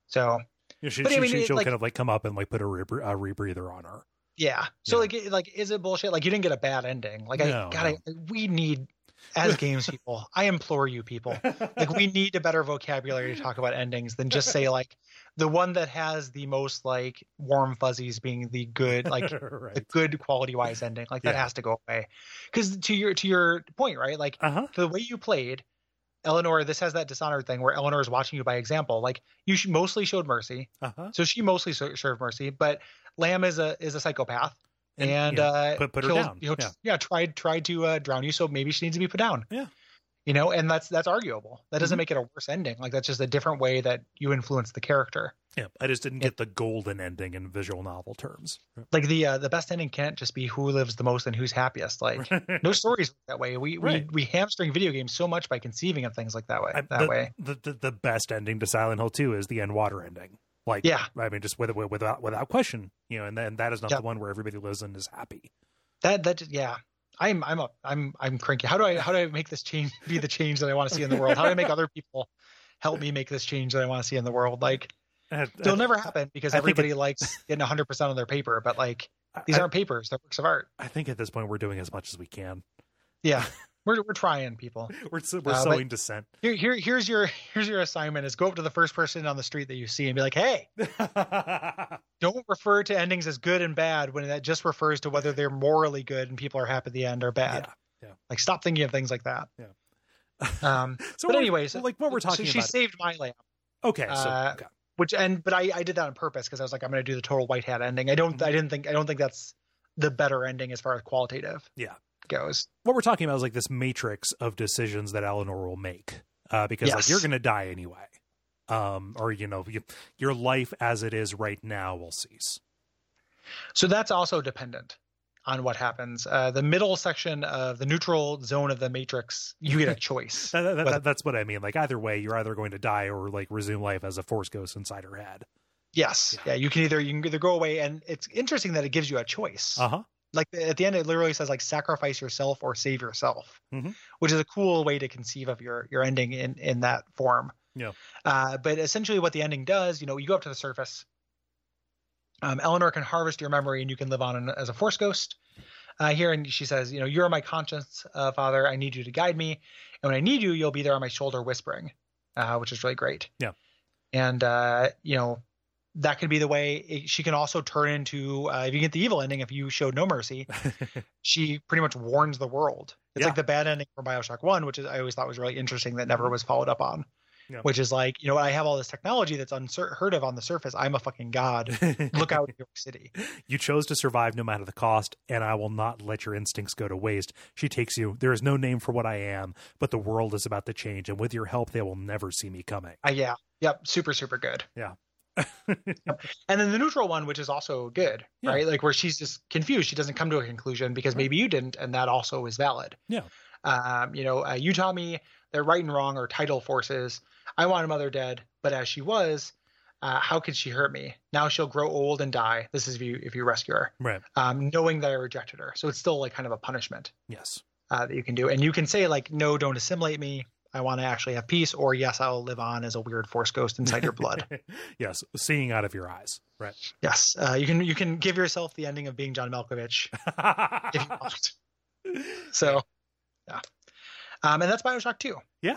[SPEAKER 3] So
[SPEAKER 1] You know, she,
[SPEAKER 3] But I
[SPEAKER 1] she,
[SPEAKER 3] mean,
[SPEAKER 1] she,
[SPEAKER 3] it,
[SPEAKER 1] will
[SPEAKER 3] like-
[SPEAKER 1] kind of like come up and like put a, re- a rebreather on her.
[SPEAKER 3] yeah. So
[SPEAKER 1] Yeah.
[SPEAKER 3] like it- like is it bullshit? Like you didn't get a bad ending. Like I
[SPEAKER 1] No,
[SPEAKER 3] God, I, we need as games people, I implore you people. Like we need a better vocabulary to talk about endings than just say like the one that has the most like warm fuzzies being the good like the
[SPEAKER 1] right.
[SPEAKER 3] good quality wise ending like that
[SPEAKER 1] Yeah.
[SPEAKER 3] has to go away because to your to your point right like
[SPEAKER 1] Uh huh.
[SPEAKER 3] to the way you played eleanor this has that dishonored thing where eleanor is watching you by example like you sh- mostly showed mercy
[SPEAKER 1] Uh huh.
[SPEAKER 3] so she mostly so- served mercy but lamb is a is a psychopath and, uh
[SPEAKER 1] put, put her
[SPEAKER 3] killed-
[SPEAKER 1] down.
[SPEAKER 3] you know,
[SPEAKER 1] yeah.
[SPEAKER 3] yeah tried tried to uh, drown you so maybe she needs to be put down
[SPEAKER 1] Yeah.
[SPEAKER 3] you know and that's that's arguable that doesn't
[SPEAKER 1] Mhm.
[SPEAKER 3] make it a worse ending like that's just a different way that you influence the character
[SPEAKER 1] yeah. I just didn't
[SPEAKER 3] Yeah.
[SPEAKER 1] get the golden ending in visual novel terms.
[SPEAKER 3] like the uh, the best ending can't just be who lives the most and who's happiest. Like no stories work that way. We
[SPEAKER 1] Right.
[SPEAKER 3] we we hamstring video games so much by conceiving of things like that way.
[SPEAKER 1] I-
[SPEAKER 3] that
[SPEAKER 1] the,
[SPEAKER 3] way,
[SPEAKER 1] The, the the best ending to Silent Hill 2 is the end water ending. Like
[SPEAKER 3] yeah.
[SPEAKER 1] I mean, just with, with- without without question, you know, and then that is not
[SPEAKER 3] Yeah.
[SPEAKER 1] the one where everybody lives and is happy.
[SPEAKER 3] That that yeah. I'm I'm a, I'm I'm cranky. How do I how do I make this change be the change that I want to see in the world? How do I make other people help me make this change that I want to see in the world? Like
[SPEAKER 1] And-
[SPEAKER 3] it'll never happen because
[SPEAKER 1] I think it-
[SPEAKER 3] everybody likes getting 100 percent on their paper. But like these
[SPEAKER 1] I,
[SPEAKER 3] aren't papers; they're works of art.
[SPEAKER 1] I think at this point we're doing as much as we can.
[SPEAKER 3] Yeah, we're we're trying, people.
[SPEAKER 1] We're so- we're
[SPEAKER 3] Uh, but-
[SPEAKER 1] sowing dissent.
[SPEAKER 3] Here, here here's your here's your assignment: is go up to the first person on the street that you see and be like, "Hey, don't refer to endings as good and bad when that just refers to whether they're morally good and people are happy at the end or bad.
[SPEAKER 1] Yeah, yeah.
[SPEAKER 3] Like stop thinking of things like that.
[SPEAKER 1] Yeah.
[SPEAKER 3] Um,
[SPEAKER 1] So,
[SPEAKER 3] But
[SPEAKER 1] we're-
[SPEAKER 3] anyways,
[SPEAKER 1] like what we're
[SPEAKER 3] so
[SPEAKER 1] talking
[SPEAKER 3] she
[SPEAKER 1] about.
[SPEAKER 3] saved my lamp,
[SPEAKER 1] okay, so
[SPEAKER 3] uh,
[SPEAKER 1] okay.
[SPEAKER 3] which and but I, I did that on purpose because I was like I'm going to do the total white hat ending. I don't I
[SPEAKER 1] Mm-hmm.
[SPEAKER 3] didn't think I don't think that's the better ending as far as qualitative
[SPEAKER 1] Yeah.
[SPEAKER 3] goes.
[SPEAKER 1] what we're talking about is like this matrix of decisions that Eleanor will make uh, because like
[SPEAKER 3] Yes.
[SPEAKER 1] you're going to die anyway, um, or you know you, your life as it is right now will cease.
[SPEAKER 3] So that's also dependent on what happens. Uh, the middle section of the neutral zone of the matrix, you get a choice.
[SPEAKER 1] That- that- that-
[SPEAKER 3] Whether-
[SPEAKER 1] that's what I mean. Like either way, you're either going to die or like resume life as a force ghost inside her head.
[SPEAKER 3] Yes. Yeah. You can either you can either go away, and it's interesting that it gives you a choice.
[SPEAKER 1] Uh huh.
[SPEAKER 3] Like at the end, it literally says like sacrifice yourself or save yourself,
[SPEAKER 1] Mhm.
[SPEAKER 3] which is a cool way to conceive of your your ending in in that form.
[SPEAKER 1] Yeah.
[SPEAKER 3] Uh, but essentially, what the ending does, you know, you go up to the surface. Um, Eleanor can harvest your memory and you can live on in- as a force ghost. Uh, here, and she says, You know, you're my conscience, uh, Father. I need you to guide me. And when I need you, you'll be there on my shoulder whispering, uh, which is really great.
[SPEAKER 1] Yeah.
[SPEAKER 3] And, uh, you know, that could be the way it, she can also turn into, uh, if you get the evil ending, if you showed no mercy, she pretty much warns the world. It's
[SPEAKER 1] Yeah.
[SPEAKER 3] like the bad ending from Bioshock One, which is I always thought was really interesting that never was followed up on.
[SPEAKER 1] Mm-hmm. Yeah.
[SPEAKER 3] Which is like, you know, I have all this technology that's unheard of on the surface. I'm a fucking god. Look out, New York City.
[SPEAKER 1] You chose to survive no matter the cost, and I will not let your instincts go to waste. She takes you. There is no name for what I am, but the world is about to change, and with your help, they will never see me coming.
[SPEAKER 3] Uh, yeah, yep, super, super good.
[SPEAKER 1] Yeah.
[SPEAKER 3] and then the neutral one, which is also good,
[SPEAKER 1] Yeah.
[SPEAKER 3] right? Like where she's just confused. She doesn't come to a conclusion because maybe you didn't, and that also is valid.
[SPEAKER 1] Yeah.
[SPEAKER 3] Um, you know, uh, you taught me that right and wrong are tidal forces. I wanted mother dead, but as she was, uh, how could she hurt me? Now she'll grow old and die. This is if you if you rescue her,
[SPEAKER 1] Right.
[SPEAKER 3] um, knowing that I rejected her. So it's still like kind of a punishment
[SPEAKER 1] Yes.
[SPEAKER 3] uh, that you can do. And you can say like, no, don't assimilate me. I want to actually have peace, or yes, I'll live on as a weird force ghost inside your blood.
[SPEAKER 1] yes. Seeing out of your eyes. Right.
[SPEAKER 3] yes, uh, you can you can give yourself the ending of being John Malkovich if you want. So, yeah, um, and that's Bioshock Two.
[SPEAKER 1] yeah.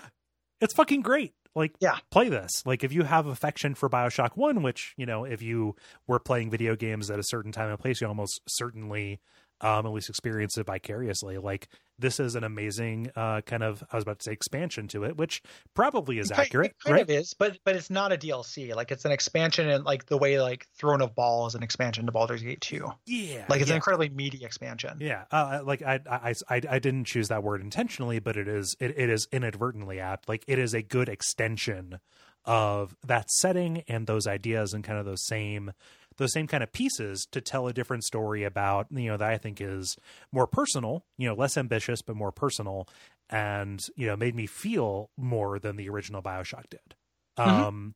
[SPEAKER 1] It's fucking great. Like,
[SPEAKER 3] Yeah.
[SPEAKER 1] play this. Like, if you have affection for Bioshock 1, which, you know, if you were playing video games at a certain time and place, you almost certainly um, at least experience it vicariously. Like, this is an amazing uh, kind of, I was about to say expansion to it, which probably is
[SPEAKER 3] It ki-
[SPEAKER 1] accurate,
[SPEAKER 3] It kind
[SPEAKER 1] right?
[SPEAKER 3] of is, but but it's not a DLC. Like it's an expansion, and like the way like Throne of Ball is an expansion to Baldur's Gate 2.
[SPEAKER 1] Yeah.
[SPEAKER 3] Like it's
[SPEAKER 1] yeah.
[SPEAKER 3] an incredibly meaty expansion.
[SPEAKER 1] Yeah, uh, like I, I, I, I didn't choose that word intentionally, but it is it, it is inadvertently apt. Like it is a good extension of that setting and those ideas and kind of those same those same kind of pieces to tell a different story about you know that I think is more personal, you know, less ambitious but more personal, and you know made me feel more than the original Bioshock did. Um,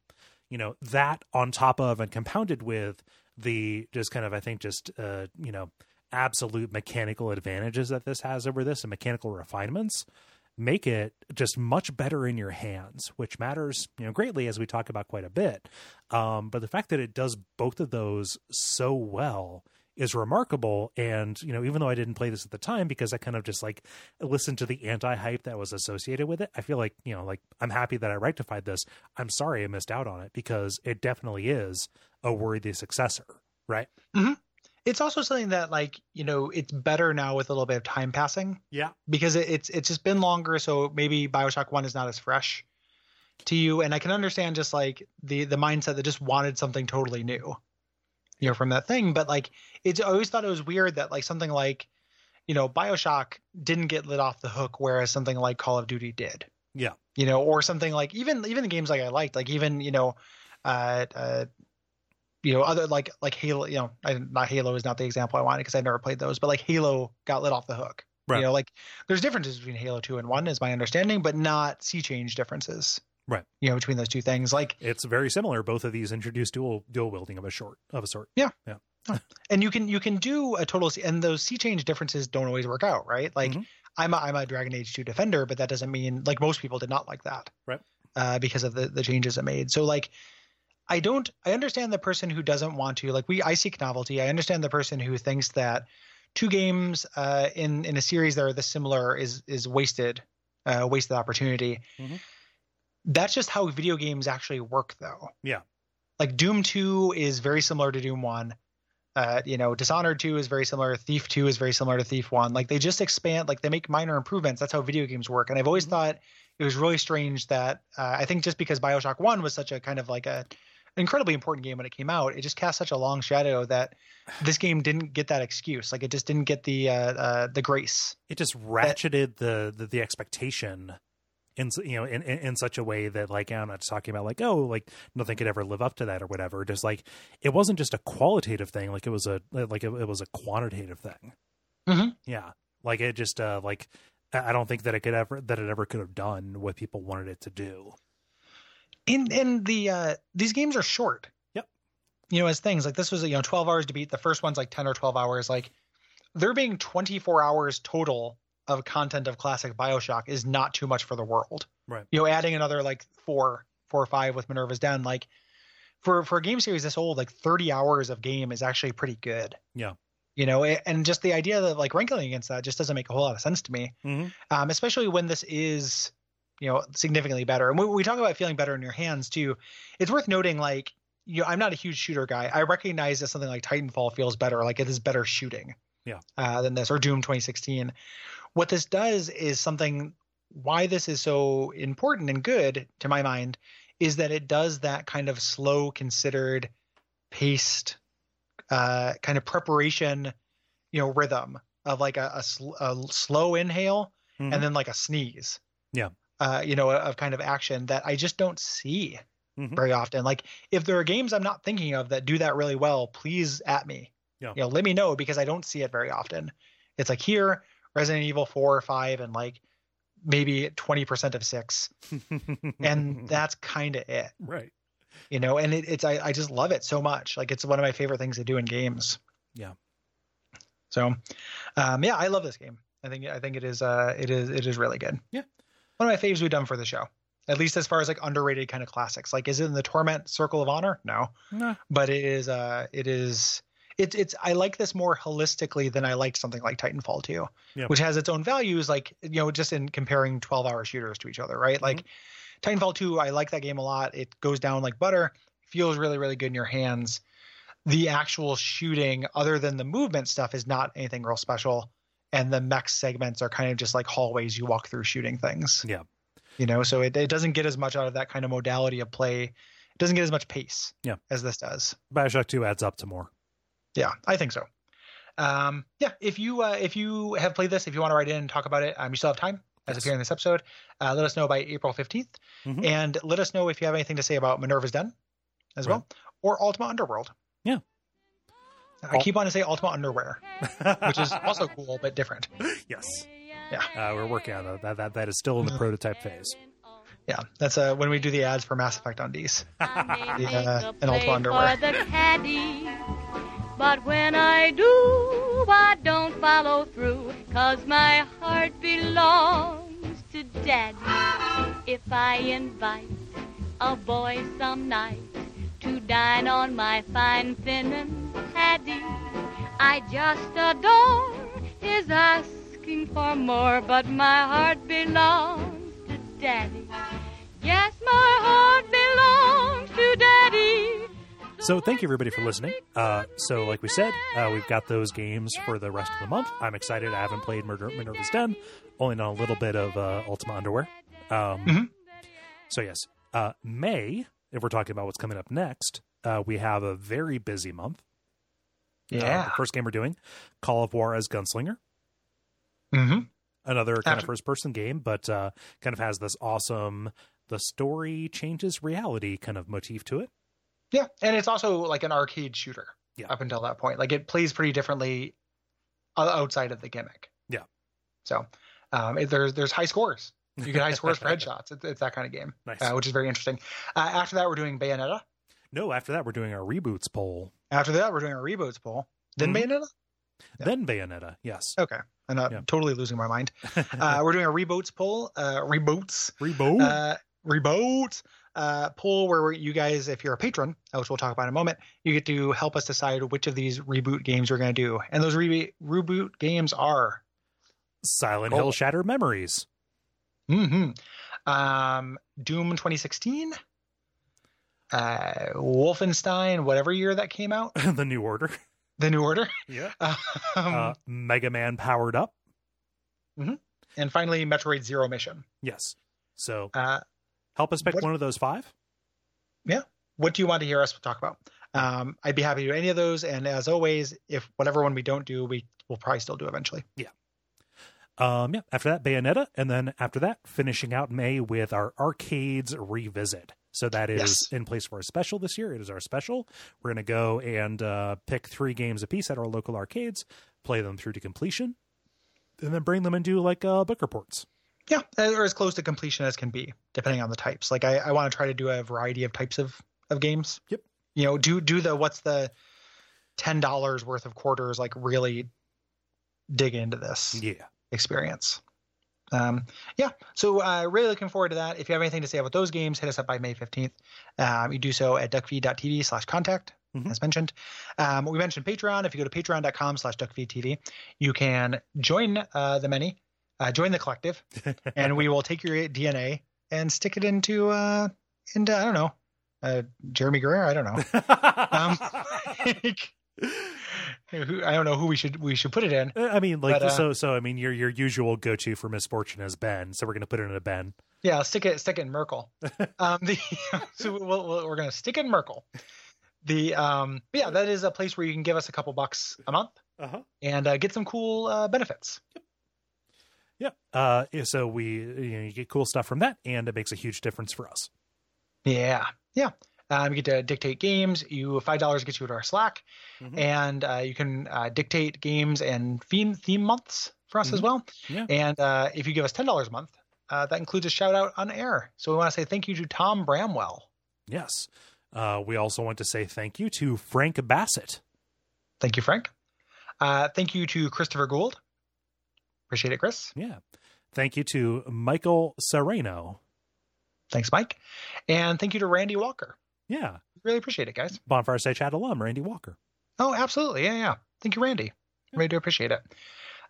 [SPEAKER 1] you know that on top of and compounded with the just kind of I think just uh you know absolute mechanical advantages that this has over this and mechanical refinements make it just much better in your hands which matters you know greatly as we talk about quite a bit um, but the fact that it does both of those so well is remarkable and you know even though i didn't play this at the time because i kind of just like listened to the anti-hype that was associated with it i feel like you know like i'm happy that i rectified this i'm sorry i missed out on it because it definitely is a worthy successor right
[SPEAKER 3] It's also something that like you know it's better now with a little bit of time passing
[SPEAKER 1] yeah
[SPEAKER 3] because it, it's it's just been longer. So maybe Bioshock One is not as fresh to you, and I can understand just like the the mindset that just wanted something totally new, you know, from that thing. But like it's I always thought it was weird that like something like you know Bioshock didn't get lit off the hook, whereas something like Call of Duty did.
[SPEAKER 1] Yeah.
[SPEAKER 3] you know, or something like even even the games like I liked, like even you know. Uh, uh, you know, other like like Halo, you know, I, not Halo is not the example I wanted because I never played those, but like Halo got lit off the hook.
[SPEAKER 1] Right.
[SPEAKER 3] You know, like there's differences between Halo 2 and 1 is my understanding, but not sea change differences.
[SPEAKER 1] Right.
[SPEAKER 3] You know, between those two things. Like
[SPEAKER 1] it's very similar. Both of these introduce dual dual wielding of a short of a sort.
[SPEAKER 3] and you can you can do a total sea- and those sea change differences don't always work out, right? Like
[SPEAKER 1] Mhm.
[SPEAKER 3] I'm a I'm a Dragon Age 2 defender, but that doesn't mean like most people did not like that.
[SPEAKER 1] Right.
[SPEAKER 3] Uh, because of the the changes it made. So like I don't I understand the person who doesn't want to like we I seek novelty. I understand the person who thinks that two games uh, in in a series that are this similar is is wasted uh, wasted opportunity.
[SPEAKER 1] Mhm.
[SPEAKER 3] That's just how video games actually work, though.
[SPEAKER 1] Yeah.
[SPEAKER 3] like Doom Two is very similar to Doom One. Uh, you know, Dishonored Two is very similar. Thief Two is very similar to Thief One. Like they just expand, like they make minor improvements. That's how video games work. And I've always thought it was really strange that uh, I think just because Bioshock One was such a kind of like a incredibly important game when it came out, it just cast such a long shadow that this game didn't get that excuse. Like it just didn't get the uh, uh, the grace.
[SPEAKER 1] It just ratcheted the, the the expectation in s- you know in, in in such a way that like I'm not talking about like oh like nothing could ever live up to that or whatever. Just like it wasn't just a qualitative thing. Like it was a like it, it was a quantitative thing.
[SPEAKER 3] Mhm.
[SPEAKER 1] Yeah, like it just uh like I I don't think that it could ever that it ever could have done what people wanted it to do.
[SPEAKER 3] In in the uh, these games are short.
[SPEAKER 1] Yep.
[SPEAKER 3] You know, as things like this was you know twelve hours to beat. The first one's like ten or twelve hours. Like there being twenty four hours total of content of classic Bioshock is not too much for the world.
[SPEAKER 1] Right.
[SPEAKER 3] You know, adding another like four four or five with Minerva's Den, like for for a game series this old, like 30 hours of game is actually pretty good.
[SPEAKER 1] Yeah.
[SPEAKER 3] You know, a- and just the idea that like wrinkling against that just doesn't make a whole lot of sense to me,
[SPEAKER 1] Mhm.
[SPEAKER 3] um, especially when this is, you know, significantly better. And when we talk about feeling better in your hands too, it's worth noting like, you know, I'm not a huge shooter guy. I recognize that something like Titanfall feels better, like it is better shooting,
[SPEAKER 1] Yeah.
[SPEAKER 3] uh, than this or Doom 2016. What this does is something. Why this is so important and good to my mind is that it does that kind of slow, considered, paced, uh, kind of preparation, you know, rhythm of like a, a, sl- a slow inhale
[SPEAKER 1] Mhm.
[SPEAKER 3] and then like a sneeze.
[SPEAKER 1] Yeah.
[SPEAKER 3] Uh, you know, of kind of action that I just don't see
[SPEAKER 1] Mhm.
[SPEAKER 3] very often. Like if there are games I'm not thinking of that do that really well, please at me.
[SPEAKER 1] Yeah.
[SPEAKER 3] You know, let me know because I don't see it very often. It's like here, Resident Evil four or five, and like maybe twenty percent of six, and that's kind of it
[SPEAKER 1] right.
[SPEAKER 3] you know and it, it's I, I just love it so much like it's one of my favorite things to do in games
[SPEAKER 1] Yeah.
[SPEAKER 3] so um yeah i love this game i think i think it is uh it is it is really good
[SPEAKER 1] Yeah.
[SPEAKER 3] one of my faves we've done for the show at least as far as like underrated kind of classics like is it in the torment circle of honor no
[SPEAKER 1] No.
[SPEAKER 3] but it is uh it is it's it's i like this more holistically than i liked something like titanfall 2
[SPEAKER 1] Yeah.
[SPEAKER 3] which has its own values like you know just in comparing 12 hour shooters to each other right like
[SPEAKER 1] Mm-hmm.
[SPEAKER 3] titanfall 2 i like that game a lot it goes down like butter feels really really good in your hands the actual shooting other than the movement stuff is not anything real special and the mech segments are kind of just like hallways you walk through shooting things
[SPEAKER 1] Yeah.
[SPEAKER 3] you know so it, it doesn't get as much out of that kind of modality of play it doesn't get as much pace
[SPEAKER 1] Yeah.
[SPEAKER 3] as this does
[SPEAKER 1] Bioshock Two adds up to more.
[SPEAKER 3] yeah, I think so. Um, yeah, if you uh, if you have played this, if you want to write in and talk about it, um, you still have time as
[SPEAKER 1] Yes.
[SPEAKER 3] appearing in this episode. Uh, let us know by April 15th
[SPEAKER 1] Mhm.
[SPEAKER 3] and let us know if you have anything to say about Minerva's Den as well or Ultima Underworld.
[SPEAKER 1] Yeah.
[SPEAKER 3] I keep on to say Ultima Underwear, which is also cool but different.
[SPEAKER 1] yes.
[SPEAKER 3] Yeah.
[SPEAKER 1] Uh, we're working on that. That, that. that is still in the prototype phase.
[SPEAKER 3] Yeah, that's uh, when we do the ads for Mass Effect on these.
[SPEAKER 7] I may
[SPEAKER 3] Yeah,
[SPEAKER 7] make a
[SPEAKER 3] and I'll
[SPEAKER 7] play
[SPEAKER 3] underwear.
[SPEAKER 7] for the caddy. But when I do, I don't follow through, cause my heart belongs to daddy. If I invite a boy some night to dine on my fine linen paddy, I just adore his asking for more, but my heart belongs to daddy. Yes, my heart belongs to daddy.
[SPEAKER 1] So thank you everybody for listening. Uh, so like we said, uh, we've got those games for the rest of the month. I'm excited. I haven't played Murder, Minerva's Den, only on a little bit of uh, Ultima Underwear. Um,
[SPEAKER 3] Mhm.
[SPEAKER 1] So yes, uh, May. If we're talking about what's coming up next, uh, we have a very busy month. Uh,
[SPEAKER 3] Yeah.
[SPEAKER 1] the first game we're doing, Call of War as Gunslinger,
[SPEAKER 3] hmm
[SPEAKER 1] another kind
[SPEAKER 3] Absol-
[SPEAKER 1] of first-person game, but uh, kind of has this awesome the story changes reality kind of motif to it.
[SPEAKER 3] Yeah, and it's also like an arcade shooter.
[SPEAKER 1] Yeah.
[SPEAKER 3] Up until that point, like it plays pretty differently o- outside of the gimmick.
[SPEAKER 1] Yeah.
[SPEAKER 3] So, um, it, there's there's high scores. You get high scores for headshots. It's, it's that kind of game,
[SPEAKER 1] Nice.
[SPEAKER 3] uh, which is very interesting. Uh, after that, we're doing Bayonetta.
[SPEAKER 1] no, after that we're doing our reboots poll.
[SPEAKER 3] After that, we're doing our reboots poll. Then
[SPEAKER 1] Mhm.
[SPEAKER 3] Bayonetta. Yeah. Uh,
[SPEAKER 1] Then Bayonetta, yes.
[SPEAKER 3] Okay, I'm not
[SPEAKER 1] Yeah.
[SPEAKER 3] totally losing my mind. Uh, we're doing a reboots poll. Uh, reboots.
[SPEAKER 1] Reboot.
[SPEAKER 3] uh, remote uh, poll where we- you guys, if you're a patron, uh, which we'll talk about in a moment, you get to help us decide which of these reboot games we're going to do. And those re- reboot games are
[SPEAKER 1] Silent
[SPEAKER 3] cool.
[SPEAKER 1] Hill Shatter Memories.
[SPEAKER 3] mhm, um, Doom 2016, uh, Wolfenstein, whatever year that came out,
[SPEAKER 1] the New Order.
[SPEAKER 3] The New Order,
[SPEAKER 1] Yeah.
[SPEAKER 3] um,
[SPEAKER 1] Uh, Mega Man Powered Up.
[SPEAKER 3] and finally Metroid Zero Mission.
[SPEAKER 1] Yes. So
[SPEAKER 3] Uh,
[SPEAKER 1] help us pick
[SPEAKER 3] what-
[SPEAKER 1] one of those five.
[SPEAKER 3] what do you want to hear us talk about? Um, I'd be happy to do any of those. And as always, if whatever one we don't do, we will probably still do eventually.
[SPEAKER 1] Um, yeah. After that, Bayonetta, and then after that, finishing out May with our arcades revisit. So that is
[SPEAKER 3] Yes.
[SPEAKER 1] in place for a special this year. It is our special. We're going to go and uh, pick three games apiece at our local arcades, play them through to completion, and then bring them and do like uh, book reports.
[SPEAKER 3] Yeah, uh, or as close to completion as can be, depending on the types. Like I, I want to try to do a variety of types of of games.
[SPEAKER 1] Yep.
[SPEAKER 3] You know, do do the what's the ten dollars worth of quarters? Like really dig into this
[SPEAKER 1] Yeah.
[SPEAKER 3] experience. Um, yeah, so uh, really looking forward to that. If you have anything to say about those games, hit us up by May 15th. Um, you do so at duckfeed.tv slash contact,
[SPEAKER 1] Mhm.
[SPEAKER 3] as mentioned. Um, we mentioned Patreon. If you go to patreon.com slash duckfeedtv, you can join uh, the many, uh, join the collective, and we will take your DNA and stick it into, uh, into I don't know, uh, Jeremy Guerrero? I don't know. Um, who- I don't know who we should we should put it in.
[SPEAKER 1] I mean, like
[SPEAKER 3] But, uh,
[SPEAKER 1] so. So I mean, your your usual go to for misfortune is Ben. So we're gonna put it in a Ben.
[SPEAKER 3] Yeah, I'll stick it stick it in Merkel. um, the, so we'll, we'll, we're gonna stick it in Merkel. The um, but yeah, that is a place where you can give us a couple bucks a month
[SPEAKER 1] Uh-huh.
[SPEAKER 3] and uh, get some cool uh, benefits.
[SPEAKER 1] Yeah. Uh, yeah, so we you, know, you get cool stuff from that, and it makes a huge difference for us.
[SPEAKER 3] Yeah, yeah. Um, you get to dictate games. You five dollars gets you to our Slack,
[SPEAKER 1] Mhm.
[SPEAKER 3] and uh, you can uh, dictate games and theme theme months for us as well.
[SPEAKER 1] Yeah.
[SPEAKER 3] And uh, if you give us ten dollars a month, uh, that includes a shout out on air. So we want to say thank you to Tom Bramwell.
[SPEAKER 1] Yes. Uh, we also want to say thank you to Frank Bassett.
[SPEAKER 3] Thank you, Frank. Uh, thank you to Christopher Gould. Appreciate it, Chris.
[SPEAKER 1] Yeah. Thank you to Michael Sereno.
[SPEAKER 3] Thanks, Mike. And thank you to Randy Walker.
[SPEAKER 1] Yeah.
[SPEAKER 3] Really appreciate it, guys.
[SPEAKER 1] Bonfire Stage Chat alum Randy Walker.
[SPEAKER 3] Oh, absolutely. Yeah, yeah. Thank you, Randy. Really do appreciate it.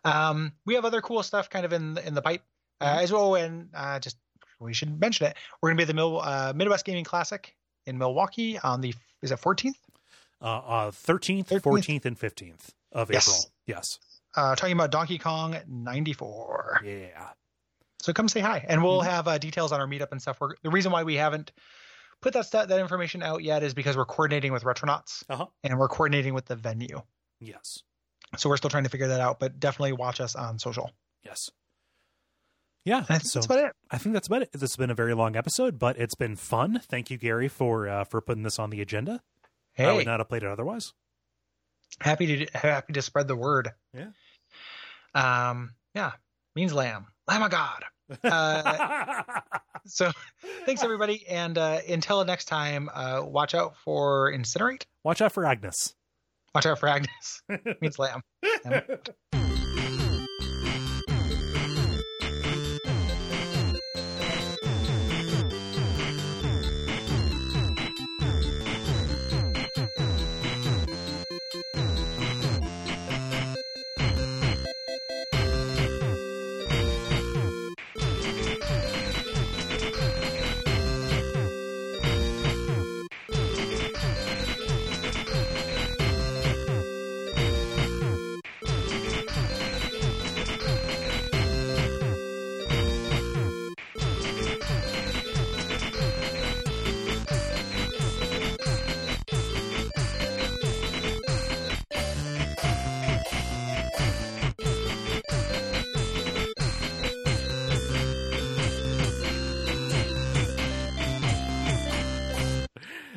[SPEAKER 3] Um, we have other cool stuff kind of in the, in the pipe uh, as well. And uh, just we should mention it. We're going to be at the Mil- uh, Midwest Gaming Classic in Milwaukee on the is it 14th?
[SPEAKER 1] Uh, uh, 13th,
[SPEAKER 3] 13th.
[SPEAKER 1] 14th, and 15th of
[SPEAKER 3] Yes.
[SPEAKER 1] April. Yes.
[SPEAKER 3] Uh, talking about Donkey Kong 94.
[SPEAKER 1] Yeah.
[SPEAKER 3] So come say hi, and
[SPEAKER 1] Mm-hmm.
[SPEAKER 3] we'll have uh, details on our meetup and stuff. We're, the reason why we haven't put that stuff, that information out yet is because we're coordinating with Retronauts
[SPEAKER 1] Uh huh.
[SPEAKER 3] and we're coordinating with the venue.
[SPEAKER 1] Yes.
[SPEAKER 3] So we're still trying to figure that out, but definitely watch us on social.
[SPEAKER 1] Yes. Yeah.
[SPEAKER 3] And I think
[SPEAKER 1] so
[SPEAKER 3] that's about it.
[SPEAKER 1] I think that's about it. This has been a very long episode, but it's been fun. Thank you, Gary, for uh, for putting this on the agenda.
[SPEAKER 3] Hey,
[SPEAKER 1] I would not have played it otherwise.
[SPEAKER 3] happy to happy to spread the word.
[SPEAKER 1] Yeah.
[SPEAKER 3] Um. Yeah. Means lamb. Lamb of God. Uh, so thanks everybody, and uh, until next time, uh, watch out for incinerate.
[SPEAKER 1] Watch out for Agnes.
[SPEAKER 3] Watch out for Agnes. means lamb.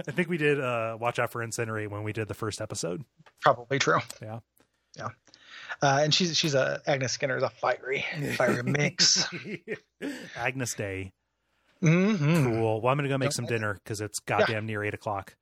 [SPEAKER 1] I think we did uh, Watch Out for Incinerate when we did the first episode.
[SPEAKER 3] Probably true.
[SPEAKER 1] Yeah.
[SPEAKER 3] Yeah. Uh, and she's she's a Agnes Skinner is a fiery fiery mix.
[SPEAKER 1] Agnes Day.
[SPEAKER 3] hmm
[SPEAKER 1] Cool. Well, I'm going to go make
[SPEAKER 3] Don't
[SPEAKER 1] some
[SPEAKER 3] Hmm. like it.
[SPEAKER 1] dinner because it's goddamn near 8 o'clock.